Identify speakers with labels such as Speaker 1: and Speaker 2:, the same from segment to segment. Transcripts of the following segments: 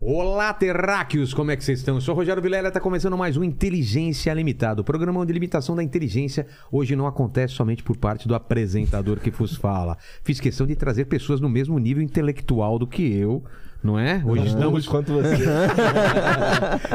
Speaker 1: Olá, terráqueos! Como é que vocês estão? Eu sou o Rogério Vilela e está começando mais um Inteligência Limitada, o programa onde a limitação da inteligência hoje não acontece somente por parte do apresentador que vos fala. Fiz questão de trazer pessoas no mesmo nível intelectual do que eu, não é?
Speaker 2: Tipo,
Speaker 1: Hoje estamos...
Speaker 2: quanto você.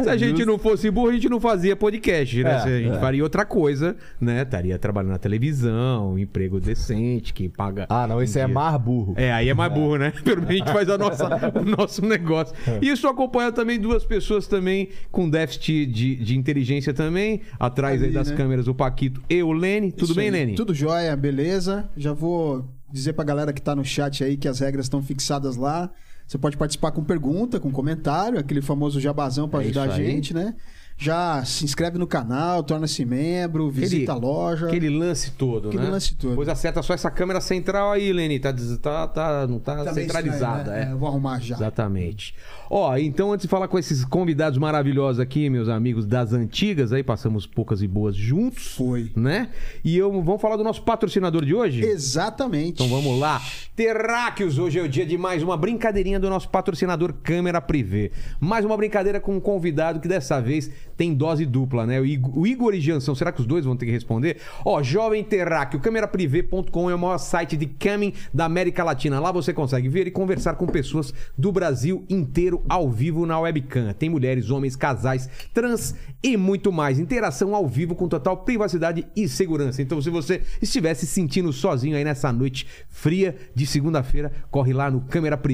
Speaker 1: Se a gente não fosse burro, a gente não fazia podcast,
Speaker 3: É,
Speaker 1: né? Se a gente faria outra coisa, né? Estaria trabalhando na televisão, um emprego decente, que paga...
Speaker 2: Ah, não, esse é mar burro.
Speaker 1: É, aí é mais burro, né? Pelo menos a gente faz a nossa, o nosso negócio.
Speaker 3: É.
Speaker 1: Isso acompanha também duas pessoas também com déficit de, de inteligência também, atrás
Speaker 3: Ali,
Speaker 1: aí das
Speaker 3: né?
Speaker 1: câmeras o Paquito e o Lene. Tudo
Speaker 3: Isso
Speaker 1: bem,
Speaker 3: aí.
Speaker 1: Lene?
Speaker 3: Tudo jóia, beleza. Já vou dizer pra galera que tá no chat aí que as regras estão fixadas lá. Você pode participar com pergunta, com comentário, aquele famoso jabazão pra
Speaker 1: É
Speaker 3: ajudar a
Speaker 1: isso aí.
Speaker 3: gente, né? Já se inscreve no canal, torna-se membro, visita a loja.
Speaker 1: Aquele lance todo,
Speaker 3: Aquele
Speaker 1: né?
Speaker 3: lance todo.
Speaker 1: Pois acerta só essa câmera central aí, Lene. Tá, des- tá, tá- não tá,
Speaker 3: Tá bem
Speaker 1: centralizada,
Speaker 3: estranho, né?
Speaker 1: é.
Speaker 3: Eu vou arrumar já.
Speaker 1: Exatamente. Ó, então antes de falar com esses convidados maravilhosos aqui, meus amigos das antigas, aí passamos poucas e boas juntos,
Speaker 3: Foi.
Speaker 1: né? E eu vamos falar do nosso patrocinador de hoje?
Speaker 3: Exatamente.
Speaker 1: Então vamos lá. Terráqueos, hoje é o dia de mais uma brincadeirinha do nosso patrocinador Câmera Privé. Mais uma brincadeira com um convidado que dessa vez tem dose dupla, né? O Igo- o Igor e Jansão, será que os dois vão ter que responder? Ó, Jovem Terráqueo, câmeraprivê.com é o maior site de camming da América Latina. Lá você consegue ver e conversar com pessoas do Brasil inteiro ao vivo na webcam. Tem mulheres, homens, casais, trans e muito mais. Interação ao vivo com total privacidade e segurança. Então, se você estiver se sentindo sozinho aí nessa noite fria de segunda-feira, corre lá no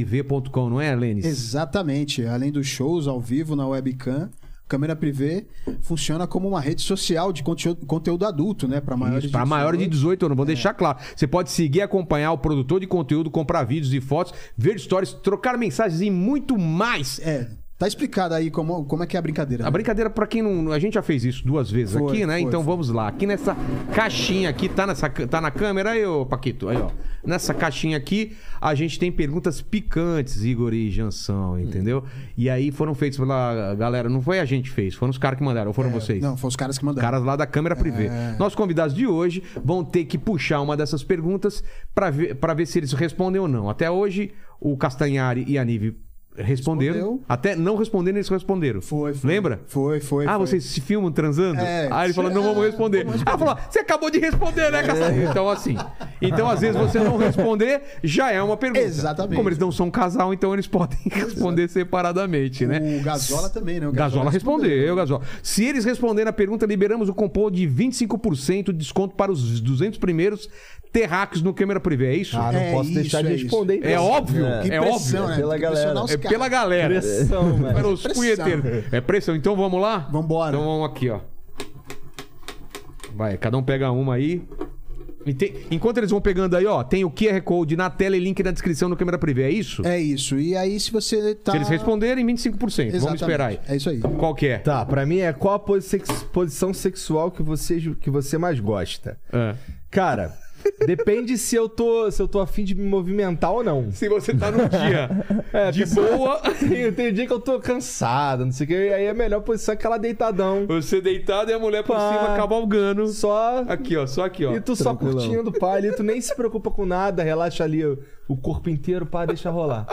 Speaker 1: cameraprivê.com, não é, Lênis?
Speaker 3: Exatamente. Além dos shows ao vivo na webcam, Câmera Privê funciona como uma rede social de conteúdo, conteúdo adulto, né? Para maiores
Speaker 1: Para maior de 18 anos, vou deixar claro. Você pode seguir, acompanhar o produtor de conteúdo, comprar vídeos e fotos, ver stories, trocar mensagens e muito mais.
Speaker 3: É, tá explicado aí como, como é que é a brincadeira.
Speaker 1: A
Speaker 3: né?
Speaker 1: brincadeira, pra quem não. A gente já fez isso duas vezes
Speaker 3: Foi,
Speaker 1: aqui, né?
Speaker 3: foi,
Speaker 1: então
Speaker 3: foi.
Speaker 1: vamos lá. Aqui nessa caixinha aqui, tá, nessa, tá na câmera aí, ô Paquito? Aí, ó. Nessa caixinha aqui, a gente tem perguntas picantes, Igor e
Speaker 3: Hum.
Speaker 1: Jansão, entendeu? E aí foram feitas pela galera. Não foi a gente que fez, foram os caras que mandaram, ou foram vocês?
Speaker 3: É, Não, É. foram os caras que mandaram.
Speaker 1: Caras lá da câmera privê. Nossos convidados de hoje vão ter que puxar uma dessas perguntas pra ver, pra ver se eles respondem ou não. Até hoje, o Castanhari e a Nive responderam.
Speaker 3: Respondeu.
Speaker 1: Até não responderam, eles responderam.
Speaker 3: Foi, foi.
Speaker 1: Lembra?
Speaker 3: Foi, foi.
Speaker 1: ah,
Speaker 3: foi.
Speaker 1: vocês se filmam transando?
Speaker 3: É.
Speaker 1: Aí ele falou, não
Speaker 3: É,
Speaker 1: vamos responder. Ah, falou, você acabou de responder, né, Castanho? Então, assim. Então, às vezes, você não responder já é uma pergunta.
Speaker 3: Exatamente.
Speaker 1: Como eles não são um casal, então eles podem responder separadamente, né?
Speaker 3: O Gasola também, né? O
Speaker 1: Gasola respondeu, Gasola. Se eles responderem a pergunta, liberamos o cupom de 25% de desconto para os 200 primeiros terráqueos no Câmera Privé. É isso?
Speaker 2: Ah, não
Speaker 3: É
Speaker 2: posso
Speaker 3: isso,
Speaker 2: deixar
Speaker 3: é
Speaker 2: de
Speaker 3: isso.
Speaker 2: responder. hein,
Speaker 1: É
Speaker 2: pessoal?
Speaker 1: óbvio,
Speaker 2: É.
Speaker 3: Que
Speaker 1: é
Speaker 3: pressão,
Speaker 1: óbvio.
Speaker 3: né?
Speaker 2: Pela
Speaker 3: Tem que pressionar
Speaker 2: galera.
Speaker 3: os
Speaker 1: É
Speaker 3: caras.
Speaker 1: pela galera.
Speaker 2: Pressão, velho.
Speaker 1: Para os
Speaker 3: Pressão.
Speaker 1: punheteiros. É pressão. Então vamos lá?
Speaker 3: Vambora.
Speaker 1: Então vamos aqui, ó. Vai, cada um pega uma aí. E tem- enquanto eles vão pegando aí, ó, tem o QR Code na tela e link na descrição no câmera privê. É isso?
Speaker 3: É isso. E aí, se você tá.
Speaker 1: Se eles responderem, 25%. Vamos
Speaker 3: Exatamente.
Speaker 1: esperar aí.
Speaker 3: É isso aí.
Speaker 1: Qual que é?
Speaker 2: Tá, pra mim é qual a posi- sex- posição sexual que você, que você mais gosta?
Speaker 1: É.
Speaker 2: Cara, depende se eu tô se eu tô afim de me movimentar ou não.
Speaker 1: Se você tá num dia de boa,
Speaker 2: Tem, tem dia que eu tô cansado, não sei o que, aí a melhor posição é aquela deitadão.
Speaker 1: você deitado e a mulher por
Speaker 2: Pá.
Speaker 1: cima cavalgando.
Speaker 2: Só.
Speaker 1: Aqui, ó, só aqui, ó.
Speaker 2: E tu só
Speaker 4: Tranquilão.
Speaker 2: curtindo, pá, ali, tu nem se preocupa com nada, relaxa ali o o corpo inteiro, pá, deixa rolar.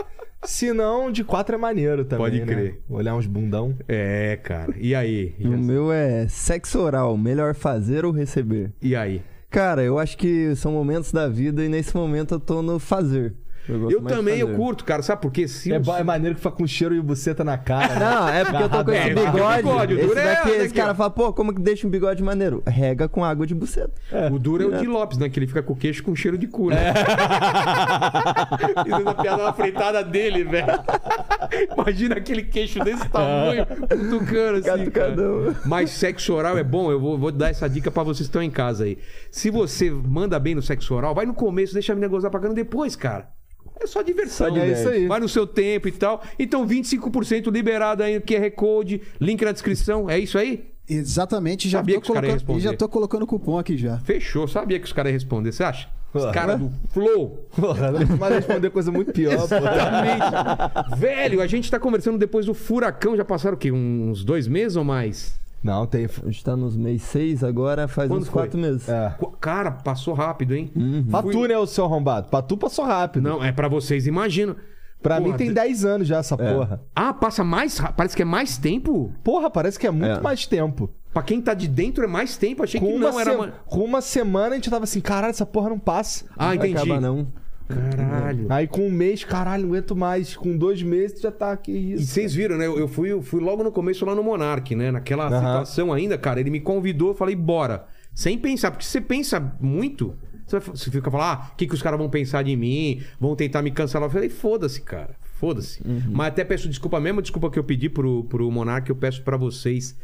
Speaker 2: Se não, de quatro é maneiro também.
Speaker 1: Pode
Speaker 2: né?
Speaker 1: crer.
Speaker 2: Olhar uns bundão.
Speaker 1: É, cara. E aí?
Speaker 4: O meu é sexo oral, melhor fazer ou receber?
Speaker 1: E aí?
Speaker 4: Cara, eu acho que são momentos da vida e nesse momento eu tô no fazer. Eu, gosto
Speaker 1: Eu
Speaker 4: mais de
Speaker 1: também, eu
Speaker 4: fazer.
Speaker 1: curto, cara. Sabe por quê? Se
Speaker 2: É,
Speaker 1: os-
Speaker 2: ba- é maneiro que fica com cheiro de buceta na cara. né?
Speaker 4: Não, é porque eu tô com
Speaker 1: É,
Speaker 4: esse
Speaker 1: fica com
Speaker 4: bigode.
Speaker 1: bigode, o
Speaker 4: esse
Speaker 1: duro é
Speaker 4: daqui,
Speaker 1: esse
Speaker 4: esse cara
Speaker 1: aqui,
Speaker 4: fala, pô, como que deixa um bigode maneiro? Rega com água de buceta.
Speaker 1: O duro é o de Lopes, né? Que ele fica com o queixo com cheiro de cu, né? E fez a piada na fritada dele, velho. Imagina aquele queixo desse tamanho, cutucando assim, cara.
Speaker 4: Catucadão.
Speaker 1: Mas sexo oral é bom, eu vou, vou dar essa dica pra vocês que estão em casa aí. Se você manda bem no sexo oral, vai no começo, deixa a menina gozar pra caramba depois, cara. É só diversão.
Speaker 2: de É isso aí.
Speaker 1: Vai no seu tempo e tal. Então, 25% liberado aí no QR Code, link na descrição. É isso aí?
Speaker 3: Exatamente. Já
Speaker 1: Sabia
Speaker 3: tô
Speaker 1: que os caras iam
Speaker 3: colocando... e
Speaker 1: responder.
Speaker 3: já tô colocando cupom aqui já.
Speaker 1: Fechou. Sabia que os caras iam responder, você acha? Os caras do Flow.
Speaker 2: Porra, mas responder coisa muito pior, pô.
Speaker 1: Exatamente. Velho, a gente tá conversando depois do furacão. Já passaram o quê? Uns dois meses ou mais?
Speaker 2: Não, tem.
Speaker 4: A gente tá nos mês seis agora, faz
Speaker 1: Quando
Speaker 4: uns
Speaker 1: foi? Ah,
Speaker 4: quatro meses.
Speaker 2: É.
Speaker 1: Co- Cara, passou rápido, hein?
Speaker 2: Patu, né, o seu arrombado? Patu passou rápido.
Speaker 1: Não, é pra vocês, imagina.
Speaker 2: Pra
Speaker 1: Porra,
Speaker 2: mim tem
Speaker 1: de-
Speaker 2: 10 anos já essa porra.
Speaker 1: Ah, passa mais. ra- Parece que é mais tempo?
Speaker 2: Porra, parece que é muito
Speaker 4: É.
Speaker 2: mais tempo.
Speaker 1: Pra quem tá de dentro é mais tempo. Achei
Speaker 2: Com
Speaker 1: que
Speaker 2: uma,
Speaker 1: não era.
Speaker 2: se-
Speaker 1: ma-
Speaker 2: com uma semana a gente tava assim, caralho, essa porra não passa.
Speaker 1: Ah,
Speaker 4: Não
Speaker 1: entendi.
Speaker 4: acaba não.
Speaker 1: Caralho.
Speaker 2: Aí com um mês, caralho, não aguento mais. Com dois meses já tá, que
Speaker 1: E
Speaker 2: isso.
Speaker 1: vocês viram, né? Eu eu fui, eu fui logo no começo lá no Monark, né? Naquela
Speaker 2: Aham.
Speaker 1: situação ainda, cara. Ele me convidou, eu falei, bora. Sem pensar, porque se você pensa muito, você, vai- você fica falando, ah, o que, que os caras vão pensar de mim? Vão tentar me cancelar. Eu falei, foda-se, cara. Foda-se. Mas até peço desculpa, a mesma desculpa que eu pedi pro, pro Monark, eu peço pra vocês.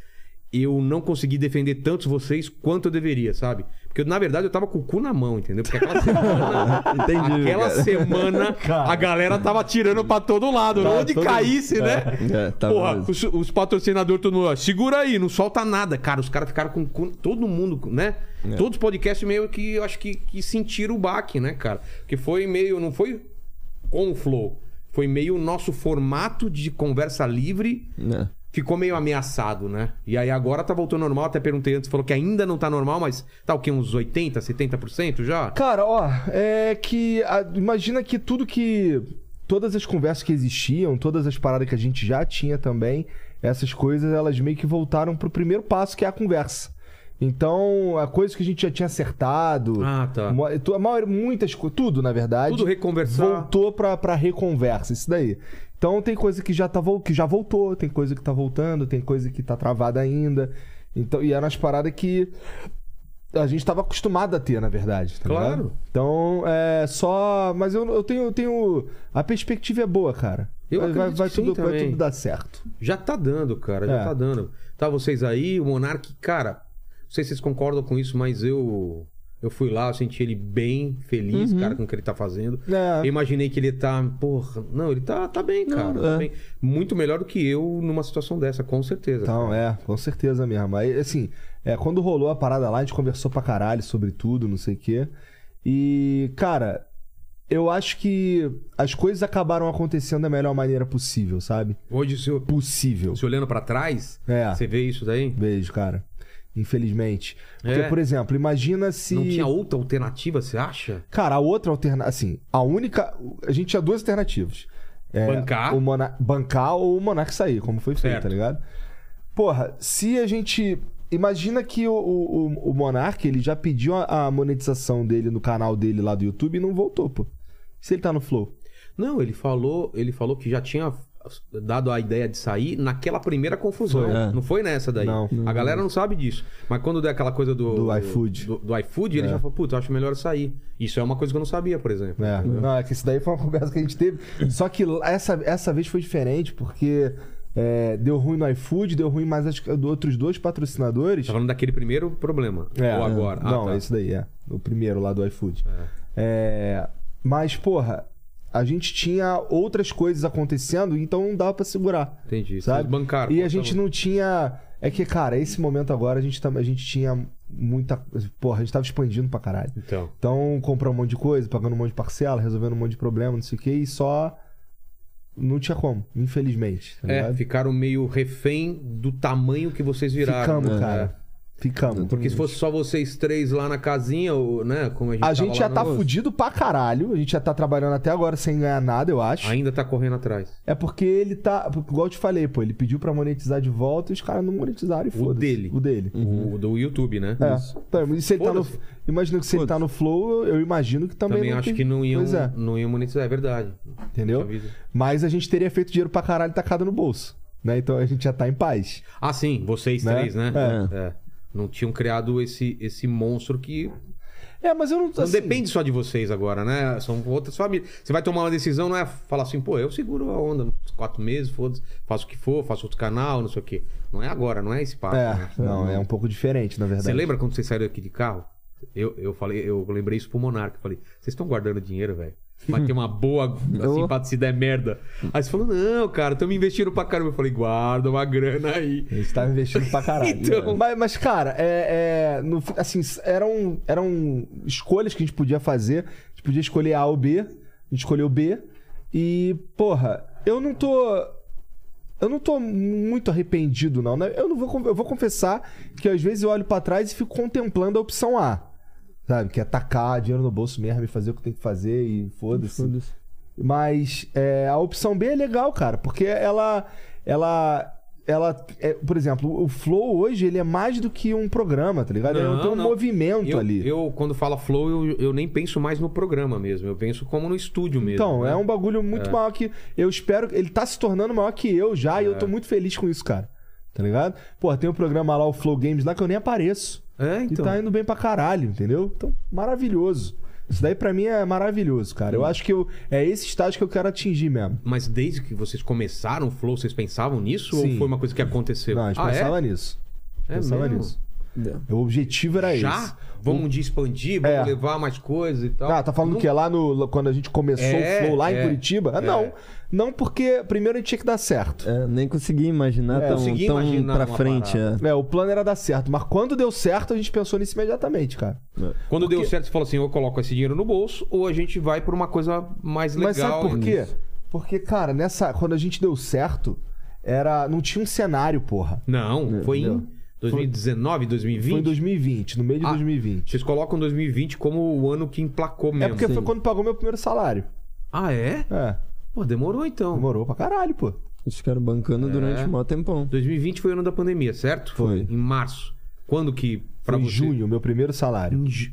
Speaker 1: Eu não consegui defender tantos vocês quanto eu deveria, sabe? Porque, na verdade, eu tava com o cu na mão, entendeu? Porque aquela semana.
Speaker 4: Entendi,
Speaker 1: aquela
Speaker 4: cara.
Speaker 1: semana, a galera tava tirando pra todo lado. onde
Speaker 2: todo-
Speaker 1: caísse, né?
Speaker 4: É, tá
Speaker 1: Porra,
Speaker 4: mesmo.
Speaker 1: os, os patrocinadores, todo mundo, ó, segura aí, não solta nada, cara. Os caras ficaram com, com todo mundo, né?
Speaker 4: É.
Speaker 1: Todos os podcasts meio que, eu acho que, que sentiram o baque, né, cara? Porque foi meio, não foi com o flow, foi meio o nosso formato de conversa livre
Speaker 4: É.
Speaker 1: ficou meio ameaçado, né? E aí agora tá voltando ao normal, até perguntei antes, falou que ainda não tá normal, mas tá o quê, uns 80%, 70% já?
Speaker 2: Cara, ó, é que. a- imagina que tudo que. Todas as conversas que existiam, todas as paradas que a gente já tinha também, essas coisas, elas meio que voltaram pro primeiro passo, que é a conversa. Então, a coisa que a gente já tinha acertado.
Speaker 1: Ah, tá.
Speaker 2: mo- tu- A maior, muitas coisas. Tudo, na verdade.
Speaker 1: Tudo reconversar.
Speaker 2: Voltou pra, pra reconversa, isso daí. Então tem coisa que já, tá, vol- que já voltou, tem coisa que tá voltando, tem coisa que tá travada ainda. Então, e eram as paradas que a gente tava acostumado a ter, na verdade. tá
Speaker 1: Claro.
Speaker 2: ligado? Então, é só. Mas eu, eu tenho, eu tenho. A perspectiva é boa, cara.
Speaker 1: Eu
Speaker 2: vai, vai,
Speaker 1: acredito
Speaker 2: vai
Speaker 1: que sim
Speaker 2: tudo, vai
Speaker 1: também.
Speaker 2: tudo dar certo.
Speaker 1: Já tá dando, cara, já
Speaker 2: É.
Speaker 1: tá dando. Tá vocês aí, o Monark, cara, não sei se vocês concordam com isso, mas eu eu fui lá, eu senti ele bem feliz, cara, com o que ele tá fazendo.
Speaker 2: Uhum. É.
Speaker 1: Eu imaginei que ele tá, porra, não, ele tá, tá bem, cara, tá
Speaker 4: é.
Speaker 1: bem. Muito melhor do que eu numa situação dessa, com certeza.
Speaker 2: Então, é, com certeza mesmo. Aí, assim, é, quando rolou a parada lá, a gente conversou pra caralho sobre tudo, não sei o quê. E, cara, eu acho que as coisas acabaram acontecendo da melhor maneira possível, sabe?
Speaker 1: Hoje, se, eu-
Speaker 2: Possível.
Speaker 1: se olhando pra trás,
Speaker 2: É.
Speaker 1: você vê isso daí?
Speaker 2: Beijo, cara. Infelizmente. Porque,
Speaker 1: É.
Speaker 2: por exemplo, imagina se.
Speaker 1: Não tinha outra alternativa, você acha?
Speaker 2: Cara, a outra alternativa. Assim, a única. A gente tinha duas alternativas. É,
Speaker 1: Bancar.
Speaker 2: O Mona- Bancar ou o Monark sair, como foi feito,
Speaker 1: Certo.
Speaker 2: tá ligado? Porra, se a gente. Imagina que o, o, o- o Monark, ele já pediu a, a monetização dele no canal dele lá do YouTube e não voltou, pô. Se ele tá no Flow.
Speaker 1: Não, ele falou, ele falou que já tinha dado a ideia de sair naquela primeira confusão.
Speaker 4: Foi, é.
Speaker 1: Não foi nessa daí.
Speaker 2: Não.
Speaker 1: A galera não sabe disso. Mas quando der aquela coisa do
Speaker 2: Do iFood.
Speaker 1: do, do iFood, ele já falou, puta, eu acho melhor eu sair. Isso é uma coisa que eu não sabia, por exemplo.
Speaker 2: É, não, é que isso daí foi uma conversa que a gente teve. Só que lá- essa, essa vez foi diferente, porque é, deu ruim no iFood, deu ruim mais acho que dos outros dois patrocinadores.
Speaker 1: Tá falando daquele primeiro problema. Ou agora. Ah,
Speaker 2: É, Não,
Speaker 1: tá.
Speaker 2: esse daí, é. O primeiro lá do iFood. É, mas, porra, a gente tinha outras coisas acontecendo, então não dava pra segurar.
Speaker 1: Entendi.
Speaker 2: Sabe?
Speaker 1: Vocês bancaram,
Speaker 2: e
Speaker 1: pô,
Speaker 2: a gente
Speaker 1: tá
Speaker 2: não tinha. É que, cara, esse momento agora a gente, tam- a gente tinha muita. Porra, a gente tava expandindo pra caralho.
Speaker 1: Então.
Speaker 2: Então, comprando um monte de coisa, pagando um monte de parcela, resolvendo um monte de problema, não sei o quê, e só. Não tinha como, infelizmente. tá
Speaker 1: É,
Speaker 2: ligado?
Speaker 1: ficaram meio refém do tamanho que vocês viraram. né?
Speaker 2: Ficamos, cara. Ficamos.
Speaker 1: Porque se fosse só vocês três lá na casinha, ou, né? Como a gente,
Speaker 2: A
Speaker 1: tava
Speaker 2: gente já
Speaker 1: lá
Speaker 2: tá
Speaker 1: no-
Speaker 2: fudido pra caralho. A gente já tá trabalhando até agora sem ganhar nada, eu acho.
Speaker 1: Ainda tá correndo atrás.
Speaker 2: É porque ele tá. Igual eu te falei, pô, ele pediu pra monetizar de volta e os caras não monetizaram e foda-se.
Speaker 1: dele.
Speaker 2: O dele.
Speaker 1: O do YouTube, né?
Speaker 2: É. Pera, mas se ele tá no.
Speaker 1: Foda-se.
Speaker 2: Imagina que se ele tá no Flow, eu imagino que também.
Speaker 1: Também,
Speaker 2: não
Speaker 1: acho
Speaker 2: tem-
Speaker 1: que não iam,
Speaker 2: Pois é,
Speaker 1: não iam monetizar, é verdade.
Speaker 2: entendeu?
Speaker 1: Te aviso.
Speaker 2: Mas a gente teria feito dinheiro pra caralho tacado no bolso. Né? Então a gente já tá em paz.
Speaker 1: Ah, sim, vocês
Speaker 2: Né?
Speaker 1: três, né?
Speaker 2: É.
Speaker 1: É. Não tinham criado esse, esse monstro que.
Speaker 2: É, mas eu não.
Speaker 1: Não
Speaker 2: assim,
Speaker 1: depende só de vocês agora, né? São outras famílias. Você vai tomar uma decisão, não é falar assim, pô, eu seguro a onda, uns quatro meses, foda-se, faço o que for, faço outro canal, não sei o quê. Não é agora, não é esse passo.
Speaker 2: É,
Speaker 1: né?
Speaker 2: não, é um pouco diferente, na verdade.
Speaker 1: Você lembra quando vocês saíram aqui de carro? Eu, eu falei, eu lembrei isso pro Monarca. eu Falei, vocês estão guardando dinheiro, velho. Vai ter uma boa, assim,
Speaker 4: Eu-
Speaker 1: pra se der merda. Aí você falou, não, cara, estamos investindo pra caramba. Eu falei, guarda uma grana aí.
Speaker 2: A gente tava tá investindo pra caralho.
Speaker 1: Então.
Speaker 2: né? mas, mas, cara, é, é, no fi- assim, s- eram, eram escolhas que a gente podia fazer. A gente podia escolher A ou B. A gente escolheu B. E, porra, eu não tô. Eu não tô muito arrependido, não. né? Eu não vou, con- eu vou confessar que às vezes eu olho pra trás e fico contemplando a opção A. Sabe? Que é tacar dinheiro no bolso mesmo e fazer o que tem que fazer e foda-se.
Speaker 4: Foda-se.
Speaker 2: Mas é, a opção B é legal, cara, porque ela. ela ela é, por exemplo, o Flow hoje ele é mais do que um programa, tá ligado? ele tem um movimento
Speaker 1: Eu-
Speaker 2: ali.
Speaker 1: Eu, quando fala flow, eu, eu nem penso mais no programa mesmo. Eu penso como no estúdio mesmo.
Speaker 2: então,
Speaker 1: né?
Speaker 2: é um bagulho muito maior que eu espero, ele tá se tornando maior que eu já e
Speaker 1: É.
Speaker 2: eu tô muito feliz com isso, cara. Tá ligado? Pô, tem um programa lá o Flow Games lá que eu nem apareço.
Speaker 1: É, então.
Speaker 2: E tá indo bem pra caralho, entendeu? Então, maravilhoso. Isso daí pra mim é maravilhoso, cara. Eu acho que eu, é esse estágio que eu quero atingir mesmo.
Speaker 1: Mas desde que vocês começaram o flow, vocês pensavam nisso?
Speaker 2: Sim.
Speaker 1: Ou foi uma coisa que aconteceu?
Speaker 2: Não, a gente
Speaker 1: ah,
Speaker 2: pensava nisso. A
Speaker 1: É
Speaker 2: gente pensava
Speaker 1: mesmo?
Speaker 2: nisso. O objetivo era
Speaker 1: é?
Speaker 2: esse.
Speaker 1: Já? Vamos um dia expandir, vamos
Speaker 2: É.
Speaker 1: levar mais coisa e tal.
Speaker 2: Ah, tá falando
Speaker 1: Não-
Speaker 2: que é lá no. lá- Quando a gente começou
Speaker 1: É,
Speaker 2: o flow lá
Speaker 1: é,
Speaker 2: em Curitiba? Ah,
Speaker 1: é.
Speaker 2: Não. Não, porque primeiro a gente tinha que dar certo.
Speaker 4: É, nem consegui imaginar
Speaker 1: É,
Speaker 4: tão,
Speaker 1: consegui
Speaker 4: tão
Speaker 1: imaginar
Speaker 4: pra
Speaker 1: uma
Speaker 4: frente.
Speaker 1: parada.
Speaker 4: É.
Speaker 2: É, o plano era dar certo. Mas quando deu certo, a gente pensou nisso imediatamente, cara.
Speaker 1: Quando deu certo, você falou assim: eu coloco esse dinheiro no bolso, ou a gente vai pra uma coisa mais legal. né?
Speaker 2: Mas sabe por
Speaker 1: e-
Speaker 2: quê? Porque, cara, nessa. Quando a gente deu certo, era. Não tinha um cenário, porra.
Speaker 1: Não, foi em
Speaker 2: Entendeu?
Speaker 1: 2019, 2020.
Speaker 2: Foi em 2020, no meio de
Speaker 1: Ah,
Speaker 2: 2020.
Speaker 1: Vocês colocam 2020 como o ano que emplacou
Speaker 2: É
Speaker 1: mesmo.
Speaker 2: porque foi quando pagou meu primeiro salário.
Speaker 1: Ah, é?
Speaker 2: É.
Speaker 1: Pô, demorou então.
Speaker 2: Demorou pra caralho, pô.
Speaker 4: Eles ficaram é. bancando
Speaker 1: É.
Speaker 4: durante um maior tempão.
Speaker 1: 2020 foi o ano da pandemia, certo?
Speaker 4: Foi.
Speaker 1: Em março. Quando que pra
Speaker 2: Foi em
Speaker 1: você?
Speaker 2: junho, meu primeiro salário.
Speaker 1: Em ju-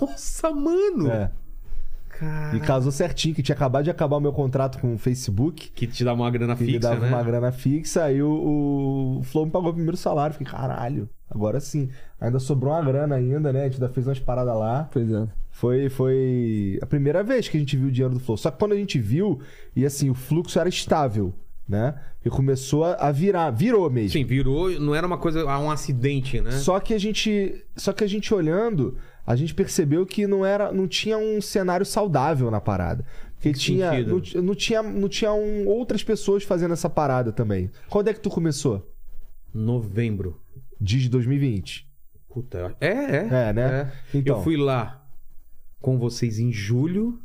Speaker 1: Nossa, mano!
Speaker 2: É. E
Speaker 1: Cara.
Speaker 2: casou certinho, que tinha acabado de acabar o meu contrato com o Facebook.
Speaker 1: Que te dá uma grana
Speaker 2: Que
Speaker 1: fixa,
Speaker 2: me dava
Speaker 1: né?
Speaker 2: uma grana fixa, aí o, o Flow me pagou o primeiro salário. Fiquei, caralho, agora sim. Ainda sobrou uma grana ainda, né? A gente ainda fez umas paradas lá.
Speaker 4: Pois é.
Speaker 2: Foi, foi a primeira vez que a gente viu o dinheiro do Flow. Só que quando a gente viu, e assim, o fluxo era estável, né? E começou a- a virar, virou mesmo.
Speaker 1: Sim, virou, não era uma coisa, ah, um acidente, né?
Speaker 2: Só que a gente, só que a gente olhando, a gente percebeu que não era, não tinha um cenário saudável na parada. Porque
Speaker 1: que
Speaker 2: tinha,
Speaker 1: sentido?
Speaker 2: não, ti- não tinha, não tinha um- outras pessoas fazendo essa parada também. Quando é que tu começou?
Speaker 1: Novembro.
Speaker 2: Diz de 2020.
Speaker 1: Puta, é, é.
Speaker 2: É, né? Então.
Speaker 1: Eu fui lá com vocês em julho.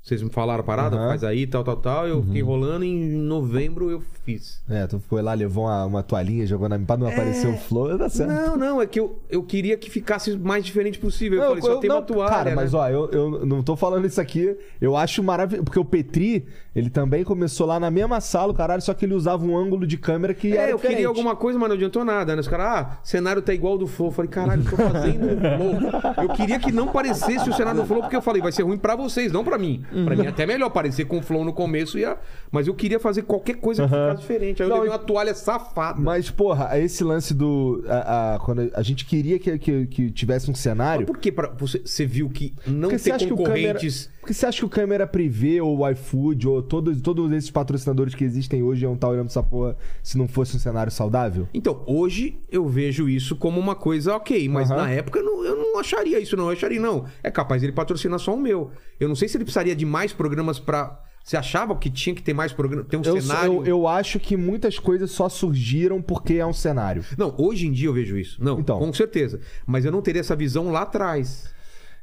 Speaker 1: Vocês me falaram a parada,
Speaker 2: Aham. Uhum.
Speaker 1: faz aí, tal, tal, tal. Eu fiquei rolando e em novembro eu fiz.
Speaker 2: É, tu foi lá, levou uma, uma toalhinha, jogou na pra não
Speaker 1: É.
Speaker 2: aparecer o flow, tá certo.
Speaker 1: Não, não, é que eu, eu queria que ficasse o mais diferente possível. Eu
Speaker 2: Não,
Speaker 1: falei, só
Speaker 2: eu-
Speaker 1: tem
Speaker 2: não,
Speaker 1: uma toalha.
Speaker 2: Cara,
Speaker 1: né?
Speaker 2: mas ó, eu, eu não tô falando isso aqui. Eu acho maravilhoso. Porque o Petri, ele também começou lá na mesma sala, o caralho, só que ele usava um ângulo de câmera que
Speaker 1: É,
Speaker 2: era
Speaker 1: eu
Speaker 2: diferente.
Speaker 1: queria alguma coisa, mas não adiantou nada. Né? Os caras, ah, cenário tá igual ao do Flow. Eu falei, caralho, eu tô fazendo um Flow. Eu queria que não parecesse o cenário do Flow, porque eu falei, vai ser ruim pra vocês, não pra mim. Pra mim é até melhor parecer com o Flow no começo, ia... mas eu queria fazer qualquer coisa que ficasse diferente. Aí eu
Speaker 2: Não,
Speaker 1: levei uma toalha safada. Mas...
Speaker 2: Mas, porra, esse lance do. A, a- quando a gente queria que, que, que tivesse um cenário.
Speaker 1: Por que pra- você, você viu que não
Speaker 2: Porque você,
Speaker 1: ter
Speaker 2: acha que o câmera,
Speaker 1: concorrentes...
Speaker 2: porque você acha que o câmera privê ou o iFood ou todos, todos esses patrocinadores que existem hoje iam estar olhando essa porra se não fosse um cenário saudável?
Speaker 1: Então, hoje eu vejo isso como uma coisa ok, mas
Speaker 2: Aham.
Speaker 1: na época eu não, eu não acharia isso, não. Eu acharia, não. É capaz ele patrocinar só o meu. Eu não sei se ele precisaria de mais programas pra. Você achava que tinha que ter mais programas? Ter um
Speaker 2: Eu,
Speaker 1: cenário?
Speaker 2: eu, eu acho que muitas coisas só surgiram porque é um cenário.
Speaker 1: Não, hoje em dia eu vejo isso. Não,
Speaker 2: Então.
Speaker 1: com certeza. Mas eu não teria essa visão lá atrás.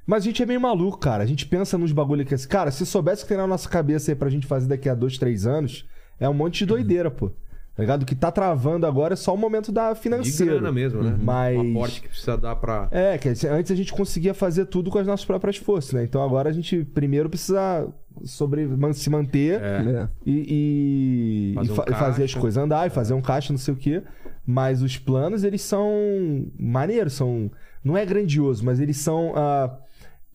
Speaker 2: Mas a gente é meio maluco, cara. A gente pensa nos bagulho que é assim. Cara, se soubesse o que tem na nossa cabeça aí pra gente fazer daqui a dois, três anos, é um monte de doideira, pô. Tá ligado? O que tá travando agora é só o momento da
Speaker 1: De
Speaker 2: financeira.
Speaker 1: grana mesmo, né?
Speaker 2: Uhum. Mas.
Speaker 1: O aporte que precisa dar pra.
Speaker 2: É, quer dizer, antes a gente conseguia fazer tudo com as nossas próprias forças, né? Então agora a gente primeiro precisa sobre... man- se manter né?
Speaker 4: É.
Speaker 2: e, e-
Speaker 1: Fazer
Speaker 2: e
Speaker 1: um
Speaker 2: fa- e fazer as
Speaker 1: caixa. É.
Speaker 2: coisas andar, e fazer um caixa, não sei o quê. Mas os planos, eles são maneiros, são. Não é grandioso, mas eles são. ah,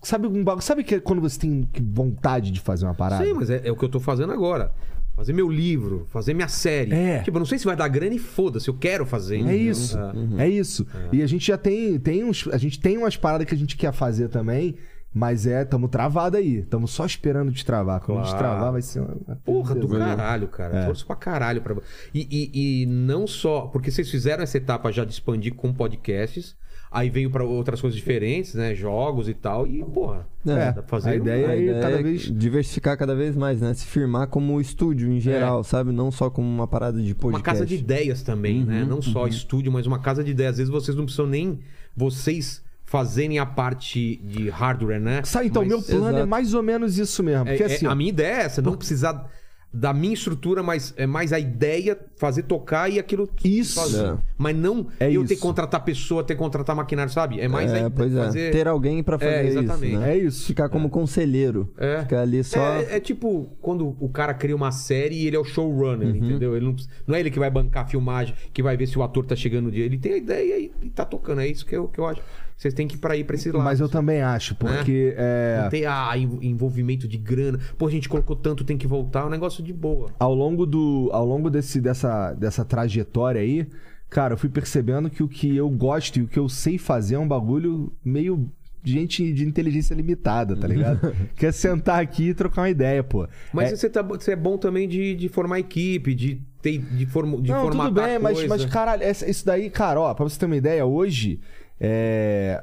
Speaker 2: Sabe um bagulho. Sabe que é quando você tem que- vontade de fazer uma parada?
Speaker 1: Sim, mas é, é o que eu tô fazendo agora. Fazer meu livro, fazer minha série.
Speaker 2: É.
Speaker 1: Tipo, eu não sei se vai dar grana e foda-se, eu quero fazer.
Speaker 2: É
Speaker 1: entendeu? Ah.
Speaker 2: isso.
Speaker 1: uhum.
Speaker 2: É isso. E a gente já tem, tem uns, a gente tem umas paradas que a gente quer fazer também, mas é, tamo travado aí. Tamo só esperando destravar. Quando
Speaker 1: Claro.
Speaker 2: destravar vai ser uma
Speaker 1: Porra do
Speaker 2: beleza.
Speaker 1: caralho, cara.
Speaker 2: É.
Speaker 1: Força pra caralho. Pra... E, e- e não só. Porque vocês fizeram essa etapa já de expandir com podcasts. Aí veio pra outras coisas diferentes, né? Jogos e tal. E, porra,
Speaker 4: É,
Speaker 1: dá pra fazer.
Speaker 2: a ideia
Speaker 4: A
Speaker 2: E
Speaker 4: ideia
Speaker 2: cada
Speaker 4: é
Speaker 2: vez-
Speaker 4: diversificar cada vez mais, né? Se firmar como estúdio em
Speaker 2: É.
Speaker 4: geral, sabe? Não só como uma parada de podcast.
Speaker 1: Uma casa de ideias também, né?
Speaker 2: Uhum,
Speaker 1: Não só estúdio, mas uma casa de ideias. Às vezes vocês não precisam nem vocês fazerem a parte de hardware, né?
Speaker 2: Sabe, então,
Speaker 1: Mas
Speaker 2: meu plano é
Speaker 4: Exato.
Speaker 2: mais ou menos isso mesmo.
Speaker 1: é-
Speaker 2: Porque
Speaker 1: é-
Speaker 2: assim,
Speaker 1: a minha ideia é essa, não precisar da minha estrutura, mas é mais a ideia, fazer tocar e aquilo
Speaker 2: Isso.
Speaker 1: sozinho.
Speaker 4: É.
Speaker 1: Mas não
Speaker 2: É
Speaker 1: eu ter que
Speaker 2: isso.
Speaker 1: contratar pessoa, ter que contratar maquinário, sabe? É mais a
Speaker 4: é,
Speaker 1: ideia
Speaker 4: pois é.
Speaker 1: fazer-
Speaker 4: Ter alguém pra fazer
Speaker 1: exatamente.
Speaker 4: isso, né?
Speaker 2: é isso.
Speaker 4: Ficar como conselheiro.
Speaker 1: É.
Speaker 4: Ficar ali só...
Speaker 1: É, é tipo quando o cara cria uma série e ele é o showrunner,
Speaker 2: Uhum.
Speaker 1: entendeu? Ele não, precisa- não é ele que vai bancar a filmagem, que vai ver se o ator tá chegando no dia. Ele tem a ideia e, e tá tocando. É isso que eu, que eu acho. Vocês têm que ir pra ir pra esse lado.
Speaker 2: Mas eu também acho,
Speaker 1: Né?
Speaker 2: porque é,
Speaker 1: Não tem a en- envolvimento de grana. Pô, a gente colocou tanto, tem que voltar. É um negócio de boa.
Speaker 2: ao longo, do, ao longo desse, dessa, dessa trajetória aí, cara, eu fui percebendo que o que eu gosto e o que eu sei fazer é um bagulho meio de gente de inteligência limitada, tá ligado? Quer sentar aqui e trocar uma ideia, pô.
Speaker 1: Mas
Speaker 2: É-
Speaker 1: você, tá, você é bom também de, de formar equipe, de, ter, de, form, de
Speaker 2: não,
Speaker 1: formatar
Speaker 2: tudo bem, mas,
Speaker 1: coisa.
Speaker 2: mas caralho, essa- isso daí, cara, ó, pra você ter uma ideia, hoje, é,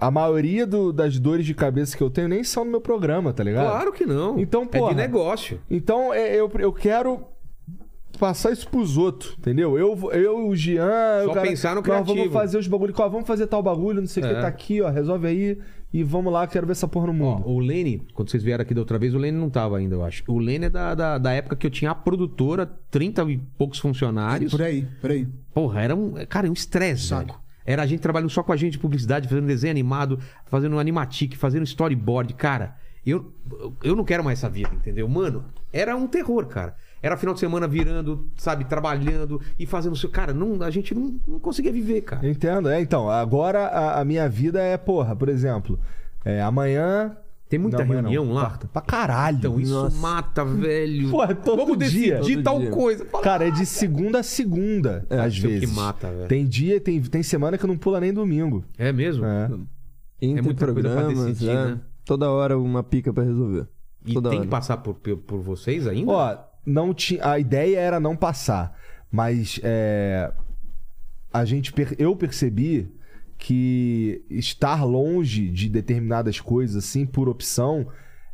Speaker 2: a maioria do- das dores de cabeça que eu tenho nem são no meu programa, tá ligado?
Speaker 1: Claro que não.
Speaker 2: Então,
Speaker 1: É
Speaker 2: porra.
Speaker 1: de negócio.
Speaker 2: Então, é, eu, eu quero passar isso pros outros, entendeu? Eu, vou- eu o Jean...
Speaker 1: Só
Speaker 2: o cara,
Speaker 1: pensar no
Speaker 2: nós
Speaker 1: criativo.
Speaker 2: vamos fazer os bagulho, ó, vamos fazer tal bagulho, não sei o
Speaker 1: É.
Speaker 2: que, tá aqui, ó, resolve aí e vamos lá, quero ver essa porra no mundo.
Speaker 1: Ó, o Lene, quando vocês vieram aqui da outra vez, o Lene não tava ainda, eu acho. O Lene é da, da, da época que eu tinha a produtora, 30 e poucos funcionários.
Speaker 3: Por aí, por aí.
Speaker 1: Porra, era um. Cara, é um estresse,
Speaker 3: Saco.
Speaker 1: velho. Era a gente trabalhando só com a gente de publicidade, fazendo desenho animado, fazendo animatic, fazendo storyboard. Cara, eu, eu não quero mais essa vida, entendeu? Mano, era um terror, cara. Era final de semana virando, sabe, trabalhando e fazendo seu. Cara, não, a gente não, não conseguia viver, cara.
Speaker 2: Entendo, é, então, agora a, a minha vida é, porra, por exemplo, é, amanhã...
Speaker 1: Tem muita
Speaker 2: Não, amanhã não,
Speaker 1: reunião lá?
Speaker 2: quarta. Pra caralho.
Speaker 1: Então, isso
Speaker 4: Nossa.
Speaker 1: mata, velho.
Speaker 2: Porra, é todo
Speaker 1: Vamos
Speaker 2: dia,
Speaker 1: decidir
Speaker 4: todo
Speaker 1: tal
Speaker 4: dia.
Speaker 1: coisa. Fala,
Speaker 2: Cara, é de segunda a segunda, às
Speaker 1: isso é o que
Speaker 2: vezes.
Speaker 1: mata, velho.
Speaker 2: Tem dia, tem, tem semana que eu não pula nem domingo.
Speaker 1: É mesmo?
Speaker 2: É.
Speaker 4: Entre
Speaker 1: É muita coisa pra
Speaker 4: programas,
Speaker 1: decidir,
Speaker 4: é.
Speaker 1: né?
Speaker 4: Toda hora uma pica pra resolver.
Speaker 1: E
Speaker 4: Toda
Speaker 1: tem
Speaker 4: hora.
Speaker 1: que passar por, por, por vocês ainda?
Speaker 2: Ó, não tinha. A ideia era não passar, mas é, a gente per- eu percebi que estar longe de determinadas coisas, assim, por opção,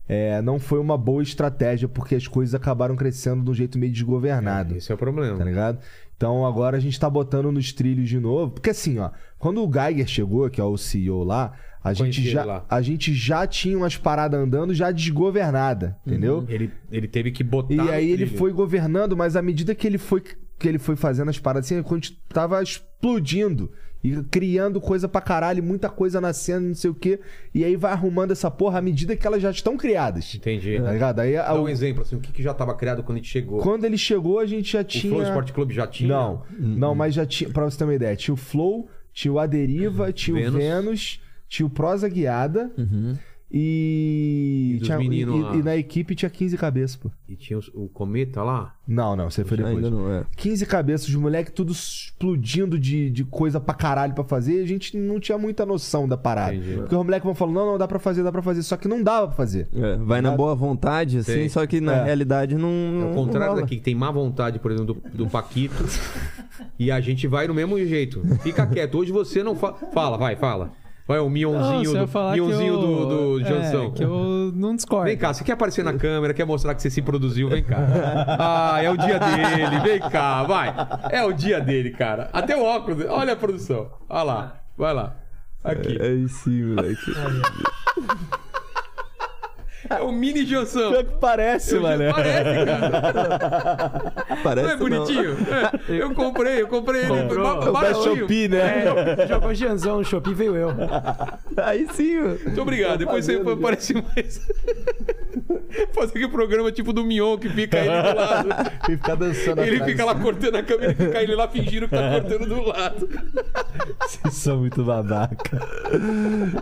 Speaker 2: é, não foi uma boa estratégia porque as coisas acabaram crescendo de um jeito meio desgovernado.
Speaker 1: Esse é o problema.
Speaker 2: tá ligado? Então agora a gente tá botando nos trilhos de novo. Porque assim, ó, quando o Geiger chegou, que é o CEO lá, a
Speaker 1: Conheci
Speaker 2: gente,
Speaker 1: ele
Speaker 2: já,
Speaker 1: lá.
Speaker 2: a gente já tinha umas paradas andando já desgovernada, entendeu?
Speaker 1: Ele, ele teve que botar.
Speaker 2: E
Speaker 1: Uhum. Tá no
Speaker 2: aí ele
Speaker 1: trilho.
Speaker 2: foi governando, mas à medida que ele foi que ele foi fazendo as paradas assim, quando tava explodindo e criando coisa pra caralho, muita coisa nascendo, não sei o quê. E aí vai arrumando essa porra à medida que elas já estão criadas.
Speaker 1: Entendi.
Speaker 2: Tá ligado? Aí a-
Speaker 1: Dá um
Speaker 2: o-
Speaker 1: exemplo, assim, o que, que já estava criado quando a gente chegou?
Speaker 2: quando ele chegou, a gente já tinha
Speaker 1: O Flow Sport Club já tinha? Hum,
Speaker 2: Não, não, mas já tinha. Pra você ter uma ideia, tinha o Flow, tinha o Aderiva, tinha
Speaker 1: Vênus.
Speaker 2: o Vênus, tinha o Prosa Guiada
Speaker 1: E
Speaker 2: e.
Speaker 1: Uhum. dos
Speaker 2: tinha-
Speaker 1: menino lá.
Speaker 2: e, e na equipe tinha 15 cabeças, pô.
Speaker 1: E tinha os- o Cometa lá?
Speaker 2: Não, não, você foi depois.
Speaker 4: Ainda não é.
Speaker 2: 15 cabeças de moleque, tudo explodindo de, de coisa pra caralho pra fazer, e a gente não tinha muita noção da parada.
Speaker 1: Entendi.
Speaker 2: Porque os moleques vão falando, não, não, dá pra fazer, dá pra fazer, só que não dava pra fazer.
Speaker 4: É, vai na boa vontade, assim,
Speaker 1: Sei.
Speaker 4: só que na
Speaker 2: É.
Speaker 4: realidade não.
Speaker 1: É
Speaker 4: não
Speaker 1: o contrário
Speaker 4: rola.
Speaker 1: daqui, que tem má vontade, por exemplo, do, do Paquito. e a gente vai no mesmo jeito. Fica quieto. Hoje você não fala. Fala, vai, fala. Vai, o
Speaker 5: Não,
Speaker 1: mionzinho
Speaker 5: você ia
Speaker 1: do,
Speaker 5: falar que
Speaker 1: mionzinho
Speaker 5: eu-
Speaker 1: do, do
Speaker 5: é,
Speaker 1: Jansão.
Speaker 5: que eu não discordo.
Speaker 1: Vem cá, você quer aparecer na câmera, quer mostrar que você se produziu, vem cá. Ah, é o dia dele, vem cá, vai. É o dia dele, cara. Até o óculos, olha a produção. Olha lá, vai lá. Aqui.
Speaker 4: É isso, moleque.
Speaker 1: É o mini Jansão.
Speaker 2: Pior que parece, mano.
Speaker 1: Parece, cara.
Speaker 4: Parece
Speaker 1: Não é bonitinho? É, eu comprei, eu comprei ele.
Speaker 5: Comprou.
Speaker 1: ba-
Speaker 2: É
Speaker 5: O
Speaker 1: baratinho.
Speaker 2: né?
Speaker 5: Jogou Janzão no Shopee, veio eu.
Speaker 4: não. Aí sim, mano.
Speaker 1: Muito obrigado. Depois você foi aparecer mais. Fazer aquele programa tipo do Mion que fica ele do lado.
Speaker 2: E ficar dançando
Speaker 1: Ele
Speaker 2: atrás.
Speaker 1: fica lá cortando a câmera e fica ele lá fingindo que tá cortando do lado.
Speaker 2: Vocês são muito babaca.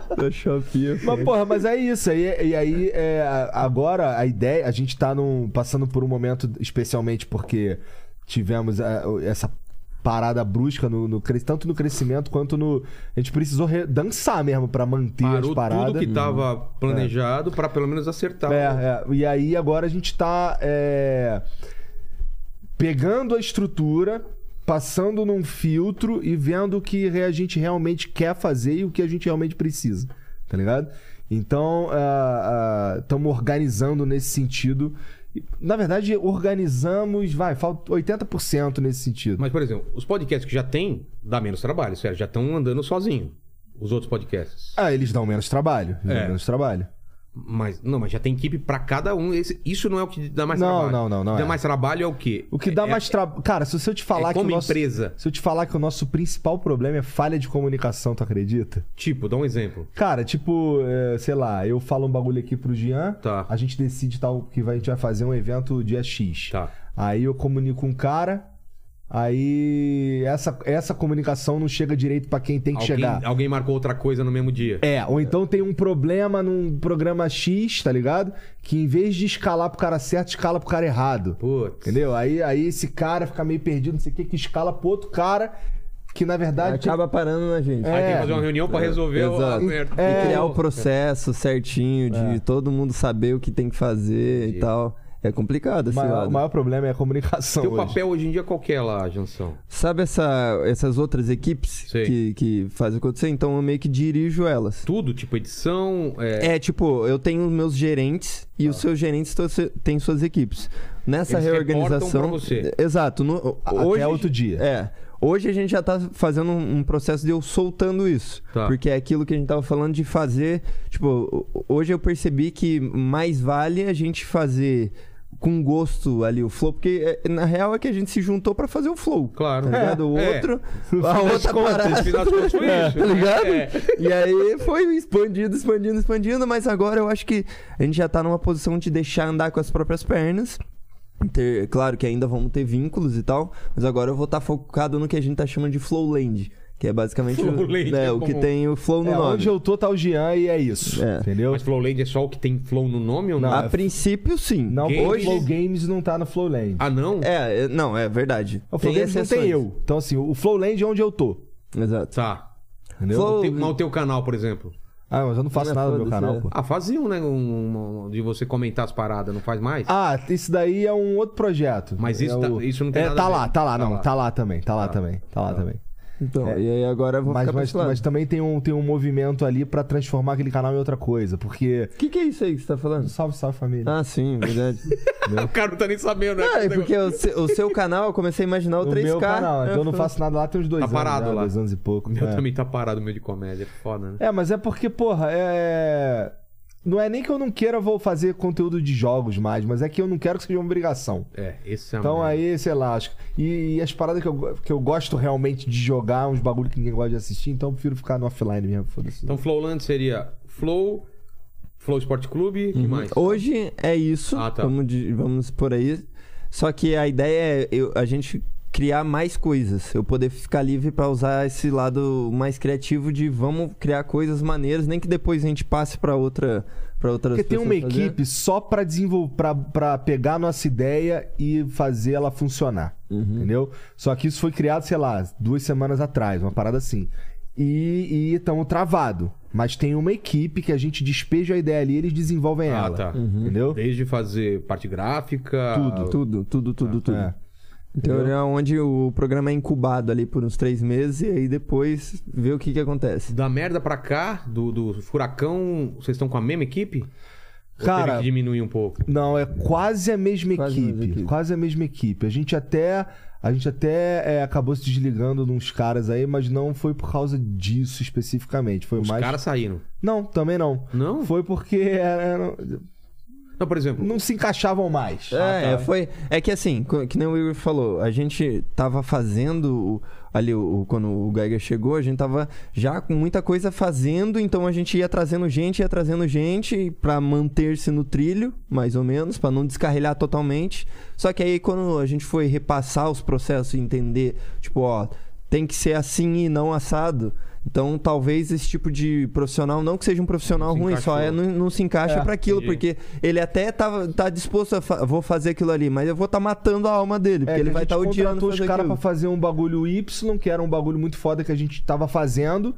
Speaker 4: Da Shopee.
Speaker 2: Mas, porra, mas é isso. E, e aí, é, a- agora, a ideia... A gente tá num, passando por um momento, especialmente porque tivemos é, essa parada brusca no, no cres- tanto no crescimento quanto no a gente precisou re- dançar mesmo pra manter as paradas
Speaker 1: tava planejado pra pelo menos acertar.
Speaker 2: É, é. E aí agora a gente tá é, pegando a estrutura passando num filtro e vendo o que a gente realmente quer fazer e o que a gente realmente precisa, tá ligado? Então, estamos organizando nesse sentido. E, Na verdade, organizamos, vai, falta 80% nesse sentido.
Speaker 1: Mas, por exemplo, os podcasts que já tem, dá menos trabalho, sério. Já estão andando sozinho. Os outros podcasts.
Speaker 2: Ah, eles dão menos trabalho. Eles
Speaker 1: É.
Speaker 2: dão menos trabalho.
Speaker 1: Mas, não, mas já tem equipe pra cada um. Esse- isso não é o que dá mais
Speaker 2: Não,
Speaker 1: trabalho.
Speaker 2: não, não, não
Speaker 1: Dá
Speaker 2: é.
Speaker 1: mais trabalho é o quê?
Speaker 2: O que dá
Speaker 1: É-
Speaker 2: mais trabalho. Cara, se eu te falar
Speaker 1: é
Speaker 2: que.
Speaker 1: como
Speaker 2: o nosso-
Speaker 1: empresa.
Speaker 2: Se eu te falar que o nosso principal problema é falha de comunicação, tu acredita?
Speaker 1: Tipo, dá um exemplo.
Speaker 2: Cara, tipo, é, sei lá, eu falo um bagulho aqui pro Jean,
Speaker 1: Tá.
Speaker 2: a gente decide tal que vai- a gente vai fazer um evento dia X.
Speaker 1: Tá.
Speaker 2: Aí eu comunico um cara, aí essa, essa comunicação não chega direito pra quem tem que
Speaker 1: Alguém,
Speaker 2: chegar.
Speaker 1: alguém marcou outra coisa no mesmo dia.
Speaker 2: É, ou então tem um problema num programa X, tá ligado? Que em vez de escalar pro cara certo, escala pro cara errado.
Speaker 1: Putz.
Speaker 2: Entendeu? Aí, aí esse cara fica meio perdido, não sei o que, que escala pro outro cara que na verdade.
Speaker 4: É, Acaba parando na gente.
Speaker 1: Aí tem
Speaker 2: É.
Speaker 1: que fazer uma reunião pra resolver o- a
Speaker 4: Exato.
Speaker 1: merda. É.
Speaker 4: E criar o processo certinho de
Speaker 2: É.
Speaker 4: todo mundo saber o que tem que fazer e tal. É complicado esse
Speaker 2: Ma-
Speaker 4: lado.
Speaker 2: o maior problema é a comunicação.
Speaker 4: um
Speaker 1: Teu
Speaker 2: hoje.
Speaker 1: papel hoje em dia qual que é lá, Janção?
Speaker 4: Sabe essa, essas outras equipes
Speaker 1: Sei.
Speaker 4: que, que fazem acontecer? Então eu meio que dirijo elas.
Speaker 1: Tudo, tipo edição, é, Ah.
Speaker 4: É, tipo, eu tenho os meus gerentes e os seus gerentes to- têm suas equipes. Nessa
Speaker 1: Eles reportam
Speaker 4: reorganização.
Speaker 1: pra você.
Speaker 4: Exato. no-
Speaker 2: Até
Speaker 4: hoje,
Speaker 2: outro dia.
Speaker 4: É. Hoje a gente já tá fazendo um um processo de eu soltando isso.
Speaker 1: Tá.
Speaker 4: Porque é aquilo que a gente tava falando de fazer. Tipo, ho- hoje eu percebi que mais vale a gente fazer com gosto ali o flow, porque é, na real é que a gente se juntou pra fazer o flow.
Speaker 1: Claro.
Speaker 4: Tá ligado? O
Speaker 1: É, é.
Speaker 4: outro.
Speaker 2: No
Speaker 4: A
Speaker 2: fim das
Speaker 4: outra
Speaker 2: contas,
Speaker 4: parada.
Speaker 1: no fim das contas foi isso,
Speaker 4: Tá
Speaker 1: né?
Speaker 4: ligado?
Speaker 1: É.
Speaker 4: E aí foi expandindo, expandindo, expandindo, mas agora eu acho que a gente já tá numa posição de deixar andar com as próprias pernas. Ter- claro que ainda vamos ter vínculos e tal, mas agora eu vou estar focado no que a gente tá chamando de Flowland, que é basicamente o-
Speaker 1: Flowland,
Speaker 4: é,
Speaker 1: é
Speaker 4: o que
Speaker 1: como-
Speaker 4: tem o flow no
Speaker 2: É,
Speaker 4: nome.
Speaker 2: onde eu tô tá o Jean e é isso.
Speaker 4: né? É.
Speaker 2: Entendeu?
Speaker 1: Mas Flowland é só o que tem Flow no nome ou não?
Speaker 4: A princípio, sim.
Speaker 2: não,
Speaker 1: Games-
Speaker 2: hoje... o Flow Games não tá no Flowland.
Speaker 1: Ah, não?
Speaker 4: É, é- não, é verdade.
Speaker 2: o Flow
Speaker 4: tem
Speaker 2: Games não
Speaker 4: exceções.
Speaker 2: tem eu. Então, assim, o Flowland é onde eu tô.
Speaker 4: Exato.
Speaker 1: Tá.
Speaker 2: Entendeu?
Speaker 4: Flow-
Speaker 1: Tem, mas o teu canal, por exemplo.
Speaker 2: Ah, mas eu não faço
Speaker 4: Não é
Speaker 2: nada no meu
Speaker 4: foda-se,
Speaker 2: canal,
Speaker 4: é.
Speaker 2: pô.
Speaker 1: Ah, fazia um, né? um- um- de você comentar as paradas, não faz mais?
Speaker 2: Ah, isso daí é um outro projeto.
Speaker 1: Mas isso
Speaker 2: é
Speaker 1: tá- isso não tem
Speaker 2: é,
Speaker 1: nada
Speaker 2: tá
Speaker 1: a ver.
Speaker 2: lá, tá lá,
Speaker 1: Tá
Speaker 2: não,
Speaker 1: lá.
Speaker 2: tá lá também, tá lá também, tá lá também.
Speaker 4: Então, e aí agora eu vou
Speaker 2: Mas,
Speaker 4: ficar pra
Speaker 2: mas,
Speaker 4: esse lado.
Speaker 2: mas também tem um, tem um movimento ali pra transformar aquele canal em outra coisa, porque...
Speaker 4: O que, que é isso aí que você tá falando?
Speaker 2: Salve, salve, família.
Speaker 4: Ah, sim, verdade.
Speaker 1: o cara não tá nem sabendo, né?
Speaker 4: Ah, é porque o, se- o seu canal, eu comecei a imaginar é o É.
Speaker 2: no
Speaker 4: 3K.
Speaker 2: meu canal, então eu não
Speaker 4: falei,
Speaker 2: faço nada lá tem uns dois
Speaker 1: Tá
Speaker 2: anos.
Speaker 1: parado
Speaker 2: né?
Speaker 1: lá.
Speaker 2: Dois anos e pouco.
Speaker 1: O meu
Speaker 2: é.
Speaker 1: também tá parado, o meu de comédia. É foda, né?
Speaker 2: É, mas é porque, porra, é. Não é nem que eu não queira vou fazer conteúdo de jogos mais, mas é que eu não quero que seja uma obrigação.
Speaker 1: É, esse é a
Speaker 2: Então
Speaker 1: merda.
Speaker 2: aí, sei lá, acho que- E, e as paradas que eu, go- que eu gosto realmente de jogar, uns bagulho que ninguém gosta de assistir, então eu prefiro ficar no offline mesmo, foda-se.
Speaker 1: Então Flowland seria Flow, Flow Esporte Clube, que mais?
Speaker 4: Hoje é isso,
Speaker 1: Ah, tá.
Speaker 4: vamos, de- vamos por aí. Só que a ideia é eu- a gente criar mais coisas, eu poder ficar livre pra usar esse lado mais criativo de vamos criar coisas maneiras, nem que depois a gente passe pra outra para outras
Speaker 2: Porque tem uma
Speaker 4: pessoas fazer.
Speaker 2: equipe só pra desenvolver, pra, pra pegar a nossa ideia e fazer ela funcionar.
Speaker 4: Uhum.
Speaker 2: Entendeu? Só que isso foi criado, sei lá, duas semanas atrás, uma parada assim. E estamos travado. Mas tem uma equipe que a gente despeja a ideia ali e eles desenvolvem
Speaker 1: Ah,
Speaker 2: ela.
Speaker 1: tá.
Speaker 2: Entendeu?
Speaker 1: Desde fazer parte gráfica.
Speaker 4: Ah, tudo, tudo, tudo, tudo.
Speaker 2: É.
Speaker 4: Então é onde o programa é incubado ali por uns três meses e aí depois vê o que que acontece.
Speaker 1: Da merda pra cá, do, do furacão, vocês estão com a mesma equipe? Ou
Speaker 2: Cara-
Speaker 1: teve que diminuir um pouco.
Speaker 2: Não, é quase a mesma
Speaker 4: Quase a
Speaker 2: equipe.
Speaker 4: mesma equipe.
Speaker 2: Quase a mesma equipe. A gente até. A gente até é, acabou se desligando de uns caras aí, mas não foi por causa disso especificamente. Foi
Speaker 1: Os
Speaker 2: mais.
Speaker 1: caras saíram.
Speaker 2: Não, também não.
Speaker 1: Não?
Speaker 2: Foi porque era-
Speaker 1: Não, por exemplo,
Speaker 2: não se encaixavam mais.
Speaker 1: Ah, tá.
Speaker 4: É, é, foi. É que assim, co- que nem o Igor falou, a gente tava fazendo o- ali o, o- quando o Geiger chegou, a gente tava já com muita coisa fazendo, então a gente ia trazendo gente, ia trazendo gente pra manter-se no trilho, mais ou menos, pra não descarrilhar totalmente. Só que aí quando a gente foi repassar os processos e entender, tipo, ó, tem que ser assim e não assado. Então, talvez esse tipo de profissional, não que seja um profissional
Speaker 1: Não se
Speaker 4: ruim, só é,
Speaker 1: encaixou.
Speaker 4: não, não se encaixa
Speaker 2: É,
Speaker 4: pra aquilo,
Speaker 1: entendi.
Speaker 4: porque porque ele até tá, tá disposto a fa- vou fazer aquilo ali, mas eu vou estar matando a alma
Speaker 1: É,
Speaker 4: dele, porque
Speaker 2: É, que
Speaker 4: ele
Speaker 2: a
Speaker 4: vai
Speaker 2: gente
Speaker 4: estar odiando
Speaker 2: contratou
Speaker 4: fazer
Speaker 2: os caras pra
Speaker 4: aquilo.
Speaker 2: fazer um bagulho Y, que era um bagulho muito foda que a gente tava fazendo.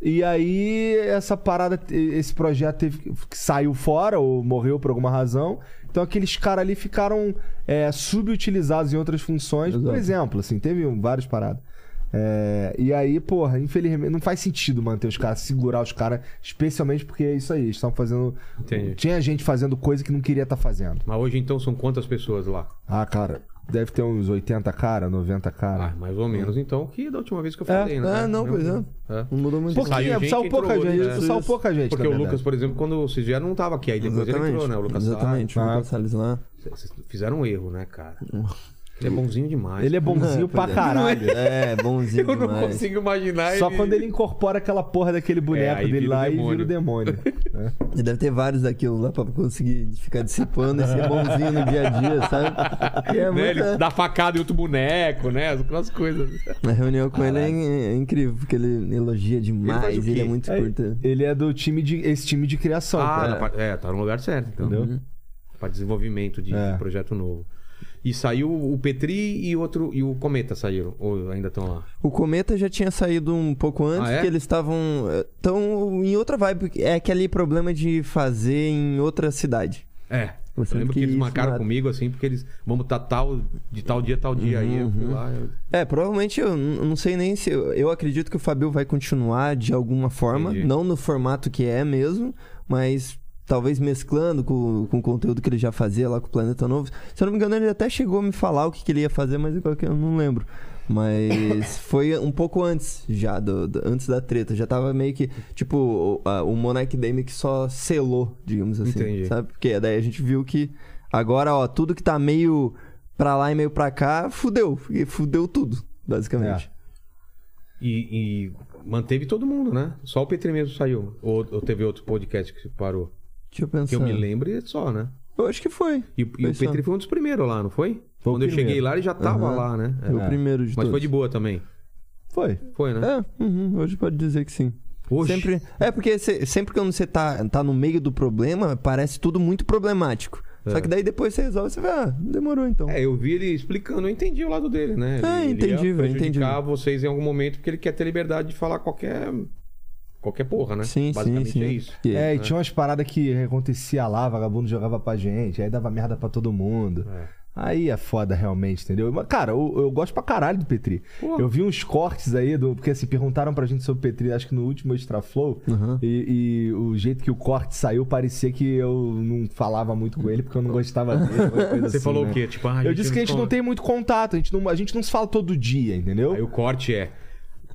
Speaker 2: E aí, essa parada, esse projeto teve, que- saiu fora ou morreu por alguma razão. Então aqueles caras ali ficaram é, subutilizados em outras funções. Por
Speaker 4: Exato.
Speaker 2: exemplo, assim, teve um- várias paradas. É, e aí, porra, infelizmente, não faz sentido manter os caras, segurar os caras, especialmente porque é isso aí, eles estão fazendo.
Speaker 1: Entendi.
Speaker 2: Tinha gente fazendo coisa que não queria estar fazendo.
Speaker 1: Mas hoje então são quantas pessoas lá?
Speaker 2: Ah, cara, deve ter uns 80 cara, 90 cara.
Speaker 1: Ah, mais ou menos então que da última vez que eu
Speaker 4: É,
Speaker 1: falei, né?
Speaker 4: é, não, pois é.
Speaker 1: É.
Speaker 4: Não mudou muito.
Speaker 2: Pouquinho,
Speaker 1: Saiu gente,
Speaker 2: saiu
Speaker 1: entrou
Speaker 2: pouca
Speaker 1: outro,
Speaker 2: gente,
Speaker 1: né?
Speaker 2: saiu pouca gente.
Speaker 1: Porque
Speaker 2: na
Speaker 1: o
Speaker 2: verdade.
Speaker 1: Lucas, por exemplo, quando vocês vieram, não tava aqui. Aí depois ele entrou, né? O Lucas Sá.
Speaker 4: Exatamente.
Speaker 2: Ah.
Speaker 4: O Lucas Salles lá.
Speaker 1: Vocês fizeram um erro, né, cara? Ele é bonzinho demais.
Speaker 2: Ele é bonzinho
Speaker 4: É,
Speaker 2: pra
Speaker 4: pois é.
Speaker 2: caralho.
Speaker 4: É, bonzinho
Speaker 1: Eu não
Speaker 4: demais.
Speaker 1: consigo imaginar
Speaker 2: Só quando ele incorpora aquela porra daquele boneco
Speaker 1: É, aí
Speaker 2: dele
Speaker 1: vira o
Speaker 2: lá e
Speaker 1: demônio.
Speaker 2: vira o demônio.
Speaker 4: E deve ter vários daquilo lá pra conseguir ficar dissipando e ser bonzinho no dia a dia, sabe? E é
Speaker 1: Né? Ele
Speaker 4: muita...
Speaker 1: dá facada em outro boneco, né? Aquelas coisas.
Speaker 4: Na reunião com ele é, in- é incrível, porque ele elogia demais,
Speaker 1: faz o
Speaker 4: ele,
Speaker 1: quê?
Speaker 4: é muito
Speaker 2: É,
Speaker 4: curto.
Speaker 2: ele é do time de. Esse time de criação.
Speaker 1: Ah,
Speaker 2: cara.
Speaker 1: na parte- é, tá no lugar certo, então.
Speaker 2: Entendeu?
Speaker 1: Para desenvolvimento de
Speaker 2: É.
Speaker 1: de projeto novo. E saiu o Petri e outro e o Cometa saíram, ou ainda estão lá.
Speaker 4: O Cometa já tinha saído um pouco antes,
Speaker 1: Ah, é?
Speaker 4: que eles estavam. Estão em outra vibe. porque É aquele problema de fazer em outra cidade.
Speaker 1: É.
Speaker 4: Você
Speaker 1: eu lembro que,
Speaker 4: que
Speaker 1: eles
Speaker 4: isso
Speaker 1: marcaram
Speaker 4: mata.
Speaker 1: comigo, assim, porque eles vamos tá tal, de tal dia, tal dia. aí eu fui lá. eu-
Speaker 4: É, provavelmente eu n- não sei nem se. Eu, eu acredito que o Fabio vai continuar de alguma forma,
Speaker 1: Entendi.
Speaker 4: não no formato que é mesmo, mas talvez mesclando com, com o conteúdo que ele já fazia lá com o Planeta Novo. Se eu não me engano, ele até chegou a me falar o que, que ele ia fazer, mas igual que eu não lembro. Mas foi um pouco antes já, do- do- antes da treta. Já tava meio que. Tipo, o, a, o Monarch Damic só selou, digamos assim.
Speaker 1: Entendi.
Speaker 4: Sabe? Porque daí a gente viu que agora, ó, tudo que tá meio pra lá e meio pra cá, fudeu. E Fudeu tudo, basicamente.
Speaker 1: É. E, e manteve todo mundo, né? Só o Petri mesmo saiu. Ou, ou teve outro podcast que parou.
Speaker 4: Deixa eu
Speaker 1: Que
Speaker 4: pensar.
Speaker 1: eu me lembro e é só, né?
Speaker 4: Eu acho que foi.
Speaker 1: E, e o
Speaker 4: Foi só.
Speaker 1: Petri foi um dos primeiros lá, não foi?
Speaker 2: Foi o
Speaker 1: Quando eu
Speaker 2: primeiro.
Speaker 1: cheguei lá, ele já tava
Speaker 4: Aham.
Speaker 1: lá, né? É.
Speaker 4: Foi o primeiro de
Speaker 1: Mas
Speaker 4: todos.
Speaker 1: foi de boa também.
Speaker 2: Foi.
Speaker 1: Foi, né?
Speaker 4: É, uhum, hoje pode dizer que sim.
Speaker 1: Hoje.
Speaker 4: Sempre, é porque cê- sempre que você tá, tá no meio do problema, parece tudo muito problemático. Só que daí depois você resolve, você fala, ah, demorou então.
Speaker 1: É, eu vi ele explicando, eu entendi o lado dele, né? Ele,
Speaker 4: É,
Speaker 1: ele
Speaker 4: entendi,
Speaker 1: ia
Speaker 4: velho, entendi.
Speaker 1: prejudicar vocês em algum momento porque ele quer ter liberdade de falar qualquer qualquer porra, né?
Speaker 4: Sim, sim,
Speaker 1: Basicamente
Speaker 4: sim.
Speaker 1: é isso.
Speaker 4: E-
Speaker 2: É, e tinha umas paradas que acontecia lá, vagabundo jogava pra gente, aí dava merda pra todo mundo. Aí é foda realmente, entendeu? Mas, cara, eu, eu gosto pra caralho do Petri.
Speaker 1: Pô.
Speaker 2: Eu vi uns cortes aí, do, porque assim, perguntaram pra gente sobre o Petri, acho que no último Extra Flow, e, e o jeito que o corte saiu parecia que eu não falava muito com ele, porque eu não gostava dele. alguma coisa
Speaker 1: Você
Speaker 2: assim,
Speaker 1: falou
Speaker 2: né?
Speaker 1: o quê? Tipo, ah,
Speaker 2: Eu disse que a gente não tem muito contato, a gente não, a gente não se fala todo dia, entendeu?
Speaker 1: Aí o corte é.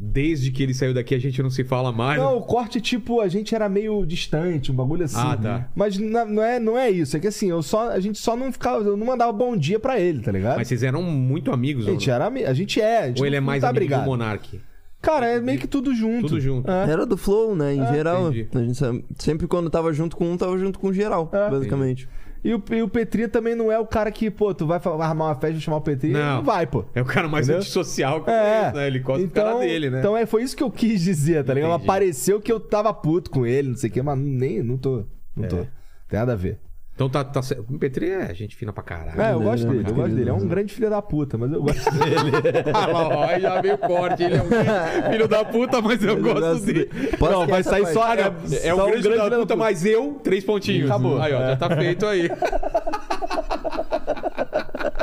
Speaker 1: Desde que ele saiu daqui, a gente não se fala mais.
Speaker 2: Não, o corte, tipo, a gente era meio distante, um bagulho assim.
Speaker 1: Ah, tá.
Speaker 2: Mas na- não é, não é isso. É que assim, eu só, a gente só não ficava. Eu não mandava bom dia pra ele, tá ligado?
Speaker 1: Mas vocês eram muito amigos,
Speaker 2: a
Speaker 1: ou
Speaker 2: gente
Speaker 1: não?
Speaker 2: era ami- A gente é. A gente
Speaker 1: Ou ele
Speaker 2: não-
Speaker 1: é
Speaker 2: não
Speaker 1: mais
Speaker 2: tá
Speaker 1: amigo
Speaker 2: brigado.
Speaker 1: do Monark?
Speaker 2: Cara, é meio que tudo junto.
Speaker 1: Tudo junto.
Speaker 2: É.
Speaker 4: Era do Flow, né? Em geral.
Speaker 1: Ah, entendi. Ah,
Speaker 4: A gente sabe- sempre quando tava junto com um, tava junto com geral,
Speaker 2: É.
Speaker 4: basicamente.
Speaker 2: E o, e o Petri também não é o cara que, pô, tu vai fa- armar uma festa e chamar o Petri.
Speaker 1: Não.
Speaker 2: não vai, pô.
Speaker 1: É o cara mais
Speaker 2: Entendeu?
Speaker 1: antissocial que
Speaker 2: É.
Speaker 1: conheço, né? Ele gosta
Speaker 2: então,
Speaker 1: do cara dele, né?
Speaker 2: Então é, foi isso que eu quis dizer, tá ligado?
Speaker 1: Entendi.
Speaker 2: Pareceu que eu tava puto com ele, não sei o quê, mas nem. Não tô. Não tô.
Speaker 1: É.
Speaker 2: Tem nada a ver.
Speaker 1: Então tá, tá certo. O Petri é gente fina pra caralho.
Speaker 2: É, eu
Speaker 4: Ele
Speaker 2: gosto
Speaker 4: é
Speaker 2: dele, eu gosto
Speaker 4: querido,
Speaker 2: dele. É um
Speaker 4: né?
Speaker 2: grande filho da puta, mas eu gosto
Speaker 1: Olha, já veio o corte. Ele é um filho da puta, mas eu gosto dele.
Speaker 4: Pode
Speaker 2: Não, vai sair só.
Speaker 1: Olha,
Speaker 2: né,
Speaker 1: é
Speaker 2: só
Speaker 1: o grande, filho da puta,
Speaker 2: filho
Speaker 1: mas eu, três pontinhos.
Speaker 2: Acabou. É.
Speaker 1: Aí, ó, já tá feito aí.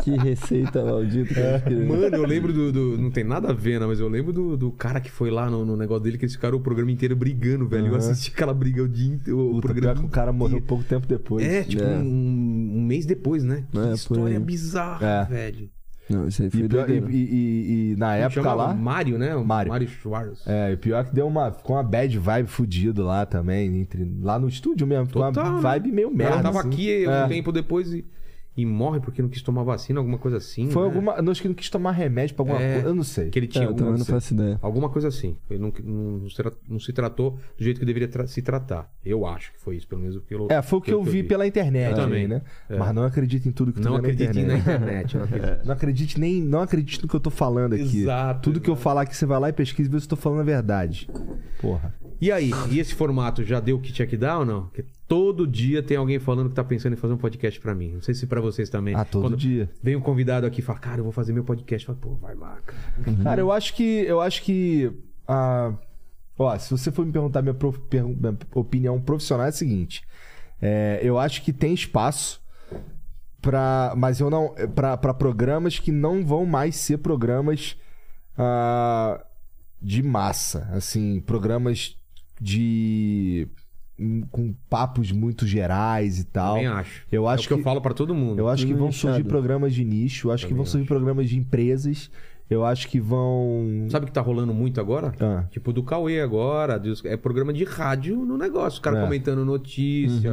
Speaker 4: Que receita maldita. que a
Speaker 2: É,
Speaker 4: gente criou.
Speaker 1: Mano, eu lembro do, do- Não tem nada a ver, né? Mas eu lembro do, do cara que foi lá no, no negócio dele, que eles ficaram o programa inteiro brigando, velho. Eu assisti aquela briga o dia inteiro. O
Speaker 2: Puta,
Speaker 1: programa
Speaker 2: pior que o cara morreu
Speaker 1: inteiro.
Speaker 2: pouco tempo depois. né?
Speaker 1: É, tipo,
Speaker 4: É.
Speaker 1: Um, um mês depois, né? Que
Speaker 4: É, por
Speaker 1: história
Speaker 4: aí.
Speaker 1: bizarra,
Speaker 2: É.
Speaker 1: velho.
Speaker 4: Não, isso aí
Speaker 2: E,
Speaker 4: foi
Speaker 2: pior-
Speaker 4: doideira.
Speaker 2: e- e- e- e na
Speaker 1: Como
Speaker 2: época
Speaker 1: chamava?
Speaker 2: lá.
Speaker 1: Mário, né? O
Speaker 2: Mário.
Speaker 1: Mário Schwartz.
Speaker 2: É, e pior que deu uma. Ficou uma bad vibe fudido lá também. Entre, lá no estúdio mesmo. Ficou
Speaker 1: Total,
Speaker 2: uma
Speaker 1: né?
Speaker 2: vibe meio
Speaker 1: O cara
Speaker 2: merda.
Speaker 1: tava
Speaker 2: assim.
Speaker 1: aqui
Speaker 2: É.
Speaker 1: um tempo depois e, e morre porque não quis tomar vacina, alguma coisa assim.
Speaker 2: Foi
Speaker 1: né?
Speaker 2: alguma. Não, acho que não quis tomar remédio pra alguma
Speaker 1: É.
Speaker 2: coisa. Eu não sei.
Speaker 1: Que ele
Speaker 4: É,
Speaker 1: tinha
Speaker 4: eu
Speaker 1: alguma,
Speaker 4: também não faço ideia.
Speaker 1: alguma coisa assim. Ele não, não- não se tra- não se tratou do jeito que deveria tra- se tratar. Eu acho que foi isso, pelo menos pelo.
Speaker 2: É, foi o que eu
Speaker 1: pelo
Speaker 2: vi pela internet
Speaker 1: Eu também.
Speaker 2: também, né?
Speaker 1: É.
Speaker 2: Mas não acredito em tudo que tu
Speaker 1: Não
Speaker 2: vê na
Speaker 1: acredite
Speaker 2: internet.
Speaker 1: na internet. eu não acredito.
Speaker 2: Não acredite nem. Não acredite no que eu tô falando aqui.
Speaker 1: Exato,
Speaker 2: Tudo que eu falar aqui, você vai lá e pesquisa e vê se eu tô falando a verdade. Porra.
Speaker 1: E aí, e esse formato já deu o que tinha que dar ou não? Porque todo dia tem alguém falando que tá pensando em fazer um podcast pra mim. Não sei se pra vocês também.
Speaker 2: Ah, todo
Speaker 1: É, Quando
Speaker 2: dia.
Speaker 1: Vem um convidado aqui e fala, cara, eu vou fazer meu podcast. Fala, pô, vai lá, cara.
Speaker 2: Cara,
Speaker 1: Uhum.
Speaker 2: eu acho que. Eu acho que. ah, ó, se você for me perguntar minha, prof- pergun- minha opinião profissional, é o seguinte. É, eu acho que tem espaço Pra, mas eu não. é, Pra, pra programas que não vão mais ser programas ah, de massa. Assim, programas de. hum, com papos muito gerais e tal.
Speaker 1: Também acho.
Speaker 2: Eu acho
Speaker 1: é o que, eu falo pra todo mundo.
Speaker 2: Eu acho que vão
Speaker 4: Nichado.
Speaker 2: surgir programas de nicho, eu acho que vão surgir programas de empresas, eu acho que vão.
Speaker 1: Sabe o que tá rolando muito agora?
Speaker 2: Ah.
Speaker 1: Tipo do Cauê agora, dos- é programa de rádio no negócio, o cara
Speaker 2: É.
Speaker 1: comentando notícia.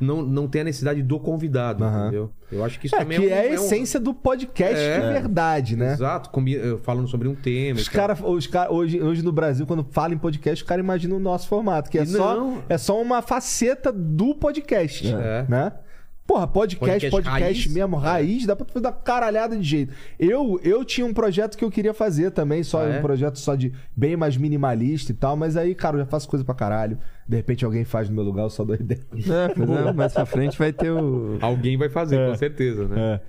Speaker 1: Não, não tem a necessidade do convidado,
Speaker 2: Aham.
Speaker 1: entendeu? Eu acho que isso
Speaker 2: É,
Speaker 1: também
Speaker 2: que
Speaker 1: um-
Speaker 2: é a
Speaker 1: um-
Speaker 2: essência do podcast
Speaker 1: É.
Speaker 2: de verdade, né?
Speaker 1: Exato, combi- eh, falando sobre um tema.
Speaker 2: Os
Speaker 1: e tal.
Speaker 2: cara, os cara, hoje, hoje no Brasil, quando fala em podcast, os caras imaginam o nosso formato, que é
Speaker 1: E
Speaker 2: só,
Speaker 1: não.
Speaker 2: é só uma faceta do podcast,
Speaker 1: É.
Speaker 2: né? Porra, podcast, podcast,
Speaker 1: Podcast raiz. É.
Speaker 2: mesmo, raiz, dá pra fazer uma caralhada de jeito. Eu, eu tinha um projeto que eu queria fazer também, só
Speaker 1: Ah,
Speaker 2: um
Speaker 1: é?
Speaker 2: projeto só de bem mais minimalista e tal, mas aí, cara, eu já faço coisa pra caralho. De repente alguém faz no meu lugar, eu só dou ideia.
Speaker 4: É, pois é, mais pra frente vai ter o.
Speaker 1: Alguém vai fazer,
Speaker 2: É.
Speaker 1: com certeza, né?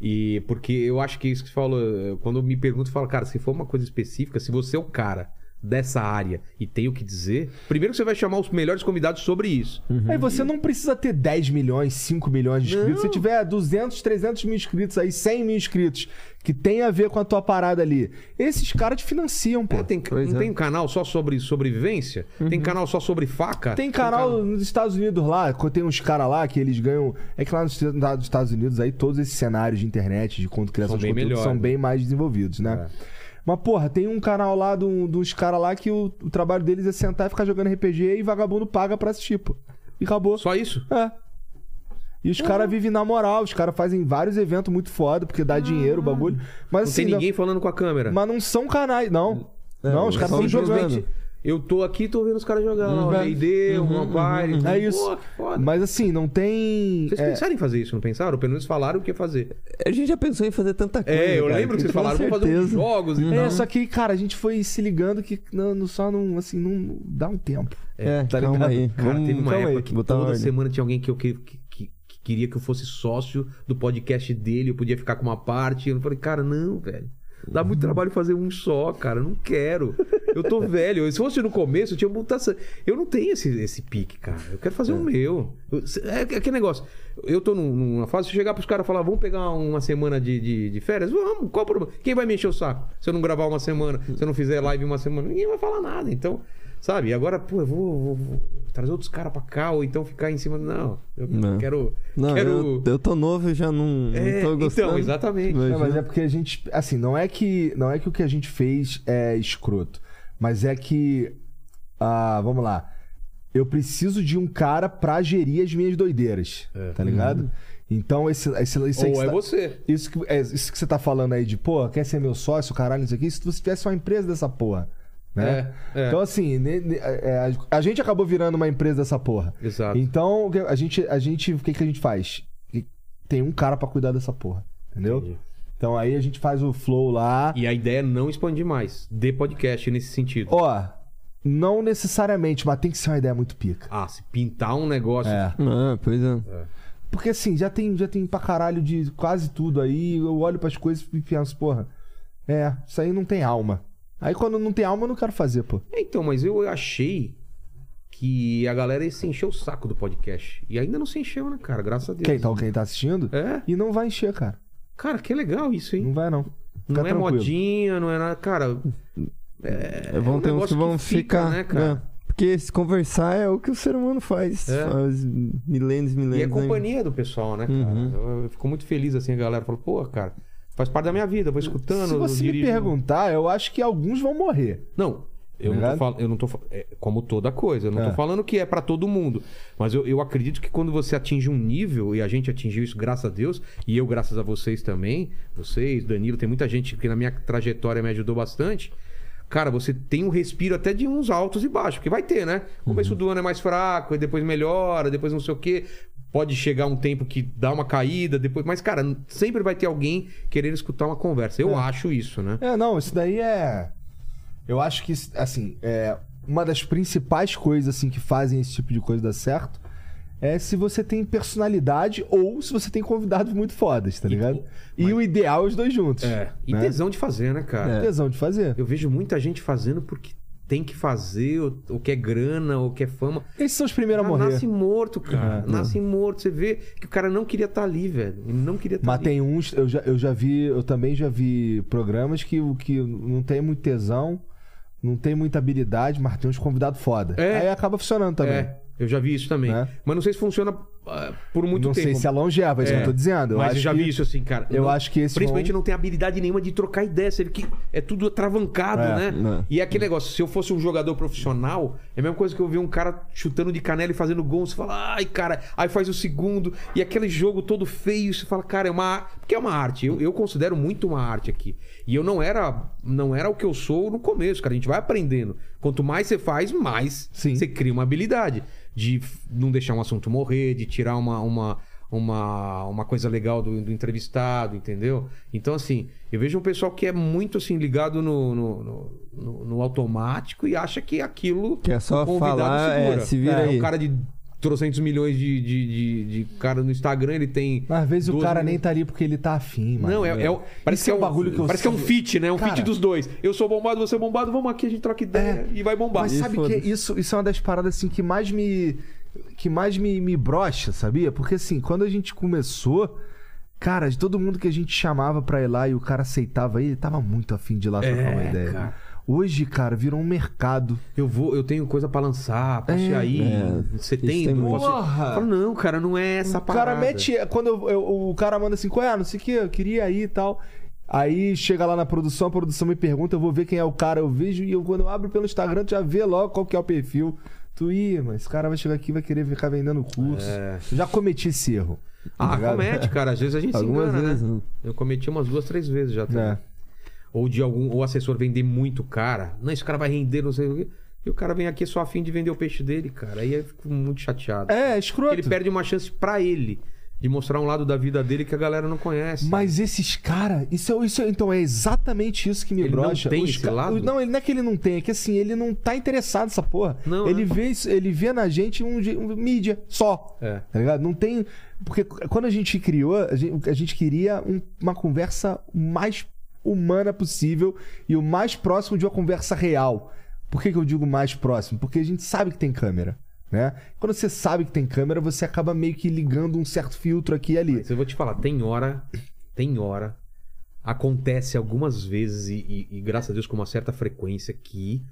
Speaker 1: E porque eu acho que isso que você falou, eh, quando eu me pergunto, eu falo, cara, se for uma coisa específica, se você é o cara dessa área e tem o que dizer, primeiro que você vai chamar os melhores convidados sobre isso.
Speaker 2: Aí você não precisa ter 10 milhões, 5 milhões de inscritos. Se tiver 200, 300 mil inscritos aí, 100 mil inscritos, que tem a ver com a tua parada ali, esses caras te financiam, pô.
Speaker 1: É, Uhum. tem,
Speaker 4: Pois
Speaker 1: não
Speaker 4: é.
Speaker 1: tem canal só sobre sobrevivência? Tem canal só sobre faca?
Speaker 2: Tem canal nos Estados Unidos lá, quando tem uns caras lá que eles ganham. É que lá nos Estados- nos Estados Unidos aí todos esses cenários de internet, de conto criação
Speaker 1: São
Speaker 2: de
Speaker 1: bem
Speaker 2: conteúdo
Speaker 1: melhores,
Speaker 2: são
Speaker 1: né? É.
Speaker 2: bem mais desenvolvidos, né? Mas, porra, tem um canal lá de um- de uns caras lá que o, o trabalho deles é sentar e ficar jogando RPG e vagabundo paga pra assistir, pô. E acabou.
Speaker 1: Só isso?
Speaker 2: É. E
Speaker 4: Uhum.
Speaker 2: os caras vivem na moral, os caras fazem vários eventos muito foda, porque dá dinheiro
Speaker 4: Uhum.
Speaker 2: o bagulho. Mas
Speaker 1: Não
Speaker 2: assim,
Speaker 1: tem ninguém falando com a câmera.
Speaker 2: não- mas não são canais, não. não, os
Speaker 4: é
Speaker 2: caras
Speaker 4: só
Speaker 2: estão
Speaker 4: um
Speaker 2: jogando.
Speaker 4: jogando.
Speaker 1: Eu tô aqui tô vendo os caras jogar lá,
Speaker 4: Uhum.
Speaker 1: o D&D, o Vampire.
Speaker 2: É isso.
Speaker 1: Pô, que foda.
Speaker 2: Mas assim, não tem.
Speaker 1: Vocês
Speaker 2: é,
Speaker 1: pensaram em fazer isso, não pensaram? Pelo menos falaram o que ia fazer.
Speaker 4: A gente já pensou em fazer tanta coisa.
Speaker 1: É, eu
Speaker 4: cara,
Speaker 1: lembro que vocês
Speaker 4: com
Speaker 1: falaram, vamos fazer um uns
Speaker 4: certeza.
Speaker 1: jogos e
Speaker 2: é,
Speaker 4: Uhum.
Speaker 1: tal.
Speaker 2: só que, cara, a gente foi se ligando que não, não- só não, assim, não dá um tempo.
Speaker 4: É, calma aí.
Speaker 1: Tá Cara,
Speaker 4: vamos,
Speaker 1: teve uma
Speaker 4: calma
Speaker 1: época
Speaker 4: aí,
Speaker 1: que
Speaker 4: botar
Speaker 1: toda
Speaker 4: ordem.
Speaker 1: semana tinha alguém que eu que, que- que- que queria que eu fosse sócio do podcast dele, eu podia ficar com uma parte. Eu falei, cara, não, velho. Dá
Speaker 4: Hum.
Speaker 1: muito trabalho fazer um só, cara. eu Não quero. Eu tô velho. Se fosse no começo, eu tinha mutação. Eu não tenho esse, esse pique, cara. Eu quero fazer o
Speaker 4: É.
Speaker 1: meu. Eu- se- É que- é aquele negócio. Eu tô num- numa fase, se eu chegar pros caras e falar, vamos pegar uma semana de, de, de férias? Vamos, qual o problema? Quem vai me encher o saco? Se eu não gravar uma semana, se eu não fizer live uma semana, ninguém vai falar nada. Então, sabe? E agora, pô, eu vou, vou- vou trazer outros caras pra cá, ou então ficar em cima. Não, eu
Speaker 4: Não.
Speaker 1: quero.
Speaker 4: Não,
Speaker 1: quero...
Speaker 4: eu, eu tô novo e já não, não
Speaker 1: É,
Speaker 4: tô gostando.
Speaker 1: então, exatamente.
Speaker 4: Vai
Speaker 2: É, mas
Speaker 4: já-
Speaker 2: é porque a gente. Assim, não é que. Não é que o que a gente fez é escroto. Mas é que. Ah, vamos lá. Eu preciso de um cara pra gerir as minhas doideiras. Tá ligado? Então, esse, esse, isso aí que
Speaker 1: É. Ou é
Speaker 2: tá-
Speaker 1: você.
Speaker 2: isso que, é, isso que você tá falando aí de, pô, quer ser meu sócio, caralho, isso aqui, se você tivesse uma empresa dessa porra. Né?
Speaker 1: É, é.
Speaker 2: Então, assim, ne- ne- é, a, a gente acabou virando uma empresa dessa porra.
Speaker 1: Exato.
Speaker 2: Então, a gente, a gente, o que, que a gente faz? Tem um cara pra cuidar dessa porra, entendeu? Então aí a gente faz o flow lá.
Speaker 1: E a ideia é não expandir mais. De podcast nesse sentido.
Speaker 2: Ó, não necessariamente, mas tem que ser uma ideia muito pica.
Speaker 1: Ah, se pintar um negócio.
Speaker 2: É.
Speaker 4: Ah, pois é.
Speaker 2: Porque assim, já tem, já tem pra caralho de quase tudo aí. Eu olho pras coisas e penso, porra, é, isso aí não tem alma. Aí quando não tem alma, eu não quero fazer, pô.
Speaker 1: Então, mas eu achei que a galera ia se encher o saco do podcast. E ainda não se encheu, né, cara? Graças a Deus.
Speaker 2: Quem tá, quem tá assistindo?
Speaker 1: É?
Speaker 2: E não vai encher, cara.
Speaker 1: Cara, que legal isso, hein?
Speaker 2: Não vai, não.
Speaker 1: Não,
Speaker 2: Fica
Speaker 1: é
Speaker 2: tranquilo.
Speaker 1: modinha, não é nada. Cara,
Speaker 4: É, vão
Speaker 1: um
Speaker 4: ter uns que
Speaker 1: negócio
Speaker 4: vão
Speaker 1: que fica,
Speaker 4: ficar.
Speaker 1: né, cara?
Speaker 4: é. Porque se conversar é o que o ser humano faz.
Speaker 1: É.
Speaker 4: Faz milênios, e milênios.
Speaker 1: e é
Speaker 4: né?
Speaker 1: companhia do pessoal, né, cara?
Speaker 4: Uhum.
Speaker 1: Eu, eu fico muito feliz assim, a galera falou, pô, cara, faz parte da minha vida, eu vou escutando.
Speaker 2: Se
Speaker 1: eu
Speaker 2: você me
Speaker 1: dirijo.
Speaker 2: perguntar, eu acho que alguns vão morrer.
Speaker 1: Não, eu não
Speaker 2: Verdade?
Speaker 1: tô falando. Eu não tô fa- é, como toda coisa, eu não
Speaker 2: É.
Speaker 1: tô falando que é pra todo mundo. Mas eu, eu acredito que quando você atinge um nível, e a gente atingiu isso, graças a Deus, e eu, graças a vocês também, vocês, Danilo, tem muita gente que na minha trajetória me ajudou bastante. Cara, você tem um respiro até de uns altos e baixos, porque vai ter, né? O
Speaker 2: Uhum.
Speaker 1: começo do ano é mais fraco, e depois melhora, depois não sei o quê. Pode chegar um tempo que dá uma caída, depois. Mas, cara, sempre vai ter alguém querendo escutar uma conversa. Eu acho isso, né?
Speaker 2: É, não, isso daí é. Eu acho que, assim, é uma das principais coisas assim que fazem esse tipo de coisa dar certo é se você tem personalidade ou se você tem convidados muito fodas, tá ligado? E, o ideal é os dois juntos.
Speaker 1: É. E
Speaker 2: né?
Speaker 1: tesão de fazer, né, cara?
Speaker 4: É.
Speaker 2: Tesão de fazer.
Speaker 1: Eu vejo muita gente fazendo porque tem que fazer, ou, ou quer grana, ou quer fama.
Speaker 2: Esses são os primeiros a
Speaker 1: Ah,
Speaker 2: morrer.
Speaker 1: Nasce morto, cara.
Speaker 2: É.
Speaker 1: nasce morto. Você vê que o cara não queria estar ali, velho. Ele não queria estar
Speaker 2: Mas
Speaker 1: ali.
Speaker 2: tem uns, eu já, eu já vi, eu também já vi programas que o que não tem muito tesão, não tem muita habilidade, mas tem uns convidados foda.
Speaker 1: É.
Speaker 2: Aí acaba funcionando também.
Speaker 1: É, eu já vi isso também.
Speaker 2: É.
Speaker 1: Mas não sei se funciona ah, por muito
Speaker 2: não
Speaker 1: tempo.
Speaker 2: sei se é longeva, é isso
Speaker 1: É.
Speaker 2: que eu tô dizendo. Eu
Speaker 1: Mas
Speaker 2: acho
Speaker 1: eu já
Speaker 2: que-
Speaker 1: vi isso assim, cara.
Speaker 2: eu acho que esse
Speaker 1: Principalmente
Speaker 2: vão-
Speaker 1: não tem habilidade nenhuma de trocar ideia. Ele que é tudo atravancado, né?
Speaker 2: É,
Speaker 4: né.
Speaker 1: E é aquele negócio, se eu fosse um jogador profissional, é a mesma coisa que eu ver um cara chutando de canela e fazendo gol. Você fala, ai, cara, aí faz o segundo. E aquele jogo todo feio, você fala, cara, é uma. Porque é uma arte. Eu, eu considero muito uma arte aqui. E eu não era, não era o que eu sou no começo, cara. A gente vai aprendendo. Quanto mais você faz, mais
Speaker 2: Sim.
Speaker 1: você cria uma habilidade de f- não deixar um assunto morrer, de tirar uma, uma, uma, uma coisa legal do, do entrevistado, entendeu? Então, assim, eu vejo um pessoal que é muito assim ligado no, no, no- no- no automático e acha que aquilo
Speaker 4: Que é só
Speaker 1: o convidado
Speaker 4: falar, é, se vira
Speaker 1: É,
Speaker 4: aí.
Speaker 1: Um cara de trocentos milhões de, de, de, de cara no Instagram, ele tem.
Speaker 2: Mas às vezes o
Speaker 1: 12
Speaker 2: cara nem
Speaker 1: milhões.
Speaker 2: tá ali porque ele tá afim, mano.
Speaker 1: Não, é, é, o- parece
Speaker 2: Isso
Speaker 1: que é
Speaker 2: é
Speaker 1: um,
Speaker 2: um bagulho que eu
Speaker 1: parece que é um
Speaker 2: sinto.
Speaker 1: fit, né? Um
Speaker 2: Cara- É.
Speaker 1: fit dos dois. Eu sou bombado, você é bombado, vamos aqui, a gente troca ideia e vai bombar.
Speaker 2: Mas
Speaker 4: E
Speaker 2: sabe que
Speaker 4: foda-se.
Speaker 2: isso, isso é uma das paradas assim que mais me que mais me, me brocha, sabia? Porque assim, quando a gente começou, cara, de todo mundo que a gente chamava pra ir lá e o cara aceitava ir, ele tava muito afim de ir lá trocar uma
Speaker 1: É,
Speaker 2: ideia. né? Hoje, cara, virou um mercado.
Speaker 1: Eu vou, eu tenho coisa pra lançar, posso ir aí
Speaker 4: é.
Speaker 1: você
Speaker 4: Isso
Speaker 1: tem,
Speaker 4: tem
Speaker 1: não
Speaker 4: muito.
Speaker 1: posso ir?
Speaker 2: Porra!
Speaker 1: Eu falo, não, cara, não é essa
Speaker 2: O cara
Speaker 1: parada.
Speaker 2: mete. Hum, é, Quando eu- eu- o cara manda assim, qual é? Não sei o que, eu queria ir e tal. Aí chega lá na produção, a produção me pergunta, eu vou ver quem é o cara, eu vejo, e eu, quando eu abro pelo Instagram, tu já vê logo qual que é o perfil. Tu, ih, mas esse cara vai chegar aqui e vai querer ficar vendendo curso.
Speaker 1: É.
Speaker 2: Eu Já cometi esse erro.
Speaker 1: Ah,
Speaker 2: ligado?
Speaker 1: comete, cara. Às vezes a gente
Speaker 4: Algumas
Speaker 1: se engana,
Speaker 4: vezes,
Speaker 1: né?
Speaker 4: né?
Speaker 1: Eu cometi umas duas, três vezes já. também.
Speaker 2: É.
Speaker 1: Ou de algum, ou o assessor vender muito cara. Não, esse cara vai render, não sei o quê. E o cara vem aqui só a fim de vender o peixe dele, cara. Aí eu fico muito chateado.
Speaker 2: É,
Speaker 1: Porque ele
Speaker 2: escroto.
Speaker 1: perde uma chance pra ele de mostrar um lado da vida dele que a galera não conhece.
Speaker 2: Mas esses caras, isso, é- isso é- então é exatamente isso que me
Speaker 1: Ele não
Speaker 2: brocha.
Speaker 1: tem
Speaker 2: Os
Speaker 1: esse
Speaker 2: ca-
Speaker 1: lado?
Speaker 2: o- Não, ele não é que ele não tem, é que assim, ele não tá interessado nessa porra.
Speaker 1: Não,
Speaker 2: ele
Speaker 1: é.
Speaker 2: vê isso, ele vê na gente um, je- um mídia só.
Speaker 1: É.
Speaker 2: Tá ligado? Não tem, porque quando a gente criou, a gente, a gente queria um- uma conversa mais humana possível e o mais próximo de uma conversa real. Por que, que eu digo mais próximo? Porque a gente sabe que tem câmera. Né? Quando você sabe que tem câmera, você acaba meio que ligando um certo filtro aqui e ali.
Speaker 1: Mas eu vou te falar, tem hora, tem hora. Acontece algumas vezes e, e- e graças a Deus com uma certa frequência que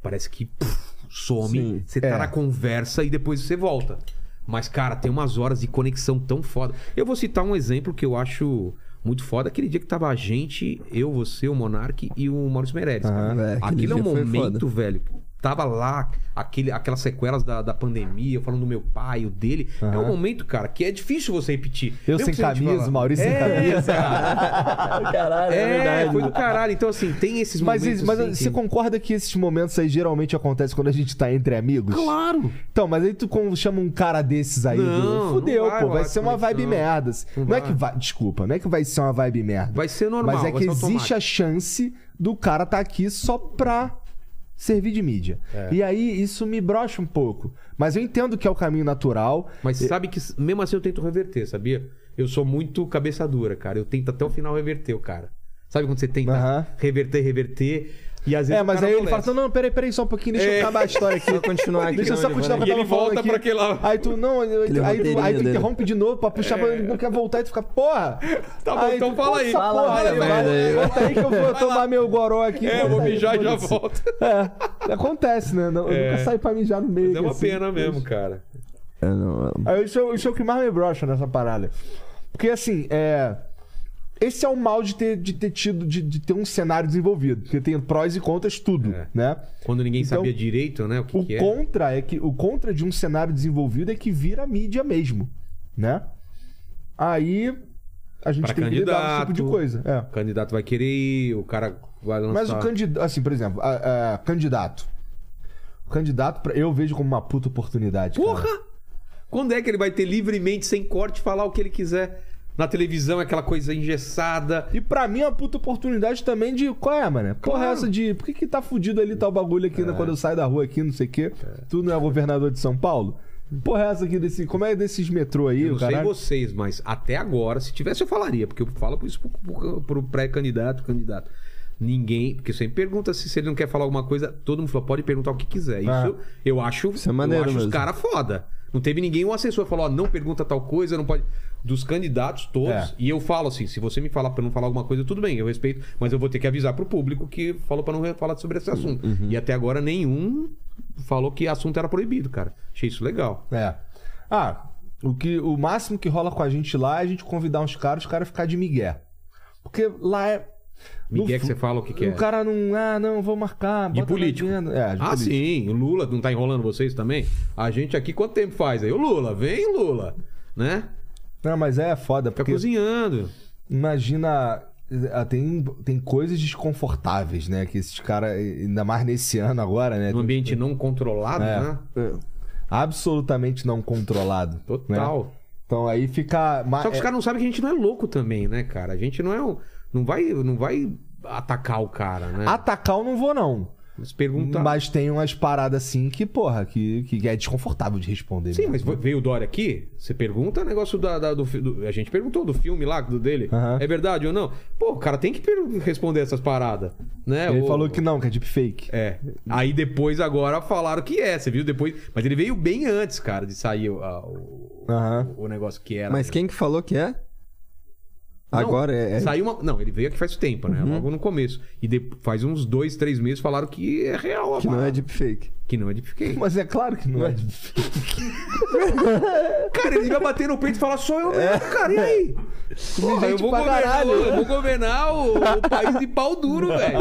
Speaker 1: parece que puf, some.
Speaker 4: Sim.
Speaker 1: você tá
Speaker 2: É.
Speaker 1: na conversa e depois você volta. Mas, cara, tem umas horas de conexão tão foda. Eu vou citar um exemplo que eu acho muito foda. Aquele dia que tava a gente, eu, você, o Monark e o Maurício Meirelles.
Speaker 2: Aham.
Speaker 1: cara.
Speaker 4: É, aquele
Speaker 1: Aquilo é um
Speaker 4: dia foi
Speaker 1: momento, velho. Tava lá, aquele, aquelas sequelas da, da pandemia, eu falando do meu pai, o dele. É um
Speaker 2: Aham.
Speaker 1: momento, cara, que é difícil você repetir.
Speaker 2: Eu
Speaker 1: Mesmo
Speaker 2: sem
Speaker 1: que a gente
Speaker 2: camisa,
Speaker 1: fala-
Speaker 2: o Maurício sem
Speaker 1: É,
Speaker 2: camisa.
Speaker 1: cara.
Speaker 4: Caralho,
Speaker 1: É, foi do caralho. Então, assim, tem esses
Speaker 2: Mas,
Speaker 1: momentos.
Speaker 2: mas
Speaker 1: assim,
Speaker 2: você
Speaker 1: que-
Speaker 2: concorda que esses momentos aí geralmente acontecem quando a gente tá entre amigos?
Speaker 1: Claro!
Speaker 2: Então, mas aí tu com- chama um cara desses aí,
Speaker 1: Não,
Speaker 2: do, fudeu,
Speaker 1: não vai
Speaker 2: pô,
Speaker 1: rolar
Speaker 2: vai ser uma vibe
Speaker 1: conexão.
Speaker 2: merda. assim.
Speaker 1: Não
Speaker 2: Não, é
Speaker 1: vai.
Speaker 2: que vai, desculpa, não é que vai ser uma vibe merda.
Speaker 1: Vai ser normal.
Speaker 2: mas é
Speaker 1: vai
Speaker 2: que
Speaker 1: ser
Speaker 2: existe
Speaker 1: automático.
Speaker 2: a chance do cara tá aqui só pra servir de mídia.
Speaker 1: É.
Speaker 2: E aí isso me brocha um pouco. Mas eu entendo que é o caminho natural.
Speaker 1: Mas sabe que mesmo assim eu tento reverter, sabia? Eu sou muito cabeça dura, cara. Eu tento até o final reverter o cara. Sabe quando você tenta
Speaker 2: Aham.
Speaker 1: reverter, reverter? E às vezes.
Speaker 2: É,
Speaker 1: o
Speaker 2: mas
Speaker 1: cara
Speaker 2: aí ele fala:
Speaker 1: amolece.
Speaker 2: não, não, peraí, peraí, só um pouquinho, deixa
Speaker 1: É.
Speaker 2: eu acabar a história aqui.
Speaker 4: Vou continuar aqui.
Speaker 2: Deixa eu só
Speaker 4: onde
Speaker 2: continuar
Speaker 4: vai.
Speaker 2: com
Speaker 1: né, E ele
Speaker 2: tava falando
Speaker 1: volta
Speaker 2: aqui.
Speaker 1: pra aquele lá. É.
Speaker 2: Aí tu, não, aí,
Speaker 4: Aquele
Speaker 2: tu- aí tu, aí tu
Speaker 4: roteirinho
Speaker 2: interrompe de novo pra puxar, pra, não quer voltar e tu fica, porra!
Speaker 1: Tá bom,
Speaker 2: Aí
Speaker 1: então
Speaker 2: tu,
Speaker 1: fala
Speaker 2: "Conta
Speaker 1: aí.
Speaker 2: essa
Speaker 4: Fala
Speaker 2: porra
Speaker 4: essa
Speaker 2: aí,
Speaker 4: merda
Speaker 2: vai,
Speaker 4: aí.
Speaker 2: Volta aí que eu vou tomar meu goró aqui.
Speaker 1: É, eu vou
Speaker 2: Volta aí,
Speaker 1: mijar e já
Speaker 2: foda-se.
Speaker 1: volto. É.
Speaker 2: É, acontece, né? Não- Eu nunca saio pra mijar no meio.
Speaker 1: Mas é uma
Speaker 2: assim.
Speaker 1: pena mesmo, cara.
Speaker 4: É, não,
Speaker 2: Aí isso, é- isso é o que mais me brocha nessa parada. Porque assim, é. Esse é o mal de ter, de ter tido, de, de ter um cenário desenvolvido. Porque tem prós e contras tudo,
Speaker 1: É.
Speaker 2: né?
Speaker 1: Quando ninguém
Speaker 2: Então,
Speaker 1: sabia direito, né? O que,
Speaker 2: O
Speaker 1: que é.
Speaker 2: contra é que o contra de um cenário desenvolvido é que vira mídia mesmo, né? Aí a gente
Speaker 1: Pra
Speaker 2: tem que lidar com esse tipo de
Speaker 1: candidato.
Speaker 2: coisa. é.
Speaker 1: O candidato vai querer ir, o cara vai lançar.
Speaker 2: Mas o candidato, assim, por exemplo, a- a- candidato. O candidato, pra- eu vejo como uma puta oportunidade. cara.
Speaker 1: Porra! Quando é que ele vai ter livremente, sem corte, falar o que ele quiser? Na televisão, é aquela coisa engessada.
Speaker 2: E pra mim é uma puta oportunidade também de. Qual é, mano? Porra, é essa de. Por que, que tá fudido ali tal bagulho aqui
Speaker 1: É.
Speaker 2: né, quando eu saio da rua aqui, não sei o quê? Tu não é governador de São Paulo? Porra, é essa aqui desse. Como é desses metrô aí,
Speaker 1: Eu não
Speaker 2: o caralho?
Speaker 1: sei vocês, mas até agora, se tivesse, eu falaria, porque eu falo isso pro, pro- pro pré-candidato, candidato. Ninguém, porque sempre pergunta se, se ele não quer falar alguma coisa, todo mundo falou, pode perguntar o que quiser. Isso
Speaker 2: É.
Speaker 1: eu acho,
Speaker 4: Isso é maneiro
Speaker 1: eu acho os
Speaker 4: mesmo.
Speaker 1: caras foda. Não teve ninguém, um assessor falou, ó, não pergunta tal coisa, não pode. Dos candidatos todos.
Speaker 2: É.
Speaker 1: E eu falo assim, se você me falar pra não falar alguma coisa, tudo bem, eu respeito, mas eu vou ter que avisar pro público que falou pra não re- falar sobre esse assunto. E até agora nenhum falou que assunto era proibido, cara. Achei isso legal.
Speaker 2: É. Ah, o, que, o máximo que rola com a gente lá é a gente convidar uns caras, os caras ficar de migué. Porque lá é. no
Speaker 1: Miguel que
Speaker 2: fu-
Speaker 1: você fala o que, que é.
Speaker 2: O cara não. Ah, não, vou marcar.
Speaker 1: De
Speaker 2: bota na
Speaker 1: político.
Speaker 2: agenda. É, de
Speaker 1: ah,
Speaker 2: político.
Speaker 1: sim. O Lula não tá enrolando vocês também? A gente aqui quanto tempo faz aí? O Lula, vem Lula, né?
Speaker 2: Não, mas é foda,
Speaker 1: Fica
Speaker 2: porque
Speaker 1: cozinhando.
Speaker 2: imagina. ah, Tem, tem coisas desconfortáveis, né? Que esses caras, ainda mais nesse ano agora, né?
Speaker 1: Num ambiente não controlado,
Speaker 2: É.
Speaker 1: né?
Speaker 2: Absolutamente não controlado. né?
Speaker 1: Total.
Speaker 2: Então aí fica. ma- eh,
Speaker 1: Só que os caras não sabem que a gente não é louco também, né, cara? A gente não é um. Não vai, não vai atacar o cara, né?
Speaker 2: Atacar eu não vou, não.
Speaker 1: Mas perguntar.
Speaker 2: Mas tem umas paradas assim que, porra, que, que é desconfortável de responder. né?
Speaker 1: Sim,
Speaker 2: mesmo.
Speaker 1: mas veio o Dória aqui, você pergunta o negócio da, da- do, fi- do- A gente perguntou do filme lá, do dele.
Speaker 2: Aham.
Speaker 1: É verdade ou não? Pô, o cara tem que per- responder essas paradas, né?
Speaker 2: Ele
Speaker 1: O-
Speaker 2: falou que não, que é deepfake.
Speaker 1: É. Aí depois agora falaram que é, você viu? Depois. Mas ele veio bem antes, cara, de sair o, a- o,
Speaker 2: Aham.
Speaker 1: o negócio que era.
Speaker 4: Mas quem que falou que é?
Speaker 1: Não,
Speaker 4: Agora é. Uhum. é-
Speaker 1: Saiu uma. Não, ele veio aqui faz tempo, né? Logo no começo. E de- faz uns dois, três meses falaram que é real a
Speaker 4: Que não é
Speaker 1: parada.
Speaker 4: deepfake.
Speaker 1: Que não é de fake.
Speaker 2: Mas é claro que não é deepfake.
Speaker 1: Cara, ele vai bater no peito e falar, sou eu
Speaker 4: É.
Speaker 1: mesmo, cara, e aí? Porra, eu, vou
Speaker 2: pra
Speaker 1: governar,
Speaker 2: caralho.
Speaker 1: eu vou governar o, o país de pau duro, velho.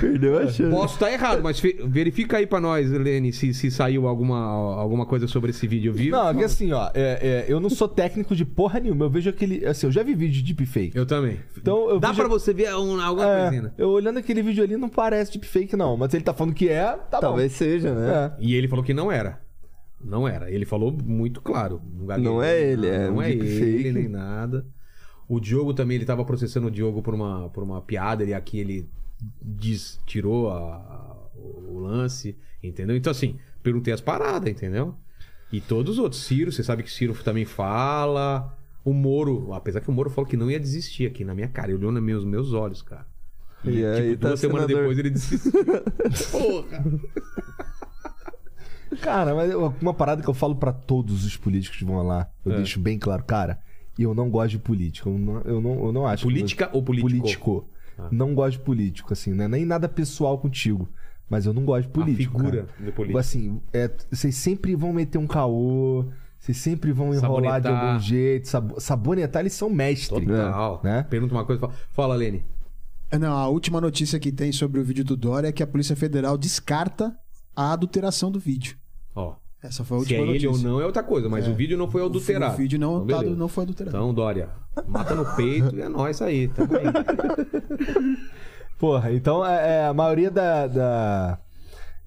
Speaker 4: Perdeu a chance.
Speaker 1: Posso estar errado, mas fe- verifica aí pra nós, Lene, se, se saiu alguma, alguma coisa sobre esse vídeo vivo.
Speaker 2: Não, é que assim, ó, é- é, eu não sou técnico de porra nenhuma. Eu vejo aquele. Assim, eu já vi vídeo de deepfake.
Speaker 1: Eu também.
Speaker 2: Então, eu
Speaker 1: Dá
Speaker 2: vi-
Speaker 1: pra você ver um- alguma
Speaker 2: É,
Speaker 1: coisinha.
Speaker 2: eu olhando aquele vídeo ali não parece deepfake, não. Mas ele tá falando que é, tá
Speaker 4: Talvez seja,
Speaker 2: bom.
Speaker 4: né?
Speaker 2: É.
Speaker 1: E ele falou que não era. Não era. Ele falou muito claro. gaguejou,
Speaker 4: Não é ele, é
Speaker 1: Não
Speaker 4: um
Speaker 1: é
Speaker 4: deepfake.
Speaker 1: ele, nem nada. O Diogo também, ele tava processando o Diogo por uma, por uma piada, e aqui ele diz- tirou a- o lance, entendeu? Então, assim, perguntei as paradas, entendeu? E todos os outros. Ciro, você sabe que Ciro também fala. O Moro, apesar que o Moro falou que não ia desistir aqui na minha cara, ele olhou nos meus, meus olhos, cara. tipo,
Speaker 4: E, aí tá
Speaker 1: Duas semanas
Speaker 4: senador.
Speaker 1: depois ele desistiu. Porra!
Speaker 2: Cara, mas eu- uma parada que eu falo pra todos os políticos que vão lá, eu
Speaker 1: É.
Speaker 2: deixo bem claro, cara, eu não gosto de política. Eu não, eu não, eu não acho.
Speaker 1: Política ou político?
Speaker 2: Político.
Speaker 1: Ah.
Speaker 2: Não gosto de político, assim, né? Nem nada pessoal contigo. Mas eu não gosto de político.
Speaker 1: figura
Speaker 2: cara.
Speaker 1: do político.
Speaker 2: Assim, é, vocês sempre vão meter um caô, vocês sempre vão enrolar de
Speaker 1: Sabonetar.
Speaker 2: algum jeito. sab- sabonetar, eles são mestres.
Speaker 1: Total.
Speaker 2: Né?
Speaker 1: Pergunta uma coisa. Fala, fala Lene.
Speaker 3: É, Não, a última notícia que tem sobre o vídeo do Dória é que a Polícia Federal descarta a adulteração do vídeo.
Speaker 1: Ó,
Speaker 3: Essa foi a
Speaker 1: se é
Speaker 3: última
Speaker 1: ele
Speaker 3: notícia.
Speaker 1: ou não é outra coisa, mas o vídeo não foi adulterado.
Speaker 3: O vídeo não,
Speaker 1: Então,
Speaker 3: tá-
Speaker 1: beleza.
Speaker 3: não foi adulterado.
Speaker 1: Então, Dória, mata no peito e é nóis aí. Tamo aí.
Speaker 2: Porra, então é, é, a maioria da. da-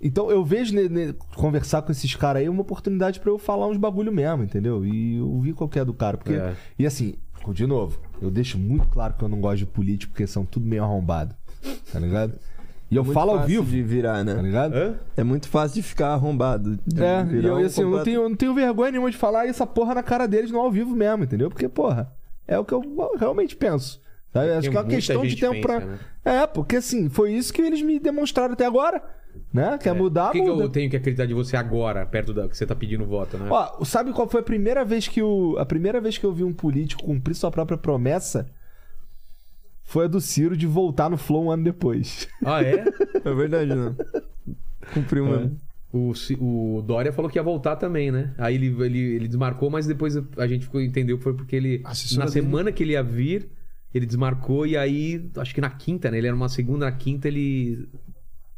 Speaker 2: Então eu vejo ne- ne- conversar com esses caras aí é uma oportunidade pra eu falar uns bagulho mesmo, entendeu? E eu vi qualquer do cara. Porque...
Speaker 1: É.
Speaker 2: E assim, de novo, eu deixo muito claro que eu não gosto de político, porque são tudo meio arrombado. Tá ligado? E eu
Speaker 4: Muito
Speaker 2: falo ao
Speaker 4: fácil
Speaker 2: vivo,
Speaker 4: de virar,
Speaker 2: tá
Speaker 4: né?
Speaker 2: ligado?
Speaker 1: Hã?
Speaker 4: É muito fácil de ficar arrombado. de
Speaker 2: É, e
Speaker 4: virar
Speaker 2: eu,
Speaker 4: um
Speaker 2: assim, eu não,
Speaker 4: completo-
Speaker 2: tenho, eu não tenho vergonha nenhuma de falar essa porra na cara deles no ao vivo mesmo, entendeu? Porque, porra, é o que eu realmente penso. sabe? Acho que é uma
Speaker 1: muita
Speaker 2: questão de
Speaker 1: gente
Speaker 2: tempo pra.
Speaker 1: pensa, né?
Speaker 2: É, porque assim, foi isso que eles me demonstraram até agora, né? Quer mudar,
Speaker 1: O É. que, que
Speaker 2: muda.
Speaker 1: eu tenho que acreditar de você agora, perto da que você tá pedindo voto, né?
Speaker 2: Ó, sabe qual foi a primeira vez que o a primeira vez que eu vi um político cumprir sua própria promessa? Foi a do Ciro de voltar no Flow um ano depois.
Speaker 1: Ah, é? né?
Speaker 4: É verdade, não. Cumpriu uma.
Speaker 1: O, Ci- o Dória falou que ia voltar também, né? Aí ele, ele, ele desmarcou, mas depois a gente ficou, entendeu que foi porque ele.
Speaker 3: A
Speaker 1: na
Speaker 3: assessora dele.
Speaker 1: semana que ele ia vir, ele desmarcou e aí, acho que na quinta, né? Ele era uma segunda, na quinta ele.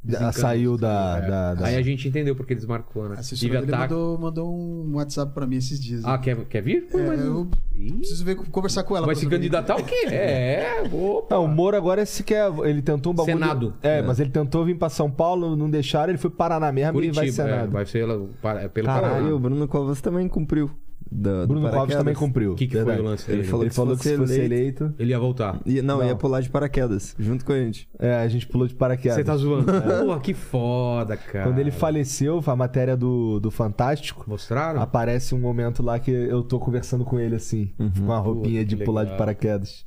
Speaker 1: desencanou. É.
Speaker 2: Saiu da. da- da-
Speaker 1: Aí a gente entendeu porque ele desmarcou, né?
Speaker 3: A
Speaker 1: Tive
Speaker 3: assessora dele
Speaker 1: ataque.
Speaker 3: mandou, mandou um WhatsApp pra mim esses dias.
Speaker 1: Ah, quer, quer vir? um.
Speaker 3: É, eu
Speaker 1: Ih,
Speaker 3: preciso ver, conversar com ela.
Speaker 1: Vai
Speaker 3: pra
Speaker 1: se
Speaker 3: saber.
Speaker 1: candidatar o quê? É, opa.
Speaker 2: Não, o Moro agora se quer. Ele tentou um bagulho.
Speaker 1: Senado.
Speaker 2: É, mas ele tentou vir pra São Paulo, não deixaram, ele foi pro Paraná mesmo
Speaker 1: Curitiba,
Speaker 2: e vai
Speaker 1: é,
Speaker 2: Senado.
Speaker 1: vai ser ela- para- é pelo
Speaker 3: Tá,
Speaker 2: Caralho,
Speaker 1: Paraná.
Speaker 4: Caralho, o Bruno Covas também cumpriu. da- do
Speaker 2: Bruno Covas
Speaker 4: paraquedas.
Speaker 2: também cumpriu.
Speaker 1: O que, que foi
Speaker 2: verdade.
Speaker 1: o lance dele?
Speaker 4: Ele falou,
Speaker 2: Ele falou que se fosse eleito.
Speaker 1: Ele ia voltar.
Speaker 4: E- não,
Speaker 2: Não.
Speaker 4: ia pular de paraquedas, junto com a gente.
Speaker 2: É, a gente pulou de paraquedas.
Speaker 1: Você tá zoando. Porra, que foda, cara.
Speaker 2: Quando ele faleceu, a matéria do, do Fantástico,
Speaker 1: Mostraram?
Speaker 2: aparece um momento lá que eu tô conversando com ele assim, com a roupinha
Speaker 1: Puta,
Speaker 2: de
Speaker 1: Uhum. que
Speaker 2: pular de
Speaker 1: legal.
Speaker 2: paraquedas.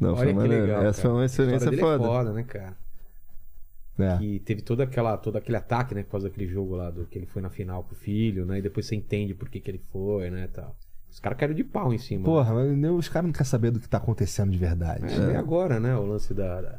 Speaker 4: Não,
Speaker 1: Olha
Speaker 4: foi
Speaker 1: que
Speaker 4: maneiro.
Speaker 1: legal.
Speaker 4: Essa foi uma experiência
Speaker 1: foda.
Speaker 4: foda.
Speaker 1: foda, né, cara?
Speaker 4: É.
Speaker 1: Que teve toda aquela, todo aquele ataque, né? Por causa daquele jogo lá, do que ele foi na final com o filho, né? E depois você entende por que, que ele foi, né? e Tal. Os caras caíram de pau em cima.
Speaker 2: Porra, mas nem- os caras não querem saber do que tá acontecendo de verdade.
Speaker 1: É. agora, né? O lance da, da,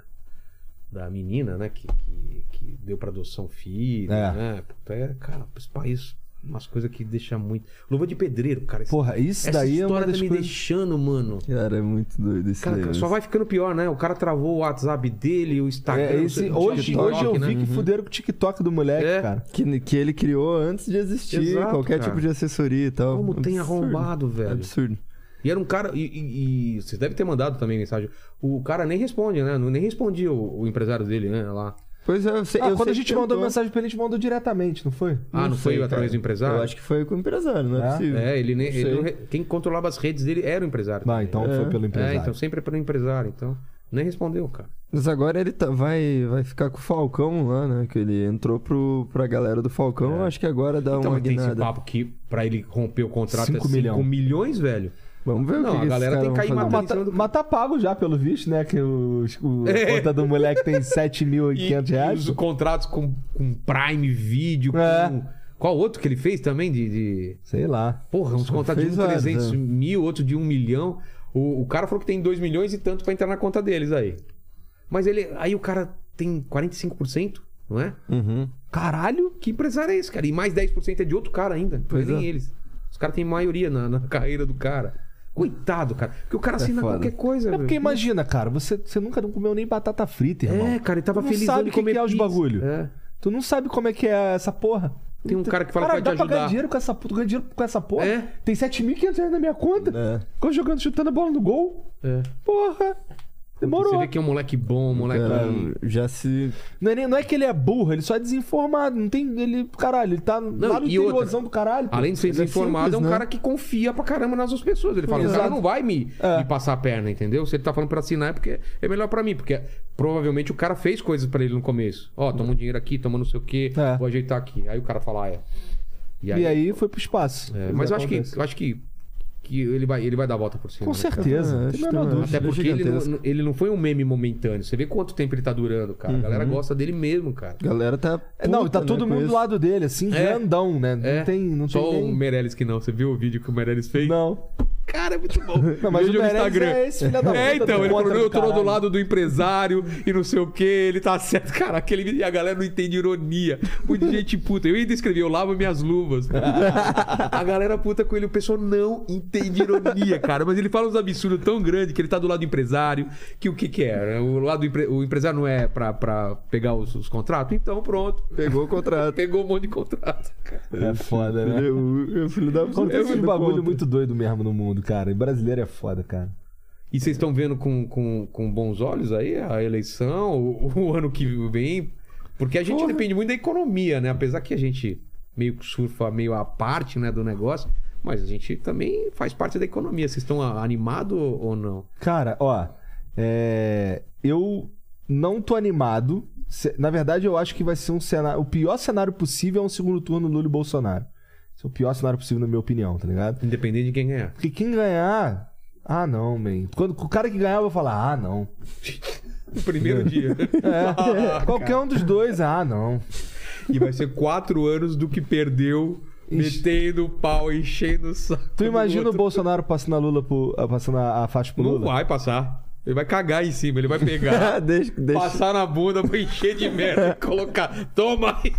Speaker 1: da menina, né? Que, que, que deu pra adoção filho,
Speaker 2: É.
Speaker 1: né? Puta, é, cara, esse país, umas coisas que deixa muito. Luva de pedreiro, cara. esse-
Speaker 2: Porra, isso
Speaker 1: essa
Speaker 2: daí é
Speaker 1: história
Speaker 2: uma
Speaker 1: tá
Speaker 2: das
Speaker 1: me
Speaker 2: coisas.
Speaker 1: deixando, mano.
Speaker 4: Cara, é muito doido isso
Speaker 1: Cara,
Speaker 4: daí.
Speaker 1: só vai ficando pior, né? O cara travou o WhatsApp dele, o Instagram.
Speaker 2: É,
Speaker 1: não
Speaker 2: esse-
Speaker 1: sei, o
Speaker 2: hoje,
Speaker 1: TikTok,
Speaker 2: hoje eu
Speaker 1: né?
Speaker 2: vi que fuderam com o TikTok do moleque,
Speaker 1: É.
Speaker 2: cara.
Speaker 4: Que, que ele criou antes de existir
Speaker 1: Exato,
Speaker 4: qualquer
Speaker 1: cara.
Speaker 4: tipo de assessoria e tal.
Speaker 1: Como tem
Speaker 4: Absurdo.
Speaker 1: arrombado, velho.
Speaker 4: Absurdo.
Speaker 1: E era um cara. E, e- e vocês devem ter mandado também mensagem. O cara nem responde, né? Não- Nem respondia o, o empresário dele, né? Lá.
Speaker 4: Pois é, eu sei,
Speaker 2: Ah,
Speaker 4: eu
Speaker 2: quando
Speaker 4: sei
Speaker 2: a
Speaker 4: que
Speaker 2: gente mandou
Speaker 4: tentou.
Speaker 2: mensagem pra ele, a gente mandou diretamente, não foi?
Speaker 1: Ah, não, foi
Speaker 4: sei,
Speaker 1: através
Speaker 4: cara.
Speaker 1: do empresário?
Speaker 4: Eu acho que foi com o empresário, não é,
Speaker 2: É?
Speaker 4: possível.
Speaker 1: É, ele nem.
Speaker 4: Não
Speaker 1: ele
Speaker 4: sei.
Speaker 1: não re- quem controlava as redes dele era o empresário.
Speaker 2: Ah, então
Speaker 4: É.
Speaker 2: foi pelo
Speaker 1: É,
Speaker 2: empresário.
Speaker 1: então sempre é pelo empresário, então. Nem respondeu, cara.
Speaker 4: Mas agora ele tá- vai, vai ficar com o Falcão lá, né? Que ele entrou pro, pra galera do Falcão. eu Acho que agora dá
Speaker 1: É. então,
Speaker 4: uma
Speaker 1: mas tem esse
Speaker 4: guinada.
Speaker 1: papo que pra ele romper o contrato é
Speaker 2: Cinco
Speaker 1: 5
Speaker 2: milhão.
Speaker 1: milhões, velho.
Speaker 4: Vamos
Speaker 1: Não,
Speaker 4: ver o que
Speaker 1: a
Speaker 4: que esses
Speaker 1: galera tem
Speaker 4: caras
Speaker 1: que
Speaker 4: vão
Speaker 1: cair
Speaker 4: fazer.
Speaker 1: matando.
Speaker 2: Mas tá, mas tá pago já, pelo visto, né? Que o, o- a conta do moleque tem 7.500 reais.
Speaker 1: os contratos com, com Prime Video,
Speaker 2: É.
Speaker 1: com. Qual outro que ele fez também de- de...
Speaker 2: Sei lá.
Speaker 1: Porra, uns contratos de
Speaker 4: fez
Speaker 1: um
Speaker 4: vários,
Speaker 1: 300
Speaker 4: né?
Speaker 1: mil, outro de um milhão. O, o cara falou que tem 2 milhões e tanto pra entrar na conta deles aí. Mas ele. Aí o cara tem 45%, não é?
Speaker 4: Uhum.
Speaker 1: Caralho, que empresário é esse, cara? E mais 10% é de outro cara ainda. Pois
Speaker 4: Pois
Speaker 1: nem
Speaker 4: é.
Speaker 1: eles. Os caras têm maioria na, na carreira do cara. Coitado, cara. Porque o cara assina
Speaker 4: foda.
Speaker 1: qualquer coisa,
Speaker 2: É
Speaker 1: velho.
Speaker 2: porque imagina, cara, você, você nunca não comeu nem batata frita, irmão.
Speaker 1: É, cara, ele tava
Speaker 2: Tu não
Speaker 1: feliz
Speaker 2: sabe
Speaker 1: de
Speaker 2: o que
Speaker 1: comer
Speaker 2: que é os
Speaker 1: pizza.
Speaker 2: bagulho.
Speaker 1: É.
Speaker 2: Tu não sabe como é que é essa porra.
Speaker 1: Tem um cara que fala
Speaker 2: cara,
Speaker 1: que vai te
Speaker 2: dá pra ganhar
Speaker 1: ajudar.
Speaker 2: dinheiro com essa, tu ganha dinheiro com essa porra?
Speaker 1: É.
Speaker 2: Tem 7.500 reais na minha conta.
Speaker 4: É.
Speaker 2: Ficou jogando, chutando a bola no gol.
Speaker 1: É.
Speaker 2: Porra. Demorou.
Speaker 1: Você vê que é um moleque bom, um moleque.
Speaker 4: Cara, já se.
Speaker 2: Não é, nem- não é que ele é burro, ele só é desinformado. Não tem. Ele. Caralho, ele tá lá no
Speaker 1: e outra.
Speaker 2: interiorzão do caralho. pô.
Speaker 1: Além de ser
Speaker 4: Ele é
Speaker 1: desinformado, é, um
Speaker 4: simples, né?
Speaker 1: cara que confia pra caramba nas outras pessoas. Ele fala, o cara
Speaker 2: Exato.
Speaker 1: não vai me,
Speaker 2: É.
Speaker 1: me passar a perna, entendeu? Se ele tá falando pra assinar é porque é melhor pra mim. Porque provavelmente o cara fez coisas pra ele no começo. Ó, toma um dinheiro aqui, toma não sei o quê,
Speaker 2: É.
Speaker 1: vou ajeitar aqui. Aí o cara fala, ah, é. E aí,
Speaker 2: E aí foi pro espaço.
Speaker 1: é, mas eu acho, que,
Speaker 2: Acontece.
Speaker 1: eu acho que, que ele, vai, ele vai dar a volta por cima.
Speaker 2: Com
Speaker 1: né,
Speaker 2: certeza.
Speaker 4: Ah,
Speaker 2: não
Speaker 4: acho
Speaker 2: tem a menor
Speaker 4: também.
Speaker 1: Até
Speaker 2: dúvida.
Speaker 4: Ele é
Speaker 1: porque ele não,
Speaker 4: gigantesco.
Speaker 1: ele não foi um meme momentâneo. Você vê quanto tempo ele tá durando, cara. A
Speaker 2: Uhum.
Speaker 1: galera gosta dele mesmo, cara.
Speaker 4: A galera tá.
Speaker 2: É, não,
Speaker 4: puta,
Speaker 2: tá todo
Speaker 4: né, com
Speaker 2: mundo do
Speaker 4: isso.
Speaker 2: lado dele, assim,
Speaker 1: É.
Speaker 2: grandão, né?
Speaker 1: É.
Speaker 2: Não tem. Não
Speaker 1: Só um
Speaker 2: tem
Speaker 1: o
Speaker 2: nem...
Speaker 1: Meirelles que não. Você viu o vídeo que o Meirelles fez?
Speaker 2: Não.
Speaker 1: Cara, é muito bom.
Speaker 2: Não, mas
Speaker 1: Veja
Speaker 2: o
Speaker 1: no
Speaker 2: Meirelles é esse filho da puta.
Speaker 1: É,
Speaker 2: do
Speaker 1: então, ele
Speaker 2: contra
Speaker 1: falou, não, eu tô
Speaker 2: caralho.
Speaker 1: do lado do empresário e não sei o que, ele tá certo. Cara, aquele vídeo- e a galera não entende ironia. Muita gente puta. Eu ainda escrevi, eu lavo minhas luvas. a galera puta com ele, o pessoal não entende ironia, cara. Mas ele fala uns absurdos tão grandes que ele tá do lado do empresário, que o que que é? O, lado do empre- o empresário não é pra, pra pegar os, os contratos? Então, pronto.
Speaker 4: Pegou o contrato.
Speaker 1: Pegou um monte de contrato, cara.
Speaker 2: É foda, né?
Speaker 4: Ele é o- é o filho da puta.
Speaker 2: Acontece um
Speaker 4: Filho da
Speaker 2: bagulho
Speaker 4: puta.
Speaker 2: muito doido mesmo no mundo, cara. E brasileiro é foda, cara.
Speaker 1: E vocês estão vendo com, com, com bons olhos aí a eleição, o, o ano que vem? Porque a gente depende muito da economia, né? Apesar que a gente meio que surfa meio à parte né, do negócio, mas a gente também faz parte da economia. Vocês estão animados ou não?
Speaker 2: Cara, ó, é, eu não tô animado. Se- Na verdade, eu acho que vai ser um cenário. O pior cenário possível é um segundo turno Lula e Bolsonaro. Esse é o pior cenário possível, na minha opinião, tá ligado?
Speaker 1: Independente de quem ganhar.
Speaker 2: Porque quem ganhar. Ah, não, man. Quando o cara que ganhar, eu vou falar, ah, não.
Speaker 1: No primeiro dia.
Speaker 2: É, qualquer um dos dois, ah, não.
Speaker 1: E vai ser quatro anos do que perdeu,
Speaker 2: Ixi.
Speaker 1: metendo o pau, enchendo o saco.
Speaker 2: Tu
Speaker 1: do
Speaker 2: imagina o
Speaker 1: outro.
Speaker 2: Bolsonaro passando a Lula pro, ah, passando a a faixa pro
Speaker 1: Não
Speaker 2: Lula?
Speaker 1: vai passar. Ele vai cagar em cima, ele vai pegar.
Speaker 4: Ah, deixa, deixa.
Speaker 1: Passar na bunda, vou encher de merda e colocar. Toma aí!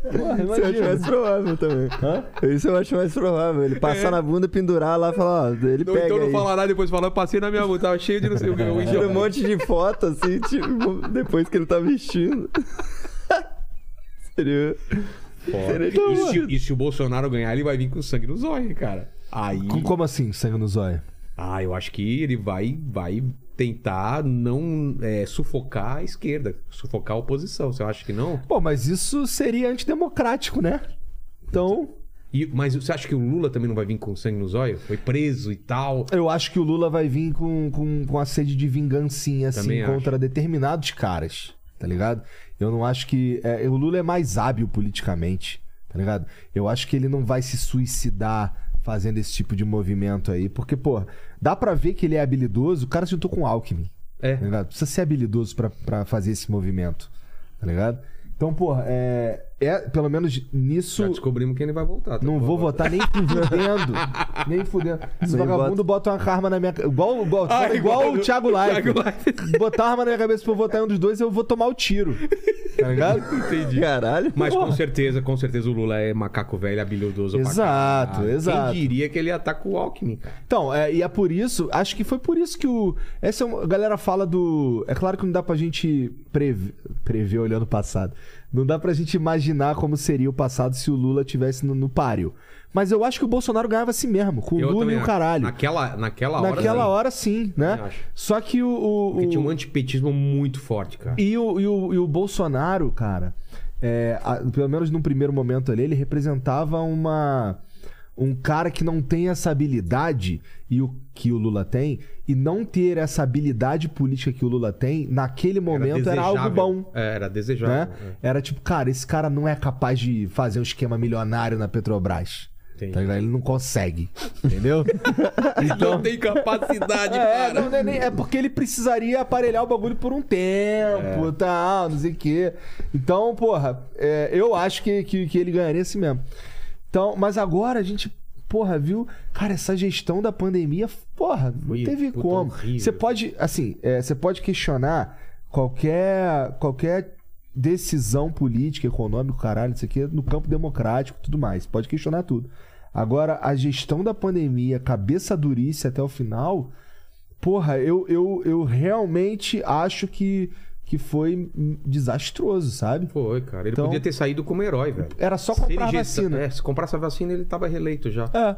Speaker 2: Porra,
Speaker 4: Isso eu acho mais
Speaker 2: imagina.
Speaker 4: provável também. Isso eu acho mais provável. Ele passar na bunda, pendurar lá e falar, ó, ele
Speaker 1: Ou
Speaker 4: pega.
Speaker 1: então É. não
Speaker 4: aí.
Speaker 1: falar nada, depois falar, eu passei na minha bunda, tava cheio de não sei o que. eu
Speaker 4: Tira
Speaker 1: enjoo.
Speaker 4: um monte de foto, assim, tipo, depois que ele tá vestindo. Seria. Seria
Speaker 1: E se, e se o Bolsonaro ganhar, ele vai vir com sangue nos olhos, cara. Aí.
Speaker 2: Com- Como assim, sangue no zóio?
Speaker 1: Ah, eu acho que ele vai, vai tentar não é, sufocar a esquerda, sufocar a oposição. Você acha que não?
Speaker 2: Pô, mas isso seria antidemocrático, né? Então,
Speaker 1: E- mas você acha que o Lula também não vai vir com sangue nos olhos? Foi preso e tal.
Speaker 2: eu acho que o Lula vai vir com, com, com a sede de vingancinha, assim,
Speaker 1: Também acho.
Speaker 2: contra determinados caras, tá ligado? Eu não acho que. é, o Lula é mais hábil politicamente, tá ligado? Eu acho que ele não vai se suicidar fazendo esse tipo de movimento aí. Porque, pô, dá pra ver que ele é habilidoso. O cara se juntou com o Alckmin.
Speaker 1: É.
Speaker 2: tá ligado? Precisa ser habilidoso pra, pra fazer esse movimento. Tá ligado? Então, pô, é, é pelo menos nisso.
Speaker 1: Já descobrimos que ele vai voltar. tá
Speaker 2: Não
Speaker 1: bom.
Speaker 2: vou votar nem fudendo. nem fudendo. Esse
Speaker 4: Não,
Speaker 2: vagabundo bota uma arma na minha. ca- Igual, igual,
Speaker 1: Ah,
Speaker 2: igual,
Speaker 1: igual o
Speaker 2: o Thiago Live.
Speaker 1: Thiago Leifert.
Speaker 2: Botar uma arma na minha cabeça pra eu votar em um dos dois, eu vou tomar o tiro. Tá ligado?
Speaker 4: Entendi. Caralho.
Speaker 1: Mas com certeza, com certeza o Lula é macaco velho, habilidoso pra
Speaker 2: Exato,
Speaker 1: caralho.
Speaker 2: exato.
Speaker 1: Quem diria que ele ataca o Alckmin, cara?
Speaker 2: Então, é, e é por isso, acho que foi por isso que o. Essa é uma- a galera fala do. É claro que não dá pra gente preve- prever olhando o passado. Não dá pra gente imaginar como seria o passado se o Lula tivesse no, no páreo. Mas eu acho que o Bolsonaro ganhava assim mesmo, com o
Speaker 1: Eu
Speaker 2: Lula
Speaker 1: também
Speaker 2: e o
Speaker 1: acho.
Speaker 2: caralho.
Speaker 1: Naquela, naquela hora.
Speaker 2: Naquela
Speaker 1: sim.
Speaker 2: hora sim, né?
Speaker 1: Também acho.
Speaker 2: Só que o. o-
Speaker 1: Porque tinha
Speaker 2: o-
Speaker 1: um antipetismo muito forte, cara.
Speaker 2: e o, e o, e o Bolsonaro, cara, é, a- pelo menos num primeiro momento ali, ele representava uma. Um cara que não tem essa habilidade e o que o Lula tem, e não ter essa habilidade política que o Lula tem, naquele momento era, algo
Speaker 1: desejável.
Speaker 2: bom.
Speaker 1: É, era
Speaker 2: Né?
Speaker 1: desejável. é.
Speaker 2: Era tipo, cara, esse cara não é capaz de fazer um esquema milionário na Petrobras.
Speaker 1: Entendi.
Speaker 2: Tá ligado? Ele não consegue. Entendeu?
Speaker 1: é. Não tem capacidade,
Speaker 2: Então- É,
Speaker 1: cara.
Speaker 2: não, não é nem- é porque ele precisaria aparelhar o bagulho por um tempo, tal, não sei o quê. Então, porra, é, eu acho que, que, que ele ganharia assim mesmo. Então, mas agora a gente, porra, viu? Cara, essa gestão da pandemia, porra,
Speaker 1: Foi,
Speaker 2: não teve
Speaker 1: puta,
Speaker 2: como.
Speaker 1: horrível.
Speaker 2: Você pode, assim, é, você pode questionar qualquer, qualquer decisão política, econômica, caralho, isso aqui, é no campo democrático e tudo mais. Pode questionar tudo. Agora, a gestão da pandemia, cabeça durice até o final, porra, eu, eu, eu realmente acho que, que foi hum, desastroso, sabe?
Speaker 1: Foi, cara. Ele
Speaker 2: Então-
Speaker 1: podia ter saído como herói, velho.
Speaker 2: Era só
Speaker 1: Se ele
Speaker 2: comprar a
Speaker 1: gesta-
Speaker 2: vacina.
Speaker 1: é, se comprasse a vacina, ele tava reeleito já.
Speaker 2: É.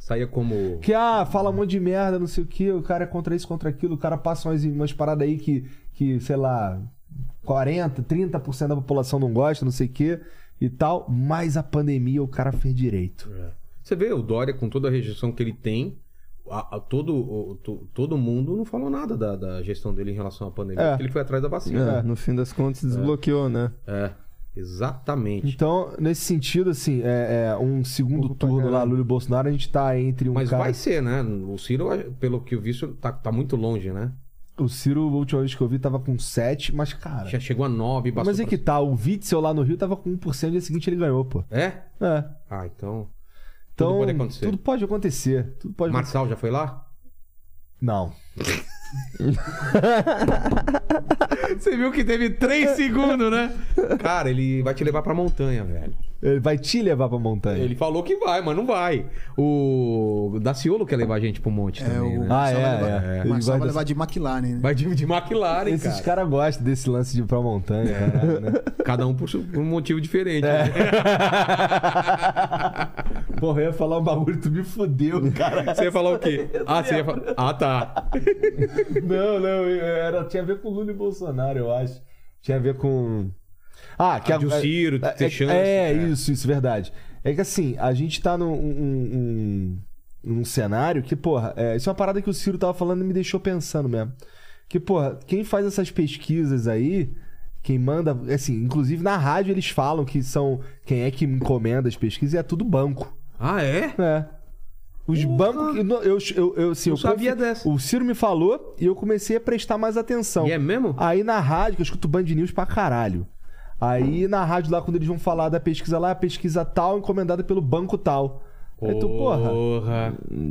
Speaker 1: Saía como.
Speaker 2: Que, ah, fala um monte de merda, não sei o que, o cara é contra isso, contra aquilo, o cara passa umas, umas paradas aí que, que, sei lá, 40, 30% da população não gosta, não sei o que e tal, mas a pandemia o cara fez direito.
Speaker 1: Você vê o Dória com toda a rejeição que ele tem, a- a- todo, o- to- todo mundo não falou nada da, da gestão dele em relação à pandemia,
Speaker 2: É.
Speaker 1: porque ele foi atrás da vacina.
Speaker 4: É, no fim das contas, desbloqueou, né?
Speaker 1: É, exatamente.
Speaker 2: Então, nesse sentido, assim, é, é, um segundo turno lá, Lula e Bolsonaro, a gente tá entre um
Speaker 1: Mas
Speaker 2: cara...
Speaker 1: vai ser, né? O Ciro, pelo que eu vi, isso tá, tá muito longe, né?
Speaker 2: O Ciro, a última vez que eu vi, tava com 7, mas, cara...
Speaker 1: Já chegou a 9, passou
Speaker 2: Mas é
Speaker 1: pra-
Speaker 2: que tá, o Witzel lá no Rio tava com 1%, no dia seguinte ele ganhou, pô.
Speaker 1: É?
Speaker 2: É,
Speaker 1: Ah, então...
Speaker 2: então...
Speaker 1: tudo pode acontecer.
Speaker 2: Tudo pode acontecer, tudo pode acontecer.
Speaker 1: Marçal já foi lá?
Speaker 2: Não.
Speaker 1: Você viu que teve 3 segundos, né? Cara, ele vai te levar pra montanha, velho.
Speaker 2: Ele vai te levar pra montanha.
Speaker 1: Ele falou que vai, mas não vai. O Daciolo quer levar a gente pro monte
Speaker 3: É,
Speaker 1: também,
Speaker 3: o
Speaker 1: né?
Speaker 2: Ah,
Speaker 3: Marçal
Speaker 2: é,
Speaker 3: vai levar-
Speaker 2: é, é.
Speaker 3: o
Speaker 2: Ele
Speaker 3: Marçal
Speaker 2: vai
Speaker 3: vai
Speaker 2: dessa-
Speaker 3: levar de McLaren, né?
Speaker 1: Vai de, de McLaren,
Speaker 2: Esses
Speaker 1: cara.
Speaker 2: caras gostam desse lance de ir pra montanha. caralho, né? É.
Speaker 1: Cada um por, su- por um motivo diferente. né?
Speaker 2: Porra, eu ia falar um bagulho, tu me fudeu, cara.
Speaker 1: Você ia falar o quê? Ah, você ia falar... Ah, tá.
Speaker 2: Não, não, era, tinha a ver com Lula e Bolsonaro, eu acho. Tinha a ver com. Ah, que
Speaker 1: de o Ciro ter
Speaker 2: é,
Speaker 1: chance,
Speaker 2: É,
Speaker 1: é.
Speaker 2: isso, isso, verdade. É que assim, a gente tá num. um- um- num cenário que, porra, é, isso é uma parada que o Ciro tava falando e me deixou pensando mesmo. Que, porra, quem faz essas pesquisas aí, quem manda. Assim, inclusive na rádio eles falam que são. Quem é que encomenda as pesquisas e é tudo banco.
Speaker 1: Ah, é?
Speaker 2: É. Os bancos. que- não, Eu, eu, eu, assim,
Speaker 1: Não
Speaker 2: eu
Speaker 1: sabia dessa.
Speaker 2: O Ciro me falou e eu comecei a prestar mais atenção.
Speaker 1: E é mesmo?
Speaker 2: Aí na rádio, que eu escuto Band News pra caralho. Aí na rádio lá, quando eles vão falar da pesquisa lá, a pesquisa tal encomendada pelo banco tal. Aí é tu, porra.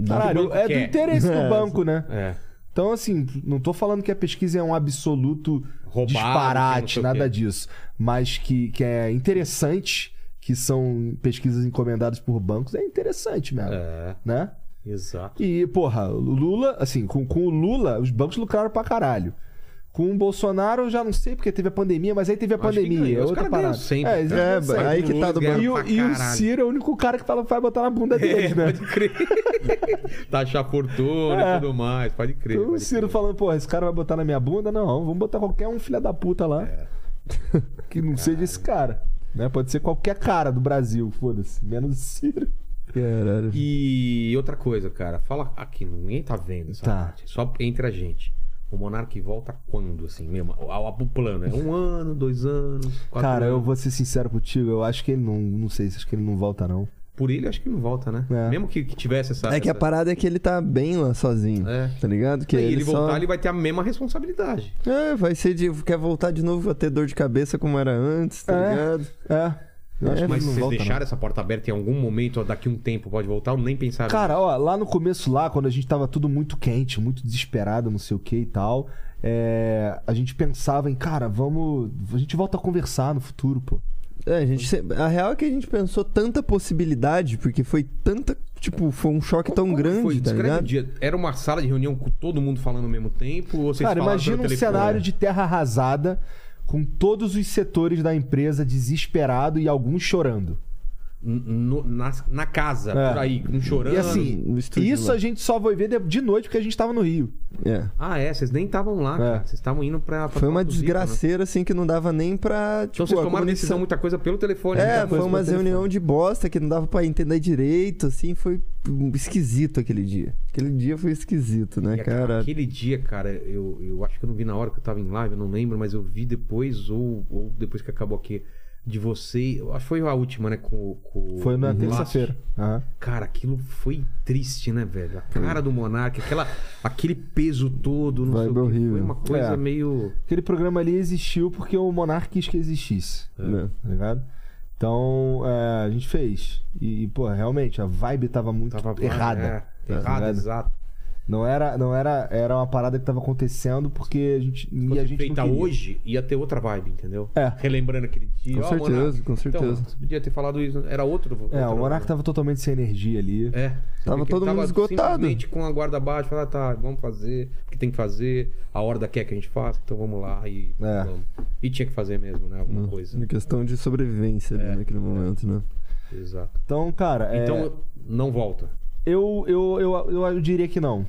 Speaker 2: Caralho,
Speaker 1: banco
Speaker 2: é do
Speaker 1: quer?
Speaker 2: interesse do
Speaker 4: É,
Speaker 2: banco, né?
Speaker 1: É.
Speaker 2: Então, assim, não tô falando que a pesquisa é um absoluto
Speaker 1: Roubado, que
Speaker 2: disparate,
Speaker 1: não sei o quê.
Speaker 2: nada disso. Mas que, que é interessante, que são pesquisas encomendadas por bancos, é interessante mesmo,
Speaker 1: É,
Speaker 2: né?
Speaker 1: exato.
Speaker 2: E, porra, o Lula, assim, com, com o Lula, os bancos lucraram pra caralho. Com o Bolsonaro, eu já não sei, porque teve a pandemia, mas aí teve a
Speaker 1: Acho que ganhou.
Speaker 2: pandemia. É
Speaker 1: Os
Speaker 2: outra
Speaker 1: caras ganham
Speaker 2: parada.
Speaker 1: sempre,
Speaker 2: É, eles
Speaker 1: cara.
Speaker 2: ganham
Speaker 4: É,
Speaker 2: sempre.
Speaker 4: aí que tá do
Speaker 1: Ganham
Speaker 2: E, o,
Speaker 1: pra
Speaker 2: e o
Speaker 1: caralho. É,
Speaker 2: Ciro é o único cara que fala que vai botar na bunda deles, né?
Speaker 1: Pode crer. Taxar fortuna e tudo mais, pode crer.
Speaker 2: Então, o
Speaker 1: pode
Speaker 2: É. Ciro
Speaker 1: crer.
Speaker 2: falando, porra, esse cara vai botar na minha bunda? Não, vamos botar qualquer um filha da puta lá.
Speaker 1: É.
Speaker 2: que não seja esse cara. Né? Pode ser qualquer cara do Brasil, foda-se. Menos o Ciro.
Speaker 4: Caralho.
Speaker 1: E outra coisa, cara, fala aqui, ninguém tá vendo essa
Speaker 2: Tá.
Speaker 1: parte, só entre a gente. O Monark volta quando, assim mesmo? Ao, ao plano, é um ano, dois anos, quatro
Speaker 2: Cara, eu
Speaker 1: anos.
Speaker 2: vou ser sincero contigo, eu acho que ele não. Não sei, acho que ele não volta, não.
Speaker 1: Por ele, eu acho que não volta, né?
Speaker 4: É.
Speaker 1: Mesmo que, que tivesse essa.
Speaker 4: É que a
Speaker 1: essa-
Speaker 4: parada é que ele tá bem lá sozinho.
Speaker 1: É.
Speaker 4: Tá ligado? Que
Speaker 1: E ele,
Speaker 4: ele, só...
Speaker 1: voltar, ele vai ter a mesma responsabilidade.
Speaker 4: É, vai ser de. Quer voltar de novo a ter dor de cabeça como era antes, tá
Speaker 2: É.
Speaker 4: ligado?
Speaker 2: É.
Speaker 4: Eu acho
Speaker 1: Mas
Speaker 4: não
Speaker 1: vocês
Speaker 4: volta,
Speaker 1: deixaram essa porta aberta em algum momento, ó, daqui um tempo pode voltar, ou nem pensaram.
Speaker 2: Cara, ó, lá no começo, lá, quando a gente tava tudo muito quente, muito desesperado, não sei o que e tal, é, a gente pensava em, cara, vamos. A gente volta a conversar no futuro, pô.
Speaker 4: É, a, gente, se- a real é que a gente pensou tanta possibilidade, porque foi tanta. Tipo, foi um choque tão
Speaker 1: Como
Speaker 4: grande,
Speaker 1: foi?
Speaker 4: tá
Speaker 1: Descreve o
Speaker 4: ligado?
Speaker 1: dia. Era uma sala de reunião com todo mundo falando ao mesmo tempo? Ou vocês
Speaker 2: cara,
Speaker 1: falaram
Speaker 2: imagina um
Speaker 1: pelo telefone? né?
Speaker 2: cenário de terra arrasada, com todos os setores da empresa desesperado e alguns chorando.
Speaker 1: N- no- na, na casa,
Speaker 2: É.
Speaker 1: por aí, um chorando.
Speaker 2: e assim,
Speaker 4: no estúdio
Speaker 2: isso
Speaker 4: lá.
Speaker 2: a gente só vai ver de- de noite porque a gente tava no Rio.
Speaker 4: É.
Speaker 1: Ah, é, vocês nem estavam lá, cara. Vocês estavam indo pra. pra
Speaker 4: Foi uma
Speaker 1: Porto Rico, né?
Speaker 4: desgraceira, assim, que não dava nem pra. Tipo,
Speaker 1: Então vocês
Speaker 4: a
Speaker 1: tomaram decisão
Speaker 4: comunicação-
Speaker 1: muita coisa pelo telefone.
Speaker 4: É,
Speaker 1: muita
Speaker 4: foi
Speaker 1: coisa
Speaker 4: uma
Speaker 1: pelo telefone.
Speaker 4: reunião de bosta que não dava pra entender direito, assim, foi esquisito aquele dia. Aquele dia foi esquisito, né,
Speaker 1: E aque-
Speaker 4: cara?
Speaker 1: Aquele dia, cara, eu, eu acho que eu não vi na hora que eu tava em live, eu não lembro, mas eu vi depois, ou, ou depois que acabou aqui, de você. eu Acho que foi a última, né? Com, com
Speaker 2: Foi na
Speaker 1: com o Laço.
Speaker 2: terça-feira. Aham.
Speaker 1: Cara, aquilo foi triste, né, velho? A cara do Monark, aquela, aquele peso todo, não
Speaker 4: Vibe
Speaker 1: sei o que. Foi
Speaker 4: horrível.
Speaker 1: uma coisa
Speaker 2: É.
Speaker 1: meio.
Speaker 2: Aquele programa ali existiu porque o Monark quis que existisse.
Speaker 4: É.
Speaker 2: Tá ligado? Então, é, a gente fez. E, e, pô, realmente, a vibe tava muito
Speaker 1: Tava
Speaker 2: errada.
Speaker 1: É,
Speaker 2: Tá
Speaker 1: errada,
Speaker 2: ligado?
Speaker 1: exato.
Speaker 2: Não era, não era, era uma parada que tava acontecendo porque a gente,
Speaker 1: Se
Speaker 2: e
Speaker 1: fosse
Speaker 2: a gente
Speaker 1: feita
Speaker 2: não queria.
Speaker 1: hoje, ia ter outra vibe, entendeu?
Speaker 2: É.
Speaker 1: Relembrando aquele dia.
Speaker 4: Com
Speaker 1: ó,
Speaker 4: certeza,
Speaker 1: Monark,
Speaker 4: com certeza.
Speaker 1: Então, você podia ter falado isso, era outro.
Speaker 2: É,
Speaker 1: outra-
Speaker 2: o Monark tava totalmente sem energia ali.
Speaker 1: É. Você
Speaker 4: Tava
Speaker 1: vê que
Speaker 4: todo
Speaker 1: ele
Speaker 4: mundo esgotado.
Speaker 1: Simplesmente com a guarda baixa, falar, tá, vamos fazer o que tem que fazer, a horda quer que a gente faça, então vamos lá e
Speaker 2: É. Hum.
Speaker 1: vamos. E tinha que fazer mesmo, né? Alguma coisa. É.
Speaker 4: Uma questão de sobrevivência ali naquele momento, né?
Speaker 1: Exato.
Speaker 2: Então, cara, é,
Speaker 1: Então, não volta.
Speaker 2: eu, eu, eu, eu, eu diria que não.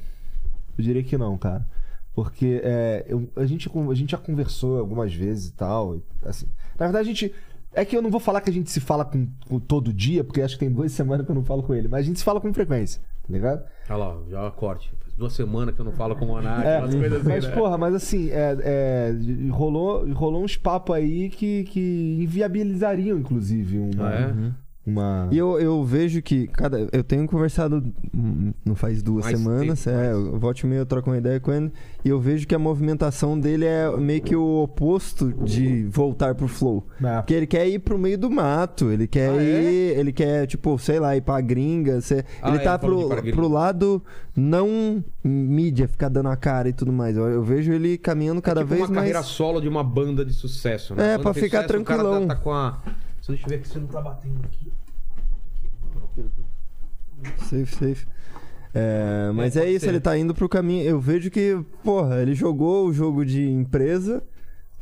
Speaker 2: Eu diria que não, cara. Porque é, eu- a, gente, con- a gente já conversou algumas vezes e tal. e, assim. na verdade, a gente. É que eu não vou falar que a gente se fala com, com todo dia, porque acho que tem duas semanas que eu não falo com ele, mas a gente se fala com frequência, tá ligado?
Speaker 1: Olha lá, já corte. Faz duas semanas que eu não falo com o Monark,
Speaker 2: É,
Speaker 1: umas coisas assim,
Speaker 2: mas,
Speaker 1: né?
Speaker 2: porra, mas assim, é, é, rolou, rolou uns papos aí que, que inviabilizariam, inclusive, uma.
Speaker 1: Ah, é?
Speaker 2: uma...
Speaker 4: E eu, eu vejo que, cara, eu tenho conversado, hum, não faz duas
Speaker 1: Mais
Speaker 4: semanas,
Speaker 1: tempo,
Speaker 4: é,
Speaker 1: mais.
Speaker 4: eu volto e meia, eu troco uma ideia com ele, e eu vejo que a movimentação dele é meio que o oposto de voltar pro flow.
Speaker 2: É.
Speaker 4: Porque ele quer ir pro meio do mato, ele quer
Speaker 1: Ah, é?
Speaker 4: ir, ele quer, tipo, sei lá, ir pra gringa, cê-
Speaker 1: Ah,
Speaker 4: ele
Speaker 1: é,
Speaker 4: tá
Speaker 1: falou de ir
Speaker 4: pro,
Speaker 1: pra gringa.
Speaker 4: pro lado não mídia, ficar dando a cara e tudo mais. Eu, eu vejo ele caminhando cada
Speaker 1: tipo
Speaker 4: vez
Speaker 1: uma
Speaker 4: mais...
Speaker 1: carreira solo de uma banda de sucesso, né?
Speaker 4: É,
Speaker 1: Banda
Speaker 4: pra
Speaker 1: de
Speaker 4: ficar
Speaker 1: sucesso, o cara
Speaker 4: tranquilão.
Speaker 1: tá, tá com a... Só deixa eu ver aqui se não tá batendo aqui.
Speaker 4: Safe, safe. É, mas
Speaker 1: É,
Speaker 4: é,
Speaker 1: pode
Speaker 4: isso,
Speaker 1: ser.
Speaker 4: ele tá indo pro caminho. Eu vejo que, porra, ele jogou o jogo de empresa.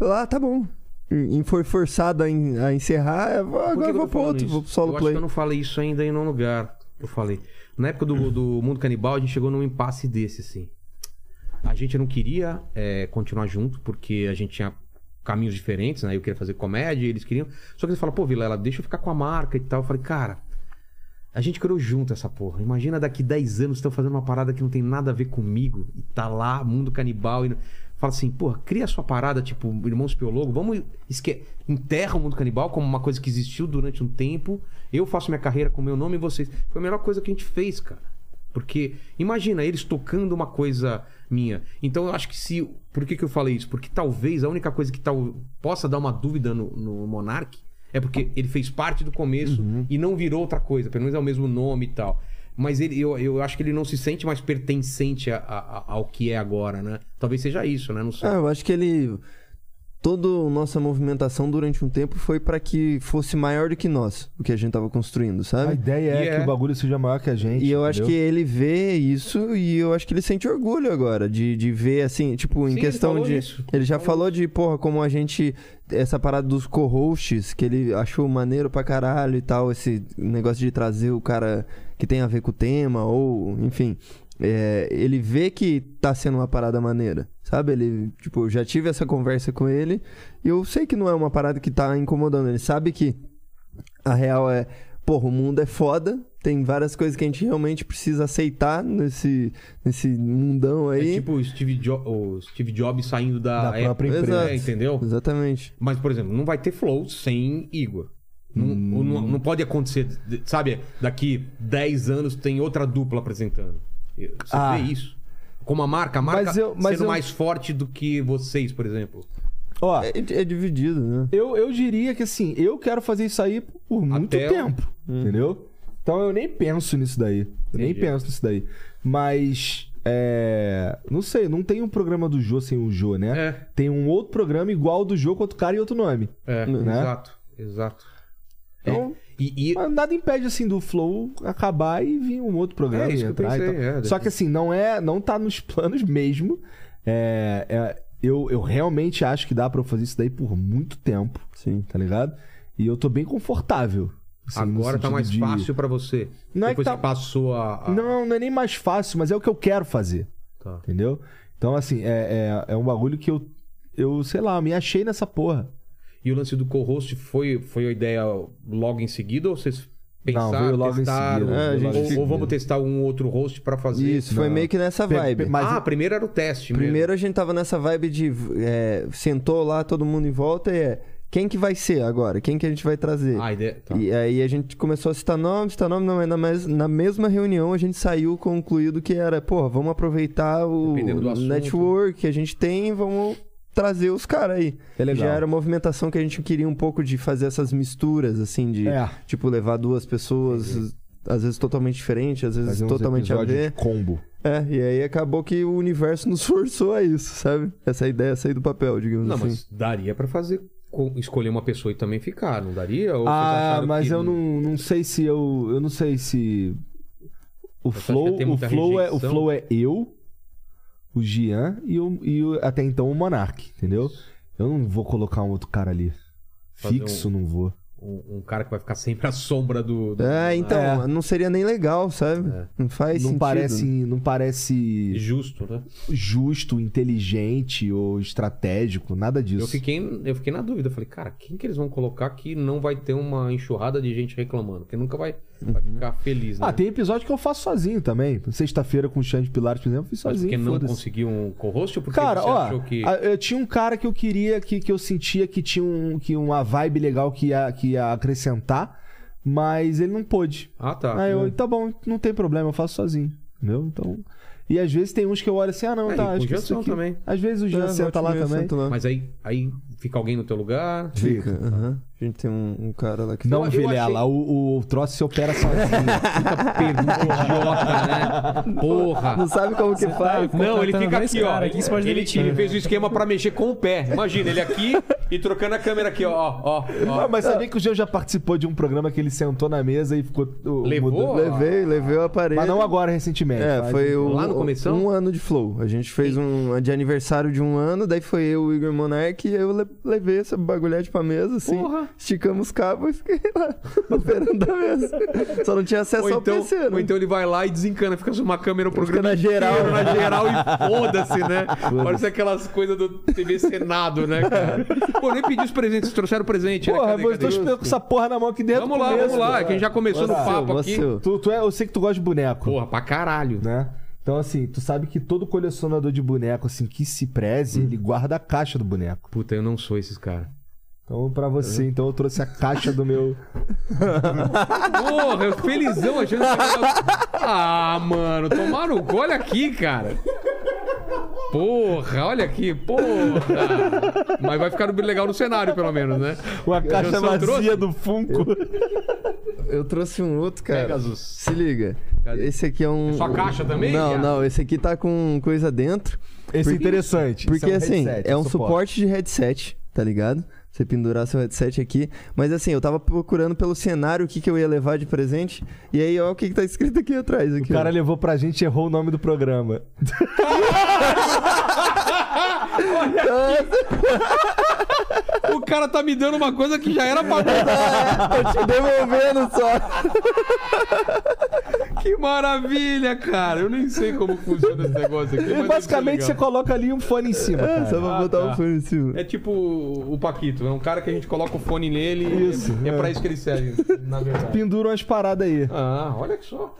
Speaker 4: Lá, tá bom. E e foi forçado a, en- a encerrar. é, vou-
Speaker 1: Por que
Speaker 4: Agora
Speaker 1: que eu tô
Speaker 4: vou pro
Speaker 1: falando
Speaker 4: outro,
Speaker 1: isso?
Speaker 4: vou pro solo
Speaker 1: eu Acho
Speaker 4: play.
Speaker 1: que eu não falei isso ainda em nenhum lugar. Eu falei. Na época do, do Mundo Canibal, a gente chegou num impasse desse, assim. A gente não queria eh, continuar junto, porque a gente tinha caminhos diferentes, né? Eu queria fazer comédia, eles queriam. Só que eles falam, pô, Vilela, deixa eu ficar com a marca e tal. Eu falei, cara, a gente criou junto essa porra. Imagina daqui 10 anos estão fazendo uma parada que não tem nada a ver comigo e tá lá, mundo canibal. E... não- Fala assim, porra, cria a sua parada, tipo, irmãos piologo, vamos. Esque... Enterra o mundo canibal como uma coisa que existiu durante um tempo. Eu faço minha carreira com o meu nome e vocês. Foi a melhor coisa que a gente fez, cara. Porque imagina eles tocando uma coisa minha. Então eu acho que se. Por que, que eu falei isso? Porque talvez a única coisa que tal, possa dar uma dúvida no, no Monark é porque ele fez parte do começo
Speaker 4: Uhum.
Speaker 1: e não virou outra coisa, pelo menos é o mesmo nome e tal. Mas ele, eu, eu acho que ele não se sente mais pertencente a- a- a- ao que é agora, né? Talvez seja isso, né? Não sei.
Speaker 4: Ah, eu acho que ele. Toda a nossa movimentação durante um tempo foi pra que fosse maior do que nós, o que a gente tava construindo,
Speaker 2: A
Speaker 4: sabe?
Speaker 2: ideia é
Speaker 1: E é-
Speaker 2: que o bagulho seja maior que a gente.
Speaker 4: E eu acho que
Speaker 2: entendeu?
Speaker 4: ele vê isso e eu acho que ele sente orgulho agora de, de ver, assim, tipo, em
Speaker 1: Sim, ele
Speaker 4: questão
Speaker 1: falou
Speaker 4: de.
Speaker 1: isso.
Speaker 4: Ele já falou de, porra, como a gente. Essa parada dos co-hosts, que ele achou maneiro pra caralho e tal, esse negócio de trazer o cara que tem a ver com o tema, ou, enfim. é, ele vê que tá sendo uma parada maneira, sabe? Ele, tipo, eu já tive essa conversa com ele e eu sei que não é uma parada que tá incomodando. Ele sabe que a real é, porra, o mundo é foda. Tem várias coisas que a gente realmente precisa aceitar nesse, nesse mundão aí.
Speaker 1: É tipo o Steve, Jo- o Steve Jobs saindo da,
Speaker 2: Da própria
Speaker 1: Apple, né?
Speaker 4: empresa.
Speaker 1: entendeu?
Speaker 4: Exatamente.
Speaker 1: Mas, por exemplo, não vai ter flow sem Igor. Não,
Speaker 2: Hum.
Speaker 1: não, não pode acontecer, de- sabe? Daqui 10 anos tem outra dupla apresentando. Você
Speaker 4: Ah.
Speaker 1: vê isso? Como a marca, a marca
Speaker 2: Mas eu- mas
Speaker 1: sendo
Speaker 2: eu-
Speaker 1: mais forte do que vocês, por exemplo.
Speaker 2: Ó,
Speaker 4: É, é dividido, né?
Speaker 2: eu, eu diria que assim, eu quero fazer isso aí por muito
Speaker 1: Até o- Hum.
Speaker 2: tempo, entendeu? Então eu nem penso nisso daí. Eu nem
Speaker 1: Entendi.
Speaker 2: penso nisso daí. Mas, é... Não sei, não tem um programa do Jô sem o Jô, né?
Speaker 1: É.
Speaker 2: Tem um outro programa igual ao do Jô com outro cara e outro nome.
Speaker 1: É,
Speaker 2: Né?
Speaker 1: exato, exato.
Speaker 2: Então,
Speaker 1: E, e-
Speaker 2: Mas nada impede assim do Flow acabar e vir um outro programa
Speaker 1: É isso
Speaker 2: e
Speaker 1: que eu
Speaker 2: entrar. e
Speaker 1: pensei,
Speaker 2: tal.
Speaker 1: é,
Speaker 2: Só que assim, não é, não tá nos planos mesmo. É, é, eu, eu realmente acho que dá pra eu fazer isso daí por muito tempo,
Speaker 4: Sim.
Speaker 2: tá ligado? E eu tô bem confortável. assim, no
Speaker 1: agora tá
Speaker 2: sentido
Speaker 1: mais
Speaker 2: de-
Speaker 1: fácil pra você.
Speaker 2: Não é
Speaker 1: Depois
Speaker 2: que tá-
Speaker 1: que passou a. a-
Speaker 2: Não, não é nem mais fácil, mas é o que eu quero fazer.
Speaker 1: Tá.
Speaker 2: Entendeu? Então, assim, é, é, é um bagulho que eu, eu, sei lá, me achei nessa porra.
Speaker 1: E o lance do co-host foi, foi a ideia logo em seguida? Ou vocês pensaram,
Speaker 2: veio logo em
Speaker 1: testaram?
Speaker 2: seguida,
Speaker 4: É, a gente
Speaker 1: ou- ou,
Speaker 2: seguida.
Speaker 1: vamos testar um outro host pra fazer?
Speaker 4: Isso, foi
Speaker 2: Não.
Speaker 4: meio que nessa
Speaker 2: Pe-
Speaker 4: vibe.
Speaker 2: pe- mas-
Speaker 1: ah, primeiro era o teste mesmo.
Speaker 4: Primeiro a gente tava nessa vibe de. é, sentou lá, todo mundo em volta e é. Quem que vai ser agora? Quem que a gente vai trazer?
Speaker 1: Ah, a ideia... tá.
Speaker 4: E aí a gente começou a citar nome, citar nome, não, mas na, mes- na mesma reunião a gente saiu concluído que era, porra, vamos aproveitar o
Speaker 1: Dependendo do assunto.
Speaker 4: network que a gente tem e vamos trazer os caras aí.
Speaker 2: É legal.
Speaker 4: Já era uma movimentação que a gente queria um pouco de fazer essas misturas, assim, de
Speaker 2: É.
Speaker 4: tipo levar duas pessoas, às vezes totalmente diferentes, às vezes
Speaker 2: Fazer uns
Speaker 4: totalmente a
Speaker 2: episódios
Speaker 4: ver.
Speaker 2: de combo.
Speaker 4: É, e aí acabou que o universo nos forçou a isso, sabe? Essa ideia sair do papel, digamos
Speaker 1: Não,
Speaker 4: assim.
Speaker 1: mas daria pra fazer... co- Escolher uma pessoa e também ficar, não daria? Ou vocês
Speaker 2: Ah,
Speaker 1: acharam
Speaker 2: mas
Speaker 1: que
Speaker 2: eu não, não sei se eu. Eu não sei se. O
Speaker 1: acha que
Speaker 2: Flow,
Speaker 1: tem
Speaker 2: o
Speaker 1: muita
Speaker 2: flow, é, o
Speaker 1: rejeição?
Speaker 2: flow é eu, o Gian e, o, e o- até então o Monark, entendeu? Eu não vou colocar um outro cara ali.
Speaker 1: Fazer
Speaker 2: Fixo,
Speaker 1: um-
Speaker 2: não vou.
Speaker 1: Um, um cara que vai ficar sempre à sombra do... do-
Speaker 4: É, então, não seria nem legal, sabe?
Speaker 1: É.
Speaker 4: Não faz
Speaker 2: não
Speaker 4: sentido. né?
Speaker 2: parece, não parece
Speaker 1: Justo, né?
Speaker 2: justo, inteligente ou estratégico, nada disso.
Speaker 1: Eu fiquei, eu fiquei na dúvida. Falei, cara, quem que eles vão colocar que não vai ter uma enxurrada de gente reclamando? Porque nunca vai, vai ficar feliz, né?
Speaker 2: Ah, tem episódio que eu faço sozinho também. Sexta-feira com o Xande Pilares, por exemplo, eu fiz
Speaker 1: Mas
Speaker 2: sozinho.
Speaker 1: porque não
Speaker 2: foda-se.
Speaker 1: conseguiu um co-host ou porque
Speaker 2: Cara,
Speaker 1: você
Speaker 2: ó,
Speaker 1: achou que...
Speaker 2: a- eu tinha um cara que eu queria, que, que eu sentia que tinha um, que uma vibe legal que ia, que ia acrescentar, mas ele não pôde.
Speaker 1: Ah, tá.
Speaker 2: Aí eu, tá bom, não tem problema, eu faço sozinho. Entendeu? Então. E às vezes tem uns que eu olho assim, ah, não,
Speaker 1: É, e
Speaker 2: tá,
Speaker 1: com
Speaker 2: acho que isso
Speaker 1: Jansão
Speaker 2: aqui.
Speaker 1: também.
Speaker 2: Às vezes o
Speaker 4: É,
Speaker 2: Jean
Speaker 4: volte
Speaker 2: senta
Speaker 4: e
Speaker 2: lá
Speaker 4: meia
Speaker 2: também.
Speaker 4: senta lá.
Speaker 1: Mas aí, aí fica alguém no teu lugar...
Speaker 4: Fica.
Speaker 1: tá?
Speaker 4: aham. A gente tem um, um cara lá que
Speaker 2: Não,
Speaker 1: Eu- eu
Speaker 2: Vilela,
Speaker 1: achei-
Speaker 2: o, o troço se opera sozinho.
Speaker 1: Pergunta idiota, né? Porra!
Speaker 4: Não sabe como
Speaker 1: tá
Speaker 4: que faz.
Speaker 1: Não, ele
Speaker 6: então
Speaker 5: Contratando
Speaker 1: fica
Speaker 5: mais
Speaker 1: aqui, ó.
Speaker 5: cara aqui, você pode
Speaker 1: ele,
Speaker 5: demitir.
Speaker 1: ele fez o esquema pra mexer com o pé. Imagina, ele aqui e trocando a câmera aqui, ó. ó, ó,
Speaker 2: Ah, mas sabia que o Jean já participou de um programa que ele sentou na mesa e ficou. o-
Speaker 1: Levou?
Speaker 2: mudando-
Speaker 4: Levei, levei o aparelho.
Speaker 2: Mas não agora, recentemente.
Speaker 4: É,
Speaker 2: faz
Speaker 4: foi
Speaker 2: um-
Speaker 4: o,
Speaker 1: Lá no começão?
Speaker 4: um ano de flow. A gente fez um de aniversário de um ano, daí foi eu, o Igor Monark, e eu le- levei essa bagulhete pra mesa, assim, esticamos os cabos e fiquei lá operando a mesa. Só não tinha acesso
Speaker 1: Ou
Speaker 4: ao
Speaker 1: então,
Speaker 4: PC, né?
Speaker 1: ou então ele vai lá e desencana, fica uma câmera no
Speaker 4: Fica
Speaker 1: programa
Speaker 4: na geral.
Speaker 1: inteiro, na geral e foda-se, né? Parece aquelas coisas do TV Senado, né, cara? Pô, nem pedi os presentes, vocês trouxeram presente, né?
Speaker 2: Porra,
Speaker 1: Cadê,
Speaker 2: eu
Speaker 1: cadê?
Speaker 2: tô esperando com essa porra na mão aqui dentro.
Speaker 1: Vamos lá,
Speaker 2: começo,
Speaker 1: vamos lá,
Speaker 2: cara.
Speaker 1: que a gente já começou no
Speaker 4: Você,
Speaker 1: papo aqui.
Speaker 4: você.
Speaker 2: Tu, tu é, eu sei que tu gosta de boneco,
Speaker 1: Porra, pra caralho.
Speaker 2: né? Então, assim, tu sabe que todo colecionador de boneco, assim, que se preze, ele guarda a caixa do boneco.
Speaker 1: Puta, eu não sou esses caras.
Speaker 2: Então, pra você, então, eu trouxe a caixa do meu...
Speaker 1: Porra, eu felizão achando que era- Ah, mano, tomaram cu, olha aqui, cara. Porra, olha aqui, porra. Mas vai ficar legal no cenário, pelo menos, né?
Speaker 2: Uma
Speaker 1: só
Speaker 2: caixa vazia
Speaker 1: trouxe.
Speaker 2: do Funko.
Speaker 4: Eu trouxe um outro, cara.
Speaker 1: Pegasus.
Speaker 4: Se liga.
Speaker 1: Cadê?
Speaker 4: Esse aqui é um.
Speaker 1: sua caixa também,
Speaker 4: Não,
Speaker 1: cara?
Speaker 4: não. Esse aqui tá com coisa dentro.
Speaker 2: Esse é
Speaker 4: Porque-
Speaker 2: interessante.
Speaker 4: Porque
Speaker 2: Isso um
Speaker 4: assim,
Speaker 2: headset,
Speaker 4: é um suporte. de headset, tá ligado? Você pendurar seu headset aqui. Mas assim, eu tava procurando pelo cenário o que, que eu ia levar de presente. E aí, ó, o que, que tá escrito aqui atrás. Aqui,
Speaker 2: O cara
Speaker 4: ó.
Speaker 2: levou pra gente e errou o nome do programa.
Speaker 1: O cara tá me dando uma coisa que já era pra dar.
Speaker 4: Tô te devolvendo só.
Speaker 1: Que maravilha, cara. Eu nem sei como funciona esse negócio aqui. mas deve
Speaker 2: Basicamente,
Speaker 1: ser
Speaker 2: você
Speaker 1: legal.
Speaker 2: coloca ali um fone em cima,
Speaker 4: É,
Speaker 2: cara.
Speaker 4: só pra
Speaker 1: Ah,
Speaker 4: botar
Speaker 1: tá.
Speaker 4: o fone em cima.
Speaker 1: É tipo o Paquito, é um cara que a gente coloca o fone nele e
Speaker 2: Isso,
Speaker 1: é,
Speaker 2: é.
Speaker 1: pra isso que ele serve, na verdade.
Speaker 2: Pendura umas paradas aí.
Speaker 1: Ah, olha que só.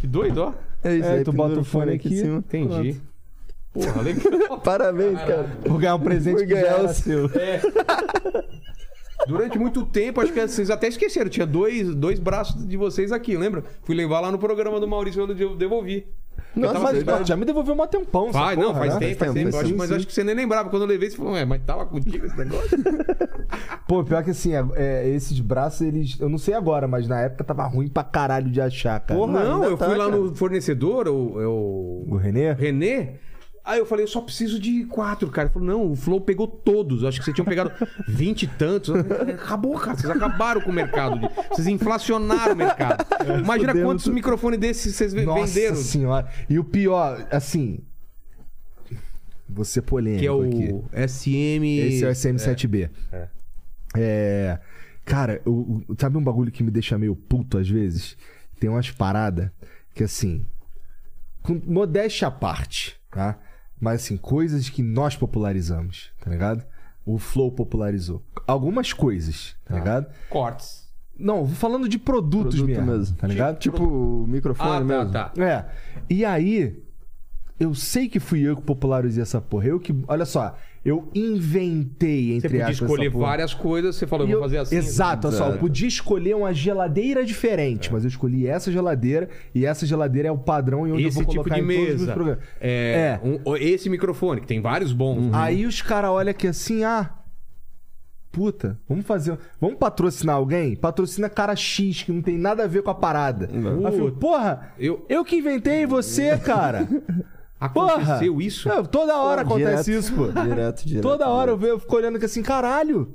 Speaker 1: Que doido, ó.
Speaker 4: É isso
Speaker 2: É,
Speaker 4: aí,
Speaker 2: tu
Speaker 4: pendura
Speaker 2: bota o fone aqui.
Speaker 1: Entendi. Porra, legal.
Speaker 4: Parabéns, cara.
Speaker 2: Vou ganhar um presente
Speaker 4: Fui
Speaker 2: que já
Speaker 4: ganhar
Speaker 2: era
Speaker 4: o-
Speaker 2: seu.
Speaker 1: É. Durante muito tempo, acho que vocês até esqueceram. Tinha dois, dois braços de vocês aqui, lembra? Fui levar lá no programa do Maurício, eu devolvi. Eu
Speaker 2: Nossa,
Speaker 1: tava-
Speaker 2: mas pô, já me devolveu um tempão. essa
Speaker 1: Vai, não,
Speaker 2: porra,
Speaker 1: faz
Speaker 2: né?
Speaker 1: tempo, faz tempo.
Speaker 4: tempo,
Speaker 1: Eu
Speaker 4: faz
Speaker 1: acho-
Speaker 4: tempo,
Speaker 1: mas eu acho que você nem lembrava. Quando eu levei, você falou, ué, mas tava contigo esse negócio?
Speaker 2: Pô, pior que assim, é- é, esses braços, eles. Eu não sei agora, mas na época tava ruim pra caralho de achar, cara.
Speaker 4: Porra,
Speaker 1: não,
Speaker 4: ainda
Speaker 1: eu
Speaker 4: tá,
Speaker 1: fui lá
Speaker 4: cara.
Speaker 1: no fornecedor, o, é o-
Speaker 2: O Renê?
Speaker 1: Renê. Aí eu falei, eu só preciso de quatro, cara. Ele falou, não, o Flow pegou todos. Eu Acho que vocês tinham pegado vinte e tantos. Acabou, cara. Vocês acabaram com o mercado. de- Vocês inflacionaram o mercado. Imagina
Speaker 2: fudemos
Speaker 1: quantos
Speaker 2: tudo.
Speaker 1: microfones desses vocês ve-
Speaker 2: É, Nossa
Speaker 1: venderam.
Speaker 2: senhora. E o pior, assim. Você polêmico
Speaker 1: Que é
Speaker 2: aqui.
Speaker 1: o SM...
Speaker 2: Esse é o SM7B. É. Cara, eu- eu- sabe um bagulho que me deixa meio puto às vezes? Tem umas paradas que assim. Com modéstia à parte, tá? Mas assim, coisas que nós popularizamos, tá ligado? O Flow popularizou. Algumas coisas, tá ligado?
Speaker 1: Cortes.
Speaker 2: Não, falando de produtos
Speaker 4: Produto
Speaker 2: mesmo,
Speaker 4: mesmo.
Speaker 2: tá ligado?
Speaker 4: Tipo, o microfone
Speaker 1: Ah, tá,
Speaker 4: mesmo.
Speaker 1: tá.
Speaker 2: É. E aí, eu sei que fui eu que popularizei essa porra. Eu que. Olha só, eu inventei,
Speaker 1: Você
Speaker 2: entre
Speaker 1: podia
Speaker 2: aspas.
Speaker 1: escolher
Speaker 2: essa porra.
Speaker 1: várias coisas. Você falou,
Speaker 2: E
Speaker 1: eu vou
Speaker 2: eu-
Speaker 1: fazer assim.
Speaker 2: Exato, olha só. Eu
Speaker 4: Exato.
Speaker 2: podia escolher uma geladeira
Speaker 1: É.
Speaker 2: diferente, mas eu escolhi essa geladeira e essa geladeira é o padrão e onde eu
Speaker 1: esse
Speaker 2: vou
Speaker 1: tipo
Speaker 2: colocar
Speaker 1: de
Speaker 2: em todos os meus
Speaker 1: mesa.
Speaker 2: programas.
Speaker 1: É, um- esse microfone, que tem vários bons. né?
Speaker 2: Aí os caras olham aqui assim, ah. Puta, vamos fazer. Vamos patrocinar alguém? Patrocina cara X, que não tem nada a ver com a parada. Aí eu fico, porra,
Speaker 1: Eu-
Speaker 2: eu... que inventei você, cara. Porra!
Speaker 1: Aconteceu isso?
Speaker 2: É, toda hora
Speaker 4: Pô,
Speaker 2: acontece
Speaker 4: direto,
Speaker 2: isso, pô.
Speaker 4: direto, direto,
Speaker 2: Toda hora eu, ve- eu fico olhando que assim, caralho.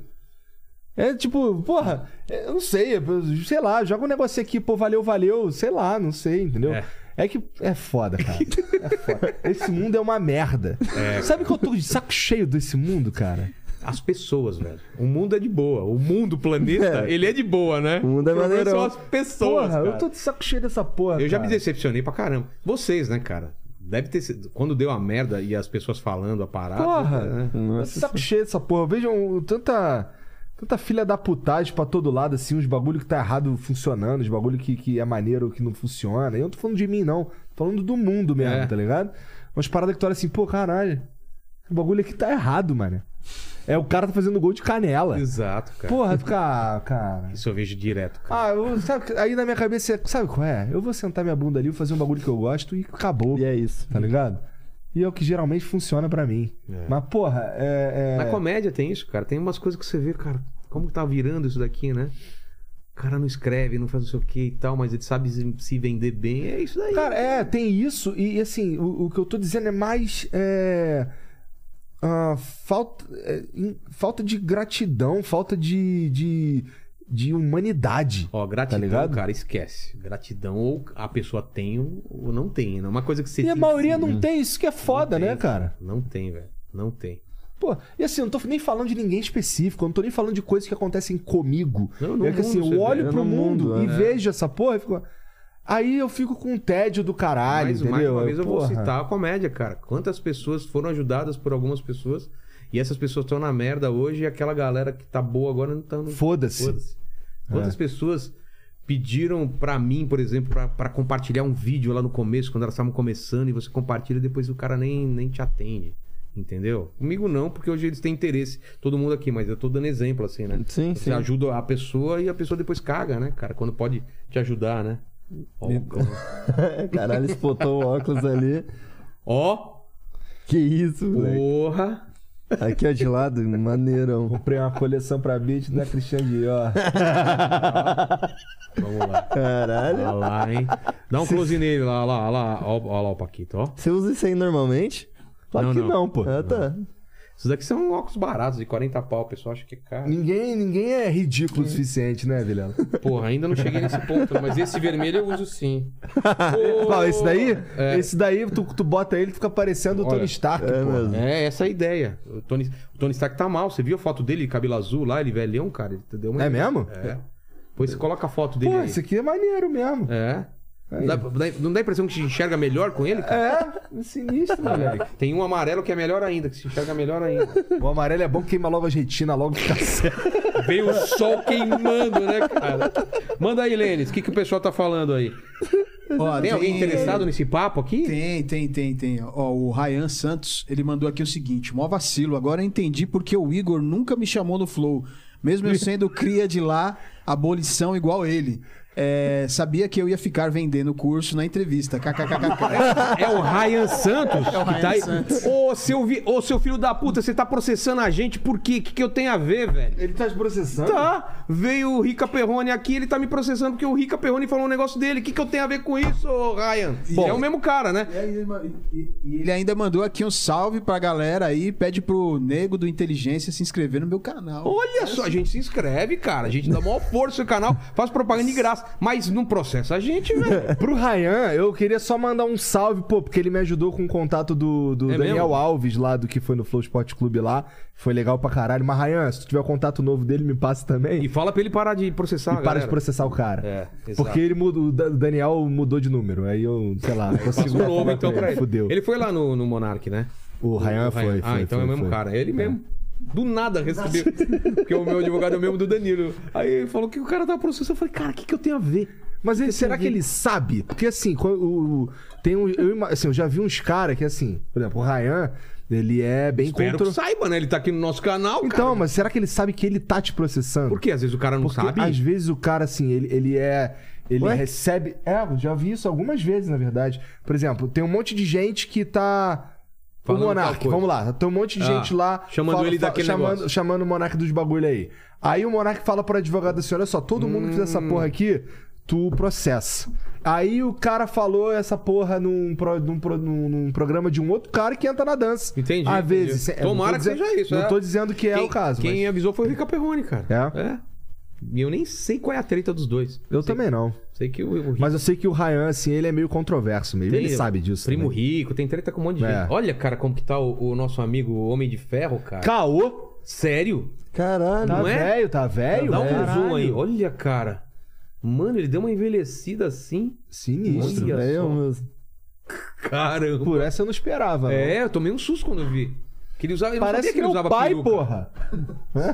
Speaker 2: É tipo, porra, é, eu não sei, eu- sei lá, joga um negócio aqui, pô, valeu, valeu, sei lá, não sei, entendeu?
Speaker 1: É.
Speaker 2: É. que é foda, cara. É foda. Esse mundo é uma merda.
Speaker 1: É.
Speaker 2: Sabe que eu tô de saco cheio desse mundo, cara?
Speaker 1: As pessoas, velho. O mundo é de boa. O mundo, o planeta,
Speaker 4: É.
Speaker 1: ele é de boa, né?
Speaker 4: O mundo é
Speaker 1: problema
Speaker 4: maneirão.
Speaker 1: são as pessoas,
Speaker 2: Porra, eu
Speaker 1: cara.
Speaker 2: tô de saco cheio dessa porra.
Speaker 1: Eu já me
Speaker 2: cara.
Speaker 1: decepcionei pra caramba. Vocês, né, cara? Deve ter sido. Quando deu a merda e as pessoas falando a parada.
Speaker 2: Porra! Tá
Speaker 1: né?
Speaker 2: Eu tô de saco cheio dessa porra. Vejam tanta. Tanta filha da putagem pra todo lado, assim, uns bagulho que tá errado funcionando, os bagulho que, que é maneiro, que não funciona. E eu não tô falando de mim, não. Tô falando do mundo mesmo,
Speaker 1: É.
Speaker 2: tá ligado? Umas paradas que tu olha assim, pô, caralho, o bagulho aqui tá errado, mano. É, o cara tá fazendo gol de canela.
Speaker 1: Exato, cara.
Speaker 2: Porra, tu fica, ah, cara.
Speaker 1: Isso eu vejo direto, cara.
Speaker 2: Ah, eu- sabe, que- aí na minha cabeça, sabe qual é? Eu vou sentar minha bunda ali, vou fazer um bagulho que eu gosto e acabou,
Speaker 4: E é isso.
Speaker 2: tá ligado? E é o que geralmente funciona pra mim. Mas, porra, é. é-
Speaker 1: Na comédia tem isso, cara. Tem umas coisas que você vê, cara, como tá virando isso daqui, né? O cara não escreve, não faz não sei o que e tal, mas ele sabe se se vender bem. É isso daí.
Speaker 2: Cara, é, tem isso, e assim, o, o que eu tô dizendo é mais. é, ah, falta, é, in- falta de gratidão, falta de, de, de humanidade.
Speaker 1: Ó, gratidão,
Speaker 2: Tá ligado?
Speaker 1: cara, esquece. Gratidão ou a pessoa tem ou ou não tem. É uma coisa que você
Speaker 2: E a
Speaker 1: tem-
Speaker 2: maioria não tem, isso que é foda,
Speaker 1: tem,
Speaker 2: né, cara?
Speaker 1: né? Não tem, velho. Não tem.
Speaker 2: Pô, e assim, eu não tô nem falando de ninguém específico, eu não tô nem falando de coisas que acontecem comigo.
Speaker 1: Não, no
Speaker 2: é que assim,
Speaker 1: mundo
Speaker 2: eu
Speaker 1: você
Speaker 2: olho
Speaker 4: vê,
Speaker 2: pro
Speaker 4: no
Speaker 2: mundo,
Speaker 4: mundo,
Speaker 2: e
Speaker 4: né?
Speaker 2: vejo essa porra e fico. Aí eu fico com um tédio do caralho,
Speaker 1: Mas, mais
Speaker 2: entendeu?
Speaker 1: uma vez eu vou
Speaker 2: Porra.
Speaker 1: citar a comédia, cara. Quantas pessoas foram ajudadas por algumas pessoas e essas pessoas estão na merda hoje e aquela galera que tá boa agora não tá. não-
Speaker 2: Foda-se.
Speaker 1: Foda-se. Quantas pessoas pediram pra mim, por exemplo, pra- pra compartilhar um vídeo lá no começo, quando elas estavam começando, e você compartilha e depois o cara nem, nem te atende. Entendeu? Comigo não, porque hoje eles têm interesse. Todo mundo aqui, mas eu tô dando exemplo assim, né?
Speaker 4: Sim,
Speaker 1: Você
Speaker 4: sim.
Speaker 1: ajuda a pessoa e a pessoa depois caga, né, cara? Quando pode te ajudar, né? Ó,
Speaker 4: Caralho, espotou o óculos ali.
Speaker 1: Ó,
Speaker 4: Que isso, velho.
Speaker 1: porra.
Speaker 4: Aqui, ó, de lado, maneirão.
Speaker 2: Comprei uma coleção pra beat da Christian Dior.
Speaker 1: Vamos lá.
Speaker 4: Caralho.
Speaker 1: Olha lá, hein? Dá um close nele lá, lá, lá. Ó, ó lá o Paquito, ó.
Speaker 4: Você usa isso aí normalmente?
Speaker 2: Claro
Speaker 1: Não,
Speaker 2: que
Speaker 1: não.
Speaker 2: não, pô.
Speaker 4: Ah, tá.
Speaker 1: Esses daqui são óculos baratos, de 40 pau. O pessoal acha que é caro.
Speaker 2: Ninguém, ninguém é ridículo o suficiente, né, Vilela?
Speaker 1: Porra, ainda não cheguei nesse ponto, mas esse vermelho eu uso sim.
Speaker 2: Qual, esse daí?
Speaker 1: É.
Speaker 2: Esse daí, tu, tu bota ele, fica parecendo o
Speaker 1: Olha,
Speaker 2: Tony Stark,
Speaker 4: é
Speaker 2: pô.
Speaker 4: mesmo.
Speaker 1: É, essa é a ideia. O Tony, o Tony Stark tá mal. Você viu a foto dele, cabelo azul lá, ele velhão, cara? Ele deu uma...
Speaker 2: É mesmo?
Speaker 1: É. Pois você coloca a foto dele
Speaker 2: Pô,
Speaker 1: aí.
Speaker 2: esse aqui é maneiro mesmo.
Speaker 1: É. Não dá, dá- não dá a impressão que se enxerga melhor com ele, cara?
Speaker 2: É, sinistro, moleque.
Speaker 1: Tem um amarelo que é melhor ainda, que se enxerga melhor ainda.
Speaker 2: O amarelo é bom, queima logo a retina, logo fica certo.
Speaker 1: Veio o sol queimando, né, cara? Manda aí, Lênis, o que, que o pessoal tá falando aí?
Speaker 3: Ó,
Speaker 1: Tem alguém
Speaker 2: eh,
Speaker 1: interessado nesse papo aqui?
Speaker 3: Tem, tem, tem, tem. Ó, o Ryan Santos, ele mandou aqui o seguinte: mó vacilo. Agora eu entendi porque o Igor nunca me chamou no Flow. Mesmo eu sendo cria de lá, abolição igual ele. É, sabia que eu ia ficar vendendo o curso na entrevista. KKKKK.
Speaker 1: É o Ryan Santos
Speaker 3: É o
Speaker 1: que tá aí.
Speaker 3: Ryan Santos.
Speaker 1: Ô, seu, vi... Ô, seu filho da puta, você tá processando a gente por quê? O que, que eu tenho a ver, velho?
Speaker 2: Ele tá te processando?
Speaker 1: Tá, veio o Rica Perrone aqui, ele tá me processando porque o Rica Perrone falou um negócio dele. O que, que eu tenho a ver com isso, ô, Ryan? Bom, é o mesmo cara, né?
Speaker 3: E aí, e- e ele ainda mandou aqui um salve pra galera aí. Pede pro Nego do Inteligência se inscrever no meu canal.
Speaker 1: Olha só, a gente se inscreve, cara. A gente dá maior força no canal, faz propaganda de graça. Mas não processa a gente, velho.
Speaker 2: Pro Ryan, eu queria só mandar um salve, pô, porque ele me ajudou com o contato do, do
Speaker 1: É
Speaker 2: Daniel
Speaker 1: mesmo?
Speaker 2: Alves lá, do que foi no Flow Sport Clube lá. Foi legal pra caralho. Mas Ryan, se tu tiver contato novo dele, me passa também.
Speaker 1: E
Speaker 2: E,
Speaker 1: fala pra ele parar de processar, a
Speaker 2: para
Speaker 1: galera.
Speaker 2: de processar o cara.
Speaker 1: É, exato.
Speaker 2: Porque ele mudou, o Da- o Daniel mudou de número. Aí eu, sei lá, não consigo
Speaker 1: Passou
Speaker 2: mais
Speaker 1: novo,
Speaker 2: falar
Speaker 1: então,
Speaker 2: com ele.
Speaker 1: pra ele.
Speaker 2: Fudeu.
Speaker 1: Ele foi lá no, no Monark, né?
Speaker 2: O Ryan foi, foi.
Speaker 1: Ah, então é
Speaker 2: foi,
Speaker 1: o mesmo
Speaker 2: foi.
Speaker 1: cara. Ele mesmo. Do nada recebeu. Porque o meu advogado é o mesmo do Danilo. Aí ele falou que o cara tá processando. Eu falei, cara, o que, que eu tenho a ver?
Speaker 2: Mas ele- será que ele sabe? Porque assim, quando o, o- tem um, eu, ima- assim, eu já vi uns caras que assim, por exemplo, o Ryan, ele é bem
Speaker 1: Espero
Speaker 2: contra.
Speaker 1: que saiba, né? Ele tá aqui no nosso canal.
Speaker 2: Então,
Speaker 1: cara. né?
Speaker 2: mas será que ele sabe que ele tá te processando?
Speaker 1: Por quê? Às vezes o cara não
Speaker 2: Porque
Speaker 1: sabe.
Speaker 2: às vezes o cara, assim, ele, ele é. Ele
Speaker 4: Ué?
Speaker 2: recebe. É, eu já vi isso algumas vezes, na verdade. Por exemplo, tem um monte de gente que tá.
Speaker 1: Falando
Speaker 2: o
Speaker 1: tal
Speaker 2: Monark,
Speaker 1: coisa.
Speaker 2: vamos lá. Tem um monte de
Speaker 1: Ah,
Speaker 2: gente lá.
Speaker 1: chamando ele daquele
Speaker 2: chamando,
Speaker 1: negócio.
Speaker 2: chamando o Monark dos bagulho aí. Aí o Monark fala pro advogado assim: olha só, todo mundo que fizer essa
Speaker 1: Hum.
Speaker 2: porra aqui, tu processa. Aí o cara falou essa porra num, pro- num pro- num- num programa de um outro cara que entra na dança.
Speaker 1: Entendi.
Speaker 2: Às
Speaker 1: entendi.
Speaker 2: vezes. é, não tô
Speaker 1: Tomara que
Speaker 2: dizendo-
Speaker 1: seja isso.
Speaker 2: Não
Speaker 1: é.
Speaker 2: tô dizendo que é
Speaker 1: Quem-
Speaker 2: o caso.
Speaker 1: Quem
Speaker 2: mas
Speaker 1: avisou foi o Rica Perrone, cara.
Speaker 2: É?
Speaker 1: E eu nem sei qual é a treta dos dois.
Speaker 2: Eu
Speaker 1: sei,
Speaker 2: também não.
Speaker 1: Sei que o, o Rica-
Speaker 2: Mas eu sei que o Ryan, assim, ele é meio controverso mesmo. Ele
Speaker 1: Tem
Speaker 2: sabe disso.
Speaker 1: Primo
Speaker 2: né?
Speaker 1: rico, tem treta com um monte de
Speaker 2: É.
Speaker 1: gente. Olha, cara, como que tá o, o nosso amigo Homem de Ferro, cara.
Speaker 2: Caô?
Speaker 1: Sério?
Speaker 4: Caralho.
Speaker 2: Tá
Speaker 1: Não é?
Speaker 2: velho, tá velho?
Speaker 1: Dá um
Speaker 2: velho.
Speaker 1: zoom aí. Olha, cara. Mano, ele deu uma envelhecida assim.
Speaker 2: Sinistro.
Speaker 1: Olha
Speaker 4: velho,
Speaker 1: só.
Speaker 4: mas-
Speaker 1: Caramba.
Speaker 2: Por essa eu não esperava. não.
Speaker 1: É, eu tomei um susto quando eu vi. Que ele usava, eu não
Speaker 2: Parece
Speaker 1: sabia que ele
Speaker 2: meu
Speaker 1: usava
Speaker 2: pai,
Speaker 1: peruca.
Speaker 2: porra.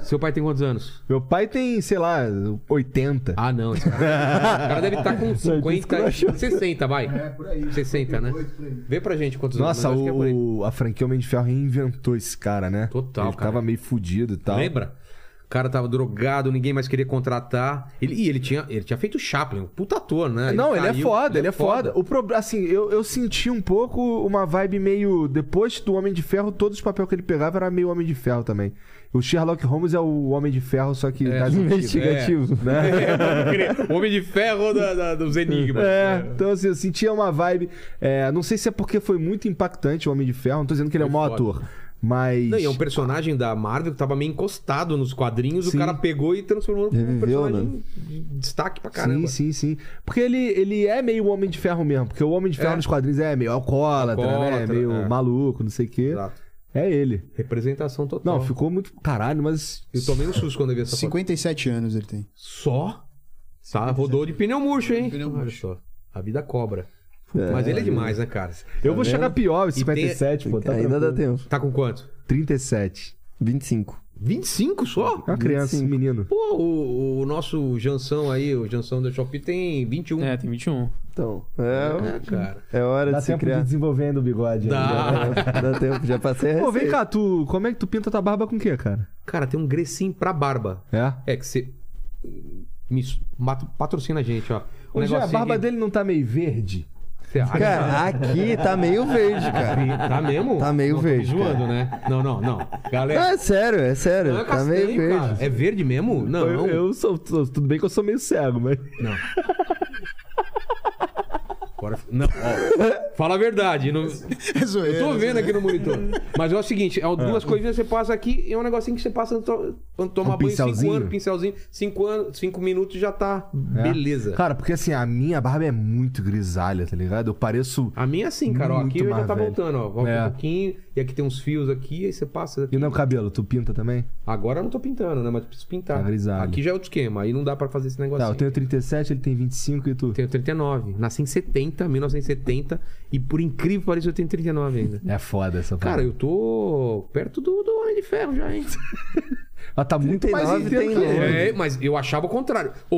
Speaker 1: Seu pai tem quantos anos?
Speaker 2: Meu pai tem, sei lá, 80.
Speaker 1: Ah, não. Esse cara, esse cara deve estar com 50, 60, vai.
Speaker 3: É, por aí.
Speaker 1: 60, né? Vê pra gente quantos
Speaker 2: Nossa,
Speaker 1: anos. mas acho que é por aí.
Speaker 2: o, a franquia Homem de Ferro reinventou esse cara, né?
Speaker 1: Total,
Speaker 2: Ele
Speaker 1: cara.
Speaker 2: tava meio fudido e tal.
Speaker 1: Lembra? O cara tava drogado, ninguém mais queria contratar. Ele, e ele tinha, ele tinha feito o Chaplin, um puta ator, né?
Speaker 2: Não, ele é
Speaker 1: caiu,
Speaker 2: foda, ele é foda. O pro... Assim, eu, eu senti um pouco uma vibe meio. Depois do Homem de Ferro, todos os papéis que ele pegava era meio Homem de Ferro também. O Sherlock Holmes é o Homem de Ferro, só que. das antigas.
Speaker 4: Investigativo.
Speaker 2: né?
Speaker 1: É, pode crer. O Homem de ferro da- da- dos enigmas.
Speaker 2: É, então assim, eu sentia uma vibe. é, não sei se é porque foi muito impactante o Homem de Ferro, não tô dizendo que ele é um
Speaker 1: Foi
Speaker 2: mau
Speaker 1: foda.
Speaker 2: ator, mas.
Speaker 1: Não, e é um personagem da Marvel que tava meio encostado nos quadrinhos,
Speaker 2: Sim. né?
Speaker 1: o cara pegou e transformou num
Speaker 4: Reviveu,
Speaker 1: personagem de destaque pra
Speaker 2: Sim,
Speaker 1: caramba.
Speaker 2: sim, sim. Porque ele, ele é meio Homem de Ferro mesmo. Porque o Homem de Ferro
Speaker 1: É.
Speaker 2: nos quadrinhos é meio alcoólatra, né?
Speaker 1: Alcoólatra,
Speaker 2: Meio
Speaker 1: é.
Speaker 2: maluco, não sei o quê.
Speaker 1: Exato. Então
Speaker 2: É ele.
Speaker 1: Representação total.
Speaker 2: Não, ficou muito. Caralho, mas.
Speaker 1: Eu tomei um susto quando eu vi essa foto.
Speaker 3: 57 anos ele tem.
Speaker 1: Só? Tá, rodou de pneu murcho, hein?
Speaker 3: Pneu
Speaker 1: Olha
Speaker 3: murcho.
Speaker 1: só. A vida cobra. Mas ele é demais, né, cara?
Speaker 2: Eu vou
Speaker 4: vendo?
Speaker 2: chegar pior,
Speaker 1: tem-
Speaker 2: 57, pô. Tá
Speaker 4: Ainda dá
Speaker 2: tranquilo.
Speaker 4: tempo.
Speaker 1: Tá com quanto?
Speaker 2: 37.
Speaker 4: 25.
Speaker 1: 25 só?
Speaker 2: É uma criança, um
Speaker 4: 25.
Speaker 2: menino.
Speaker 1: Pô, o, o nosso Jansão aí, o Jansão do Shopee tem 21.
Speaker 5: É, tem 21.
Speaker 4: Então, é,
Speaker 1: É, cara.
Speaker 4: é hora
Speaker 2: Dá
Speaker 4: de se
Speaker 2: tempo
Speaker 4: criar.
Speaker 2: de desenvolver ainda o bigode. ainda. né?
Speaker 1: Dá.
Speaker 4: É, Dá tempo, já passei a
Speaker 2: Pô, vem
Speaker 4: receita.
Speaker 2: cá, tu. Como é que tu pinta tua barba com o quê, cara?
Speaker 1: Cara, tem um grecinho pra barba.
Speaker 2: É?
Speaker 1: É que você. Me su- mat- patrocina a gente, ó. Um
Speaker 2: Hoje a
Speaker 1: negocinho
Speaker 2: barba
Speaker 1: aqui.
Speaker 2: dele não tá meio verde?
Speaker 1: Você acha?
Speaker 4: Cara, aqui tá meio verde, cara.
Speaker 1: Tá mesmo?
Speaker 4: Tá meio
Speaker 1: não, tô me
Speaker 4: verde, cara.
Speaker 1: zoando, né? Não, não, não. Galera.
Speaker 2: Tá
Speaker 4: Ah, é sério, é sério.
Speaker 1: não é
Speaker 4: tá
Speaker 1: castanho,
Speaker 4: meio verde.
Speaker 1: cara. É verde mesmo? Não.
Speaker 2: Ah, Eu, eu sou, sou- Tudo bem que eu sou meio cego, mas.
Speaker 1: Não. Agora, não, ó, fala a verdade. não-
Speaker 3: É zoeira,
Speaker 1: eu tô
Speaker 3: é
Speaker 1: vendo
Speaker 3: zoeira.
Speaker 1: aqui no monitor. Mas é o seguinte, é duas coisinhas que você passa aqui e é um negocinho que você passa antes de to- quando tomar
Speaker 2: Um
Speaker 1: banho, cinco
Speaker 2: pincelzinho? É.
Speaker 1: anos, pincelzinho, cinco anos, cinco minutos já tá beleza.
Speaker 2: Cara, porque assim, a minha barba é muito grisalha, tá ligado? Eu pareço.
Speaker 1: A minha sim, cara. Ó,
Speaker 2: Muito
Speaker 1: aqui já
Speaker 2: mais
Speaker 1: tá
Speaker 2: velho.
Speaker 1: voltando, ó. Volta
Speaker 2: É.
Speaker 1: um pouquinho. E aqui tem uns fios aqui, aí você passa
Speaker 2: E
Speaker 1: aqui.
Speaker 2: o meu cabelo, tu pinta também?
Speaker 1: Agora eu não tô pintando, né? Mas preciso pintar.
Speaker 2: Tá grisalho.
Speaker 1: aqui já é outro esquema, aí não dá pra fazer esse negócio.
Speaker 2: Tá, eu tenho 37, ele tem 25 e tu.
Speaker 1: Tenho 39. Nasci em 70, 1970. E por incrível que pareça, eu tenho 39 ainda.
Speaker 2: É foda essa
Speaker 1: Cara, eu tô perto do, do Homem de Ferro já, hein?
Speaker 2: Ela tá muito mais
Speaker 4: 39
Speaker 2: inteira
Speaker 4: tem
Speaker 2: que ele.
Speaker 4: longe.
Speaker 1: É, mas eu achava o contrário. O,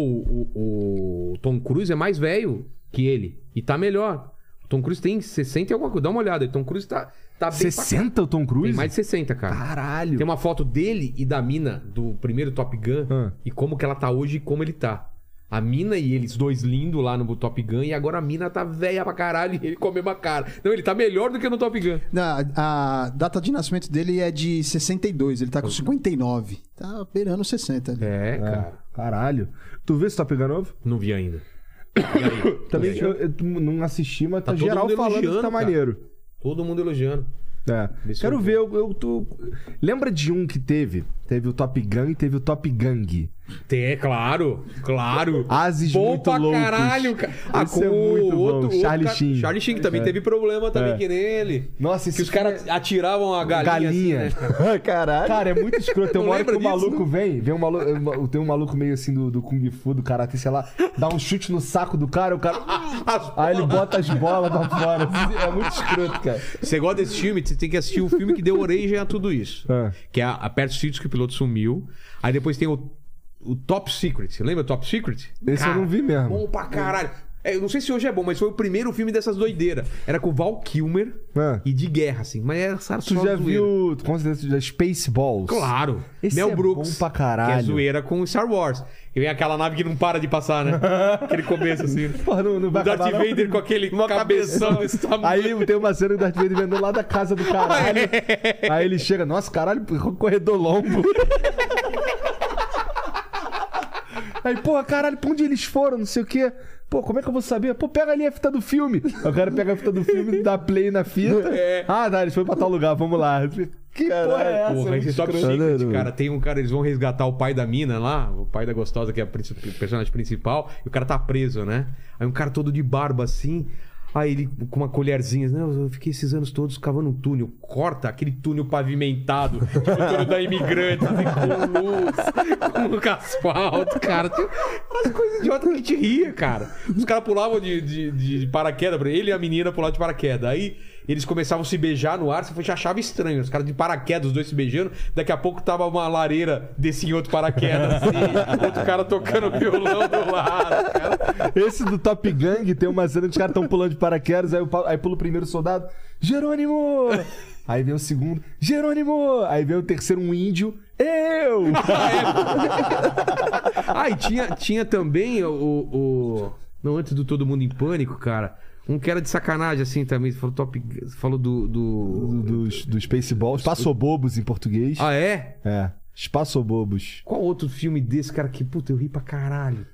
Speaker 1: o, o Tom Cruise é mais velho que ele. E tá melhor. O Tom Cruise tem 60 e alguma coisa. Dá uma olhada. O Tom Cruise tá, tá bem pra
Speaker 2: 60 o Tom
Speaker 1: Tem
Speaker 2: Cruise?
Speaker 1: mais de 60, cara.
Speaker 2: Caralho.
Speaker 1: Tem uma foto dele e da mina do primeiro Top Gun
Speaker 2: Ah.
Speaker 1: e como que ela tá hoje e como ele tá. A mina e eles dois lindo lá no Top Gun e agora a mina tá velha pra caralho e ele com a mesma cara. Não, ele tá melhor do que no Top Gun.
Speaker 3: Na, a data de nascimento dele é de 62, ele tá com 59. Tá beirando 60. ali.
Speaker 1: É,
Speaker 2: É,
Speaker 1: cara.
Speaker 2: caralho. Tu viu esse Top Gun novo?
Speaker 1: Não vi ainda. E aí?
Speaker 2: Também
Speaker 1: Todo
Speaker 2: eu, eu não assisti, mas
Speaker 1: Tá
Speaker 2: tá
Speaker 1: todo
Speaker 2: geral
Speaker 1: mundo
Speaker 2: falando que
Speaker 1: elogiando,
Speaker 2: tá
Speaker 1: cara.
Speaker 2: maneiro.
Speaker 1: Todo mundo elogiando.
Speaker 2: É.
Speaker 1: Vê se
Speaker 2: Quero
Speaker 1: eu-
Speaker 2: ver, eu, eu tô. Lembra de um que teve? Teve o Top Gun e teve o Top Gang.
Speaker 1: Tem, é claro, claro.
Speaker 2: Ases
Speaker 1: bom
Speaker 2: muito
Speaker 1: pra
Speaker 2: loucos.
Speaker 1: caralho, cara. Ah,
Speaker 2: Esse é
Speaker 1: com
Speaker 2: muito bom, Charlie
Speaker 1: cara-
Speaker 2: Sheen.
Speaker 1: Charlie Sheen que também teve problema também
Speaker 2: É.
Speaker 1: que nele.
Speaker 2: Nossa, esse
Speaker 1: Que os caras atiravam a galinha.
Speaker 2: Galinha.
Speaker 1: assim, né?
Speaker 4: Caralho.
Speaker 2: Cara, é muito escroto. Tem
Speaker 1: Não
Speaker 2: uma hora que
Speaker 1: lembra
Speaker 2: o
Speaker 1: disso,
Speaker 2: maluco vem, vem um maluco, tem um maluco meio assim do, do Kung Fu, do Karate, sei lá, dá um chute no saco do cara, o cara. Aí ele bota as bolas pra fora. É muito escroto, cara.
Speaker 1: Você gosta desse filme? Você tem que assistir o filme que deu origem a tudo isso.
Speaker 2: É.
Speaker 1: Que é Aperta os Sítios que o piloto sumiu. Aí depois tem o, o Top Secret. Lembra o Top Secret?
Speaker 2: Esse eu não vi mesmo.
Speaker 1: Bom pra caralho. É, eu não sei se hoje é bom, mas foi o primeiro filme dessas doideiras. Era com Val Kilmer
Speaker 2: É.
Speaker 1: e de guerra, assim. Mas era só
Speaker 2: Tu
Speaker 1: só
Speaker 2: já
Speaker 1: zoeira.
Speaker 2: viu, com certeza, tu já Spaceballs?
Speaker 1: Claro.
Speaker 2: Esse
Speaker 1: Mel
Speaker 2: é
Speaker 1: Brooks.
Speaker 2: bom pra
Speaker 1: Que é
Speaker 2: caralho.
Speaker 1: zoeira com Star Wars. E vem aquela nave que não para de passar, né? Aquele começo, assim.
Speaker 2: Porra, não, não vai
Speaker 1: o Darth
Speaker 2: acabar, não.
Speaker 1: Vader com aquele cabeção desse tamanho.
Speaker 2: Aí tem uma cena que o Darth Vader vendo lá da casa do caralho. Aí ele chega, nossa, caralho, um corredor longo. Aí, porra, caralho, pra onde eles foram, não sei o quê. Pô, como é que eu vou saber? Pô, pega ali a fita do filme. Aí o cara pega a fita do filme, dá play na fita. Ah, tá, eles foram pra tal lugar, vamos lá. Que porra é essa?
Speaker 1: Porra, esse Top
Speaker 4: escroto.
Speaker 1: Secret, cara, tem um cara, eles vão resgatar o pai da mina lá, o pai da gostosa, que é a princi- personagem principal, e o cara tá preso, né? Aí um cara todo de barba assim. Aí ele com uma colherzinha, né? Eu fiquei esses anos todos cavando um túnel. Corta aquele túnel pavimentado, tipo o túnel da imigrante, assim, com luz, com asfalto, cara. Tinha umas coisas idiotas que a gente ria, cara. Os caras pulavam de, de, de paraquedas, ele e a menina pulavam de paraquedas. Aí eles começavam a se beijar no ar, você achava estranho. Os caras de paraquedas, os dois se beijando. Daqui a pouco tava uma lareira desse em outro paraquedas, assim, outro cara tocando violão do lado. Cara.
Speaker 2: Esse do Top Gang tem uma cena que os caras estão pulando de paraquedas, aí, o pa- aí pula o primeiro soldado, Jerônimo! Aí vem o segundo, Jerônimo! Aí vem o terceiro, um índio, eu!
Speaker 1: Ah, e tinha, tinha também o, o- Não, antes do Todo Mundo em Pânico, cara. Um que era de sacanagem, assim, também. Falou, top... falou do, do.
Speaker 2: Do, do, do Spaceball, Espaçobobos em português.
Speaker 1: Ah, é?
Speaker 2: É, Espaçobobos.
Speaker 1: Qual outro filme desse, cara, que puta, eu ri pra caralho?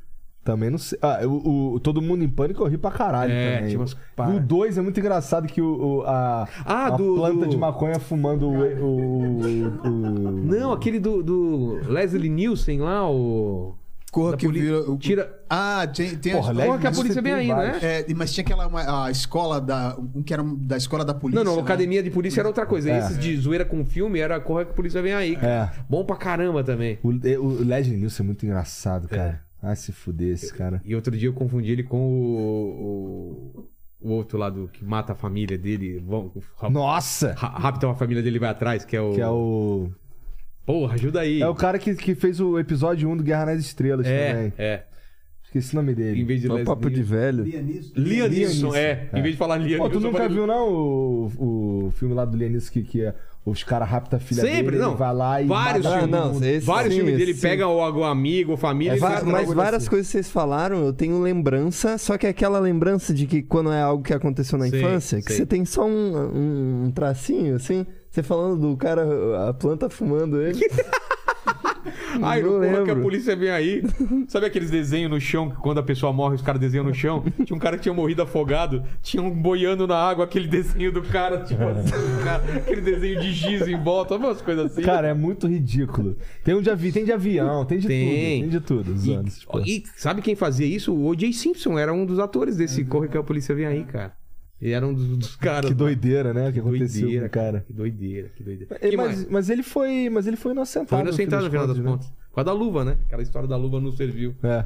Speaker 2: Também não sei. Ah, o, o Todo Mundo em Pânico eu ri pra caralho
Speaker 1: É,
Speaker 2: também.
Speaker 1: tinha umas-
Speaker 2: O 2 é muito engraçado que o, o- a,
Speaker 1: Ah,
Speaker 2: a
Speaker 1: do-
Speaker 2: planta
Speaker 1: do-
Speaker 2: de maconha fumando o... o, o-
Speaker 1: Não, aquele do, do Leslie Nielsen lá, o.
Speaker 3: Corra
Speaker 1: Da
Speaker 3: que
Speaker 1: poli-
Speaker 3: vira. o-
Speaker 1: Tira.
Speaker 3: Ah, tem, tem
Speaker 2: Porra, Leslie
Speaker 1: Corra que a polícia vem
Speaker 2: Nielsen tem
Speaker 1: aí,
Speaker 2: vários.
Speaker 1: né?
Speaker 3: É, mas tinha aquela uma, a escola da. Um que era um- da escola da polícia.
Speaker 1: Não, não,
Speaker 3: né?
Speaker 1: Academia de Polícia era outra coisa.
Speaker 2: É.
Speaker 1: Esses de zoeira com filme era Corra que a Polícia vem aí. cara.
Speaker 2: É.
Speaker 1: Bom pra caramba também.
Speaker 2: O, o Legend News é muito engraçado, cara. Ah, se fuder esse cara.
Speaker 1: E outro dia eu confundi ele com o. o... o outro lá do que mata a família dele. Vão, ra-
Speaker 2: Nossa!
Speaker 1: ra- raptam a família dele e vai atrás, que é o.
Speaker 2: Que é o.
Speaker 1: Porra, ajuda aí.
Speaker 2: É o cara que, que fez o episódio 1 do Guerra nas Estrelas
Speaker 1: É,
Speaker 2: também.
Speaker 1: é.
Speaker 2: Esqueci o nome
Speaker 1: Em
Speaker 2: dele.
Speaker 1: vez de
Speaker 4: É um
Speaker 1: Leslie
Speaker 4: papo de
Speaker 1: Nielsen.
Speaker 4: velho.
Speaker 1: Liam Neeson,
Speaker 2: Neeson,
Speaker 1: é. Em vez de falar Liam
Speaker 2: Pô, tu
Speaker 1: Neeson, eu
Speaker 2: nunca
Speaker 1: falei-
Speaker 2: viu, não, o, o filme lá do Leonis que, que é os caras raptam a filha
Speaker 1: Sempre,
Speaker 2: dele,
Speaker 1: não.
Speaker 2: vai lá e.
Speaker 1: Vários
Speaker 2: mata-
Speaker 1: filmes.
Speaker 4: não, esse
Speaker 1: Vários
Speaker 4: sim,
Speaker 1: filmes
Speaker 4: esse
Speaker 1: dele
Speaker 4: sim.
Speaker 1: pega o- algum amigo, família. e
Speaker 4: Va-
Speaker 1: faz
Speaker 4: mas
Speaker 1: outra
Speaker 4: É várias
Speaker 1: coisa.
Speaker 4: coisas que vocês falaram, eu tenho lembrança, só que é aquela lembrança de que quando é algo que aconteceu na
Speaker 1: Sei,
Speaker 4: infância, que
Speaker 1: sei.
Speaker 4: você tem só um, um tracinho, assim, você falando do cara, a planta fumando ele.
Speaker 1: Ai,
Speaker 4: Não
Speaker 1: não porra, que a
Speaker 4: lembro.
Speaker 1: polícia vem aí. Sabe aqueles desenhos no chão, que quando a pessoa morre, os caras desenham no chão? Tinha um cara que tinha morrido afogado, tinha um boiando na água, aquele desenho do cara, tipo assim, o cara, aquele desenho de giz em volta, umas coisas assim.
Speaker 2: Cara, é muito ridículo. Tem um de avi... tem de avião, tem de
Speaker 1: Tem.
Speaker 2: tudo. Tem de tudo. os anos, tipo, pô.
Speaker 1: e, e sabe quem fazia isso? O O.J. Simpson era um dos atores desse Corre que a polícia vem aí, cara. Ele era um dos, dos caras.
Speaker 2: Uhum. Que doideira, né? O que aconteceu
Speaker 1: doideira,
Speaker 2: com o cara.
Speaker 1: Que doideira, que doideira.
Speaker 2: É,
Speaker 1: Que
Speaker 2: mas,
Speaker 1: mais?
Speaker 2: mas ele foi. Mas ele foi inocentado.
Speaker 1: Foi inocentado no final das
Speaker 2: contas,
Speaker 1: contas. Por causa da luva, né? Aquela história da luva não serviu.
Speaker 2: né? É.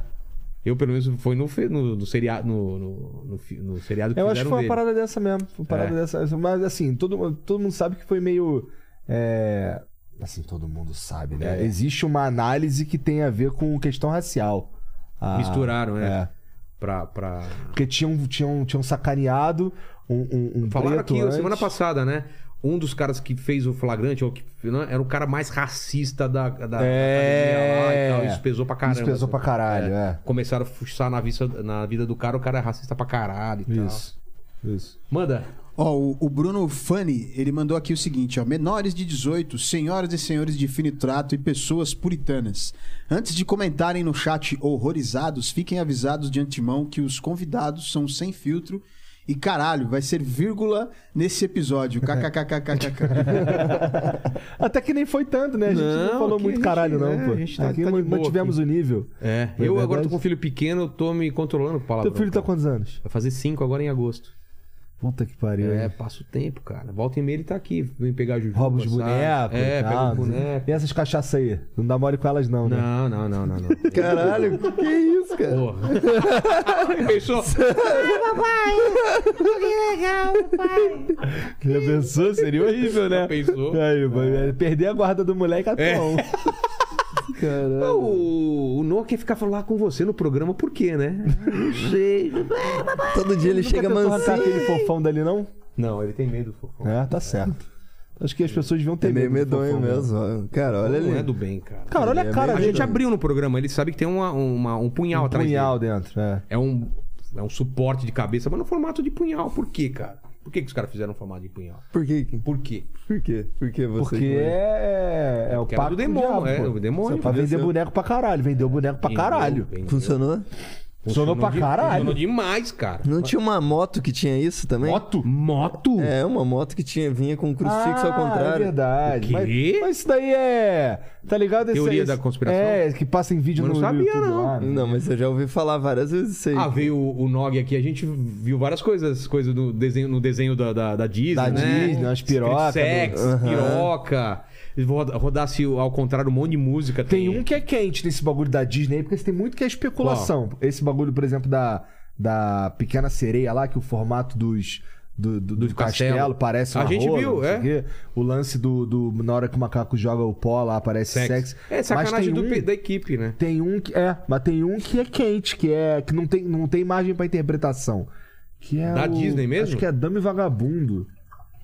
Speaker 1: Eu, pelo menos, foi no, fe- no, no seriado, no, no, no fi- no seriado que
Speaker 2: Eu
Speaker 1: fizeram
Speaker 2: acho que foi uma
Speaker 1: dele.
Speaker 2: parada dessa mesmo. Foi uma parada
Speaker 1: É.
Speaker 2: dessa. Mas assim, todo, todo mundo sabe que foi meio. é, Assim, todo mundo sabe, né?
Speaker 1: É.
Speaker 2: Existe uma análise que tem a ver com questão racial. Ah,
Speaker 1: Misturaram, né?
Speaker 2: É.
Speaker 1: Pra, pra...
Speaker 2: Porque tinham, tinham, tinham sacaneado um, um, um
Speaker 1: Falaram
Speaker 2: preto
Speaker 1: aqui
Speaker 2: antes.
Speaker 1: semana passada, né? um dos caras que fez o flagrante, ou que, né, era o cara mais racista da, da, da
Speaker 2: É.
Speaker 1: academia lá e tal. Isso pesou pra caramba.
Speaker 2: Isso pesou pra caralho, é.
Speaker 1: Começaram a fuçar na, vista, na vida do cara, o cara é racista pra caralho e
Speaker 2: é. Isso. Isso.
Speaker 1: tal. Manda.
Speaker 3: Ó, o, o Bruno Fani, ele mandou aqui o seguinte, ó. Menores de 18, senhoras e senhores de fino trato e pessoas puritanas. Antes de comentarem no chat horrorizados, fiquem avisados de antemão que os convidados são sem filtro e caralho, vai ser vírgula nesse episódio. KKKKKK.
Speaker 2: Até que nem foi tanto, né? A gente não,
Speaker 1: Não,
Speaker 2: falou
Speaker 1: aqui
Speaker 2: muito
Speaker 1: a gente-
Speaker 2: caralho, não,
Speaker 1: é,
Speaker 2: pô.
Speaker 1: a gente tá-
Speaker 2: aqui
Speaker 1: tá de
Speaker 2: man-
Speaker 1: boa
Speaker 2: mantivemos o nível.
Speaker 1: É,
Speaker 2: é
Speaker 1: eu agora
Speaker 2: verdade?
Speaker 1: tô com um filho pequeno, eu tô me controlando com palavras.
Speaker 2: Teu filho tá com quantos anos?
Speaker 1: Vai fazer cinco agora em agosto.
Speaker 2: Puta que pariu.
Speaker 1: É,
Speaker 2: hein?
Speaker 1: passa o tempo, cara. Volta e meia ele tá aqui. Vem pegar Juju.
Speaker 2: Rouba os
Speaker 1: passar.
Speaker 2: bonecos.
Speaker 1: É,
Speaker 2: e
Speaker 1: pega
Speaker 2: tal.
Speaker 1: os bonecos.
Speaker 2: E essas cachaças aí? Não dá mole com elas, não, né?
Speaker 1: Não, não, não, não, não.
Speaker 4: Caralho, que que é isso, cara?
Speaker 1: Porra. Pensou?
Speaker 2: Já pensou? Seria horrível, né?
Speaker 1: Pensou?
Speaker 2: Aí,
Speaker 1: É.
Speaker 2: vai perder a guarda do moleque até um.
Speaker 1: Não, É, O, o Noah quer ficar falando lá com você no programa, por quê, né? Não sei.
Speaker 4: Todo dia ele chega
Speaker 2: arrancar
Speaker 4: mansinho.
Speaker 2: aquele fofão dali, não?
Speaker 1: Não, ele tem medo, fofão.
Speaker 2: É, tá certo. Acho que as pessoas deviam ter
Speaker 4: É meio
Speaker 2: medo do
Speaker 4: medonho
Speaker 2: fofão, né?
Speaker 4: mesmo. ó. Cara, olha
Speaker 1: Não é
Speaker 4: ali.
Speaker 1: do bem, cara.
Speaker 2: Cara, olha
Speaker 4: Ele
Speaker 2: a
Speaker 4: é
Speaker 2: cara
Speaker 1: a
Speaker 4: meio
Speaker 2: dele.
Speaker 1: gente abriu no programa, ele sabe que tem uma, uma- um punhal atrás
Speaker 2: punhal dentro, é.
Speaker 1: dele. É um, é um suporte de cabeça, mas no formato de punhal. Por quê, cara? Por que, que os caras fizeram um formato de punhal?
Speaker 4: Por quê?
Speaker 1: Por quê?
Speaker 4: Por quê? Por que você?
Speaker 2: Porque é, é o
Speaker 1: Porque era
Speaker 2: pacto
Speaker 1: do demônio,
Speaker 2: diabo,
Speaker 1: é,
Speaker 2: pô.
Speaker 1: o demônio.
Speaker 2: Só pra vender boneco pra caralho. Vendeu boneco pra caralho.
Speaker 1: Entendeu?
Speaker 4: Funcionou?
Speaker 2: Funcionou pra
Speaker 1: de-
Speaker 2: caralho.
Speaker 1: Funcionou demais, cara.
Speaker 4: Não tinha uma moto que tinha isso também?
Speaker 2: Moto?
Speaker 1: Moto?
Speaker 4: É, uma moto que tinha, vinha com um crucifixo ao
Speaker 2: Ah,
Speaker 4: contrário.
Speaker 2: É verdade.
Speaker 1: O quê?
Speaker 2: Mas, mas isso daí é. Tá ligado? Esse-
Speaker 1: Teoria
Speaker 2: esse-
Speaker 1: da conspiração?
Speaker 2: É, que passa em vídeo
Speaker 1: Mas
Speaker 2: no
Speaker 1: não sabia,
Speaker 2: YouTube
Speaker 1: não.
Speaker 2: lá, né?
Speaker 4: Não, mas eu já ouvi falar várias vezes isso aí.
Speaker 1: Ah, veio o, o Nog aqui, a gente viu várias coisas, coisas do desenho, no desenho da, da, da Disney.
Speaker 2: Da
Speaker 1: né?
Speaker 2: Disney, umas pirocas,
Speaker 1: Sex, piroca. Eles roda- Rodasse ao contrário um monte de música.
Speaker 2: Tem um que é quente nesse bagulho da Disney aí, porque tem muito que é especulação. Esse bagulho, por exemplo, da, da Pequena Sereia lá, que o formato dos. Do, do, do
Speaker 1: Do
Speaker 2: castelo.
Speaker 1: castelo.
Speaker 2: parece uma
Speaker 1: A gente
Speaker 2: rola,
Speaker 1: viu,
Speaker 2: não sei
Speaker 1: é.
Speaker 2: o quê. O lance do, do. Na hora que o macaco joga o pó lá, aparece
Speaker 1: Sex.
Speaker 2: sexo.
Speaker 1: É sacanagem
Speaker 2: um
Speaker 1: do pe- da equipe, né?
Speaker 2: Tem um que é, mas tem um que é quente, que é que não tem, não tem margem pra interpretação. Que é
Speaker 1: Da
Speaker 2: o-
Speaker 1: Disney mesmo?
Speaker 2: Acho que é Dame Vagabundo.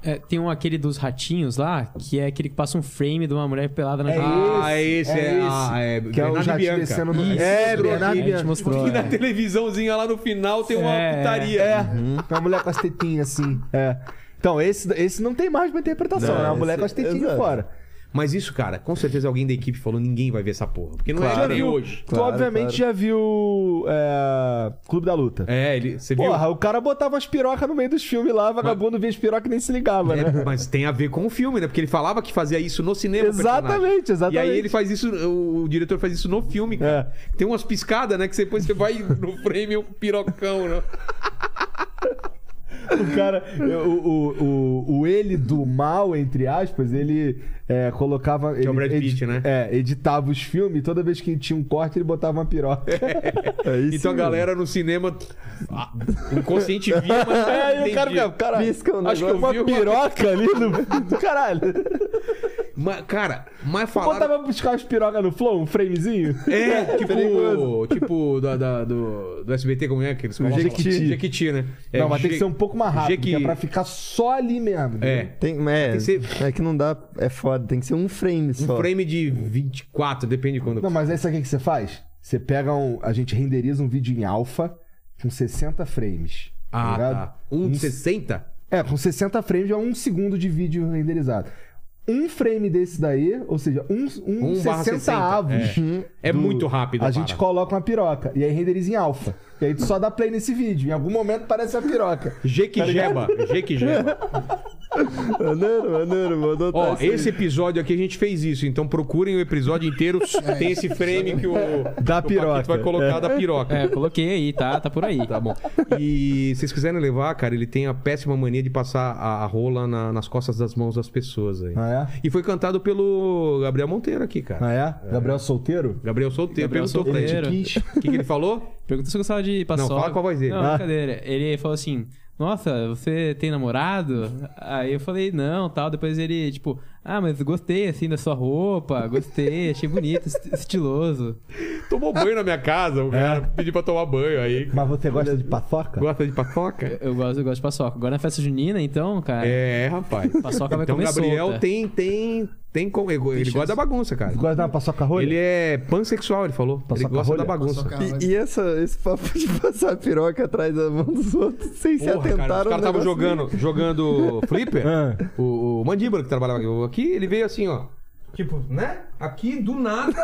Speaker 6: É, tem um aquele dos ratinhos lá, que é aquele que passa um frame de uma mulher pelada
Speaker 2: É
Speaker 6: na janela.
Speaker 1: Ah, esse é- ah, é
Speaker 2: que é o
Speaker 1: Bernardo e
Speaker 2: jatinho
Speaker 1: Bianca.
Speaker 2: descendo no...
Speaker 6: Isso,
Speaker 2: É,
Speaker 6: mostrou
Speaker 2: Bernardo
Speaker 6: aqui,
Speaker 2: e
Speaker 6: a gente
Speaker 2: Bianca.
Speaker 6: mostrou.
Speaker 1: E na televisãozinha lá no final tem uma
Speaker 6: É,
Speaker 1: putaria. Uhum.
Speaker 2: É, uma mulher com as tetinhas assim. É. Então, esse, esse não tem margem pra interpretação,
Speaker 4: Não,
Speaker 2: né? Uma mulher
Speaker 4: esse- é
Speaker 2: com as tetinhas
Speaker 4: exato.
Speaker 2: fora.
Speaker 1: Mas isso, cara, com certeza alguém da equipe falou: ninguém vai ver essa porra. Porque não
Speaker 4: Claro.
Speaker 1: é de hoje.
Speaker 4: Claro,
Speaker 2: tu, obviamente,
Speaker 4: claro.
Speaker 2: já viu é, Clube da Luta.
Speaker 1: É, ele, você viu?
Speaker 2: Porra, o cara botava as pirocas no meio dos filmes lá, vagabundo via as pirocas e nem se ligava, né?
Speaker 1: É, mas tem a ver com o filme, né? Porque ele falava que fazia isso no cinema. o personagem.
Speaker 2: Exatamente, exatamente.
Speaker 1: É.
Speaker 2: É.
Speaker 1: E aí ele faz isso, o, o diretor faz isso no filme, cara. Tem umas piscadas, né? Que depois você vai no frame é um pirocão, né?
Speaker 2: O cara, o, o, o, o ele do mal, entre aspas, ele é, colocava. ele,
Speaker 1: é o Brad
Speaker 2: edi-
Speaker 1: Pitt, né?
Speaker 2: É, editava os filmes e toda vez que tinha um corte ele botava uma piroca.
Speaker 4: É isso
Speaker 1: Então a
Speaker 4: mesmo.
Speaker 1: galera no cinema. ah, Inconsciente via, mas. não
Speaker 2: Aí É, o cara,
Speaker 1: entendia.
Speaker 2: fica, cara
Speaker 4: Pisca um
Speaker 1: Acho que eu
Speaker 4: negócio.
Speaker 2: uma
Speaker 1: vi uma-
Speaker 2: piroca ali no. do Caralho.
Speaker 1: Mas, cara, mas falaram.
Speaker 2: Botava buscar umas pirocas no Flow, um framezinho.
Speaker 1: É, tipo.
Speaker 2: Perigoso.
Speaker 1: tipo, da, da- do, do SBT, como é que eles colocam?
Speaker 2: Jequiti.
Speaker 1: Jequiti, né? É,
Speaker 2: Não, mas tem
Speaker 1: Je-
Speaker 2: que ser um pouco mais rápido,
Speaker 1: Jequi-
Speaker 2: que é pra ficar só ali mesmo.
Speaker 1: É.
Speaker 4: Tem, é,
Speaker 1: que ser-
Speaker 4: é que não dá, é foda, tem que ser um frame
Speaker 1: Um
Speaker 4: só.
Speaker 1: frame de 24, depende de quando.
Speaker 2: Não, mas aí sabe o que que você faz? Você pega um. A gente renderiza um vídeo em alfa com 60 frames.
Speaker 1: ah,
Speaker 2: ligado?
Speaker 1: tá. Um de 60?
Speaker 2: É, com 60 frames já é um segundo de vídeo renderizado. Um frame desse daí, ou seja, um, um,
Speaker 1: 1 barra
Speaker 2: 60,
Speaker 1: 60,
Speaker 2: avos.
Speaker 1: É, é
Speaker 2: do-
Speaker 1: muito rápido.
Speaker 2: A gente coloca uma piroca e aí renderiza em alfa. E aí tu só dá play nesse vídeo. Em algum momento parece a piroca.
Speaker 1: Jequijeba, Tá Jequijeba.
Speaker 4: Maneiro, maneiro, vou adotar
Speaker 1: Ó,
Speaker 4: isso aí.
Speaker 1: esse episódio aqui a gente fez isso, então procurem o episódio inteiro. Tem esse frame que o.
Speaker 2: É. Da
Speaker 1: que o
Speaker 2: piroca.
Speaker 1: Paquito vai colocar da piroca.
Speaker 6: É, coloquei aí, tá? Tá por aí.
Speaker 1: Tá bom. E se vocês quiserem levar, cara, ele tem a péssima mania de passar a, a rola na- nas costas das mãos das pessoas aí.
Speaker 2: Ah, é?
Speaker 1: E foi cantado pelo Gabriel Monteiro aqui, cara.
Speaker 2: Ah, é? Gabriel solteiro?
Speaker 1: Gabriel Solteiro
Speaker 6: Gabriel
Speaker 1: perguntou pra
Speaker 6: Solteiro.
Speaker 1: ele. O que, que ele falou?
Speaker 6: Perguntou se eu gostava de paçoca.
Speaker 1: Não, fala com a voz dele.
Speaker 6: Não,
Speaker 2: Ah.
Speaker 6: brincadeira. Ele falou assim: nossa, você tem namorado? Aí eu falei, não, tal. Depois ele, tipo, ah, mas gostei, assim, da sua roupa, gostei, achei bonito, est- estiloso.
Speaker 1: Tomou banho na minha casa,
Speaker 2: É.
Speaker 1: o cara pediu pra tomar banho aí.
Speaker 7: Mas você gosta de
Speaker 2: Tá.
Speaker 7: paçoca?
Speaker 1: Gosta de paçoca?
Speaker 6: Eu gosto, eu gosto de paçoca. Agora na festa junina, então, cara,
Speaker 1: É, rapaz.
Speaker 6: paçoca vai
Speaker 1: Então o
Speaker 6: comer
Speaker 1: Gabriel
Speaker 6: solta.
Speaker 1: tem, tem, tem como. Ele, ele gosta da bagunça, cara.
Speaker 7: Gosta de uma paçoca rolha?
Speaker 1: Ele é pansexual, ele falou.
Speaker 7: Paçoca
Speaker 1: ele gosta
Speaker 7: rolha?
Speaker 1: da bagunça.
Speaker 3: Paçoca-
Speaker 4: E, e essa- esse papo de passar a piroca atrás da mão dos outros sem se
Speaker 1: Porra,
Speaker 4: atentaram
Speaker 1: cara, os
Speaker 4: no
Speaker 1: caras estavam
Speaker 4: negócio.
Speaker 1: jogando, jogando flipper.
Speaker 7: Ah.
Speaker 1: o, o mandíbula que trabalhava aqui, aqui, ele veio assim, ó. Tipo, né? Aqui, do nada.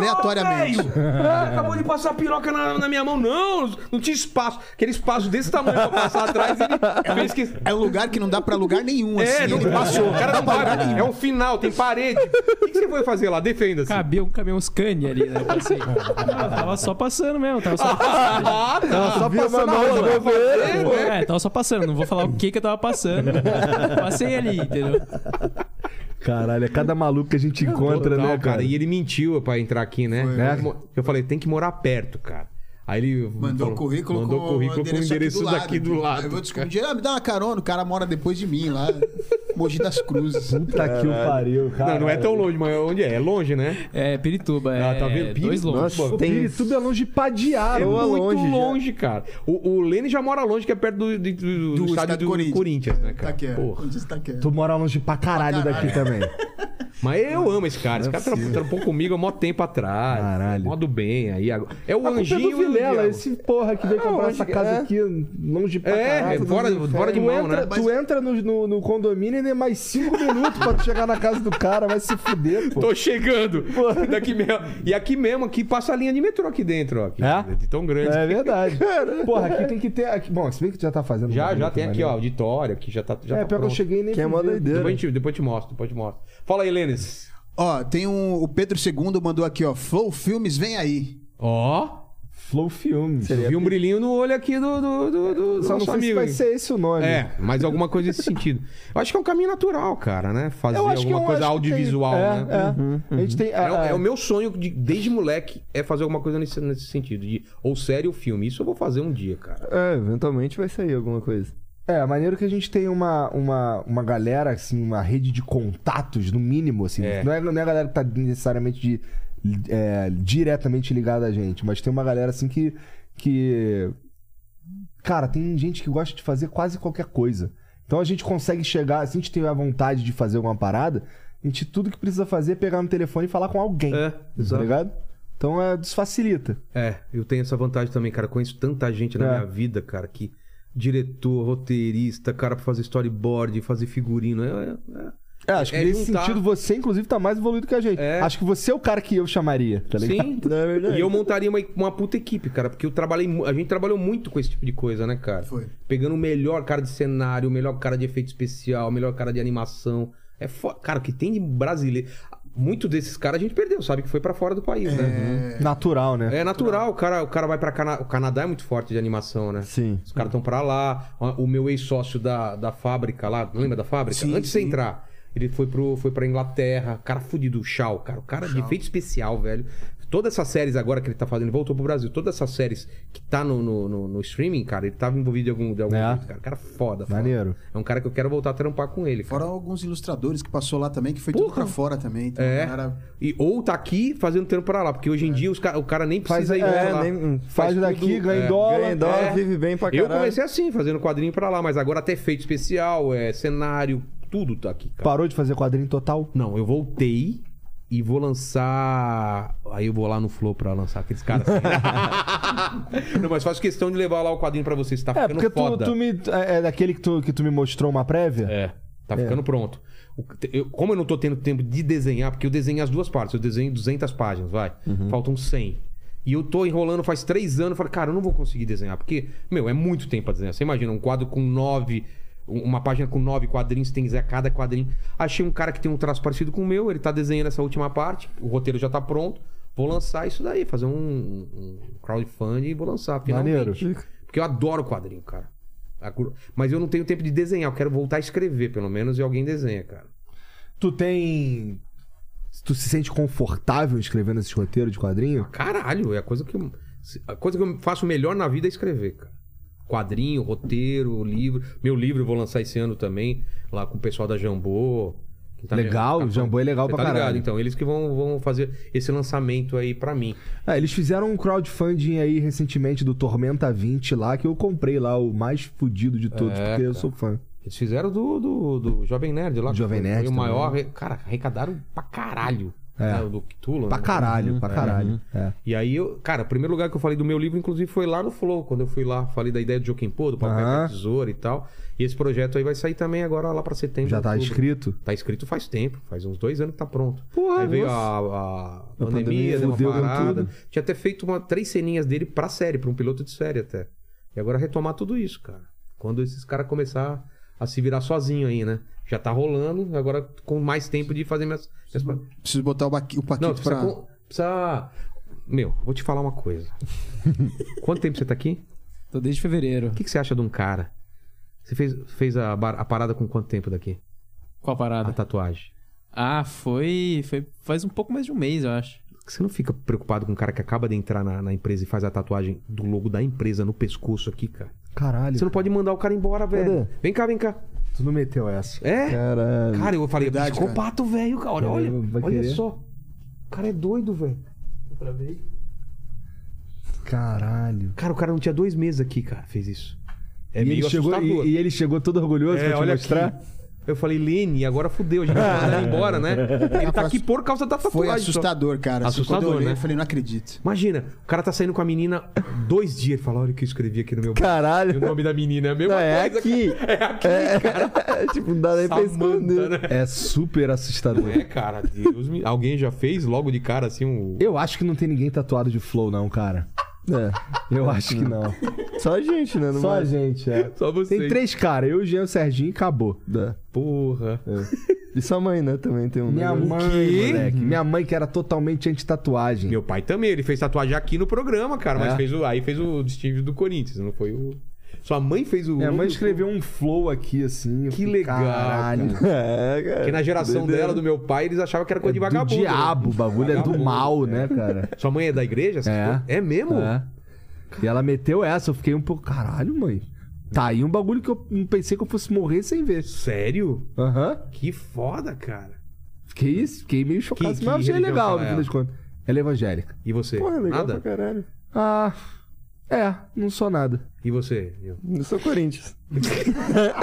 Speaker 3: Aleatoriamente.
Speaker 1: Ah, acabou de passar a piroca na, na minha mão. Não, não tinha espaço. Aquele espaço desse tamanho pra passar atrás, ele fez que...
Speaker 3: É um lugar que não dá pra lugar nenhum,
Speaker 1: É,
Speaker 3: assim.
Speaker 1: não
Speaker 3: Ele passou.
Speaker 1: O cara não
Speaker 3: dá pra lugar
Speaker 1: vai. É um final, tem parede. O que que você foi fazer lá? Defenda-se.
Speaker 6: Cabia um caminhão Scania ali, né? Eu pensei. Não, eu tava só passando mesmo, tava só
Speaker 1: Ah, tá.
Speaker 7: Só passando a rola.
Speaker 1: É, né?
Speaker 6: É, tava só passando, não vou falar o que que eu tava passando. Passei ali, entendeu?
Speaker 2: Caralho, é cada maluco que a gente encontra,
Speaker 1: Total,
Speaker 2: né, cara?
Speaker 1: E ele mentiu pra entrar aqui, né? Né? Eu falei, tem que morar perto, cara. Aí ele
Speaker 3: Mandou
Speaker 1: falou,
Speaker 3: o currículo
Speaker 1: mandou
Speaker 3: com,
Speaker 1: currículo com o endereço daqui do
Speaker 3: Aí Eu
Speaker 1: lado.
Speaker 3: vou descobrir, ah, me dá uma carona, o cara mora depois de mim lá, Mogi das Cruzes.
Speaker 7: Puta que o pariu, cara.
Speaker 1: Não, não é tão longe, mas onde é? É longe, né?
Speaker 6: É, Pirituba, é.
Speaker 1: Ah, tá vendo? Piri-
Speaker 6: Dois longos.
Speaker 4: Nossa, tem...
Speaker 2: Pirituba é longe de Padiá,
Speaker 1: É
Speaker 4: Eu
Speaker 1: muito
Speaker 4: a
Speaker 1: longe,
Speaker 4: longe já.
Speaker 1: cara. O, o Lene já mora longe, que é perto do, do, do, do estádio do Corinthians. né, cara?
Speaker 3: Taquera.
Speaker 1: Porra.
Speaker 3: Corinthians Taquera.
Speaker 7: Tu mora longe pra caralho
Speaker 3: Pra
Speaker 7: daqui
Speaker 3: caralho.
Speaker 7: também.
Speaker 1: Mas eu amo esse cara. Esse cara tra- trampou comigo há mó tempo atrás.
Speaker 7: Caralho.
Speaker 1: Mó do bem aí. agora. É o
Speaker 2: A culpa é
Speaker 1: Anjinho.
Speaker 2: do
Speaker 1: e o
Speaker 2: Vilela,
Speaker 1: Diabo.
Speaker 2: esse porra que
Speaker 4: Ah,
Speaker 2: veio comprar essa
Speaker 4: é.
Speaker 2: casa aqui, longe pra
Speaker 1: É,
Speaker 2: caralho,
Speaker 1: fora-
Speaker 2: do inferno.
Speaker 1: fora de
Speaker 2: tu
Speaker 1: mão,
Speaker 2: entra,
Speaker 1: né?
Speaker 2: Tu
Speaker 3: Mas-
Speaker 2: entra no, no- no condomínio e nem mais cinco minutos pra tu chegar na casa do cara, vai se fuder, pô.
Speaker 1: Tô chegando. Daqui mesmo. E aqui mesmo, aqui passa a linha de metrô aqui dentro, ó. Aqui,
Speaker 7: É?
Speaker 1: De tão grande.
Speaker 2: É verdade. Porra, aqui tem que ter... Aqui, bom, se bem que tu já tá fazendo...
Speaker 1: Já, já
Speaker 2: condomínio
Speaker 1: tem
Speaker 2: também,
Speaker 1: aqui,
Speaker 2: né?
Speaker 1: ó, auditório, aqui já tá. Já
Speaker 2: É,
Speaker 1: tá
Speaker 2: pior que eu
Speaker 1: pronto.
Speaker 2: cheguei e nem
Speaker 4: Que é mó
Speaker 2: fui ver.
Speaker 4: doideira.
Speaker 1: Depois, te, depois te mostro, depois te mostro. Fala aí, Lênis.
Speaker 3: Ó, tem um. O Pedro II mandou aqui, ó. Flow Filmes, vem aí.
Speaker 1: Ó.
Speaker 2: Flow Filmes.
Speaker 1: Vi um brilhinho no olho aqui do, do, do, do
Speaker 2: Só
Speaker 1: nosso
Speaker 2: não sei se
Speaker 1: amigo.
Speaker 2: vai
Speaker 1: aí.
Speaker 2: ser esse o nome.
Speaker 1: É, mas alguma coisa nesse sentido. Eu acho que é um caminho natural, cara, né? Fazer
Speaker 2: Eu acho que
Speaker 1: alguma
Speaker 2: eu
Speaker 1: coisa
Speaker 2: acho que
Speaker 1: audiovisual,
Speaker 2: tem...
Speaker 1: né?
Speaker 2: É, é. A gente tem...
Speaker 1: É, o- é o meu sonho de- desde moleque é fazer alguma coisa nesse, nesse sentido. De, ou série ou filme. Isso eu vou fazer um dia, cara.
Speaker 4: É, eventualmente vai sair alguma coisa.
Speaker 2: É, maneiro que a gente tem uma, uma, uma galera, assim, uma rede de contatos, no mínimo, assim.
Speaker 1: É.
Speaker 2: Não, é, não é a galera que tá necessariamente de, é, diretamente ligada a gente, mas tem uma galera, assim, que, que... Cara, tem gente que gosta de fazer quase qualquer coisa. Então a gente consegue chegar, se a gente tiver a vontade de fazer alguma parada, a gente tudo que precisa fazer é pegar no telefone e falar com alguém.
Speaker 1: É,
Speaker 2: Tá
Speaker 1: exato.
Speaker 2: ligado? Então é, desfacilita.
Speaker 1: É, eu tenho essa vantagem também, cara. Conheço tanta gente na
Speaker 2: É.
Speaker 1: minha vida, cara, que diretor, roteirista, cara pra fazer storyboard, fazer figurino. É, é- é.
Speaker 2: É, acho que
Speaker 1: É
Speaker 2: nesse
Speaker 1: juntar.
Speaker 2: sentido você, inclusive, tá mais evoluído que a gente.
Speaker 1: É.
Speaker 2: Acho que você é o cara que eu chamaria, tá ligado?
Speaker 1: Sim.
Speaker 4: Não é verdade.
Speaker 1: E eu montaria uma, uma puta equipe, cara, porque eu trabalhei, mu- a gente trabalhou muito com esse tipo de coisa, né, cara?
Speaker 3: Foi.
Speaker 1: Pegando o melhor cara de cenário, o melhor cara de efeito especial, o melhor cara de animação. É fo... cara, o que tem de brasileiro. Muito desses caras a gente perdeu, sabe que foi pra fora do país,
Speaker 4: É.
Speaker 1: né?
Speaker 2: Natural, né?
Speaker 1: É natural, o cara, o cara vai pra Cana... O Canadá é muito forte de animação, né?
Speaker 4: Sim.
Speaker 1: Os caras estão pra lá. O meu ex-sócio da, da fábrica lá, lembra da fábrica?
Speaker 3: Sim,
Speaker 1: Antes de
Speaker 3: sim.
Speaker 1: entrar, ele foi, pro, foi pra Inglaterra. Cara fudido, o Shaw, cara. O cara de efeito especial, velho. Todas essas séries agora que ele tá fazendo, ele voltou pro Brasil. Todas essas séries que tá no, no, no- no streaming, cara, ele tava envolvido de algum, de algum
Speaker 2: É.
Speaker 1: jeito, cara. Cara foda, foda.
Speaker 2: Maneiro.
Speaker 1: É um cara que eu quero voltar a trampar com ele, cara.
Speaker 3: Fora alguns ilustradores que passou lá também, que foi tudo
Speaker 1: Porra.
Speaker 3: pra fora também. Então,
Speaker 1: É.
Speaker 3: galera-
Speaker 1: E, ou tá aqui fazendo trampo pra lá, porque hoje em dia os ca- o cara nem
Speaker 2: Faz
Speaker 1: precisa
Speaker 2: aí,
Speaker 1: ir mais
Speaker 4: É,
Speaker 1: lá.
Speaker 4: nem, hum,
Speaker 2: Faz,
Speaker 1: Faz
Speaker 2: daqui,
Speaker 1: tudo,
Speaker 2: ganha em
Speaker 1: é.
Speaker 2: dólar.
Speaker 4: ganha em dólar,
Speaker 1: é.
Speaker 4: vive bem pra
Speaker 1: Eu
Speaker 4: caralho.
Speaker 1: comecei assim, fazendo quadrinho pra lá, mas agora até efeito especial, é, cenário, tudo tá aqui, cara.
Speaker 2: Parou de fazer quadrinho total?
Speaker 1: Não, eu voltei e vou lançar. Aí eu vou lá no Flow pra lançar aqueles caras. assim. Não, mas faço questão de levar lá o quadrinho pra vocês, tá
Speaker 2: É,
Speaker 1: ficando
Speaker 2: porque tu,
Speaker 1: foda.
Speaker 2: tu me. É, é daquele que tu, que tu me mostrou uma prévia?
Speaker 1: É, tá ficando pronto. O- eu- como eu não tô tendo tempo de desenhar, porque eu desenho as duas partes, eu desenho 200 páginas, vai. Faltam 100. E eu tô enrolando faz três anos, eu falo, cara, eu não vou conseguir desenhar, porque, meu, é muito tempo pra desenhar. Você imagina, um quadro com nove, um- uma página com nove quadrinhos, você tem que desenhar cada quadrinho. Achei um cara que tem um traço parecido com o meu, ele tá desenhando essa última parte, o roteiro já tá pronto. Vou lançar isso daí, fazer um, um crowdfunding e vou lançar, finalmente.
Speaker 2: Maneiro.
Speaker 1: Porque eu adoro quadrinho, cara. A cur- Mas eu não tenho tempo de desenhar. Eu quero voltar a escrever, pelo menos, e alguém desenha, cara.
Speaker 2: Tu tem. Tu se sente confortável escrevendo esses
Speaker 1: Ah,
Speaker 2: roteiros de quadrinho?
Speaker 1: Caralho, é a coisa que eu... se- A coisa que eu faço melhor na vida é escrever, cara. Quadrinho, roteiro, livro. Meu livro eu vou lançar esse ano também, lá com o pessoal da Jambô. que tá-
Speaker 2: Legal, Jambô é legal
Speaker 1: Você
Speaker 2: pra
Speaker 1: tá
Speaker 2: caralho.
Speaker 1: ligado? Então, eles que vão, vão fazer esse lançamento aí pra mim.
Speaker 2: É, eles fizeram um crowdfunding aí recentemente do Tormenta 20 lá, que eu comprei lá, o mais fudido de todos,
Speaker 1: É,
Speaker 2: porque eu
Speaker 1: cara.
Speaker 2: sou fã.
Speaker 1: Eles fizeram do, do, do Jovem Nerd lá. que
Speaker 2: Jovem
Speaker 1: foi-
Speaker 2: Nerd
Speaker 1: Foi o
Speaker 2: também.
Speaker 1: maior. re- Cara, arrecadaram pra caralho.
Speaker 2: É.
Speaker 1: né, o do Cthulhu.
Speaker 2: Pra
Speaker 1: né?
Speaker 2: caralho, pra caralho.
Speaker 1: Uhum.
Speaker 2: É.
Speaker 1: E aí, eu, cara, o primeiro lugar que eu falei do meu livro, inclusive, foi lá no Flow, quando eu fui lá, falei da ideia do Jokenpô, do papel
Speaker 2: Aham.
Speaker 1: da tesoura e tal. E esse projeto aí vai sair também agora lá pra setembro.
Speaker 2: Já tá
Speaker 1: outubro.
Speaker 2: escrito.
Speaker 1: Tá escrito faz tempo, faz uns dois anos que tá pronto.
Speaker 2: Porra,
Speaker 1: aí veio
Speaker 2: nossa.
Speaker 1: a, a
Speaker 2: pandemia,
Speaker 1: pandemia, deu uma
Speaker 2: fudeu com
Speaker 1: parada.
Speaker 2: tudo.
Speaker 1: Tinha até feito uma, três ceninhas dele pra série, pra um piloto de série até. E agora retomar tudo isso, cara. Quando esses caras começar a se virar sozinho aí, né? Já tá rolando, agora com mais tempo de fazer minhas. minhas...
Speaker 3: Preciso botar o, baqui- o
Speaker 1: Não,
Speaker 3: paquete
Speaker 1: precisa,
Speaker 3: pra.
Speaker 1: com- precisa. Meu, vou te falar uma coisa. Quanto tempo você tá aqui?
Speaker 6: Tô desde fevereiro.
Speaker 1: O que, que você acha de um cara? Você fez, fez a, bar- a parada com quanto tempo daqui?
Speaker 6: Qual a
Speaker 1: A
Speaker 6: parada?
Speaker 1: tatuagem.
Speaker 6: Ah, foi, foi. Faz um pouco mais de um mês, eu acho.
Speaker 1: Você não fica preocupado com um cara que acaba de entrar na, na empresa e faz a tatuagem do logo da empresa no pescoço aqui, cara?
Speaker 2: Caralho.
Speaker 1: Você não pode mandar o cara embora, velho. Vem cá, vem cá.
Speaker 2: Tu não meteu essa.
Speaker 1: É?
Speaker 7: Caralho.
Speaker 1: Cara, eu falei, é
Speaker 3: Verdade, cara.
Speaker 1: psicopata, velho, cara. Olha, olha,
Speaker 2: Vai
Speaker 1: olha
Speaker 2: querer.
Speaker 1: só. O cara é doido, velho.
Speaker 2: Caralho.
Speaker 1: Cara, o cara não tinha dois meses aqui, cara, fez isso. É
Speaker 2: e, ele chegou,
Speaker 1: assustador.
Speaker 2: e, e ele chegou todo orgulhoso
Speaker 1: É,
Speaker 2: pra te
Speaker 1: olha
Speaker 2: mostrar.
Speaker 1: aqui. Eu falei, Lene, agora fudeu, a gente vai mandar ele embora, né? Ele tá aqui por causa da tatuagem.
Speaker 3: Foi
Speaker 1: só.
Speaker 3: assustador, cara. Assim,
Speaker 1: Assustador,
Speaker 3: quando eu olhei,
Speaker 1: né?
Speaker 3: eu falei, não acredito.
Speaker 1: Imagina, o cara tá saindo com a menina dois dias. Ele fala, olha o que eu escrevi aqui no meu... E o
Speaker 4: Caralho.
Speaker 1: nome da menina é a mesma
Speaker 4: Não, é
Speaker 1: coisa.
Speaker 4: aqui.
Speaker 1: É aqui,
Speaker 4: É, tipo, não dá nem pra
Speaker 1: Samanta,
Speaker 4: esconder.
Speaker 1: né?
Speaker 2: É super assustador.
Speaker 1: É, cara, Deus me... Alguém já fez logo de cara, assim, um...
Speaker 2: Eu acho que não tem ninguém tatuado de flow, não, cara. Eu acho que não.
Speaker 4: Só a gente, né? No
Speaker 2: Só a
Speaker 4: máximo.
Speaker 2: gente, é.
Speaker 1: Só você.
Speaker 2: Tem três caras, eu, Jean, o Serginho e acabou.
Speaker 4: Dá.
Speaker 1: Porra.
Speaker 2: É.
Speaker 4: E sua mãe, né? Também tem um.
Speaker 2: Minha
Speaker 4: negócio.
Speaker 2: mãe, moleque. Minha mãe que era totalmente anti-tatuagem.
Speaker 1: Meu pai também, ele fez tatuagem aqui no programa, cara. Mas
Speaker 2: É?
Speaker 1: fez o... aí fez o Steve do Corinthians, não foi o... Sua mãe fez o...
Speaker 2: Minha mãe escreveu um flow aqui, assim. eu
Speaker 1: Que
Speaker 2: falei,
Speaker 1: legal,
Speaker 2: Caralho.
Speaker 4: É, cara.
Speaker 1: Porque na geração
Speaker 4: Doideira.
Speaker 1: dela, do meu pai, eles achavam que era coisa de
Speaker 2: É Do
Speaker 1: vagabundo. né?
Speaker 2: diabo, o bagulho é do
Speaker 1: Vagabundo.
Speaker 2: mal, né, cara?
Speaker 1: Sua mãe é da igreja? essas
Speaker 2: É.
Speaker 1: coisas? É mesmo?
Speaker 2: É. E ela meteu essa, eu fiquei um pouco. Caralho, mãe. Tá aí um bagulho que eu não pensei que eu fosse morrer sem ver.
Speaker 1: Sério?
Speaker 2: Aham.
Speaker 1: Que foda, cara.
Speaker 2: Fiquei isso, fiquei meio chocado.
Speaker 1: Que-
Speaker 2: mas eu
Speaker 1: que
Speaker 2: achei
Speaker 1: religião
Speaker 2: legal,
Speaker 1: ela
Speaker 2: no fim
Speaker 1: é?
Speaker 2: das contas. Ela é evangélica.
Speaker 1: E você?
Speaker 4: Porra, é legal
Speaker 1: Nada?
Speaker 4: pra caralho.
Speaker 2: Ah. É, não sou nada.
Speaker 1: E você? Eu.
Speaker 4: Eu sou Corinthians.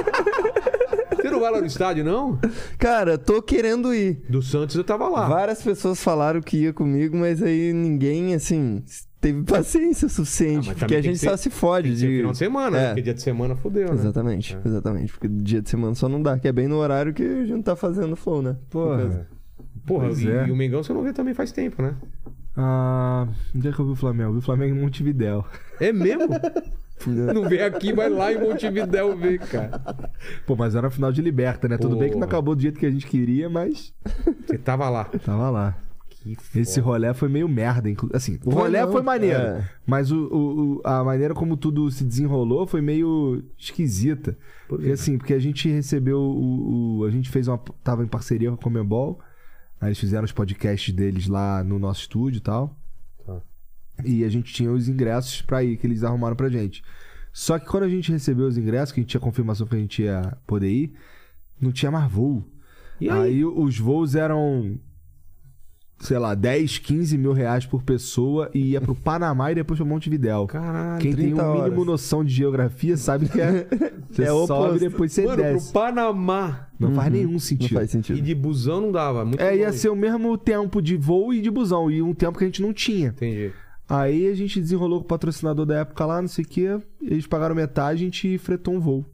Speaker 1: Você não vai lá no estádio, não?
Speaker 4: Cara, tô querendo ir.
Speaker 1: Do Santos eu tava lá.
Speaker 4: Várias pessoas falaram que ia comigo, mas aí ninguém, assim, teve paciência suficiente.
Speaker 1: Ah, mas também
Speaker 4: porque a
Speaker 1: tem
Speaker 4: gente
Speaker 1: que
Speaker 4: só
Speaker 1: ser-
Speaker 4: se fode
Speaker 1: Tem que ser
Speaker 4: de.
Speaker 1: final de semana,
Speaker 4: É.
Speaker 1: né? Porque dia de semana fudeu, né?
Speaker 4: Exatamente, exatamente. Porque dia de semana só não dá, que é bem no horário que a gente tá fazendo flow, né?
Speaker 2: Porra.
Speaker 1: Porra,
Speaker 2: Pois
Speaker 1: e,
Speaker 2: é.
Speaker 1: e o Mengão você não vê também faz tempo, né?
Speaker 2: Ah. Onde é que eu vi o Flamengo? Eu vi o Flamengo em Montevidéu.
Speaker 1: É mesmo? não vê aqui, vai lá em Montevidéu ver, cara.
Speaker 2: Pô, mas era final de liberta, né? Tudo bem que não
Speaker 1: Porra.
Speaker 2: acabou do jeito que a gente queria, mas
Speaker 1: Você tava lá.
Speaker 2: tava lá.
Speaker 1: Que foda.
Speaker 2: Esse rolé foi meio merda, inclu... assim. O
Speaker 4: Foi
Speaker 2: rolé
Speaker 4: não.
Speaker 2: foi maneiro,
Speaker 4: É.
Speaker 2: mas o, o- o- a maneira como tudo se desenrolou foi meio esquisita. Porque assim, porque a gente recebeu o, o- a gente fez uma tava em parceria com a Comebol, aí eles fizeram os podcasts deles lá no nosso estúdio e tal.
Speaker 1: Tá.
Speaker 2: E a gente tinha os ingressos pra ir que eles arrumaram pra gente. Só que quando a gente recebeu os ingressos, que a gente tinha confirmação que a gente ia poder ir, não tinha mais voo.
Speaker 1: E
Speaker 2: aí?
Speaker 1: aí?
Speaker 2: os voos eram, sei lá, 10, 15 mil reais por pessoa e ia pro Panamá e depois pro Montevidéu.
Speaker 1: Caralho.
Speaker 2: Quem tem
Speaker 4: 30
Speaker 2: um mínimo
Speaker 4: horas.
Speaker 2: noção de geografia sabe que é. Você
Speaker 4: É o
Speaker 2: sobe
Speaker 4: oposto. Uhum.
Speaker 2: depois você
Speaker 1: Mano, pro
Speaker 2: desce.
Speaker 1: Panamá
Speaker 2: Não faz nenhum
Speaker 4: Não
Speaker 2: sentido.
Speaker 4: faz
Speaker 1: e
Speaker 4: sentido.
Speaker 1: de busão não dava. Muito
Speaker 2: É, ia
Speaker 1: longe.
Speaker 2: ser o mesmo tempo de voo e de busão, e um tempo que a gente não tinha.
Speaker 1: Entendi.
Speaker 2: Aí a gente desenrolou com o patrocinador da época lá, não sei o quê. Eles pagaram metade, a gente fretou um voo.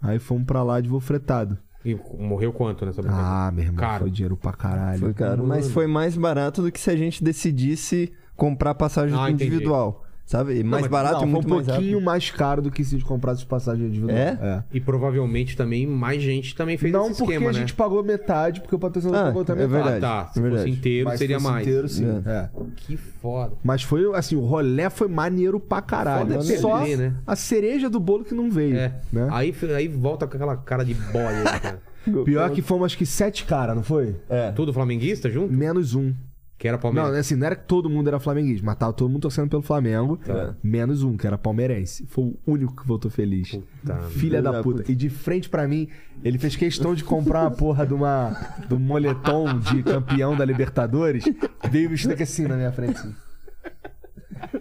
Speaker 2: Aí fomos pra lá de voo fretado.
Speaker 1: E morreu quanto nessa brincadeira?
Speaker 2: Ah, meu irmão,
Speaker 1: Caro.
Speaker 2: foi dinheiro pra caralho.
Speaker 4: Tá Foi caro, mas foi mais barato do que se a gente decidisse comprar passagem
Speaker 1: Ah, entendi.
Speaker 4: individual. Sabe? E mais
Speaker 1: mas-
Speaker 4: barato
Speaker 2: Não,
Speaker 4: e
Speaker 2: foi um
Speaker 4: muito mais
Speaker 2: pouquinho
Speaker 4: rápido.
Speaker 2: mais, caro do que se comprasse passagem individual.
Speaker 4: É?
Speaker 1: E provavelmente também mais gente também fez
Speaker 2: não
Speaker 1: esse
Speaker 2: porque
Speaker 1: esquema,
Speaker 2: a
Speaker 1: né?
Speaker 2: gente pagou metade, porque o patrocinador
Speaker 4: Ah,
Speaker 2: pagou também
Speaker 4: é
Speaker 2: metade.
Speaker 4: verdade.
Speaker 1: ah, tá. Se
Speaker 4: verdade.
Speaker 1: fosse inteiro,
Speaker 2: Mas
Speaker 1: seria
Speaker 2: fosse
Speaker 1: mais.
Speaker 2: inteiro, sim. É.
Speaker 1: Que foda.
Speaker 2: Mas foi assim, o rolé foi maneiro pra caralho.
Speaker 1: Foda é
Speaker 2: Só
Speaker 1: perder, né?
Speaker 2: a cereja do bolo que não veio.
Speaker 1: É.
Speaker 2: Né?
Speaker 1: Aí, aí volta com aquela cara de boia, né, cara.
Speaker 2: Pior que fomos acho que sete caras, não foi?
Speaker 1: Tudo flamenguista junto?
Speaker 2: Menos um.
Speaker 1: Que era
Speaker 2: Não,
Speaker 1: Palmeiras.
Speaker 2: assim, não era que todo mundo era flamenguista, mas tava todo mundo torcendo pelo Flamengo, menos um, que era palmeirense. Foi o único que voltou feliz. Filha da puta. E de frente pra mim, ele fez questão de comprar uma porra de uma do moletom de campeão da Libertadores, veio vestido aqui assim na minha frente. assim.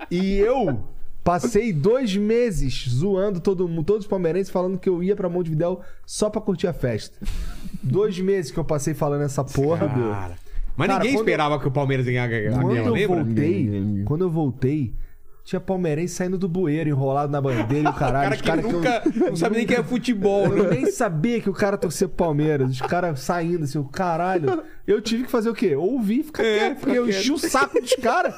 Speaker 2: E eu passei dois meses zoando todo mundo, todos os palmeirenses falando que eu ia pra Montevidéu só pra curtir a festa. Dois meses que eu passei falando essa porra.
Speaker 1: Cara. Mas
Speaker 2: né? Cara,
Speaker 1: ninguém
Speaker 2: quando-
Speaker 1: esperava que o Palmeiras ganhasse É, a
Speaker 2: Quando
Speaker 1: Gama,
Speaker 2: eu
Speaker 1: lembra?
Speaker 2: voltei, quando eu voltei, tinha palmeirense saindo do bueiro, enrolado na bandeira e o
Speaker 1: O
Speaker 2: caralho.
Speaker 1: cara
Speaker 2: os
Speaker 1: que
Speaker 2: cara que eu-
Speaker 1: nunca. Não sabe nem que é futebol.
Speaker 2: Eu nem sabia que o cara torcia pro Palmeiras. Os caras saindo assim, o caralho. Eu tive que fazer o quê? Ouvir e
Speaker 1: É,
Speaker 2: ficar quieto, porque eu enchi o saco dos caras.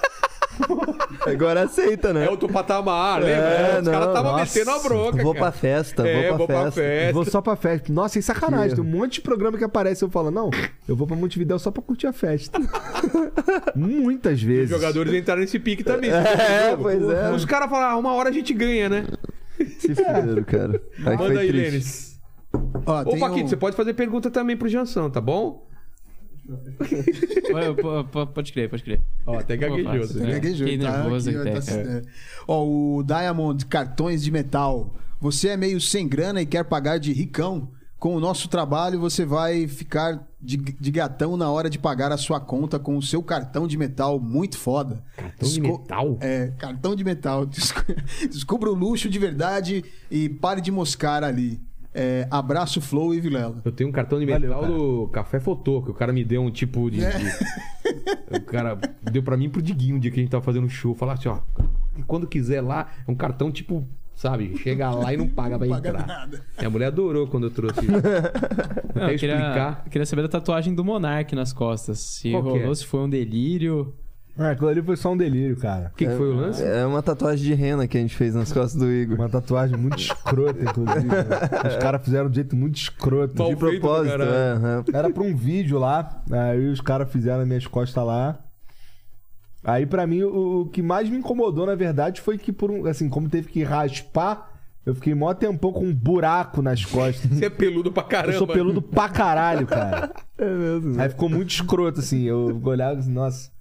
Speaker 4: Agora aceita, né?
Speaker 1: É outro patamar, lembra?
Speaker 4: É,
Speaker 1: Os caras
Speaker 4: não,
Speaker 1: estavam
Speaker 4: nossa.
Speaker 1: metendo a bronca.
Speaker 4: Vou
Speaker 1: cara.
Speaker 4: pra festa,
Speaker 1: É,
Speaker 4: vou pra festa.
Speaker 2: Vou só pra festa. Nossa, e sacanagem. Tem um monte de programa que aparece eu falo, não, eu vou pra Montevidéu só pra curtir a festa. Muitas
Speaker 1: Os
Speaker 2: vezes.
Speaker 1: jogadores entraram nesse pique também. tá
Speaker 4: É, pois é.
Speaker 1: Os caras falaram, ah, uma hora a gente ganha, né?
Speaker 4: Se fuderam, cara.
Speaker 1: Manda
Speaker 4: Aí Tá, foi
Speaker 1: aí,
Speaker 4: triste.
Speaker 1: Lênis.
Speaker 3: Ó,
Speaker 1: Ô,
Speaker 3: tem
Speaker 1: Paquito,
Speaker 3: um-
Speaker 1: você pode fazer pergunta também pro Jansão, tá bom?
Speaker 6: Pô, pô, pô, Pode crer, pode crer.
Speaker 1: Ó, até
Speaker 6: Pô,
Speaker 1: gaguejou.
Speaker 6: fácil.
Speaker 1: né?
Speaker 3: Gaguejou,
Speaker 6: Fiquei
Speaker 3: tá?
Speaker 6: nervoso
Speaker 3: Aqui, ó,
Speaker 6: até,
Speaker 3: tá-
Speaker 6: cara.
Speaker 3: é. Ó, o Diamond Cartões de Metal. Você é meio sem grana e quer pagar de ricão? Com o nosso trabalho, você vai ficar de, de gatão na hora de pagar a sua conta com o seu cartão de metal muito foda.
Speaker 1: Cartão de metal?
Speaker 3: É, cartão de metal. Desco- Descubra o luxo de verdade e pare de moscar ali. É, abraço, Flow e Vilela.
Speaker 1: Eu tenho um cartão de metal do Café Fotô, que o cara me deu um tipo de.
Speaker 3: É.
Speaker 1: de- O cara deu pra mim e pro Diguinho um dia que a gente tava fazendo um show. Falar assim, ó. E quando quiser lá, é um cartão tipo, sabe, chega lá e não paga pra
Speaker 3: paga
Speaker 1: entrar.
Speaker 3: nada.
Speaker 1: Minha mulher adorou quando eu trouxe.
Speaker 6: Não,
Speaker 1: Até
Speaker 6: eu queria,
Speaker 1: explicar.
Speaker 6: eu queria saber da tatuagem do Monark nas costas. Se
Speaker 1: Qual que
Speaker 6: rolou,
Speaker 1: é?
Speaker 6: se foi um delírio.
Speaker 7: É, aquilo ali foi só um delírio, cara.
Speaker 1: O que, que foi o lance?
Speaker 4: É uma tatuagem de rena que a gente fez nas costas do Igor.
Speaker 7: Uma tatuagem muito escrota, inclusive. né? Os caras fizeram de um jeito muito escroto.
Speaker 1: Mal
Speaker 4: De
Speaker 1: feito do
Speaker 4: propósito,
Speaker 1: caralho.
Speaker 4: é. aham.
Speaker 7: Era pra um vídeo lá, aí os caras fizeram as minhas costas lá. Aí pra mim o, o que mais me incomodou na verdade foi que por um, assim, como teve que raspar, eu fiquei mó tempão com um buraco nas costas.
Speaker 1: Você é peludo pra caramba.
Speaker 7: Eu sou peludo pra caralho, cara. É mesmo. Aí ficou muito escroto assim, eu olhava assim, nossa.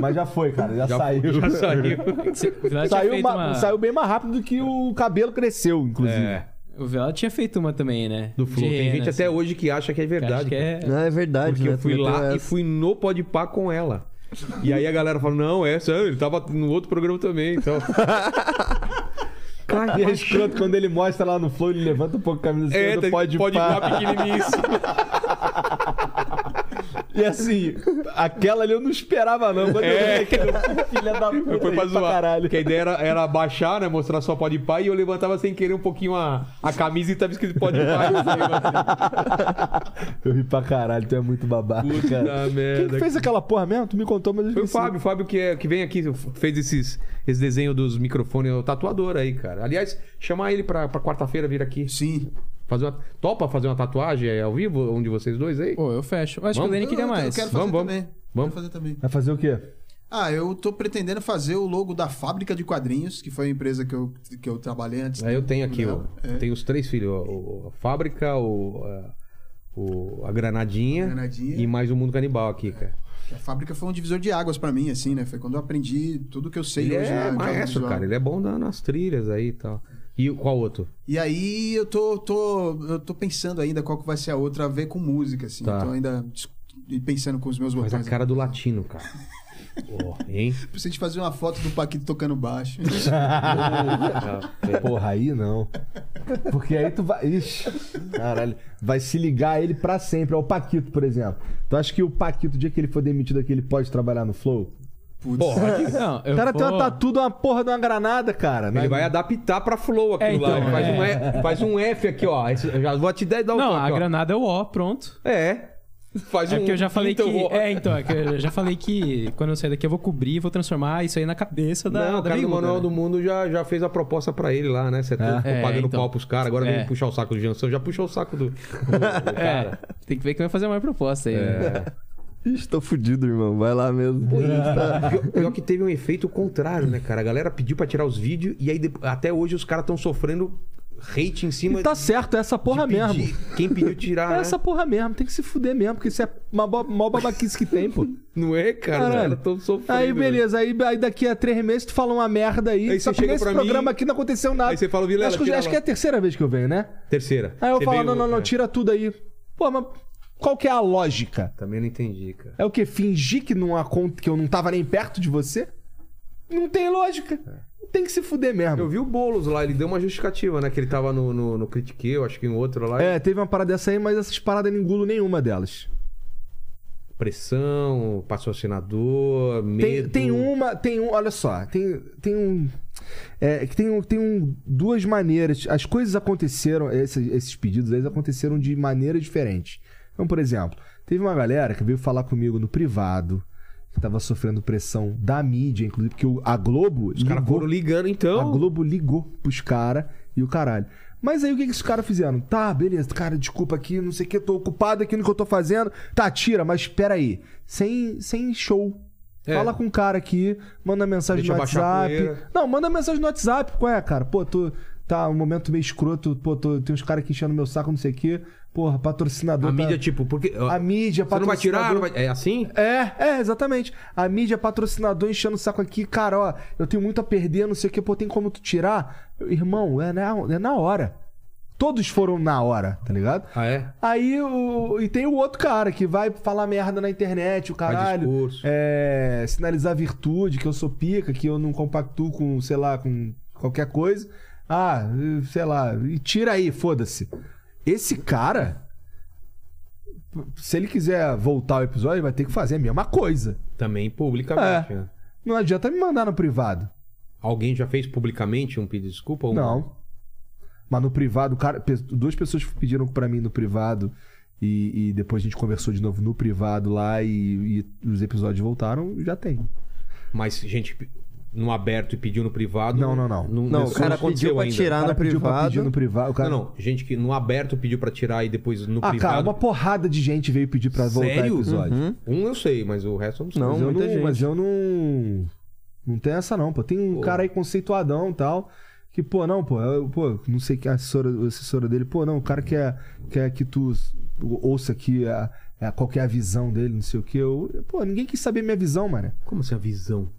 Speaker 7: Mas já foi, cara, já, saiu.
Speaker 1: Já saiu.
Speaker 6: Você- o Vilela tinha
Speaker 7: Saiu,
Speaker 6: feito
Speaker 7: ma-
Speaker 6: uma-
Speaker 7: saiu bem mais rápido do que o cabelo cresceu, inclusive.
Speaker 1: É,
Speaker 6: O Vela tinha feito uma também, né?
Speaker 1: do Flow.
Speaker 6: De
Speaker 1: Tem
Speaker 6: rena,
Speaker 1: gente até
Speaker 6: assim,
Speaker 1: hoje que acha que é
Speaker 6: que acho
Speaker 1: verdade.
Speaker 6: que
Speaker 1: cara.
Speaker 6: é-
Speaker 4: Não, é verdade,
Speaker 1: Porque
Speaker 4: né?
Speaker 1: eu
Speaker 4: Tu
Speaker 1: fui
Speaker 4: meteu
Speaker 1: lá e
Speaker 4: essa.
Speaker 1: fui no Podpah com ela. E aí a galera falou, não, é sério, ele tava no outro programa também, então...
Speaker 7: E é escroto quando ele mostra lá no flow, ele levanta um pouco a camisa
Speaker 1: É,
Speaker 7: esquerda,
Speaker 1: tá-
Speaker 7: pode,
Speaker 1: pode
Speaker 7: pá.
Speaker 1: ir lá pequenininho em cima.
Speaker 7: E assim, aquela ali eu não esperava, não. Quando
Speaker 1: É.
Speaker 7: eu vi aquilo, eu fui filha da puta.
Speaker 1: Eu fui pra
Speaker 7: ri
Speaker 1: zoar.
Speaker 7: caralho.
Speaker 1: Porque a ideia era, era baixar, né? Mostrar só pode pá. E eu levantava sem querer um pouquinho a, a camisa e tava escrito pode pá.
Speaker 7: Eu ri pra caralho, tu é muito babaca, cara.
Speaker 1: Puta
Speaker 7: Quem que
Speaker 1: merda.
Speaker 7: fez aquela porra mesmo? Tu me contou, mas eu
Speaker 1: Foi o
Speaker 7: esqueci.
Speaker 1: Fábio, o Fábio que, é, que vem aqui, fez esses, esse desenho dos microfones, é o tatuador aí, cara. Aliás, chamar ele pra, pra quarta-feira vir aqui.
Speaker 3: Sim.
Speaker 1: Fazer uma, topa fazer uma tatuagem aí ao vivo, um de vocês dois aí?
Speaker 6: Pô, é- eu fecho. Eu acho que o Lenny queria
Speaker 3: Ah, Eu- eu
Speaker 6: mais.
Speaker 3: quero fazer
Speaker 1: Vamos, vamos.
Speaker 3: também.
Speaker 1: Vamos.
Speaker 3: Quero fazer também.
Speaker 7: Vai fazer o quê?
Speaker 3: Ah, eu tô pretendendo fazer o logo da Fábrica de Quadrinhos, que foi a empresa que eu, que eu trabalhei antes.
Speaker 1: Aí eu tenho aqui, ó.
Speaker 3: É.
Speaker 1: Tenho os três filhos, ó, o- a fábrica, o, a, o- a granadinha,
Speaker 3: Granadinha.
Speaker 1: e mais o mundo canibal aqui, cara.
Speaker 3: A Fábrica foi um divisor de águas pra mim, assim, né? Foi quando eu aprendi tudo que eu sei
Speaker 1: Ele
Speaker 3: hoje.
Speaker 1: é
Speaker 3: na- de
Speaker 1: maestro,
Speaker 3: audiovisual.
Speaker 1: cara. Ele é bom na- nas trilhas aí e tal. E o- qual outro?
Speaker 3: E aí eu tô, tô, eu tô pensando ainda qual que vai ser a outra a ver com música, assim.
Speaker 1: Tá.
Speaker 3: Eu Tô ainda dis- pensando com os meus
Speaker 1: Mas
Speaker 3: botões.
Speaker 1: a cara do latino, cara. Ó, hein?
Speaker 3: Preciso de fazer uma foto do Paquito tocando baixo.
Speaker 7: Porra, aí não. Porque aí tu vai. Ixi, caralho. Vai se ligar ele pra sempre. Ó, o Paquito, por exemplo. Tu acha que o Paquito, o dia que ele for demitido aqui, ele pode trabalhar no Flow?
Speaker 3: Putz.
Speaker 1: Porra,
Speaker 6: Não, eu
Speaker 7: O cara
Speaker 6: vou...
Speaker 7: tem uma tatu de uma porra de uma granada, cara. né?
Speaker 1: ele vai adaptar pra flow aquilo
Speaker 6: É, então,
Speaker 1: lá. Ele Faz,
Speaker 6: é.
Speaker 1: um e, faz um F aqui, ó. Esse- eu já vou te dar dar um
Speaker 6: Não, a
Speaker 1: toque, ó.
Speaker 6: granada é o O, pronto.
Speaker 1: É. Faz
Speaker 6: É
Speaker 1: um
Speaker 6: porque eu já falei
Speaker 1: pinta, eu
Speaker 6: que.
Speaker 1: vou-
Speaker 6: É, então, é que eu já falei que quando eu sair daqui eu vou cobrir e vou transformar isso aí na cabeça da.
Speaker 1: Não, o
Speaker 6: da
Speaker 1: cara do
Speaker 6: biúda,
Speaker 1: Manual
Speaker 6: né?
Speaker 1: do Mundo já, já fez a proposta pra ele lá, né? Você tá ficou
Speaker 6: É,
Speaker 1: pagando
Speaker 6: então.
Speaker 1: pau pros caras, agora
Speaker 6: É.
Speaker 1: vem puxar o saco do Jansão, já puxou o saco do. do- do
Speaker 6: É,
Speaker 1: cara. É.
Speaker 6: tem que ver quem vai fazer a maior proposta aí. né?
Speaker 4: Ixi, tô fudido, irmão. Vai lá mesmo. Hum?
Speaker 1: Pior, pior que teve um efeito contrário, né, cara? A galera pediu pra tirar os vídeos e aí depo- até hoje os caras estão sofrendo hate em cima
Speaker 2: E tá certo, é essa porra
Speaker 1: de pedir-
Speaker 2: mesmo.
Speaker 1: Quem pediu
Speaker 2: É
Speaker 1: tirar, né?
Speaker 2: essa porra mesmo, tem que se fuder mesmo, porque isso é uma bo- mó babaquice que tem, pô.
Speaker 1: Não é, cara? Os
Speaker 2: Caralho.
Speaker 1: caras tão sofrendo, né?
Speaker 2: Aí,
Speaker 1: velho.
Speaker 2: beleza, aí, aí daqui a três meses tu fala uma merda aí,
Speaker 1: Aí
Speaker 2: só
Speaker 1: você
Speaker 2: que
Speaker 1: chega
Speaker 2: nesse
Speaker 1: pra mim-
Speaker 2: programa aqui não aconteceu nada.
Speaker 1: Aí você fala, Vilela,
Speaker 2: acho que, eu-
Speaker 1: tira
Speaker 2: acho
Speaker 1: lá.
Speaker 2: que é a terceira vez que eu venho, né?
Speaker 1: Terceira.
Speaker 2: Aí eu
Speaker 1: Você
Speaker 2: falo,
Speaker 1: veio-
Speaker 2: não, não, não,
Speaker 1: é.
Speaker 2: tira tudo aí. Pô, mas qual que é a lógica?
Speaker 1: Também não entendi, cara.
Speaker 2: É o quê? Fingir que, não acon- que eu não tava nem perto de você? Não tem lógica. Tem que se fuder mesmo.
Speaker 1: É. Eu vi o Boulos lá, ele deu uma justificativa, né? Que ele tava no, no, no Critique, eu acho que em outro lá.
Speaker 2: É, teve uma parada dessa aí, mas essas paradas eu não engulo nenhuma delas.
Speaker 1: Pressão, patrocinador,
Speaker 2: Tem,
Speaker 1: medo.
Speaker 2: tem uma, tem um, olha só, tem, tem um, é, que tem, um- tem um, duas maneiras, as coisas aconteceram, esses, esses pedidos, eles aconteceram de maneira diferente. Então, por exemplo, teve uma galera que veio falar comigo no privado, que tava sofrendo pressão da mídia, inclusive, porque o- a Globo
Speaker 1: Os caras foram ligando, então.
Speaker 2: a Globo ligou pros caras e o caralho. Mas aí o que, que os caras fizeram? Tá, beleza, cara, desculpa aqui, não sei o que, tô ocupado aqui no que eu tô fazendo. Tá, tira, mas pera aí. Sem, sem show.
Speaker 1: É.
Speaker 2: Fala com o cara aqui, manda mensagem
Speaker 1: Deixa
Speaker 2: no
Speaker 1: abaixar a
Speaker 2: WhatsApp.
Speaker 1: poeira.
Speaker 2: Não, manda mensagem no WhatsApp. Qual é, cara? Pô, tô. Tá, um momento meio escroto, pô, tô, tem uns caras aqui enchendo meu saco, não sei o quê. Porra, patrocinador.
Speaker 1: A
Speaker 2: tá-
Speaker 1: mídia, tipo, porque. ó,
Speaker 2: A mídia,
Speaker 1: Você não vai tirar?
Speaker 2: patrocinador.
Speaker 1: não vai- É assim?
Speaker 2: É, é, exatamente. A mídia patrocinador enchendo o saco aqui, cara, ó, eu tenho muito a perder, não sei o que, pô, tem como tu tirar? Eu, Irmão, é na, é na hora. Todos foram na hora, tá ligado?
Speaker 1: Ah, é?
Speaker 2: Aí o. E tem o outro cara que vai falar merda na internet, o caralho.
Speaker 1: discurso.
Speaker 2: É, sinalizar virtude, que eu sou pica, que eu não compactuo com, sei lá, com qualquer coisa. Ah, sei lá, e tira aí, foda-se. Esse cara. Se ele quiser voltar o episódio, vai ter que fazer a mesma coisa.
Speaker 1: Também publicamente.
Speaker 2: É.
Speaker 1: né?
Speaker 2: Não adianta me mandar no privado.
Speaker 1: Alguém já fez publicamente um pedido de desculpa? Ou
Speaker 4: né?
Speaker 2: Não. Mas no privado, cara, pe- duas pessoas pediram pra mim no privado. E, e depois a gente conversou de novo no privado lá e, e os episódios voltaram, já tem.
Speaker 1: Mas gente no aberto e pediu no privado.
Speaker 2: Não, não, não.
Speaker 4: Não, o
Speaker 1: isso
Speaker 4: cara
Speaker 1: aconteceu
Speaker 4: pediu pra
Speaker 1: ainda.
Speaker 4: tirar
Speaker 2: O cara
Speaker 4: Tá no
Speaker 2: pediu pra
Speaker 4: privado.
Speaker 2: pedir no privado. O cara...
Speaker 1: Não, não. Gente que no aberto pediu pra tirar e depois no
Speaker 2: Ah, cara,
Speaker 1: privado.
Speaker 2: uma porrada de gente veio pedir pra voltar
Speaker 1: Sério?
Speaker 2: o episódio.
Speaker 1: Um eu sei, mas o resto eu não sei.
Speaker 4: Não,
Speaker 2: mas, eu
Speaker 4: muita
Speaker 2: não
Speaker 4: gente.
Speaker 2: mas eu não. Não tem essa, não, pô. Tem um cara aí conceituadão e tal. Que, pô, não, pô, eu- pô, não sei que a assessora, a assessora dele, pô, não, o cara quer, quer que tu ouça aqui a, a- qual que é a visão dele, não sei o que. Eu, pô, ninguém quis saber minha visão, mano.
Speaker 1: Como assim a visão?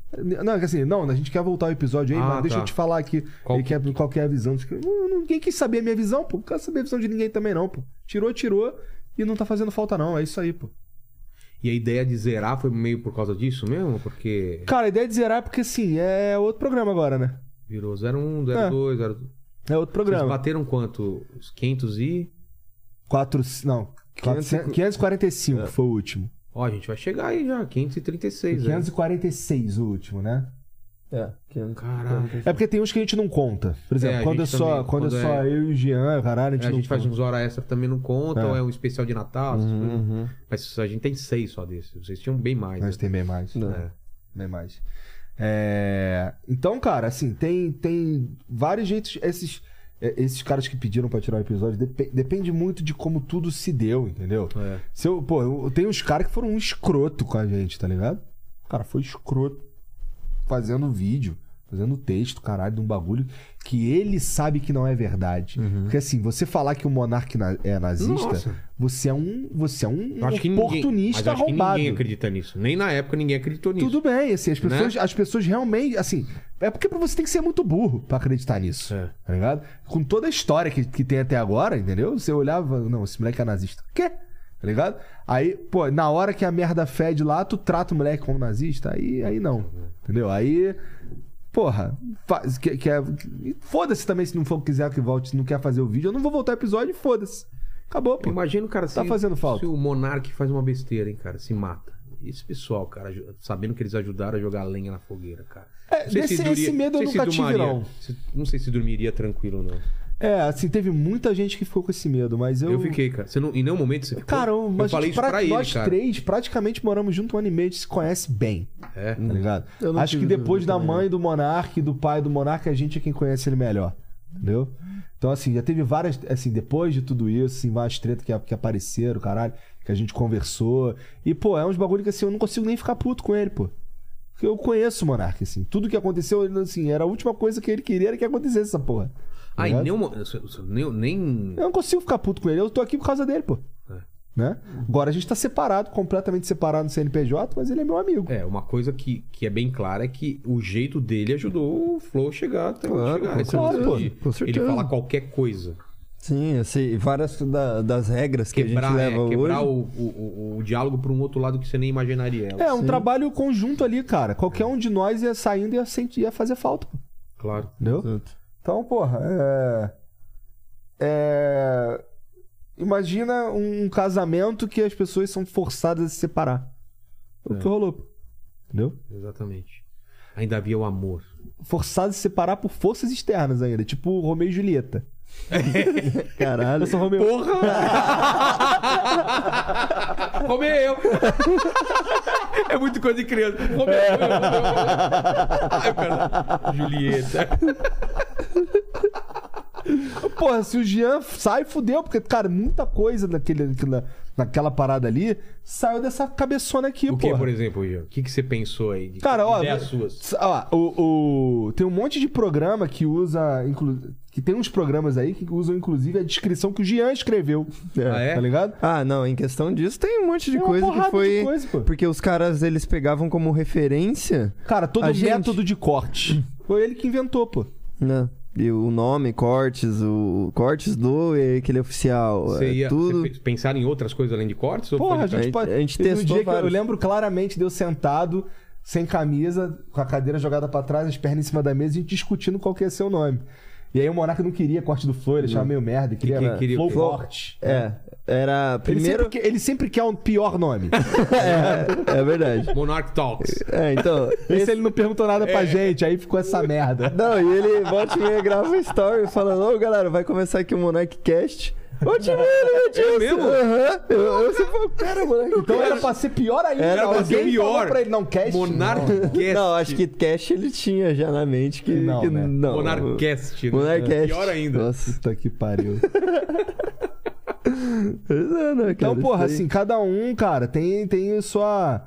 Speaker 2: Não, é que assim, não, a gente quer voltar o episódio aí,
Speaker 1: Ah,
Speaker 2: mas deixa
Speaker 1: tá.
Speaker 2: eu te falar aqui
Speaker 1: Qual
Speaker 2: ele quer- qual que é a visão. Diz que, "Não, Ninguém quis saber a minha visão, pô. Não quero saber a visão de ninguém também, não, pô. Tirou, tirou e não tá fazendo falta, não. É isso aí, pô.
Speaker 1: E a ideia de zerar foi meio por causa disso mesmo? Porque
Speaker 2: Cara, a ideia de zerar é porque, assim, é outro programa agora, né?
Speaker 1: virou 01, 02, 02.
Speaker 2: É outro
Speaker 1: Vocês
Speaker 2: programa.
Speaker 1: bateram quanto? Os 500 e.
Speaker 2: Quatro, não, 400
Speaker 1: É.
Speaker 2: 545 foi o último.
Speaker 1: Ó, a gente vai chegar aí já, 536. né?
Speaker 2: 546 o último, né?
Speaker 4: É, que-
Speaker 1: Caraca.
Speaker 2: É porque tem uns que a gente não conta. Por exemplo,
Speaker 1: É, a
Speaker 2: quando, é
Speaker 1: gente
Speaker 2: só,
Speaker 1: também-
Speaker 2: quando,
Speaker 1: quando
Speaker 2: é só
Speaker 1: é-
Speaker 2: eu e o Jean, caralho, a gente
Speaker 1: A
Speaker 2: não
Speaker 1: gente faz
Speaker 2: conta.
Speaker 1: uns hora extra que também não conta,
Speaker 2: É. Uhum.
Speaker 1: ou é um especial de Natal. essas
Speaker 4: Uhum,
Speaker 1: coisas. Mas só- a gente tem seis só desses. Vocês tinham bem mais.
Speaker 2: Mas
Speaker 1: né?
Speaker 2: tem bem mais.
Speaker 1: É.
Speaker 2: Bem mais. É, Então, cara, assim, tem, tem vários jeitos. Esses, é, esses caras que pediram pra tirar o episódio, depe- depende muito de como tudo se deu, entendeu?
Speaker 1: É.
Speaker 2: Se eu, pô, eu, eu tenho uns caras que foram um escroto com a gente, tá ligado? O cara foi escroto fazendo vídeo, fazendo texto, caralho, de um bagulho que ele sabe que não é verdade. Porque assim, você falar que o monarca na- é nazista,
Speaker 1: Uhum. Nossa.
Speaker 2: você é um, você é um
Speaker 1: Eu acho que ninguém, mas
Speaker 2: oportunista
Speaker 1: eu acho que
Speaker 2: arrombado.
Speaker 1: ninguém acredita nisso. Nem na época ninguém acreditou nisso. Né?
Speaker 2: Tudo bem, assim, as pessoas, as pessoas realmente, assim, é porque você tem que ser muito burro pra acreditar nisso.
Speaker 1: É.
Speaker 2: Tá ligado? Com toda a história que, que tem até agora, entendeu? Você olhava, não, esse moleque é nazista. Quê? Tá ligado? Aí, pô, na hora que a merda fede lá, tu trata o moleque como nazista, aí, aí não. Entendeu? Aí. Porra, faz, que, que é- que- foda-se também se não for quiser que volte, se não quer fazer o vídeo, eu não vou voltar o episódio, foda-se. Acabou, pô.
Speaker 1: Imagina o cara se,
Speaker 2: Tá fazendo falta.
Speaker 1: se o Monark faz uma besteira, hein, cara, se mata. Esse pessoal, cara, ju- sabendo que eles ajudaram a jogar lenha na fogueira, cara.
Speaker 2: É,
Speaker 1: Não sei se
Speaker 2: desse-
Speaker 1: duria-
Speaker 2: esse medo eu
Speaker 1: não sei
Speaker 2: nunca
Speaker 1: se
Speaker 2: tive,
Speaker 1: dormiria-
Speaker 2: não.
Speaker 1: se- não sei se dormiria tranquilo, não.
Speaker 2: É, assim, teve muita gente que ficou com esse medo, mas eu.
Speaker 1: Eu, fiquei, cara. Você não, em nenhum momento você ficou.
Speaker 2: Cara, eu,
Speaker 1: eu falei isso pra, ele,
Speaker 2: nós
Speaker 1: cara.
Speaker 2: três praticamente moramos junto um ano e meio, a gente se conhece bem,
Speaker 1: É.
Speaker 2: tá ligado?
Speaker 4: Hum. Eu não
Speaker 2: Acho que
Speaker 4: tive
Speaker 2: depois da
Speaker 4: dúvida também,
Speaker 2: mãe do Monark e do pai do Monark, a gente é quem conhece ele melhor, entendeu? Então, assim, já teve várias, assim, depois de tudo isso, assim, várias tretas que, que apareceram, caralho, que a gente conversou. E, pô, é uns bagulho que, assim, eu não consigo nem ficar puto com ele, pô. Porque eu conheço o Monark, assim. Tudo que aconteceu, ele, assim, era a última coisa que ele queria era que acontecesse essa porra.
Speaker 4: Tá
Speaker 1: Ah, em
Speaker 2: ligado?
Speaker 1: nenhum mo- isso- isso- nem, nem.
Speaker 2: Eu não consigo ficar puto com ele, eu tô aqui por causa dele, pô.
Speaker 4: É.
Speaker 2: Né? Agora a gente tá separado, completamente separado no CNPJ, mas ele é meu amigo.
Speaker 1: É, uma coisa que, que é bem clara é que o jeito dele ajudou o Flow a chegar até onde
Speaker 4: Claro,
Speaker 1: chegar.
Speaker 4: com
Speaker 1: Esse é o
Speaker 4: certeza,
Speaker 1: lance de
Speaker 4: pô, com certeza.
Speaker 1: Ele fala qualquer coisa.
Speaker 4: Sim, assim, várias da- das regras que a
Speaker 1: Quebrar,
Speaker 4: gente
Speaker 1: é,
Speaker 4: leva
Speaker 1: quebrar
Speaker 4: hoje.
Speaker 1: o, o, o- o diálogo para um outro lado que você nem imaginaria.
Speaker 2: É, um trabalho conjunto ali, cara. Qualquer um de nós ia saindo e ia, sentir, ia fazer falta, pô.
Speaker 1: Claro.
Speaker 2: Entendeu?
Speaker 4: Exato.
Speaker 2: Então, porra, é... é... Imagina um casamento que as pessoas são forçadas a se separar. É O que rolou, pô. entendeu?
Speaker 1: Exatamente. Ainda havia o amor.
Speaker 2: Forçadas a se separar por forças externas ainda, tipo Romeu e Julieta. Caralho. Eu sou Romeu.
Speaker 1: Romeu! eu. é muito coisa de criança. Romeu, eu, é eu, eu. Ai, cara. Julieta.
Speaker 2: Porra, se o Jean sai, fudeu, porque, cara, muita coisa naquele, naquela, naquela parada ali saiu dessa cabeçona aqui,
Speaker 1: O que,
Speaker 2: porra.
Speaker 1: por exemplo, Ian? O que, que você pensou aí? De
Speaker 2: Cara, ó,
Speaker 1: Ideias suas.
Speaker 2: ó, o, o- tem um monte de programa que usa. inclu- que tem uns programas aí que usam, inclusive, a descrição que o Jean escreveu.
Speaker 1: Ah, é?
Speaker 2: Tá ligado?
Speaker 4: Ah, não, em questão disso tem um monte de
Speaker 2: Tem uma
Speaker 4: coisa
Speaker 2: porrada
Speaker 4: que foi.
Speaker 2: de coisa, pô.
Speaker 4: Porque os caras eles pegavam como referência.
Speaker 2: Cara, todo
Speaker 4: A gente-
Speaker 2: método de corte. Foi ele que inventou, pô.
Speaker 4: Né? E o nome, cortes, o cortes do e aquele oficial.
Speaker 1: Você
Speaker 4: é
Speaker 1: ia
Speaker 4: tudo.
Speaker 1: você pensar em outras coisas além de cortes? ou
Speaker 2: Porra,
Speaker 1: foi
Speaker 2: a
Speaker 1: de-
Speaker 2: gente,
Speaker 4: A
Speaker 2: pode...
Speaker 4: gente- a gente
Speaker 2: teve um
Speaker 4: testou
Speaker 2: dia que eu
Speaker 4: vários.
Speaker 2: lembro claramente de eu sentado, sem camisa, com a cadeira jogada pra trás, as pernas em cima da mesa, e a gente discutindo qual que ia ser o nome. E aí o Monarca não queria corte do Flow, ele achava meio merda, queria,
Speaker 1: que queria o
Speaker 2: Flow
Speaker 1: quê?
Speaker 2: Corte.
Speaker 4: É, era. Primeiro.
Speaker 2: Ele, sempre, que- ele sempre quer um pior nome.
Speaker 4: é, é verdade.
Speaker 1: Monarch Talks.
Speaker 4: É, então.
Speaker 2: Esse ele não perguntou nada pra gente, aí ficou essa merda.
Speaker 4: É. Não, e ele volta e meia grava um story falando, ô galera, vai começar aqui o Monark Cast. Ô, te ver, meu Deus.
Speaker 1: mesmo?
Speaker 4: Aham. Eu, eu sempre falo, cara, Monark
Speaker 2: Então É era pra ser pior ainda.
Speaker 4: Era pra
Speaker 2: alguém
Speaker 1: ser pior.
Speaker 2: falou pra ele, não, cast.
Speaker 1: Monarchcast.
Speaker 4: Não, acho que Cast ele tinha já na mente que
Speaker 2: Não,
Speaker 4: não. Que,
Speaker 2: né?
Speaker 4: não.
Speaker 1: Monarchcast. né?
Speaker 2: É
Speaker 4: Monarcast.
Speaker 1: Pior ainda.
Speaker 4: Nossa.
Speaker 2: Puta que pariu.
Speaker 4: Não, não, cara,
Speaker 2: Então, porra,
Speaker 4: isso
Speaker 2: assim, cada um, cara, tem, tem sua,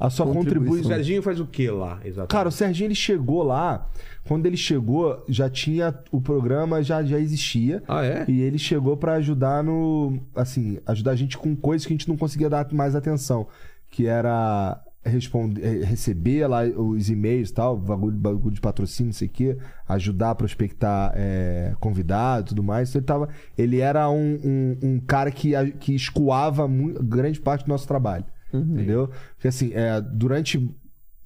Speaker 2: a sua
Speaker 4: Contribuição.
Speaker 1: O
Speaker 2: contribuição.
Speaker 1: Serginho faz o que lá, exatamente?
Speaker 2: é Cara, o Serginho ele chegou lá, quando ele chegou, já tinha o programa já já existia.
Speaker 1: Ah, é?
Speaker 2: E ele chegou pra ajudar no, assim, ajudar a gente com coisas que a gente não conseguia dar mais atenção, que era responder, eh, receber lá os e-mails e tal, bagulho, bagulho de patrocínio, não sei o quê, ajudar a prospectar eh, convidado e tudo mais. Então ele tava, ele era um, um, um cara que, a- que escoava mu- grande parte do nosso trabalho. Entendeu? Porque assim, eh, durante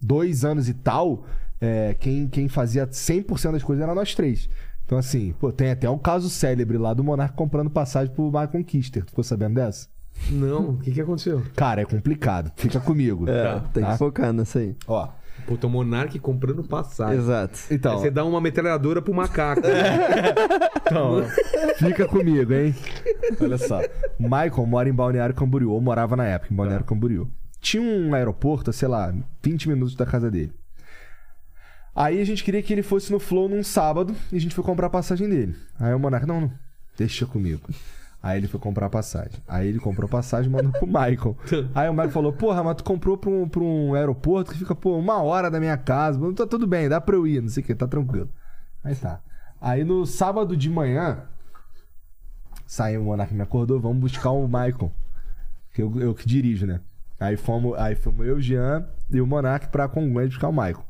Speaker 2: dois anos e tal, é, quem, quem fazia 100% das coisas era nós três. Então, assim, pô, tem até um caso célebre lá do Monarca comprando passagem pro Michael Kister. Tu ficou sabendo dessa?
Speaker 1: Não, o que, que aconteceu?
Speaker 2: Cara, é complicado. Fica comigo.
Speaker 4: É, tem
Speaker 2: Tá?
Speaker 4: que focar nessa aí.
Speaker 2: Ó,
Speaker 1: Puta, o Monark comprando passagem.
Speaker 4: Exato.
Speaker 1: Aí
Speaker 2: então,
Speaker 1: Você dá uma metralhadora pro macaco.
Speaker 2: É. então,
Speaker 4: é-
Speaker 2: fica comigo, hein? Olha só. Michael mora em Balneário Camboriú, ou morava na época em Balneário Camboriú. Tinha um aeroporto, a, sei lá, 20 minutos da casa dele. Aí a gente queria que ele fosse no Flow num sábado e a gente foi comprar a passagem dele. Aí o Monarca, não, não, deixa comigo. Aí ele foi comprar a passagem. Aí ele comprou a passagem e mandou pro Michael. Aí o Michael falou: Porra, mas tu comprou pra um, pra um aeroporto que fica, pô, uma hora da minha casa. Tá tudo bem, dá pra eu ir, não sei o que, tá tranquilo. Aí tá. Aí no sábado de manhã, saiu o Monark me acordou, vamos buscar o Michael. Que eu, eu que dirijo, né? Aí fomos, aí fomos eu, Jean e o Monark pra Congonhas buscar o Michael.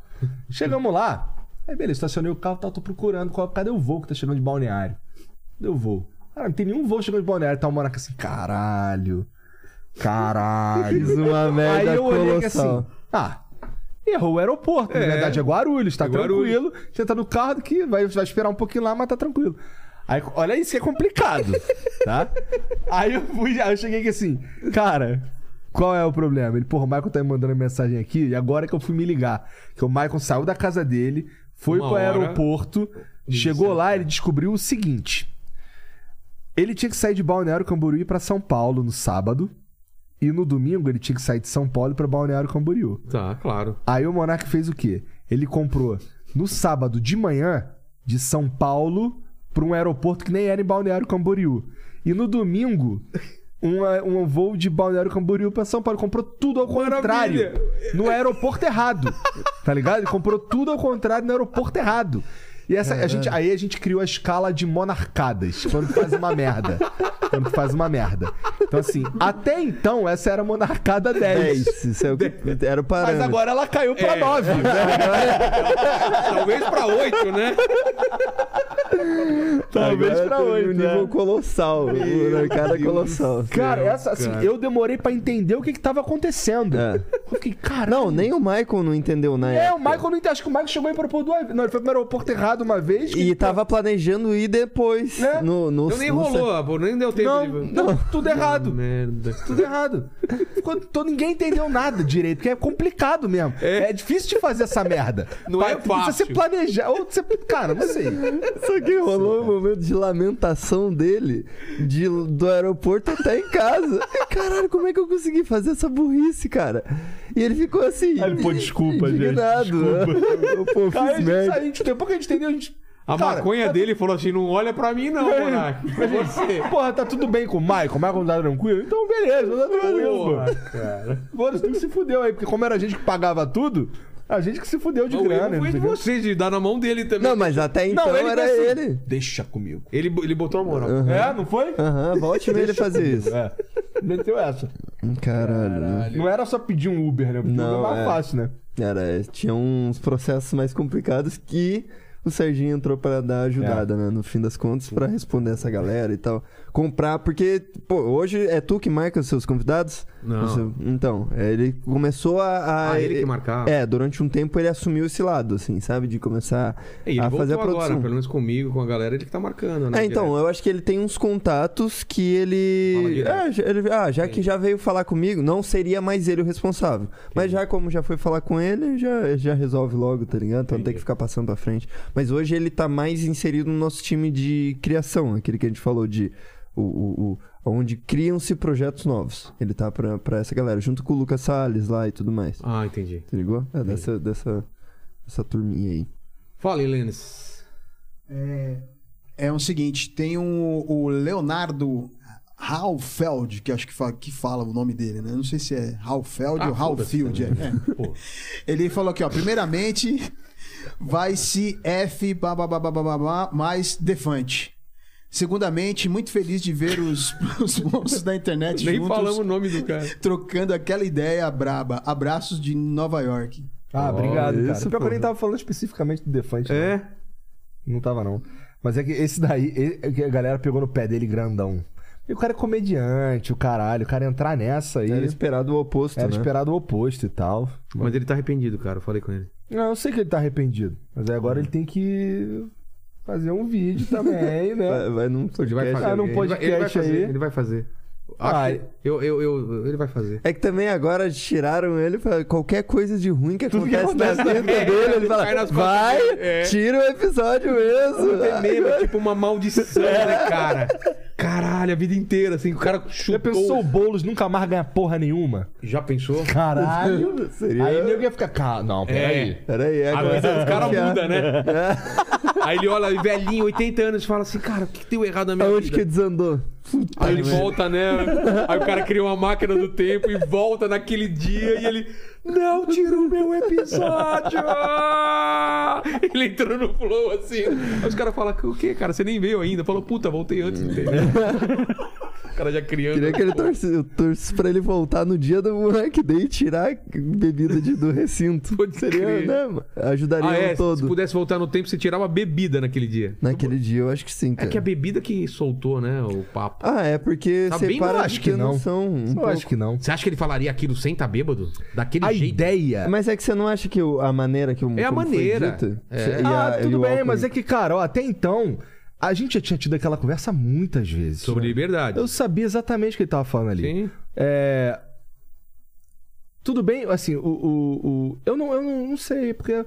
Speaker 2: Chegamos lá, aí beleza, estacionei o carro, tá, tô procurando qual, cadê o voo que tá chegando de balneário? Cadê o voo? Cara, não tem nenhum voo chegando de balneário, tá o Monark assim, caralho. Caralho. é
Speaker 4: Fiz uma merda
Speaker 2: aí eu olhei que
Speaker 4: colossal.
Speaker 2: assim, ah, errou o aeroporto. Na verdade é Guarulhos, tá
Speaker 1: É Guarulhos.
Speaker 2: tranquilo. Você tá no carro que vai, vai esperar um pouquinho lá, mas tá tranquilo. Aí, olha isso, é complicado, tá? Aí eu fui, aí eu cheguei aqui assim, cara, qual é o problema? Ele, porra, o Michael tá me mandando mensagem aqui e agora é que eu fui me ligar. Que o Michael saiu da casa dele, foi
Speaker 1: Uma
Speaker 2: pro
Speaker 1: hora.
Speaker 2: aeroporto, chegou lá, ele descobriu o seguinte. Ele tinha que sair de Balneário Camboriú e ir pra São Paulo no sábado. E no domingo ele tinha que sair de São Paulo pra Balneário Camboriú.
Speaker 1: tá, claro.
Speaker 2: Aí o Monark fez o quê? Ele comprou no sábado de manhã de São Paulo pra um aeroporto que nem era em Balneário Camboriú. E no domingo um, a- um voo de Balneário Camboriú pra São Paulo. Comprou tudo ao contrário. No aeroporto errado. Tá ligado? Ele comprou tudo ao contrário no aeroporto errado. E essa, a gente, aí a gente criou a escala de monarcadas, quando faz uma merda. Quando faz uma merda. Então, assim, até então, essa era a monarcada 10.
Speaker 4: Isso é o que era o
Speaker 2: Mas
Speaker 4: parâmetro.
Speaker 2: agora ela caiu pra 9. né?
Speaker 1: É, Talvez pra oito, né?
Speaker 2: Talvez pra
Speaker 4: tá num
Speaker 2: 8.
Speaker 4: nível colossal. O cara colossal.
Speaker 2: Cara, essa, assim, eu demorei pra entender o que, que tava acontecendo.
Speaker 4: É.
Speaker 2: Eu fiquei, cara.
Speaker 4: Não, nem o Michael não entendeu na
Speaker 2: É,
Speaker 4: época.
Speaker 2: o Michael não entendeu. Acho que o Michael chegou e propôs duas vezes. Não, ele foi pro aeroporto errado uma vez. que
Speaker 4: E tá tava planejando ir depois.
Speaker 2: Né?
Speaker 4: No, no,
Speaker 1: Então nem
Speaker 4: no-
Speaker 1: rolou, pô, nem deu tempo
Speaker 2: Não,
Speaker 1: de...
Speaker 2: não, tudo errado.
Speaker 1: Merda.
Speaker 2: Tudo errado. Ficou- tô- ninguém entendeu nada direito, porque é complicado mesmo. É, difícil de fazer essa merda.
Speaker 1: Não é fácil.
Speaker 2: Precisa se planejar. Ou você, cara, não sei.
Speaker 4: Só que rolou um momento de lamentação dele de, do aeroporto até em casa. E, Caralho, como é que eu consegui fazer essa burrice, cara? E ele ficou assim.
Speaker 2: Aí ele, pô, desculpa, gente,
Speaker 4: indignado. Eu, pô,
Speaker 2: Aí a gente,
Speaker 4: fiz
Speaker 2: a
Speaker 4: merda.
Speaker 2: gente, depois que a gente entendeu, a gente.
Speaker 1: A
Speaker 2: Cara, É,
Speaker 1: maconha dele falou assim, não olha pra mim não, Monark. Pra você.
Speaker 2: Porra, tá tudo bem com o Michael. O Michael não tá tranquilo? Então, beleza, tá
Speaker 1: é
Speaker 2: tranquilo, pô. Foda-se, tu que se fudeu aí, porque como era a gente que pagava tudo, a gente que se fudeu de
Speaker 1: O erro
Speaker 2: grana.
Speaker 1: foi de
Speaker 2: entendeu?
Speaker 1: vocês, de dar na mão dele também.
Speaker 4: Não, mas até então
Speaker 2: Não, ele
Speaker 4: era
Speaker 2: assim,
Speaker 4: ele.
Speaker 2: Deixa comigo.
Speaker 1: Ele, ele botou a moral.
Speaker 2: É, não foi?
Speaker 4: Aham, volte ele fazer isso.
Speaker 2: É. Meteu essa.
Speaker 4: Caralho. né?
Speaker 2: Não era só pedir um Uber, né? Porque
Speaker 4: Não,
Speaker 2: o Uber é mais
Speaker 4: é.
Speaker 2: fácil, né?
Speaker 4: Era, tinha uns processos mais complicados que o Serginho entrou pra dar ajudada,
Speaker 1: É.
Speaker 4: né? No fim das contas, pra responder essa galera e tal. Comprar, porque, pô, hoje é tu que marca os seus convidados?
Speaker 1: Não.
Speaker 4: Você- então, é, ele começou a. a-
Speaker 1: Ah, ele que marcava.
Speaker 4: É, durante um tempo ele assumiu esse lado, assim, sabe? De começar
Speaker 1: E É, ele
Speaker 4: a
Speaker 1: voltou
Speaker 4: fazer a produção.
Speaker 1: agora, pelo menos comigo, com a galera, ele que tá marcando, né?
Speaker 4: É, então, eu acho que ele tem uns contatos que
Speaker 1: Fala
Speaker 4: ele.
Speaker 1: direto.
Speaker 4: É, já- ele- ah, já que já veio falar comigo, não seria mais ele o responsável. Mas já como já foi falar com ele, já, já resolve logo, tá ligado? Então não tem que ficar passando pra frente. Mas hoje ele tá mais inserido no nosso time de criação, aquele que a gente falou de. O, o- o- onde criam-se projetos novos. Ele tá pra, pra essa galera, junto com o Lucas Salles lá e tudo mais.
Speaker 1: Ah, entendi.
Speaker 4: Tá ligado? É, dessa, dessa, dessa turminha aí.
Speaker 1: Fala, Helenes.
Speaker 3: É o seguinte, tem um, o Leonardo Halfeld, que acho que fala, que fala o nome dele, né? Não sei se é Halfeld
Speaker 1: Ah,
Speaker 3: ou Halfield. É.
Speaker 1: né?
Speaker 3: É. Ele falou aqui, ó, primeiramente vai se F babá, mais Defante. Segundamente, muito feliz de ver os, os monstros da internet
Speaker 1: Nem
Speaker 3: juntos
Speaker 1: falamos o nome do cara.
Speaker 3: trocando aquela ideia braba. Abraços de Nova York.
Speaker 2: Ah, obrigado, cara.
Speaker 4: isso,
Speaker 2: Pior que eu nem
Speaker 4: porra.
Speaker 2: tava falando especificamente do Defante. né?
Speaker 1: É?
Speaker 2: Não tava, não. Mas é que esse daí, ele- é que a galera pegou no pé dele grandão. E o cara é comediante, o caralho. O cara entrar nessa aí.
Speaker 4: Era
Speaker 2: Era,
Speaker 4: esperado o oposto, né?
Speaker 2: esperado o oposto e tal.
Speaker 1: Mas ele tá arrependido, cara. Eu falei com ele.
Speaker 2: Não, eu sei que ele tá arrependido. Mas aí agora ele tem que fazer um vídeo também, né?
Speaker 4: Vai, vai num
Speaker 1: Ele vai
Speaker 4: podcast.
Speaker 1: fazer.
Speaker 2: Ah, num
Speaker 1: ele vai- ele, vai
Speaker 2: podcast
Speaker 1: fazer
Speaker 2: aí.
Speaker 1: ele vai fazer.
Speaker 2: Ah,
Speaker 1: Acho que- eu, eu, eu, ele vai fazer.
Speaker 4: É que também agora tiraram ele pra qualquer coisa de ruim que acontece, na vida dele,
Speaker 1: né?
Speaker 4: ele
Speaker 1: cai
Speaker 4: fala,
Speaker 1: nas costas
Speaker 4: vai,
Speaker 1: dele." É.
Speaker 4: tira o episódio mesmo.
Speaker 1: É mesmo, é tipo uma maldição,
Speaker 4: É.
Speaker 1: né, cara? Caralho, a vida inteira, assim, o cara chutou.
Speaker 2: Já pensou o Boulos nunca mais ganhar porra nenhuma?
Speaker 1: Já pensou?
Speaker 2: Caralho.
Speaker 4: Ah, Seria...
Speaker 2: Aí o nego ia ficar, cara, não, peraí.
Speaker 1: É.
Speaker 4: Peraí,
Speaker 1: A
Speaker 4: agora...
Speaker 1: vida
Speaker 4: eu
Speaker 1: dos
Speaker 4: vou
Speaker 1: caras
Speaker 4: confiar.
Speaker 1: muda, né? Aí ele olha, velhinho, 80 anos, e fala assim, cara, o que, que deu errado na minha
Speaker 4: Aonde que tá,
Speaker 1: vida?
Speaker 4: desandou?
Speaker 1: Aí ele volta, né? Aí o cara cria uma máquina do tempo e volta naquele dia e ele. Não tirou o meu episódio! Ele entrou no flow assim. Aí os caras falam, o que, cara? Você nem veio ainda. Falou, puta, voltei antes do tempo. O cara já criando.
Speaker 4: Queria que ele torce, eu torço pra ele voltar no dia do moleque Day e tirar a bebida de- do recinto.
Speaker 1: Pode
Speaker 4: Seria,
Speaker 1: crer.
Speaker 4: né? mano? Ajudaria
Speaker 1: Ah, é,
Speaker 4: o
Speaker 1: se
Speaker 4: todo.
Speaker 1: pudesse voltar no tempo, você tirava a bebida naquele dia.
Speaker 4: Naquele dia, eu acho que sim,
Speaker 1: É
Speaker 4: cara.
Speaker 1: que a bebida que soltou, né, o papo.
Speaker 4: Ah, é porque
Speaker 1: Tá
Speaker 4: você
Speaker 1: bem-
Speaker 4: para
Speaker 1: eu
Speaker 4: de
Speaker 2: acho
Speaker 4: ter
Speaker 2: que não.
Speaker 4: noção um
Speaker 2: Eu
Speaker 4: pouco.
Speaker 2: acho que não.
Speaker 1: Você acha que ele falaria aquilo sem estar bêbado? Daquele
Speaker 2: A
Speaker 1: jeito?
Speaker 2: ideia
Speaker 4: Mas é que você não acha que o- a maneira que o
Speaker 1: É a
Speaker 4: como foi
Speaker 1: maneira.
Speaker 4: dito,
Speaker 1: É.
Speaker 4: e a-
Speaker 2: Ah,
Speaker 4: e
Speaker 2: tudo
Speaker 4: o
Speaker 2: bem,
Speaker 4: álcool-
Speaker 2: mas é que, cara, ó, até então, a gente já tinha tido aquela conversa muitas
Speaker 4: é
Speaker 2: vezes.
Speaker 1: Sobre liberdade.
Speaker 2: Eu sabia exatamente o que ele tava falando ali.
Speaker 1: Sim.
Speaker 2: É. Tudo bem, assim, o. o- o- Eu, não, eu não, não sei, porque.
Speaker 1: o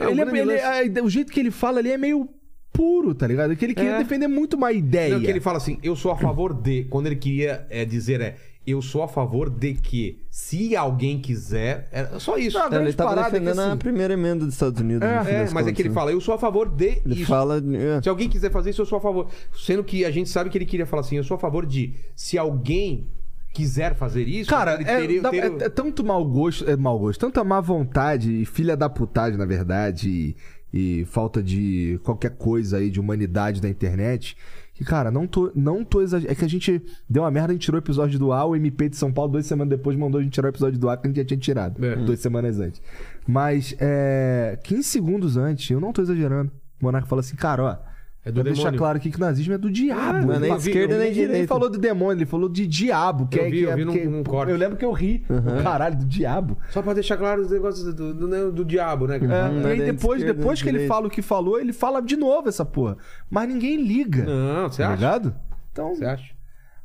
Speaker 2: ele é-
Speaker 1: grande
Speaker 2: ele
Speaker 1: lance-
Speaker 2: é- a ide- o jeito que ele fala ali é meio puro, tá ligado? Que ele queria
Speaker 1: É.
Speaker 2: defender muito uma
Speaker 4: É,
Speaker 2: ideia.
Speaker 1: Não, que ele fala assim, eu sou a favor de. Quando ele queria é, dizer é, eu sou a favor de que, se alguém quiser. É só isso.
Speaker 2: Não, a
Speaker 4: Não,
Speaker 2: grande
Speaker 4: ele tava
Speaker 2: parada é que,
Speaker 4: defendendo a
Speaker 2: assim,
Speaker 4: primeira emenda dos Estados Unidos. no fim
Speaker 1: é,
Speaker 4: das
Speaker 1: mas é que ele
Speaker 4: contas, né?
Speaker 1: fala, eu sou a favor de
Speaker 4: Ele
Speaker 1: isso.
Speaker 4: fala. é,
Speaker 1: Se alguém quiser fazer isso, eu sou a favor. Sendo que a gente sabe que ele queria falar assim, eu sou a favor de. Se alguém quiser fazer isso,
Speaker 2: Cara,
Speaker 4: né?
Speaker 1: ele
Speaker 2: é,
Speaker 1: teria-
Speaker 2: dá-
Speaker 1: teria-
Speaker 2: é- é tanto mau gosto, é mau gosto, tanta má vontade e filha da putagem, na verdade, e, e falta de qualquer coisa aí de humanidade da internet. Que, cara, não tô, não tô exagerando. É que a gente deu uma merda, a gente tirou o episódio do ar, o MP de São Paulo, duas semanas depois, mandou a gente tirar o episódio do ar que a gente já tinha tirado.
Speaker 4: É.
Speaker 2: Duas semanas antes. Mas, é, 15 segundos antes, eu não tô exagerando. O Monarca fala assim, cara, ó.
Speaker 7: É do
Speaker 2: vou deixar
Speaker 7: demônio.
Speaker 2: claro aqui que o nazismo é do diabo.
Speaker 4: não é nem
Speaker 2: Ele-
Speaker 4: esquerda nem
Speaker 2: ele- Ele nem
Speaker 4: direita.
Speaker 2: falou do demônio, ele falou de diabo. Que
Speaker 1: Eu
Speaker 2: é,
Speaker 1: vi,
Speaker 2: que
Speaker 1: eu
Speaker 2: é
Speaker 1: vi num-
Speaker 2: porque-
Speaker 1: num corte.
Speaker 2: Eu lembro que eu ri. Caralho, do diabo.
Speaker 1: Só pra deixar claro os negócios do, do, do, do diabo, né?
Speaker 2: É,
Speaker 4: Uhum.
Speaker 2: e aí
Speaker 4: Nada de
Speaker 2: depois,
Speaker 4: esquerda,
Speaker 2: depois que ele
Speaker 4: direita.
Speaker 2: fala o que falou, ele fala de novo essa porra. Mas ninguém liga.
Speaker 1: Não, você
Speaker 2: tá
Speaker 1: acha?
Speaker 2: ligado? Então,
Speaker 1: Você acha?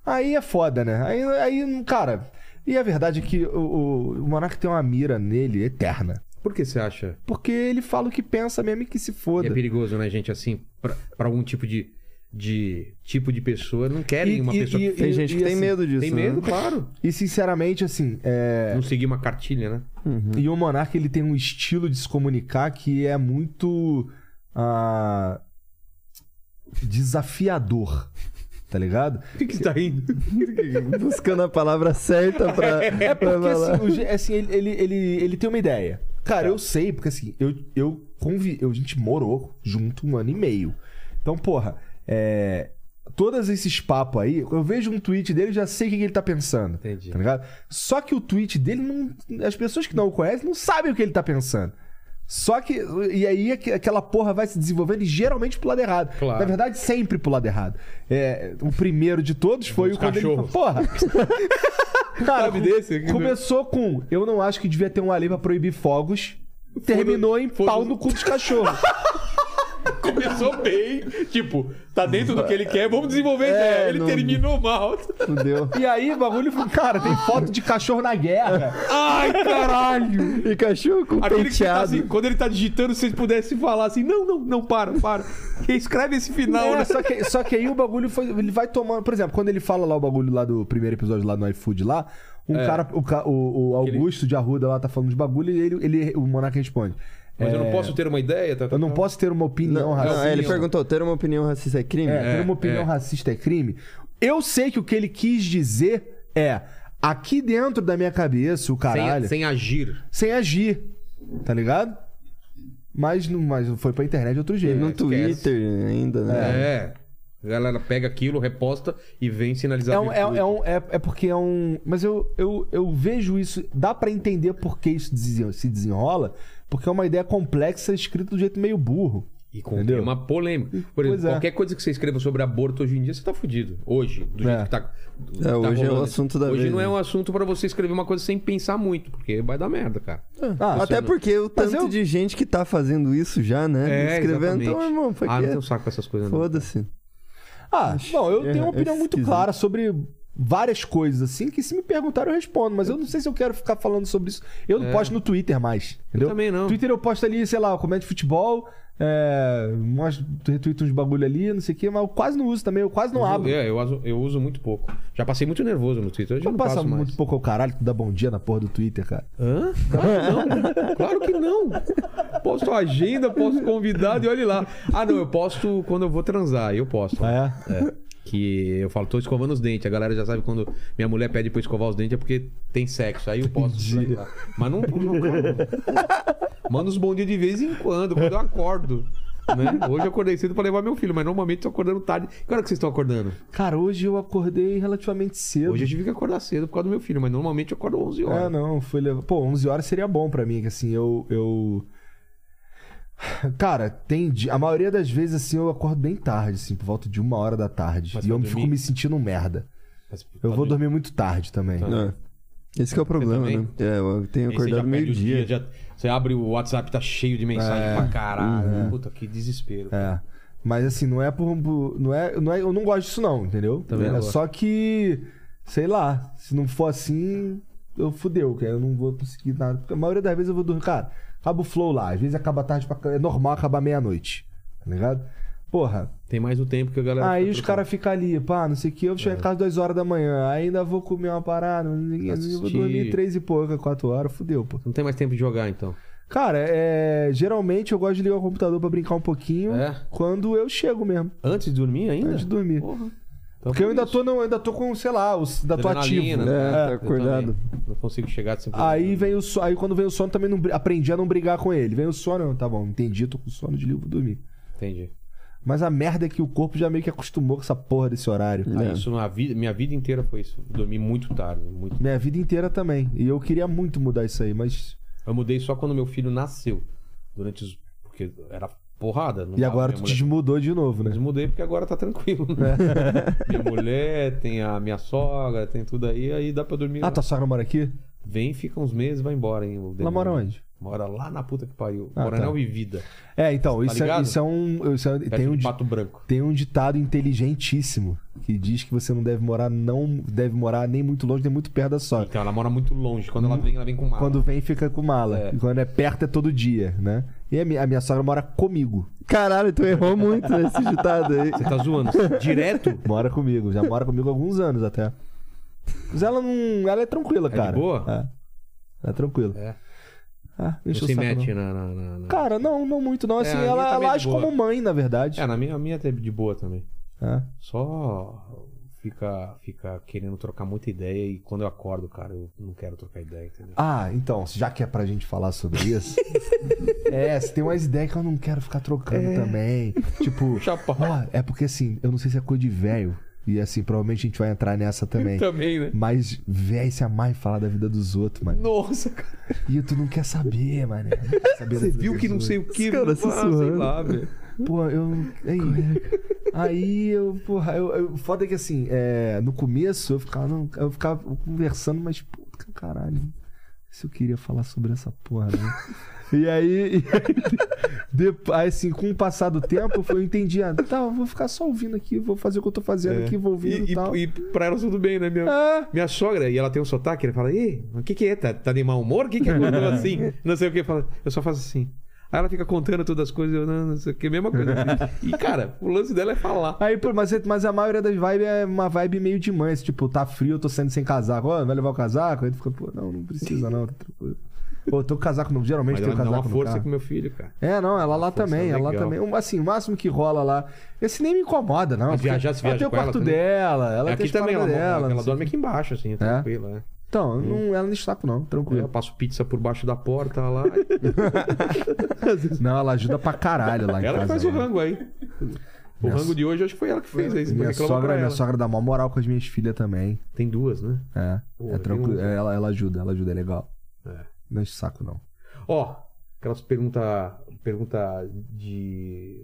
Speaker 2: aí é foda, né? Aí, aí cara. E a verdade é que o, o, o Monark tem uma mira nele eterna.
Speaker 1: Por que você acha?
Speaker 2: Porque ele fala o que pensa mesmo e que se
Speaker 1: E
Speaker 2: foda.
Speaker 1: é perigoso, né, gente? Assim, pra, pra algum tipo de, de tipo de pessoa, não querem
Speaker 2: E-
Speaker 1: uma
Speaker 2: e-
Speaker 1: pessoa
Speaker 2: e- assim,
Speaker 1: que
Speaker 4: Tem gente que tem medo disso.
Speaker 1: assim, tem
Speaker 4: né?
Speaker 1: medo, claro.
Speaker 2: E sinceramente, assim, é,
Speaker 1: Não seguir uma cartilha, né?
Speaker 2: E o Monark ele tem um estilo de se comunicar que é muito ah, desafiador. Tá ligado?
Speaker 1: O que, que você tá rindo?
Speaker 4: Buscando a palavra certa pra.
Speaker 2: É
Speaker 4: pra
Speaker 2: porque
Speaker 4: falar.
Speaker 2: assim, o je- assim, ele, ele, ele, ele tem uma ideia.
Speaker 1: Tá.
Speaker 2: Cara, eu sei, porque assim, eu, eu convi... eu, a gente morou junto um ano e meio. Então, porra, é... todos esses papos aí, eu vejo um tweet dele e já sei o que que ele tá pensando.
Speaker 1: Entendi.
Speaker 2: Tá ligado? Só que o tweet dele, não... as pessoas que não o conhecem não sabem o que ele tá pensando. Só que. E aí aqu- aquela porra vai se desenvolvendo e geralmente pro lado errado.
Speaker 1: Claro.
Speaker 2: Na verdade, sempre pro lado errado. É, o primeiro de todos foi
Speaker 1: Dos
Speaker 2: o quando ele.
Speaker 1: cachorros.
Speaker 2: Porra! Cara,
Speaker 1: Sabe desse? Que-
Speaker 2: Começou com eu não acho que devia ter uma lei pra proibir fogos. Terminou em
Speaker 1: foda-
Speaker 2: pau no cu dos cachorros.
Speaker 1: Começou bem, tipo, tá dentro do que ele quer, vamos
Speaker 2: É,
Speaker 1: desenvolver a ideia. Ele
Speaker 4: não-
Speaker 1: terminou mal.
Speaker 4: Fudeu.
Speaker 2: e aí o bagulho foi, cara, tem foto de cachorro na guerra.
Speaker 1: Ai, caralho!
Speaker 4: E cachorro com
Speaker 1: Aquele que tá
Speaker 4: penteado.
Speaker 1: assim, quando ele tá digitando, se ele pudesse falar assim, não, não, não, para, para. Escreve esse final,
Speaker 2: É,
Speaker 1: né?
Speaker 2: só, que, só que aí o bagulho foi. Ele vai tomando. Por exemplo, quando ele fala lá o bagulho lá do primeiro episódio lá no iFood lá, um cara. O, ca- o- o Augusto de Arruda lá tá falando de bagulho e ele, ele- o Monarca responde.
Speaker 1: Mas eu
Speaker 2: é,
Speaker 1: não posso ter uma ideia, tá?
Speaker 2: Eu não posso ter uma opinião
Speaker 4: Não,
Speaker 2: racista.
Speaker 4: ele perguntou: ter uma opinião racista é crime?
Speaker 2: É, ter uma opinião racista é crime. Eu sei que o que ele quis dizer é aqui dentro da minha cabeça, o caralho, sem,
Speaker 1: agir.
Speaker 2: agir, tá ligado? Mas não, mas não foi pra internet de outro jeito.
Speaker 4: No
Speaker 2: É,
Speaker 4: Twitter ainda, né?
Speaker 1: É. A galera pega aquilo, reposta e vem sinalizar.
Speaker 2: um- é- é um- é- é porque é um. Mas eu, eu, eu vejo isso. Dá pra entender por que isso desen- se desenrola, porque é uma ideia complexa escrita do jeito meio burro.
Speaker 1: E com
Speaker 2: Entendeu?
Speaker 1: tema polêmico. Por
Speaker 2: Pois
Speaker 1: exemplo,
Speaker 2: é.
Speaker 1: qualquer coisa que você escreva sobre aborto hoje em dia, você tá fudido. Hoje, do jeito
Speaker 2: É.
Speaker 1: que tá.
Speaker 4: É,
Speaker 1: tá
Speaker 4: hoje é o
Speaker 1: rolando.
Speaker 4: assunto da
Speaker 1: Hoje
Speaker 4: vez,
Speaker 1: não é
Speaker 4: né?
Speaker 1: um assunto pra você escrever uma coisa sem pensar muito, porque vai dar merda, cara.
Speaker 2: Ah,
Speaker 4: Até porque o
Speaker 2: Mas
Speaker 4: tanto
Speaker 2: eu-
Speaker 4: de gente que tá fazendo isso já, né? escrevendo. Então,
Speaker 1: É, exatamente.
Speaker 4: irmão, foi
Speaker 1: Ah, não
Speaker 4: que.
Speaker 1: tem um saco com essas coisas. não.
Speaker 4: Foda-se.
Speaker 2: Ah, não, eu
Speaker 4: é-
Speaker 2: tenho uma
Speaker 4: é
Speaker 2: opinião muito
Speaker 4: esquisito.
Speaker 2: clara sobre várias coisas, assim, que se me perguntarem eu respondo, mas eu não sei se eu quero ficar falando sobre isso. Eu não posto no Twitter mais, entendeu?
Speaker 1: também não.
Speaker 2: Twitter eu posto ali, sei lá, eu comento futebol, é, mostro, retweeto uns bagulho ali, não sei o quê, mas eu quase não uso também, eu quase não abro.
Speaker 1: É, eu, uso- eu uso muito pouco. Já passei muito nervoso no Twitter. Hoje eu não
Speaker 2: Não passa
Speaker 1: passo mais.
Speaker 2: muito pouco ao caralho, tu dá bom dia na porra do Twitter, cara.
Speaker 1: Hã? Claro que não. Claro que não. Posto agenda, posto convidado e olhe lá. Ah, não, eu posto quando eu vou transar. Eu posto.
Speaker 2: É.
Speaker 1: Que eu falo, tô escovando os dentes. A galera já sabe quando minha mulher pede pra eu escovar os dentes é porque tem sexo. Aí eu posto. Mas não. não Manda uns bom dia de vez em quando, quando eu acordo. Né? Hoje eu acordei cedo pra levar meu filho, mas normalmente tô acordando tarde. Que hora que vocês estão acordando?
Speaker 2: Cara, hoje eu acordei relativamente cedo.
Speaker 1: Hoje é eu tive que acordar cedo por causa do meu filho, mas normalmente eu acordo 11 horas.
Speaker 2: É, não, fui levar. Pô, 11 horas seria bom pra mim, que assim, eu. eu... Cara, tem. di- A maioria das vezes, assim, eu acordo bem tarde, assim, por volta de uma hora da tarde.
Speaker 1: Mas
Speaker 2: e eu
Speaker 1: vai
Speaker 2: fico
Speaker 1: dormir?
Speaker 2: me sentindo um merda.
Speaker 1: Mas- tá
Speaker 2: Eu vou dormir muito tarde também.
Speaker 4: É. Esse que é o problema,
Speaker 1: também?
Speaker 4: né? É, eu
Speaker 1: tá Aí você já
Speaker 4: tenho acordado
Speaker 1: perde o
Speaker 4: meio-dia.
Speaker 1: dia, já- você abre o WhatsApp, tá cheio de mensagem pra caralho.
Speaker 2: Uhum.
Speaker 1: Puta, que desespero.
Speaker 2: É. Mas assim, não é por. por- Não é, não é, eu não gosto disso, não, entendeu?
Speaker 1: Também
Speaker 2: é
Speaker 1: não gosto.
Speaker 2: só que. Sei lá, se não for assim, eu fudeu, cara. Eu não vou conseguir nada. Porque a maioria das vezes eu vou dormir. Cara, acaba o flow lá. Às vezes acaba tarde pra. ca- É normal acabar meia-noite. Tá ligado? Porra.
Speaker 1: Tem mais o tempo que a galera.
Speaker 2: Aí
Speaker 1: fica É.
Speaker 2: os
Speaker 1: trocando.
Speaker 2: caras ficam ali, pá, não sei o que, eu vou chegar em casa 2 horas da manhã, ainda vou comer uma parada, eu vou
Speaker 1: Assistir.
Speaker 2: dormir três e pouca, quatro horas, fudeu, pô.
Speaker 1: Não tem mais tempo de jogar, então.
Speaker 2: Cara, é. Geralmente eu gosto de ligar o computador pra brincar um pouquinho
Speaker 1: É?
Speaker 2: quando eu chego mesmo,
Speaker 1: Antes de dormir ainda?
Speaker 2: antes de dormir.
Speaker 1: Porra. Então
Speaker 2: Porque eu ainda tô, não, ainda tô com, sei lá, os, ainda tô ativo.
Speaker 1: Adrenalina, né?
Speaker 4: É, tá
Speaker 1: Eu
Speaker 4: acordado.
Speaker 1: também. Não consigo chegar de sempre.
Speaker 2: Aí vem o so... aí quando vem o sono também não br- aprendi a não brigar com ele. Vem o sono, eu, tá bom, entendi, tô com sono de livro, vou dormir.
Speaker 1: Entendi.
Speaker 2: Mas a merda é que o corpo já meio que acostumou com essa porra desse horário.
Speaker 1: Ah, isso na vida, minha vida inteira foi isso. Dormi muito tarde, muito.
Speaker 2: Minha vida inteira também. E eu queria muito mudar isso aí, mas.
Speaker 1: Eu mudei só quando meu filho nasceu. Durante os porque era porrada, não
Speaker 2: E
Speaker 1: dava.
Speaker 2: agora
Speaker 1: Minha
Speaker 2: tu
Speaker 1: mulher-
Speaker 2: desmudou de novo, né?
Speaker 1: Mas mudei porque agora tá tranquilo. Né? minha mulher, tem a minha sogra, tem tudo aí, aí dá pra dormir.
Speaker 2: Ah, tua sogra mora aqui?
Speaker 1: Vem, fica uns meses, vai embora, hein? o
Speaker 2: Ela mora
Speaker 1: demônio.
Speaker 2: onde?
Speaker 1: Mora lá na puta que pariu.
Speaker 2: Ah,
Speaker 1: Coronel
Speaker 2: tá.
Speaker 1: e Vida.
Speaker 2: É, então, isso, é,
Speaker 1: ligado?
Speaker 2: isso é um. Isso é-
Speaker 1: Perto
Speaker 2: tem, um
Speaker 1: de
Speaker 2: di-
Speaker 1: Pato Branco.
Speaker 2: tem um ditado inteligentíssimo que diz que você não deve morar, não deve morar nem muito longe, nem muito perto da sogra.
Speaker 1: Então ela mora muito longe. Quando ela vem, ela vem com mala.
Speaker 2: Hum. Quando vem, fica com mala.
Speaker 1: É.
Speaker 2: E quando é perto, é todo dia, né? E a minha, a minha sogra mora comigo.
Speaker 4: Caralho, tu errou muito nesse ditado aí.
Speaker 1: Você tá zoando. Direto?
Speaker 2: Mora comigo. Já mora comigo há alguns anos até. Mas ela não. Ela é tranquila,
Speaker 1: de
Speaker 2: cara.
Speaker 1: boa?
Speaker 2: É. Ela é tranquila.
Speaker 1: É.
Speaker 2: Ah,
Speaker 1: Não
Speaker 2: deixa
Speaker 1: se
Speaker 2: o saco,
Speaker 1: mete
Speaker 2: não.
Speaker 1: na... na, na- na-
Speaker 2: Cara, não, não muito, não.
Speaker 1: É, a
Speaker 2: Assim,
Speaker 1: minha
Speaker 2: ela,
Speaker 1: também é
Speaker 2: ela
Speaker 1: de
Speaker 2: age
Speaker 1: boa.
Speaker 2: como mãe, na verdade.
Speaker 1: É, na minha, a minha até de boa também.
Speaker 2: É.
Speaker 1: Só fica, fica querendo trocar muita ideia e quando eu acordo, cara, eu não quero trocar ideia, entendeu?
Speaker 2: Ah, então, já que é pra gente falar sobre isso. é, você tem umas ideias que eu não quero ficar trocando também. Tipo,
Speaker 1: Chapa.
Speaker 2: ó, é porque assim, eu não sei se é coisa de velho. E assim, provavelmente a gente vai entrar nessa também.
Speaker 1: Também, né?
Speaker 2: Mas véi se amar e falar da vida dos outros, mano.
Speaker 1: Nossa, cara.
Speaker 2: E tu não quer saber, mano. Não quer saber
Speaker 1: Você viu que não sei o que,
Speaker 4: Os caras
Speaker 1: pá, sei
Speaker 4: sussurrando.
Speaker 1: lá, velho.
Speaker 2: Pô, eu. Aí, aí eu, porra, eu, eu- Foda é que assim, é, no começo eu ficava, não, eu ficava conversando, mas, puta caralho. Se eu queria falar sobre essa porra, né? E aí, e aí, depo- aí, assim, com o passar do tempo, eu fui- eu entendi, ah, tá, eu vou ficar só ouvindo aqui, vou fazer o que eu tô fazendo aqui, vou ouvindo
Speaker 1: É. E,
Speaker 2: e,
Speaker 1: e,
Speaker 2: tal.
Speaker 1: e pra ela tudo bem, né? Minha,
Speaker 2: É.
Speaker 1: minha sogra, e ela tem um sotaque, ela fala, ei, o que que é? Tá, tá de mau humor? O que que acordou assim? Não sei o que. Fala, eu só faço assim. Aí ela fica contando todas as coisas, eu não, não sei o que, mesma coisa. E, cara, o lance dela é falar.
Speaker 2: Aí, pô, mas, mas a maioria das vibes é uma vibe meio de mãe. esse Tipo, tá frio, eu tô saindo sem casaco. Ó, vai levar o casaco? Aí tu fica, pô, não, não precisa não, tá tranquilo. Pô, eu tô com casaco no. Geralmente
Speaker 1: Mas
Speaker 2: tem
Speaker 1: ela
Speaker 2: um
Speaker 1: me dá
Speaker 2: casaco
Speaker 1: uma
Speaker 2: no
Speaker 1: força
Speaker 2: carro.
Speaker 1: com meu filho, cara.
Speaker 2: É, não, ela lá
Speaker 1: força
Speaker 2: também, ela lá
Speaker 1: legal.
Speaker 2: também. Um, Assim, o máximo que rola lá. Esse nem me incomoda, não.
Speaker 1: Mas viajar, se
Speaker 2: porque
Speaker 1: viaja
Speaker 2: ela tem o
Speaker 1: com ela
Speaker 2: quarto
Speaker 1: também?
Speaker 2: dela, ela
Speaker 1: É
Speaker 2: é
Speaker 1: aqui
Speaker 2: tem as
Speaker 1: também, ela,
Speaker 2: paradas dela.
Speaker 1: ela,
Speaker 2: não sei o
Speaker 1: dorme
Speaker 2: quê.
Speaker 1: aqui embaixo, assim, é tranquila. É?
Speaker 2: Então, não, ela não destaca, não,
Speaker 1: Eu
Speaker 2: tranquilo.
Speaker 1: passo pizza por baixo da porta lá.
Speaker 2: Não, ela ajuda pra caralho lá em
Speaker 1: ela
Speaker 2: casa.
Speaker 1: que faz o
Speaker 2: né?
Speaker 1: rango aí. O rango de hoje, acho que foi ela que fez aí. você
Speaker 2: Minha
Speaker 1: reclamou pra
Speaker 2: sogra, minha
Speaker 1: ela.
Speaker 2: sogra dá mó moral com as minhas filhas também.
Speaker 1: Tem duas, né?
Speaker 2: É,
Speaker 1: Pô,
Speaker 2: é
Speaker 1: tem um-
Speaker 2: tranquilo. Ela, ela ajuda, ela ajuda, é legal.
Speaker 1: É.
Speaker 2: Não enche o saco, não.
Speaker 1: Ó, aquelas pergunta, pergunta de,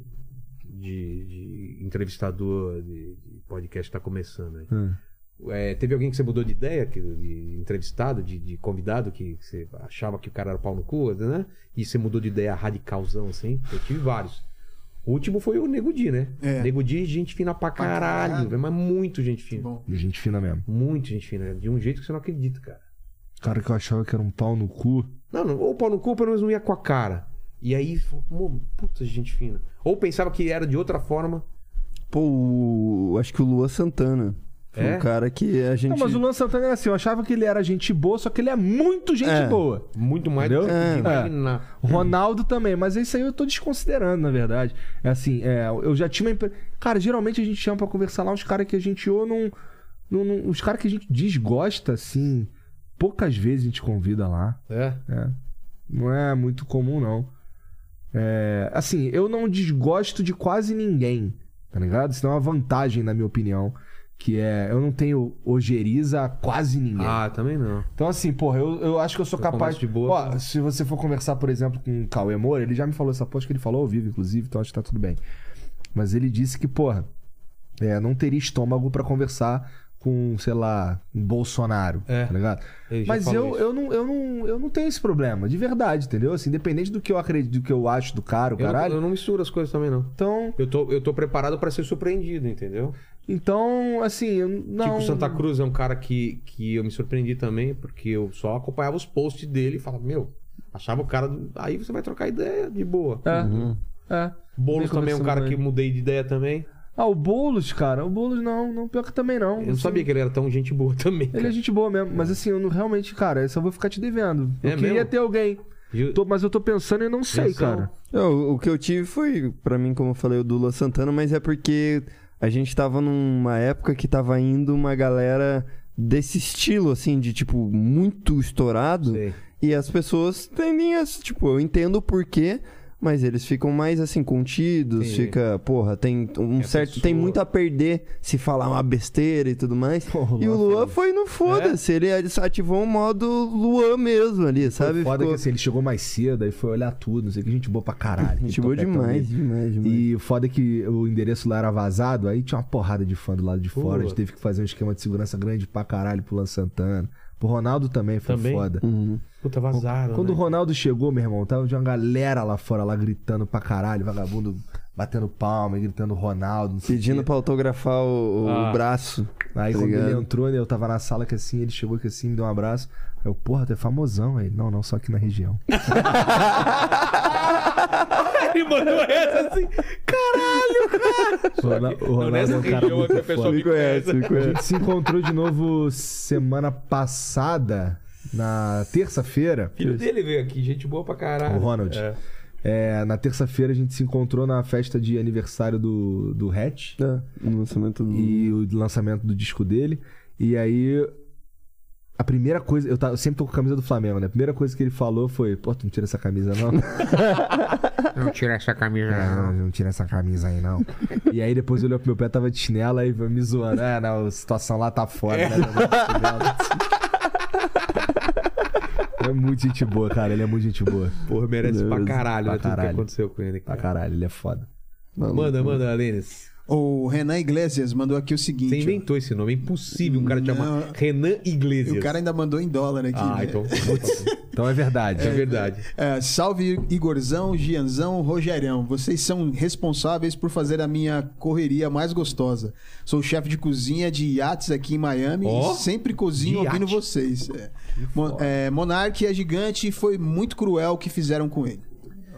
Speaker 1: de, de entrevistador de, de podcast que tá começando aí.
Speaker 2: Hum.
Speaker 1: É, teve alguém que você mudou de ideia, que, de entrevistado, de, de convidado, que você achava que o cara era pau no cu, né? E você mudou de ideia radicalzão, assim? Eu tive vários. O último foi o Nego Di, né?
Speaker 3: É.
Speaker 1: Nego Di, gente fina pra
Speaker 3: Pra
Speaker 1: caralho,
Speaker 3: caralho.
Speaker 1: velho, mas muito gente fina.
Speaker 3: Bom.
Speaker 2: E Gente fina mesmo.
Speaker 1: Muito gente fina, de um jeito que você não acredita, cara.
Speaker 2: Cara que eu achava que era um pau no cu.
Speaker 1: Não, não, ou pau no cu, pelo menos não ia com a cara. E aí, pô, puta gente fina. Ou pensava que era de outra forma.
Speaker 4: Pô, o- acho que o Lua Santana. Foi
Speaker 1: É?
Speaker 4: um cara que a gente.
Speaker 2: Não, mas o Luan Santana era assim, eu achava que ele era gente boa, só que ele é muito gente
Speaker 4: É.
Speaker 2: boa.
Speaker 1: Muito mais do que você
Speaker 4: Entendeu? É.
Speaker 1: podia imaginar. né?
Speaker 2: Ronaldo também, mas isso aí eu tô desconsiderando, na verdade. É assim, é, eu já tinha uma empresa. Cara, geralmente a gente chama pra conversar lá uns caras que a gente ou não. não- não- os caras que a gente desgosta, assim, poucas vezes a gente convida lá.
Speaker 1: É.
Speaker 2: Não é muito comum, não. É, assim, eu não desgosto de quase ninguém, tá ligado? Isso é uma vantagem, na minha opinião. Que é, eu não tenho ojeriza a quase ninguém.
Speaker 1: Ah, também não.
Speaker 2: Então, assim, porra, eu, eu acho que eu sou
Speaker 1: Eu
Speaker 2: capaz.
Speaker 1: converso de boa. tá?
Speaker 2: Ó, se você for conversar, por exemplo, com o Cauê Moura, ele já me falou essa porra, acho que ele falou ao vivo, inclusive, então acho que tá tudo bem. Mas ele disse que, porra, é, não teria estômago pra conversar com, sei lá, um Bolsonaro,
Speaker 1: É.
Speaker 2: tá ligado?
Speaker 1: Ele já
Speaker 2: Mas
Speaker 1: falou
Speaker 2: eu,
Speaker 1: isso.
Speaker 2: eu, não, eu, não, eu não tenho esse problema, de verdade, entendeu? Assim, independente do que eu acredito, do que eu acho do cara, o
Speaker 1: Eu, não,
Speaker 2: caralho.
Speaker 1: eu não misturo as coisas também, não.
Speaker 2: Então,
Speaker 1: Eu tô, eu tô preparado pra ser surpreendido, entendeu?
Speaker 2: então, assim, eu não.
Speaker 1: Tipo, o Santa Cruz é um cara que, que eu me surpreendi também, porque eu só acompanhava os posts dele e falava, meu, achava o cara. do- Aí você vai trocar ideia de boa.
Speaker 2: É. É.
Speaker 1: Boulos
Speaker 2: Bem
Speaker 1: também é um
Speaker 2: conversando
Speaker 1: cara
Speaker 2: com
Speaker 1: que
Speaker 2: ele.
Speaker 1: mudei de ideia também.
Speaker 2: Ah, o Boulos, cara, o Boulos não, não, pior que também não.
Speaker 1: Eu não sabia que ele era tão gente boa também.
Speaker 2: Ele é
Speaker 1: cara.
Speaker 2: gente boa mesmo, mas assim, eu não, realmente, cara, eu só vou ficar te devendo. Eu
Speaker 1: É
Speaker 2: queria
Speaker 1: mesmo?
Speaker 2: ter alguém,
Speaker 1: Ju-
Speaker 2: Tô- mas eu tô pensando e não sei,
Speaker 1: Pensão.
Speaker 2: cara.
Speaker 4: Não, o que eu tive foi, pra mim, como eu falei, o do Lua Santana, mas é porque a gente tava numa época que tava indo uma galera desse estilo, assim, de tipo, muito estourado.
Speaker 8: Sei.
Speaker 4: E as pessoas tendem a. Tipo, eu entendo o porquê. Mas eles ficam mais assim, contidos,
Speaker 8: Sim.
Speaker 4: fica, porra, tem um
Speaker 8: a
Speaker 4: certo. Tem
Speaker 8: pessoa-
Speaker 4: muito a perder se falar uma besteira e tudo mais.
Speaker 8: Pô, o
Speaker 4: e o
Speaker 8: Luan
Speaker 4: Luan foi no foda-se, ele ativou um modo Luan mesmo ali, sabe?
Speaker 2: Foi foda
Speaker 4: Ficou-
Speaker 2: que assim, ele chegou mais cedo, aí foi olhar tudo, não sei o que, gente boa pra caralho.
Speaker 4: Gente boa
Speaker 2: topetão
Speaker 4: demais,
Speaker 2: mesmo.
Speaker 4: demais, demais.
Speaker 2: E foda é que o endereço lá era vazado, aí tinha uma porrada de fã do lado de fora. A gente teve que fazer um esquema de segurança grande pra caralho pro Lan Santana. Pro Ronaldo também foi
Speaker 1: Também?
Speaker 2: foda.
Speaker 4: Uhum.
Speaker 1: Puta, vazaram.
Speaker 2: Quando o
Speaker 1: né?
Speaker 2: Ronaldo chegou, meu irmão, tava de uma galera lá fora, lá gritando pra caralho, vagabundo batendo palma e gritando Ronaldo, não sei o
Speaker 4: Pedindo pra autografar o, o
Speaker 1: Ah.
Speaker 4: braço.
Speaker 2: Aí
Speaker 4: Tá
Speaker 2: quando ele
Speaker 4: ligado?
Speaker 2: entrou, né, eu tava na sala que assim, ele chegou que assim, me deu um abraço. Aí eu, porra, tu é famosão aí. Não, não, só aqui na região.
Speaker 1: Ele mandou essa assim.
Speaker 2: O Rona- o Ronaldo é um cara muito foda.
Speaker 4: Me conhece, me
Speaker 2: A
Speaker 4: conhece.
Speaker 2: gente se encontrou de novo semana passada, na terça-feira.
Speaker 1: Filho dele veio aqui, gente boa pra caralho.
Speaker 2: O Ronald.
Speaker 1: É.
Speaker 2: É, na terça-feira a gente se encontrou na festa de aniversário do, do Hatch
Speaker 4: Tá, no lançamento do.
Speaker 2: e o lançamento do disco dele. E aí. A primeira coisa. Eu, tava- eu sempre tô com a camisa do Flamengo, né? A primeira coisa que ele falou foi: Pô, tu não tira essa camisa, não?
Speaker 8: Não tira essa camisa,
Speaker 2: Não, não tira essa camisa aí, não. e aí depois olhou pro meu pé, tava de chinelo, aí me zoando. Ah, não, a situação lá tá fora, né? É muito gente boa, cara. Ele é muito gente boa.
Speaker 1: Porra, merece pra caralho,
Speaker 2: Pra
Speaker 1: né? Tudo
Speaker 2: caralho.
Speaker 1: que aconteceu com ele.
Speaker 2: Pra
Speaker 1: Cara.
Speaker 2: caralho, ele é foda.
Speaker 1: Manda, manda, Alenis.
Speaker 3: O Renan Iglesias mandou aqui o seguinte.
Speaker 1: Você inventou esse nome, é impossível um cara te chamar
Speaker 3: Não.
Speaker 1: Renan
Speaker 3: ó. E
Speaker 1: Iglesias.
Speaker 3: o cara ainda mandou em dólar aqui.
Speaker 1: Ah,
Speaker 3: né?
Speaker 1: então.
Speaker 2: Então é verdade.
Speaker 1: É verdade.
Speaker 3: É, salve Igorzão, Gianzão, Rogerão. Vocês são responsáveis por fazer a minha correria mais gostosa. Sou chefe de cozinha de iates aqui em Miami
Speaker 1: Ó,
Speaker 3: e sempre cozinho
Speaker 1: de
Speaker 3: ouvindo
Speaker 1: iate.
Speaker 3: vocês. É. Mon é, Monark é gigante e foi muito cruel o que fizeram com ele.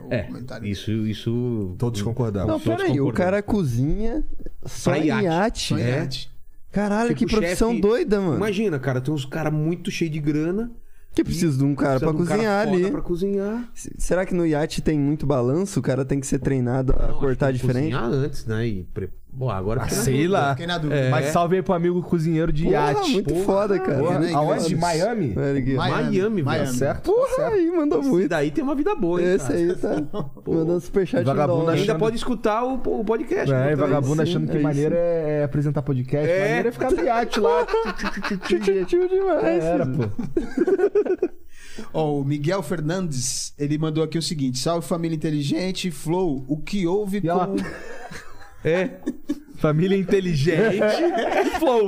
Speaker 3: O
Speaker 1: É,
Speaker 3: comentário.
Speaker 1: isso, isso.
Speaker 2: Todos concordamos.
Speaker 4: Não,
Speaker 1: todos
Speaker 4: peraí, o
Speaker 1: concordamos.
Speaker 4: cara cozinha só
Speaker 1: Pra
Speaker 4: em
Speaker 1: iate.
Speaker 4: iate.
Speaker 3: Só em
Speaker 4: É.
Speaker 3: iate.
Speaker 4: Caralho,
Speaker 8: Tipo,
Speaker 4: que profissão
Speaker 8: chefe-
Speaker 4: doida, mano.
Speaker 8: Imagina, cara, tem uns caras muito cheios de grana.
Speaker 4: que precisa de um cara pra
Speaker 8: precisa de um
Speaker 4: cozinhar
Speaker 8: foda
Speaker 4: ali.
Speaker 8: Pra cozinhar.
Speaker 4: S- Será que no iate tem muito balanço? O cara tem que ser treinado a cortar
Speaker 8: Tem que
Speaker 4: diferente?
Speaker 8: Cozinhar antes, né? E pre... Bom, agora fica na
Speaker 2: Sei lá. É.
Speaker 3: Fiquei na dúvida.
Speaker 2: Mas salve aí pro amigo cozinheiro de
Speaker 4: Porra,
Speaker 2: iate. né,
Speaker 4: muito foda, cara. Né,
Speaker 3: Porra,
Speaker 4: Olha
Speaker 2: Aonde?
Speaker 3: Iglesias.
Speaker 2: Miami?
Speaker 4: aqui.
Speaker 8: Miami, velho.
Speaker 2: Tá certo?
Speaker 4: Porra, aí mandou
Speaker 8: E
Speaker 4: muito.
Speaker 8: daí tem uma vida boa, hein,
Speaker 4: Esse
Speaker 8: cara?
Speaker 4: aí tá mandando superchat no
Speaker 2: Vagabundo
Speaker 4: dólar.
Speaker 2: achando-
Speaker 8: Ainda pode escutar o, o podcast.
Speaker 1: tipo,
Speaker 2: É,
Speaker 8: né?
Speaker 2: e vagabundo
Speaker 4: sim,
Speaker 2: achando que
Speaker 4: é
Speaker 2: maneiro é, é apresentar podcast.
Speaker 8: É.
Speaker 2: Maneiro é ficar no iate lá.
Speaker 4: Tio demais.
Speaker 2: Era, pô.
Speaker 3: Ó, o Miguel Fernandes, ele mandou aqui o seguinte: Salve família inteligente, Flow, o que houve
Speaker 2: E ela-
Speaker 3: com.
Speaker 2: É. Família inteligente. Flow.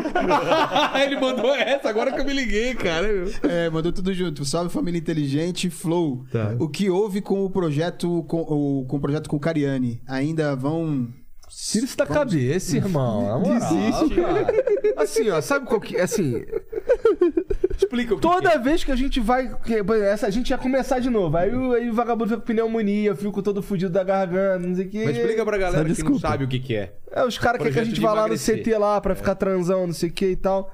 Speaker 1: Ele mandou essa agora que eu me liguei, cara. meu.
Speaker 3: É, mandou tudo junto. Salve família inteligente, Flow. O que houve com o projeto com o, com o projeto com o Cariani? Ainda vão
Speaker 2: Tira isso da cabeça, irmão. Na moral, cara. Assim, ó, sabe qual que. Assim,
Speaker 1: Explica o que
Speaker 2: toda vez que a gente vai. que- Essa, a gente ia começar de novo. Aí, o- aí o vagabundo fica com pneumonia, eu fico todo fudido da garganta, não sei o quê.
Speaker 1: Mas é. explica pra galera
Speaker 4: Só
Speaker 1: que não
Speaker 4: desculpa.
Speaker 1: sabe o que, que é.
Speaker 2: É, os caras querem que a
Speaker 1: Projeto
Speaker 2: gente
Speaker 1: de
Speaker 2: vá lá no
Speaker 1: emagrecer. É.
Speaker 2: CT lá pra ficar transão, não sei o que e tal.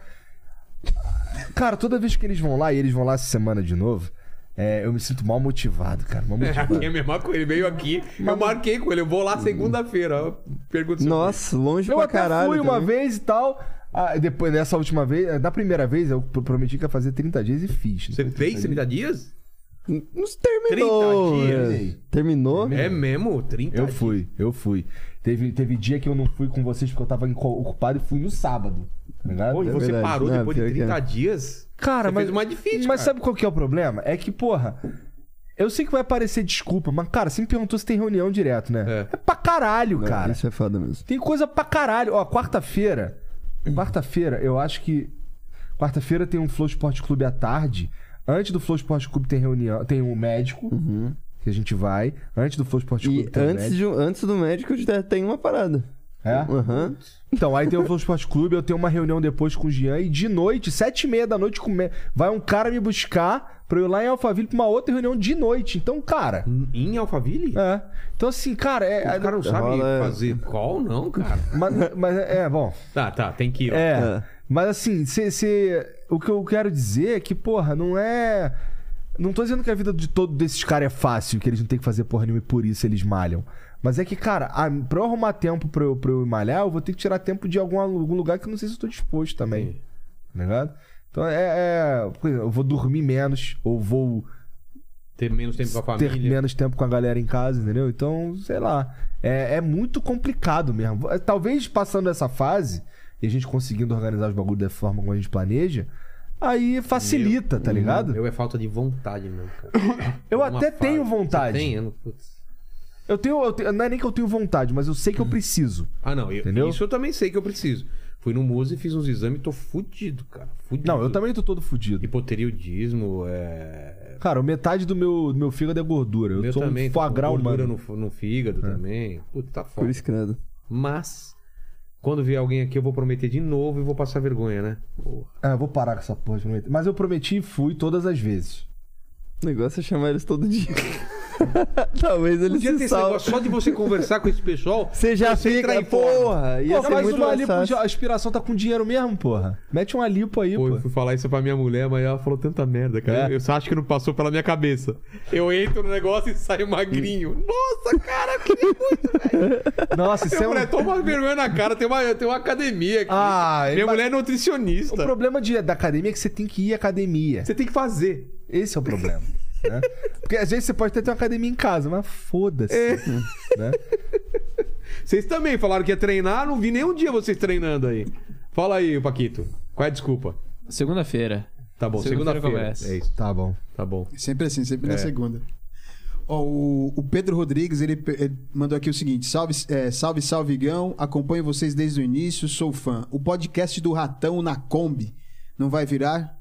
Speaker 2: Cara, toda vez que eles vão lá, e eles vão lá essa semana de novo, é, eu me sinto mal motivado, cara. Mal motivado.
Speaker 1: Aqui é a mesma coisa. Ele veio aqui, eu marquei com ele. Eu vou lá segunda-feira. ó. Pergunta se eu-
Speaker 4: Nossa, longe
Speaker 2: Eu
Speaker 4: pra
Speaker 2: até
Speaker 4: caralho.
Speaker 2: fui uma
Speaker 4: também.
Speaker 2: vez e tal. Ah, depois, nessa última vez, da primeira vez, eu pro- prometi que ia fazer 30 dias e fiz.
Speaker 1: Você fez 30 dias?
Speaker 4: Nos terminou.
Speaker 1: 30 dias.
Speaker 4: velho. Terminou?
Speaker 1: É mesmo? 30
Speaker 2: Eu fui, eu fui. Teve, teve dia que eu não fui com vocês porque eu tava inco- ocupado e fui no sábado. Tá ligado?
Speaker 1: Pô, e
Speaker 4: É
Speaker 1: você
Speaker 4: verdade.
Speaker 1: parou
Speaker 4: Não,
Speaker 1: depois de
Speaker 4: pior que é.
Speaker 1: 30 dias?
Speaker 2: Cara,
Speaker 1: Você
Speaker 2: mas.
Speaker 1: fez uma difícil,
Speaker 2: mas
Speaker 1: cara.
Speaker 2: sabe qual que é o problema? É que, porra. Eu sei que vai parecer desculpa, mas, cara, você me perguntou se tem reunião direto, né?
Speaker 1: É.
Speaker 2: É, pra caralho, cara.
Speaker 4: Isso é foda mesmo.
Speaker 2: Tem coisa pra caralho. Ó, quarta-feira. Quarta-feira, eu acho que. Quarta-feira tem um Flow Sport Clube à tarde. Antes do Flow Sport Clube tem reunião. Tem um médico.
Speaker 1: Uhum.
Speaker 2: Que a gente vai. Antes do Flow Sport Clube
Speaker 4: E
Speaker 2: tem um
Speaker 1: né?
Speaker 4: antes,
Speaker 2: médico.
Speaker 4: de, antes do médico já tem uma parada.
Speaker 2: É?
Speaker 4: Aham.
Speaker 2: Então, aí tem o Flow Sport Clube, eu tenho uma reunião depois com o Jean e de noite, sete e meia da noite, com o mé- vai um cara me buscar pra eu ir lá em Alphaville pra uma outra reunião de noite. Então, cara.
Speaker 1: Em Alphaville?
Speaker 2: É. Então, assim, cara, é.
Speaker 1: Hum. O cara não sabe
Speaker 4: Rola-
Speaker 1: fazer call, não, cara.
Speaker 2: Mas, mas é, bom.
Speaker 1: Tá, tá, tem que ir. ó.
Speaker 2: É.
Speaker 4: É.
Speaker 2: Mas assim, cê, cê- o que eu quero dizer é que, porra, não é. Não tô dizendo que a vida de todo desses caras é fácil, que eles não têm que fazer porra nenhuma e por isso eles malham. Mas é que, cara, a, pra eu arrumar tempo pra eu, pra eu ir malhar, eu vou ter que tirar tempo de algum, algum lugar que eu não sei se eu tô disposto também. Tá ligado? Então é. é, por exemplo, eu vou dormir menos, ou vou
Speaker 1: Ter menos tempo com a
Speaker 2: ter
Speaker 1: família.
Speaker 2: menos tempo com a galera em casa, entendeu? Então, sei lá. É, é muito complicado mesmo. É, Talvez passando essa fase e a gente conseguindo organizar os bagulhos da forma como a gente planeja, aí facilita, tá ligado?
Speaker 1: Eu é falta de vontade mesmo, cara.
Speaker 2: Eu
Speaker 1: Uma
Speaker 2: até
Speaker 1: fase.
Speaker 2: tenho vontade.
Speaker 1: Você tem? Eu não- putz.
Speaker 2: Eu tenho, eu tenho- Não é nem que eu tenho vontade, mas eu sei que eu preciso.
Speaker 1: Ah, não. eu-
Speaker 2: Entendeu?
Speaker 1: Isso eu também sei que eu preciso. Fui no Muse e fiz uns exames e tô fudido, cara. Fudido.
Speaker 2: Não, eu também tô todo fudido.
Speaker 1: Hipotireoidismo, é...
Speaker 2: Cara, metade do meu, do meu fígado é gordura. Eu
Speaker 1: Meu
Speaker 2: sou
Speaker 1: também.
Speaker 2: um É. foie
Speaker 1: tô com
Speaker 2: gras
Speaker 1: gordura
Speaker 2: humano.
Speaker 1: no, f- no fígado também. Puta, tá
Speaker 4: Por
Speaker 1: foda.
Speaker 4: isso, credo.
Speaker 1: Mas, quando vier alguém aqui, eu vou prometer de novo e vou passar vergonha, né? Porra.
Speaker 2: Ah, eu vou parar com essa porra de prometer. Mas eu prometi e fui todas as vezes.
Speaker 4: O negócio é chamar eles todo dia. Talvez eles
Speaker 1: Podia ter
Speaker 4: se
Speaker 1: esse
Speaker 4: salvem.
Speaker 1: negócio só de você conversar com esse pessoal.
Speaker 4: Você já
Speaker 1: você entrar
Speaker 4: fica,
Speaker 1: em forma.
Speaker 4: porra. Ia
Speaker 2: Pô,
Speaker 4: ser
Speaker 2: faz
Speaker 4: muito
Speaker 2: uma
Speaker 4: mais
Speaker 2: lipo,
Speaker 4: fácil.
Speaker 2: já- a aspiração tá com dinheiro mesmo, porra. Mete uma lipo aí,
Speaker 1: Pô, eu
Speaker 2: pô.
Speaker 1: fui falar isso pra minha mulher, mas ela falou tanta merda,
Speaker 2: É.
Speaker 1: cara. Eu só acho que não passou pela minha cabeça. Eu entro no negócio e saio magrinho. Nossa, cara, que
Speaker 2: Nossa, isso é
Speaker 1: minha
Speaker 2: um...
Speaker 1: mulher toma vergonha na cara. Tem uma, tem uma academia aqui.
Speaker 2: Ah,
Speaker 1: minha
Speaker 2: ima-
Speaker 1: mulher é nutricionista.
Speaker 2: O problema de, da academia é que você tem que ir à academia.
Speaker 1: Você tem que fazer.
Speaker 2: Esse é o problema. né? Porque às vezes você pode até ter uma academia em casa, mas foda-se. né?
Speaker 1: Vocês também falaram que ia treinar, não vi nenhum dia vocês treinando aí. Fala aí, Paquito. Qual é a desculpa?
Speaker 6: Segunda-feira.
Speaker 1: Tá bom,
Speaker 6: Segunda-feira
Speaker 1: segunda-feira.
Speaker 6: começa.
Speaker 1: é isso,
Speaker 2: Tá bom.
Speaker 1: tá bom.
Speaker 3: Sempre assim, sempre na segunda. Ó, o, o Pedro Rodrigues, ele, pe- ele mandou aqui o seguinte: salve, é, salve, salve, Igão. Acompanho vocês desde o início, sou fã. O podcast do Ratão na Kombi não vai virar?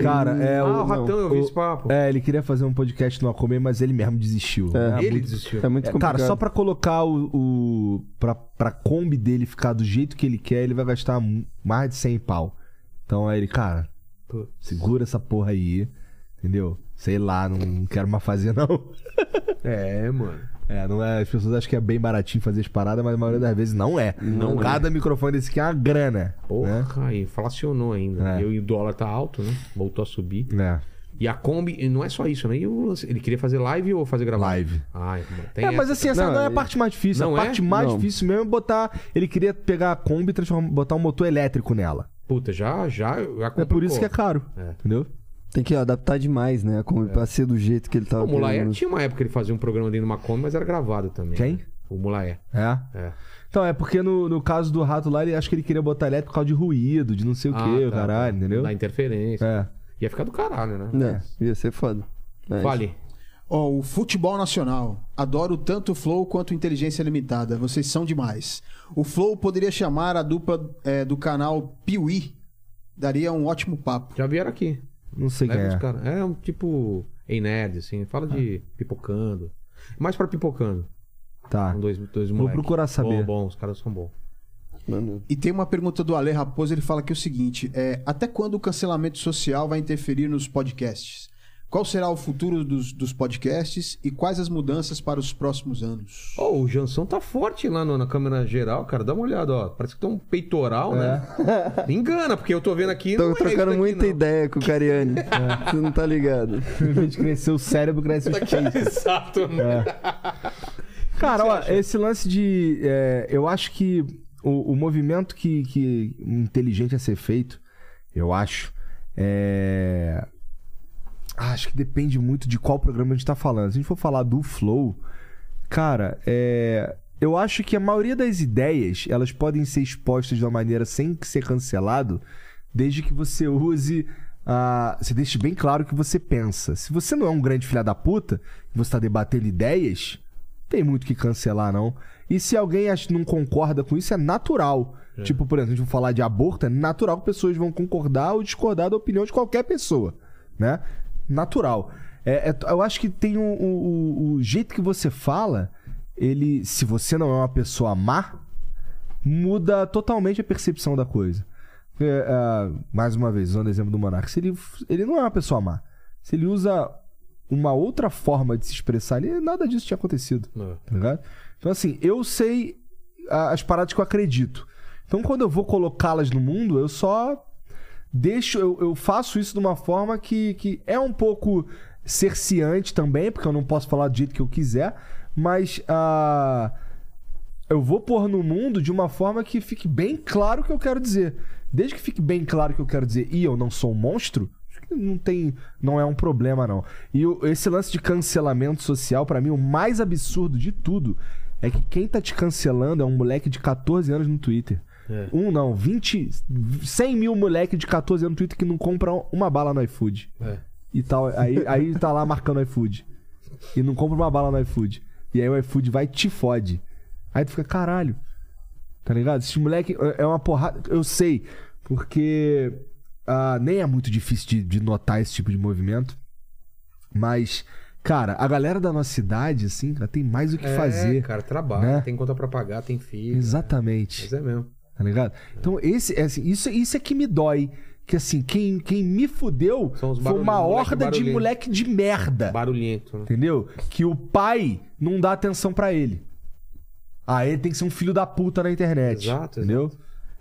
Speaker 2: Cara, é
Speaker 1: ah, o
Speaker 2: o.
Speaker 1: ratão,
Speaker 2: não,
Speaker 1: eu vi
Speaker 2: o-
Speaker 1: esse papo.
Speaker 2: É, ele queria fazer um podcast no Acomê, mas ele mesmo desistiu. É,
Speaker 1: Ele
Speaker 2: muito-
Speaker 1: desistiu.
Speaker 4: É
Speaker 2: É,
Speaker 4: muito complicado.
Speaker 2: cara, só pra colocar o. o pra, pra Kombi dele ficar do jeito que ele quer, ele vai gastar mu- mais de 100 pau. Então aí ele, cara,
Speaker 1: Putz.
Speaker 2: segura essa porra aí. Entendeu? Sei lá, não, não quero mais fazer, não.
Speaker 1: É, mano.
Speaker 2: É, não é. As pessoas acham que é bem baratinho fazer as paradas, mas a maioria das vezes não é. Não Cada microfone desse aqui é uma grana.
Speaker 1: Porra, inflacionou ainda.
Speaker 2: Né? É.
Speaker 1: E o dólar tá alto, né? Voltou a subir.
Speaker 2: Né?
Speaker 1: E a Kombi, e não é só isso, né? E o lance- ele queria fazer live ou fazer gravado?
Speaker 2: Live.
Speaker 1: Ai, mano, tem
Speaker 2: É, mas
Speaker 1: essa.
Speaker 2: assim, essa não,
Speaker 4: Não,
Speaker 2: é a
Speaker 4: é-
Speaker 2: parte mais difícil.
Speaker 1: Não
Speaker 2: a
Speaker 1: é?
Speaker 2: parte mais
Speaker 4: Não.
Speaker 2: difícil mesmo é botar. Ele queria pegar a Kombi e transformar- botar um motor elétrico nela.
Speaker 1: Puta, já, já, já
Speaker 2: É por isso que é
Speaker 1: complicou.
Speaker 2: caro.
Speaker 1: É.
Speaker 2: Entendeu?
Speaker 4: Tem que adaptar demais, né? Como pra ser do jeito que ele
Speaker 2: né?
Speaker 4: tava
Speaker 1: O Mulaé
Speaker 4: querendo.
Speaker 1: tinha uma época que ele fazia um programa dentro de uma Kombi, mas era gravado também.
Speaker 2: Quem?
Speaker 1: né? O Mulaé.
Speaker 2: É.
Speaker 1: É.
Speaker 2: Então, é porque no, no caso do rato lá, ele acho que ele queria botar elétrico por causa de ruído, de não sei o
Speaker 1: Ah,
Speaker 2: que,
Speaker 1: tá,
Speaker 2: caralho,
Speaker 1: tá.
Speaker 2: entendeu?
Speaker 1: Da interferência.
Speaker 2: É.
Speaker 1: Ia ficar do caralho, né?
Speaker 4: Né? Ia ser foda. É, Mas-
Speaker 1: Vale.
Speaker 3: Ó, o Futebol Nacional. Adoro tanto o Flow quanto Inteligência Limitada. Vocês são demais. O Flow poderia chamar a dupla é, do canal Piuí. Daria um ótimo papo.
Speaker 1: Já vieram aqui.
Speaker 2: Não sei quem
Speaker 1: Leva
Speaker 2: é. Ah.
Speaker 1: os caras. É um tipo. Ei nerd, assim. Fala de pipocando. Mais pra pipocando.
Speaker 2: Tá.
Speaker 1: Com dois, dois
Speaker 2: Vou
Speaker 1: moleque.
Speaker 2: procurar saber.
Speaker 1: Bom, bom, os caras são bons.
Speaker 4: Mano,
Speaker 3: E tem uma pergunta do Ale Raposo, ele fala que é o seguinte: é, até quando o cancelamento social vai interferir nos podcasts? Qual será o futuro dos, dos podcasts e quais as mudanças para os próximos anos?
Speaker 1: Ó, o Jansão tá forte lá no- na câmera geral, cara. Dá uma olhada, ó. Parece que tem um peitoral, né?
Speaker 2: É.
Speaker 1: Me engana, porque eu tô vendo aqui.
Speaker 4: Tô
Speaker 1: não é isso
Speaker 4: trocando
Speaker 1: daqui,
Speaker 4: muita
Speaker 1: não. É.
Speaker 4: ideia com o Cariani. Você não tá ligado.
Speaker 2: Em vez de crescer o cérebro, cresce os peitos.
Speaker 1: Exato, né?
Speaker 2: É. Cara, ó, esse lance de. é, eu acho que o, o movimento que, que inteligente a ser feito, eu acho. É. ah, Acho que depende muito de qual programa a gente tá falando. Se a gente for falar do Flow, cara, é, eu acho que a maioria das ideias elas podem ser expostas de uma maneira sem que ser cancelado, desde que você use. a- você deixe bem claro o que você pensa. Se você não é um grande filha da puta, e você tá debatendo ideias, tem muito que cancelar, não. E se alguém ach- não concorda com isso, é natural. Tipo, por exemplo, a gente vai falar de aborto, é natural que pessoas vão concordar ou discordar da opinião de qualquer pessoa, né? Natural. É, é- eu acho que tem o o- o- o jeito que você fala, ele, se você não é uma pessoa má, muda totalmente a percepção da coisa. É, é, mais uma vez, usando o exemplo do Monark, se ele, ele não é uma pessoa má. Se ele usa uma outra forma de se expressar ali, nada disso tinha acontecido. Tá ligado? Então, assim, eu sei a- as paradas que eu acredito. Então, quando eu vou colocá-las no mundo, eu só deixo, eu, eu faço isso de uma forma que, que é um pouco cerciante também, porque eu não posso falar do jeito que eu quiser, mas ah, eu vou pôr no mundo de uma forma que fique bem claro o que eu quero dizer. Desde que fique bem claro o que eu quero dizer e eu não sou um monstro, acho que não tem, não é um problema não. E o- esse lance de cancelamento social, pra mim, o mais absurdo de tudo é que quem tá te cancelando é um moleque de 14 anos no Twitter. Um não, 20, 100 mil moleque de 14 anos no Twitter que não compra uma bala no iFood.
Speaker 1: É.
Speaker 2: E tal, aí, aí tá lá marcando iFood. E não compra uma bala no iFood. E aí o iFood vai e te fode. Aí tu fica, caralho. Tá ligado? Esse moleque é uma porrada. Eu sei, porque ah, nem é muito difícil de, de notar esse tipo de movimento. Mas, cara, a galera da nossa idade, assim, cara, tem mais o que
Speaker 1: É,
Speaker 2: fazer.
Speaker 1: cara, trabalha,
Speaker 2: né?
Speaker 1: tem conta pra pagar, tem filho.
Speaker 2: Exatamente.
Speaker 1: Mas é mesmo.
Speaker 2: Tá ligado? Então, esse, é assim, isso, isso é que me dói. Que assim, quem, quem me fudeu
Speaker 1: São os
Speaker 2: foi uma
Speaker 1: barulhinhos, moleque
Speaker 2: horda de
Speaker 1: barulhento.
Speaker 2: moleque de merda.
Speaker 1: Barulhento. né?
Speaker 2: Entendeu? Que o pai não dá atenção pra ele. Ah, ele tem que ser um filho da puta na internet.
Speaker 1: Exato,
Speaker 2: Entendeu?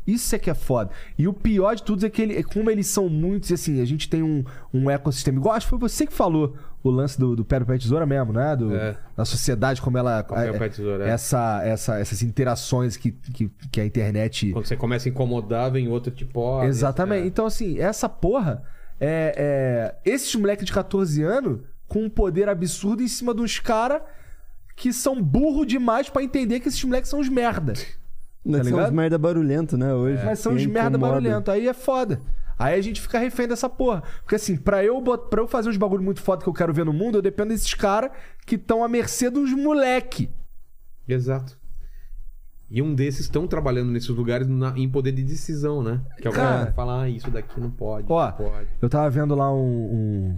Speaker 2: Isso é que é foda. E o pior de tudo é que ele, como eles são muitos, e assim, a gente tem um, um ecossistema igual. Acho que foi você que falou o lance do, do Pedro Pé e Tesoura mesmo, né? Do,
Speaker 1: É.
Speaker 2: Da sociedade, como ela.
Speaker 1: o Pedro Pé e Tesoura, é.
Speaker 2: essa, essa, essas interações que, que, que a internet.
Speaker 1: Quando você começa a incomodar, vem outro tipo. ó,
Speaker 2: assim. Exatamente. Então, assim, essa porra é. é esses moleques de 14 anos com um poder absurdo em cima de uns caras que são burro demais pra entender que esses moleques são uns merda.
Speaker 1: tá
Speaker 4: Nós somos
Speaker 2: ligado?
Speaker 4: merda barulhento, né? Hoje.
Speaker 2: Mas são
Speaker 4: Que
Speaker 2: uns merda
Speaker 4: incomoda.
Speaker 2: barulhento. Aí é foda. Aí a gente fica refém dessa porra. Porque assim, pra eu, bot- pra eu fazer uns bagulho muito foda que eu quero ver no mundo, eu dependo desses caras que estão à mercê dos moleque.
Speaker 1: é. Exato. E um desses estão trabalhando nesses lugares na- em poder de decisão, né? Que é o
Speaker 2: Cara.
Speaker 1: cara que fala, ah, isso daqui não pode,
Speaker 2: Ó.
Speaker 1: não pode.
Speaker 2: Eu tava vendo lá um,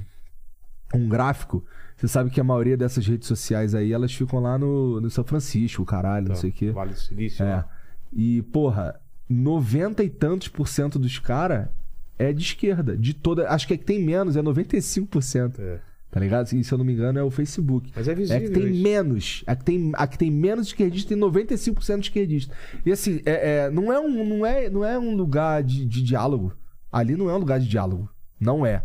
Speaker 2: um, um gráfico. Você sabe que a maioria dessas redes sociais aí, elas ficam lá no, no São Francisco, caralho,
Speaker 1: Tá.
Speaker 2: não sei o quê.
Speaker 1: Vale do Silício,
Speaker 2: É.
Speaker 1: né?
Speaker 2: E, porra, 90 e tantos por cento dos caras é de esquerda. De toda. Acho que é que tem menos, é 95%.
Speaker 1: É.
Speaker 2: Tá ligado? E se eu não me engano, é o Facebook.
Speaker 1: Mas é
Speaker 2: É
Speaker 1: visível
Speaker 2: que tem
Speaker 1: isso.
Speaker 2: menos. A que tem, a que tem menos esquerdista tem 95% de esquerdista. E assim, é, é, não, é um, não, é, não é um lugar de, de diálogo. Ali não é um lugar de diálogo. Não é.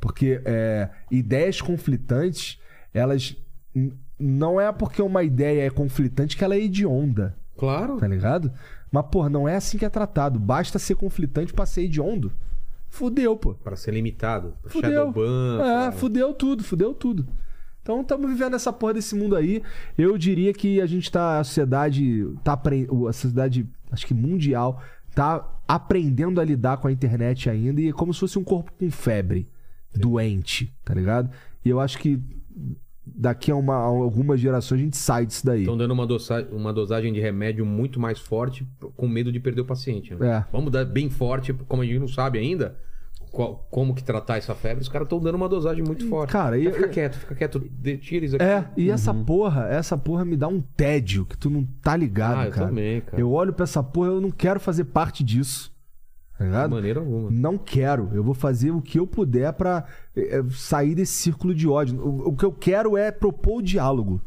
Speaker 2: Porque é, ideias conflitantes, elas. n- Não é porque uma ideia é conflitante que ela é hedionda,
Speaker 1: Claro.
Speaker 2: tá ligado? Mas, pô, não é assim que é tratado. Basta ser conflitante pra ser hediondo. Fudeu, pô.
Speaker 1: Pra ser limitado. Pra
Speaker 2: Fudeu.
Speaker 1: Shadowban.
Speaker 2: É,
Speaker 1: pra-
Speaker 2: fudeu tudo, fudeu tudo. Então estamos vivendo essa porra desse mundo aí. Eu diria que a gente tá. A sociedade tá apre- o- A sociedade, acho que mundial, tá aprendendo a lidar com a internet ainda e é como se fosse um corpo com febre. Doente, tá ligado? E eu acho que daqui a, uma- a algumas gerações a gente sai disso daí.
Speaker 1: Estão dando uma, dosa- uma dosagem de remédio muito mais forte p- com medo de perder o paciente. né?
Speaker 2: É.
Speaker 1: Vamos dar bem forte, como a gente não sabe ainda qual- como que tratar essa febre, os caras estão dando uma dosagem muito forte. Uhum.
Speaker 2: Cara, e-
Speaker 1: Então fica quieto, fica quieto, de- tira isso aqui.
Speaker 2: É, e essa porra, essa porra me dá um tédio que tu não tá ligado,
Speaker 1: ah, eu
Speaker 2: cara.
Speaker 1: também, cara.
Speaker 2: Eu olho pra essa porra, eu não quero fazer parte disso. Tá
Speaker 1: De
Speaker 2: ligado?
Speaker 1: maneira alguma.
Speaker 2: Não quero. Eu vou fazer o que eu puder pra eh, eh, sair desse círculo de ódio. O, o que eu quero é propor o diálogo,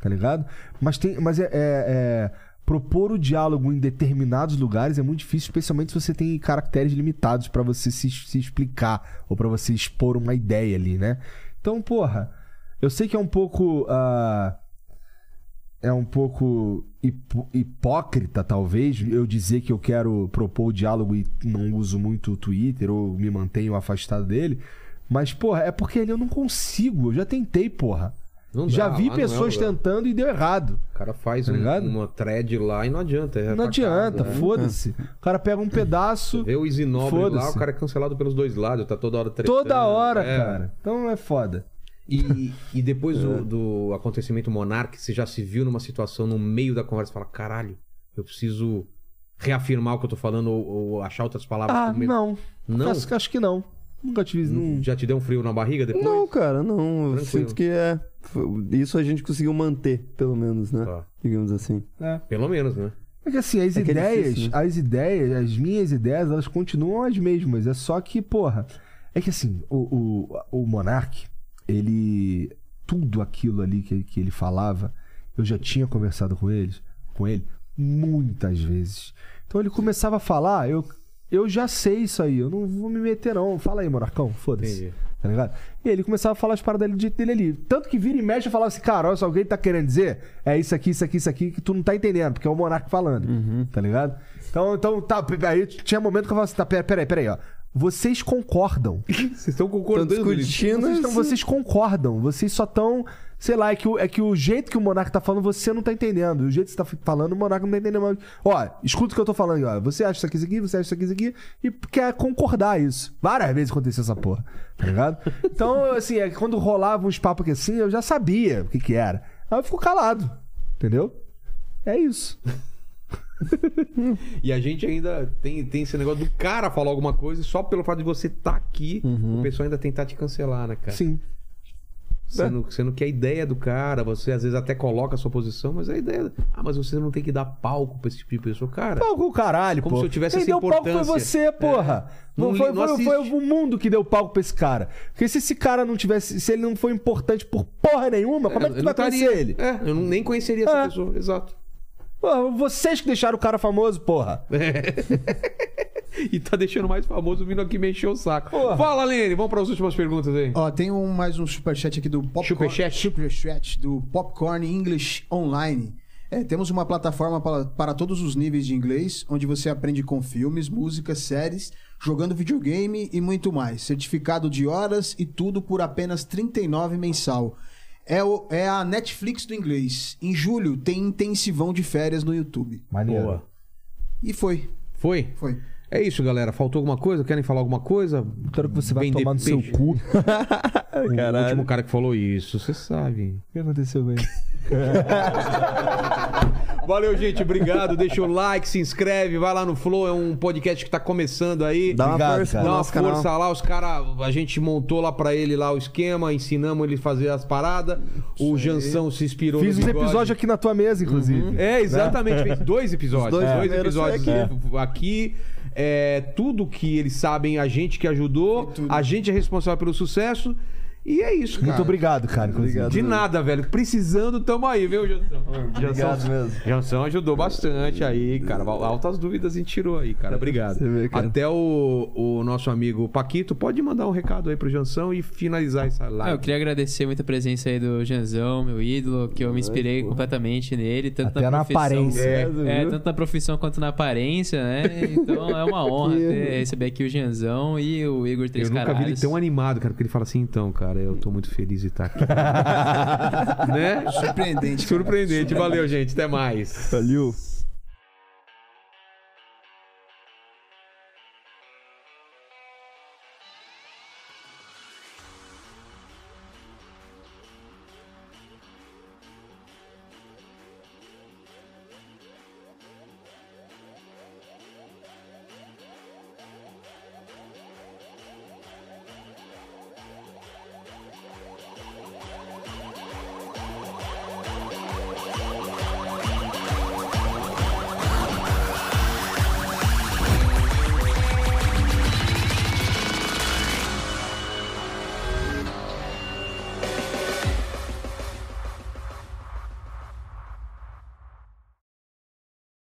Speaker 2: tá ligado? Mas tem, mas é, é- é- propor o diálogo em determinados lugares é muito difícil, especialmente se você tem caracteres limitados pra você se, se explicar ou pra você expor uma ideia ali, né? Então, porra, eu sei que é um pouco ah, é um pouco hipo- hipócrita, talvez, eu dizer que eu quero propor o diálogo e não uso muito o Twitter ou me mantenho afastado dele. Mas, porra, é porque ali eu não consigo. Eu já tentei, porra.
Speaker 1: Não dá,
Speaker 2: já vi
Speaker 1: lá não é
Speaker 2: pessoas
Speaker 1: lugar.
Speaker 2: tentando e deu errado.
Speaker 1: O cara faz
Speaker 2: Tá
Speaker 1: um-
Speaker 2: ligado?
Speaker 1: uma thread lá e não adianta. é
Speaker 2: não
Speaker 1: atacado,
Speaker 2: adianta,
Speaker 1: né?
Speaker 2: foda-se. O cara pega um pedaço
Speaker 1: Vê o Isinobre lá,
Speaker 2: Foda-se.
Speaker 1: o cara é cancelado pelos dois lados, tá toda hora tretando.
Speaker 2: toda hora,
Speaker 1: É.
Speaker 2: cara. Então é foda.
Speaker 1: E, e depois do, do acontecimento Monark, você já se viu numa situação no meio da conversa e fala: caralho, eu preciso reafirmar o que eu tô falando ou, ou achar outras palavras
Speaker 2: Ah,
Speaker 1: com medo."
Speaker 2: não.
Speaker 1: Não?
Speaker 2: Acho, acho que não. Nunca tive. Não...
Speaker 1: Já te deu um frio na barriga depois?
Speaker 4: Não, cara, não. Eu
Speaker 1: Tranquilo.
Speaker 4: sinto que é. Foi- Isso a gente conseguiu manter, pelo menos, né?
Speaker 1: Tá.
Speaker 4: Digamos assim.
Speaker 1: Pelo menos, né?
Speaker 2: É que assim, as
Speaker 4: É que é
Speaker 2: ideias,
Speaker 4: difícil, né?
Speaker 2: as ideias, as minhas ideias, elas continuam as mesmas. É só que, porra, é que assim, o, o, o Monark, ele. Tudo aquilo ali que, que ele falava, eu já tinha conversado com eles, com ele, muitas vezes. Então ele começava a falar, eu, eu já sei isso aí, eu não vou me meter, não. Fala aí, Monarcão, foda-se.
Speaker 1: Entendi.
Speaker 2: tá ligado? E aí ele começava a falar as paradas dele, do jeito dele ali. Tanto que vira e mexe e falava assim, cara, olha só, o que ele tá querendo dizer é isso aqui, isso aqui, isso aqui, que tu não tá entendendo, porque é o Monark falando, tá ligado? Então, então tá, aí tinha momento que eu falava assim, tá, pera- peraí, peraí, ó. Vocês concordam.
Speaker 9: Vocês estão
Speaker 4: Estão
Speaker 9: concordando. gente.
Speaker 4: discutindo.
Speaker 2: Vocês, tão-
Speaker 4: assim.
Speaker 2: vocês concordam, vocês só estão. Sei lá, é que, o, é que o jeito que o Monark tá falando, você não tá entendendo. O jeito que você tá f- falando, o Monark não tá entendendo. Mas, ó, escuta o que eu tô falando, ó. Você acha isso aqui, isso aqui, você acha isso aqui, isso aqui, e quer concordar isso. Várias vezes aconteceu essa porra, tá ligado? Então, assim, é que quando rolava uns papos aqui assim, eu já sabia o que que era. Aí eu fico calado, entendeu? É isso.
Speaker 1: E a gente ainda tem, tem esse negócio do cara falar alguma coisa e só pelo fato de você estar aqui, o pessoal ainda tentar te cancelar, né, cara?
Speaker 2: Sim. né?
Speaker 1: Sendo, sendo que a ideia do cara, você às vezes até coloca a sua posição, mas a ideia. Ah, mas você não tem que dar palco pra esse tipo de pessoa. Cara,
Speaker 2: Palco o caralho,
Speaker 1: Como
Speaker 2: pô.
Speaker 1: se eu tivesse
Speaker 2: Quem
Speaker 1: essa
Speaker 2: deu palco foi
Speaker 1: importância. É.
Speaker 2: você, porra.
Speaker 1: Não
Speaker 2: Não,
Speaker 1: li-
Speaker 2: foi,
Speaker 1: não
Speaker 2: foi- foi
Speaker 1: assiste.
Speaker 2: o mundo que deu palco pra esse cara. Porque se esse cara não tivesse. Se ele não foi importante por porra nenhuma, como é que
Speaker 1: eu não
Speaker 2: tu vai
Speaker 1: estaria-
Speaker 2: conhecer ele?
Speaker 1: É, eu não- nem conheceria essa
Speaker 2: É.
Speaker 1: pessoa, exato.
Speaker 2: Porra, vocês que deixaram o cara famoso, porra.
Speaker 1: E tá deixando mais famoso vindo aqui mexer o saco.
Speaker 2: Porra.
Speaker 1: Fala, Lene, vamos para as últimas perguntas aí.
Speaker 3: Ó, tem um, mais um superchat aqui do Popcorn.
Speaker 1: Superchat?
Speaker 3: Superchat do Popcorn English Online. É, temos uma plataforma para, para todos os níveis de inglês, onde você aprende com filmes, músicas, séries, jogando videogame e muito mais. Certificado de horas e tudo por apenas R$ 39 mensal. É, o- é a Netflix do inglês. Em julho tem intensivão de férias no YouTube.
Speaker 2: Maneiro.
Speaker 1: Boa.
Speaker 3: E foi,
Speaker 1: Foi?
Speaker 3: foi.
Speaker 1: É isso, galera. Faltou alguma coisa? Querem falar alguma coisa?
Speaker 2: Quero que você vá
Speaker 1: Vender
Speaker 2: tomar no seu
Speaker 1: peixe.
Speaker 2: cu.
Speaker 1: O último cara que falou isso, você sabe.
Speaker 2: O que aconteceu com ele?
Speaker 1: Valeu, gente. Obrigado. Deixa o like, se inscreve, vai lá no Flow. É um podcast que tá começando aí.
Speaker 4: Dá uma
Speaker 2: Obrigado,
Speaker 4: força
Speaker 2: cara.
Speaker 4: pro
Speaker 1: Dá uma
Speaker 4: nosso canal.
Speaker 1: força lá, os caras. A gente montou lá pra ele lá o esquema, ensinamos ele fazer as paradas. O Jansão se inspirou
Speaker 2: Fiz
Speaker 1: no
Speaker 2: uns
Speaker 1: bigode.
Speaker 2: episódios né? aqui na tua mesa, inclusive.
Speaker 1: É, exatamente. Fez dois episódios.
Speaker 4: Os dois
Speaker 1: dois
Speaker 4: primeiros
Speaker 1: episódios né,
Speaker 4: foi
Speaker 1: aqui. É, tudo que eles sabem, a gente que ajudou, a gente é responsável pelo sucesso. E é isso, cara.
Speaker 2: Muito obrigado, cara. Inclusive.
Speaker 1: De nada, velho. Precisando, tamo aí, viu, Jansão?
Speaker 4: Obrigado mesmo.
Speaker 1: Jansão ajudou bastante aí, cara. Altas dúvidas a gente tirou aí, cara. Obrigado.
Speaker 4: Você vê, cara.
Speaker 1: Até o, o nosso amigo Paquito pode mandar um recado aí pro Jansão e finalizar essa
Speaker 6: Ah, eu
Speaker 1: live.
Speaker 6: queria agradecer muito a presença aí do Janzão, meu ídolo, que eu me inspirei completamente nele, tanto
Speaker 2: Até na
Speaker 6: profissão-
Speaker 2: aparência,
Speaker 6: É, tanto na profissão quanto na aparência, né? Então é uma honra ter, receber aqui o Janzão e o Igor Três
Speaker 1: Eu nunca vi ele
Speaker 6: Caralhos.
Speaker 1: tão animado, cara, porque ele fala assim, então, cara, eu tô muito feliz de estar aqui. né?
Speaker 3: Surpreendente. cara.
Speaker 1: Surpreendente. Valeu, gente. Até mais.
Speaker 4: Valeu.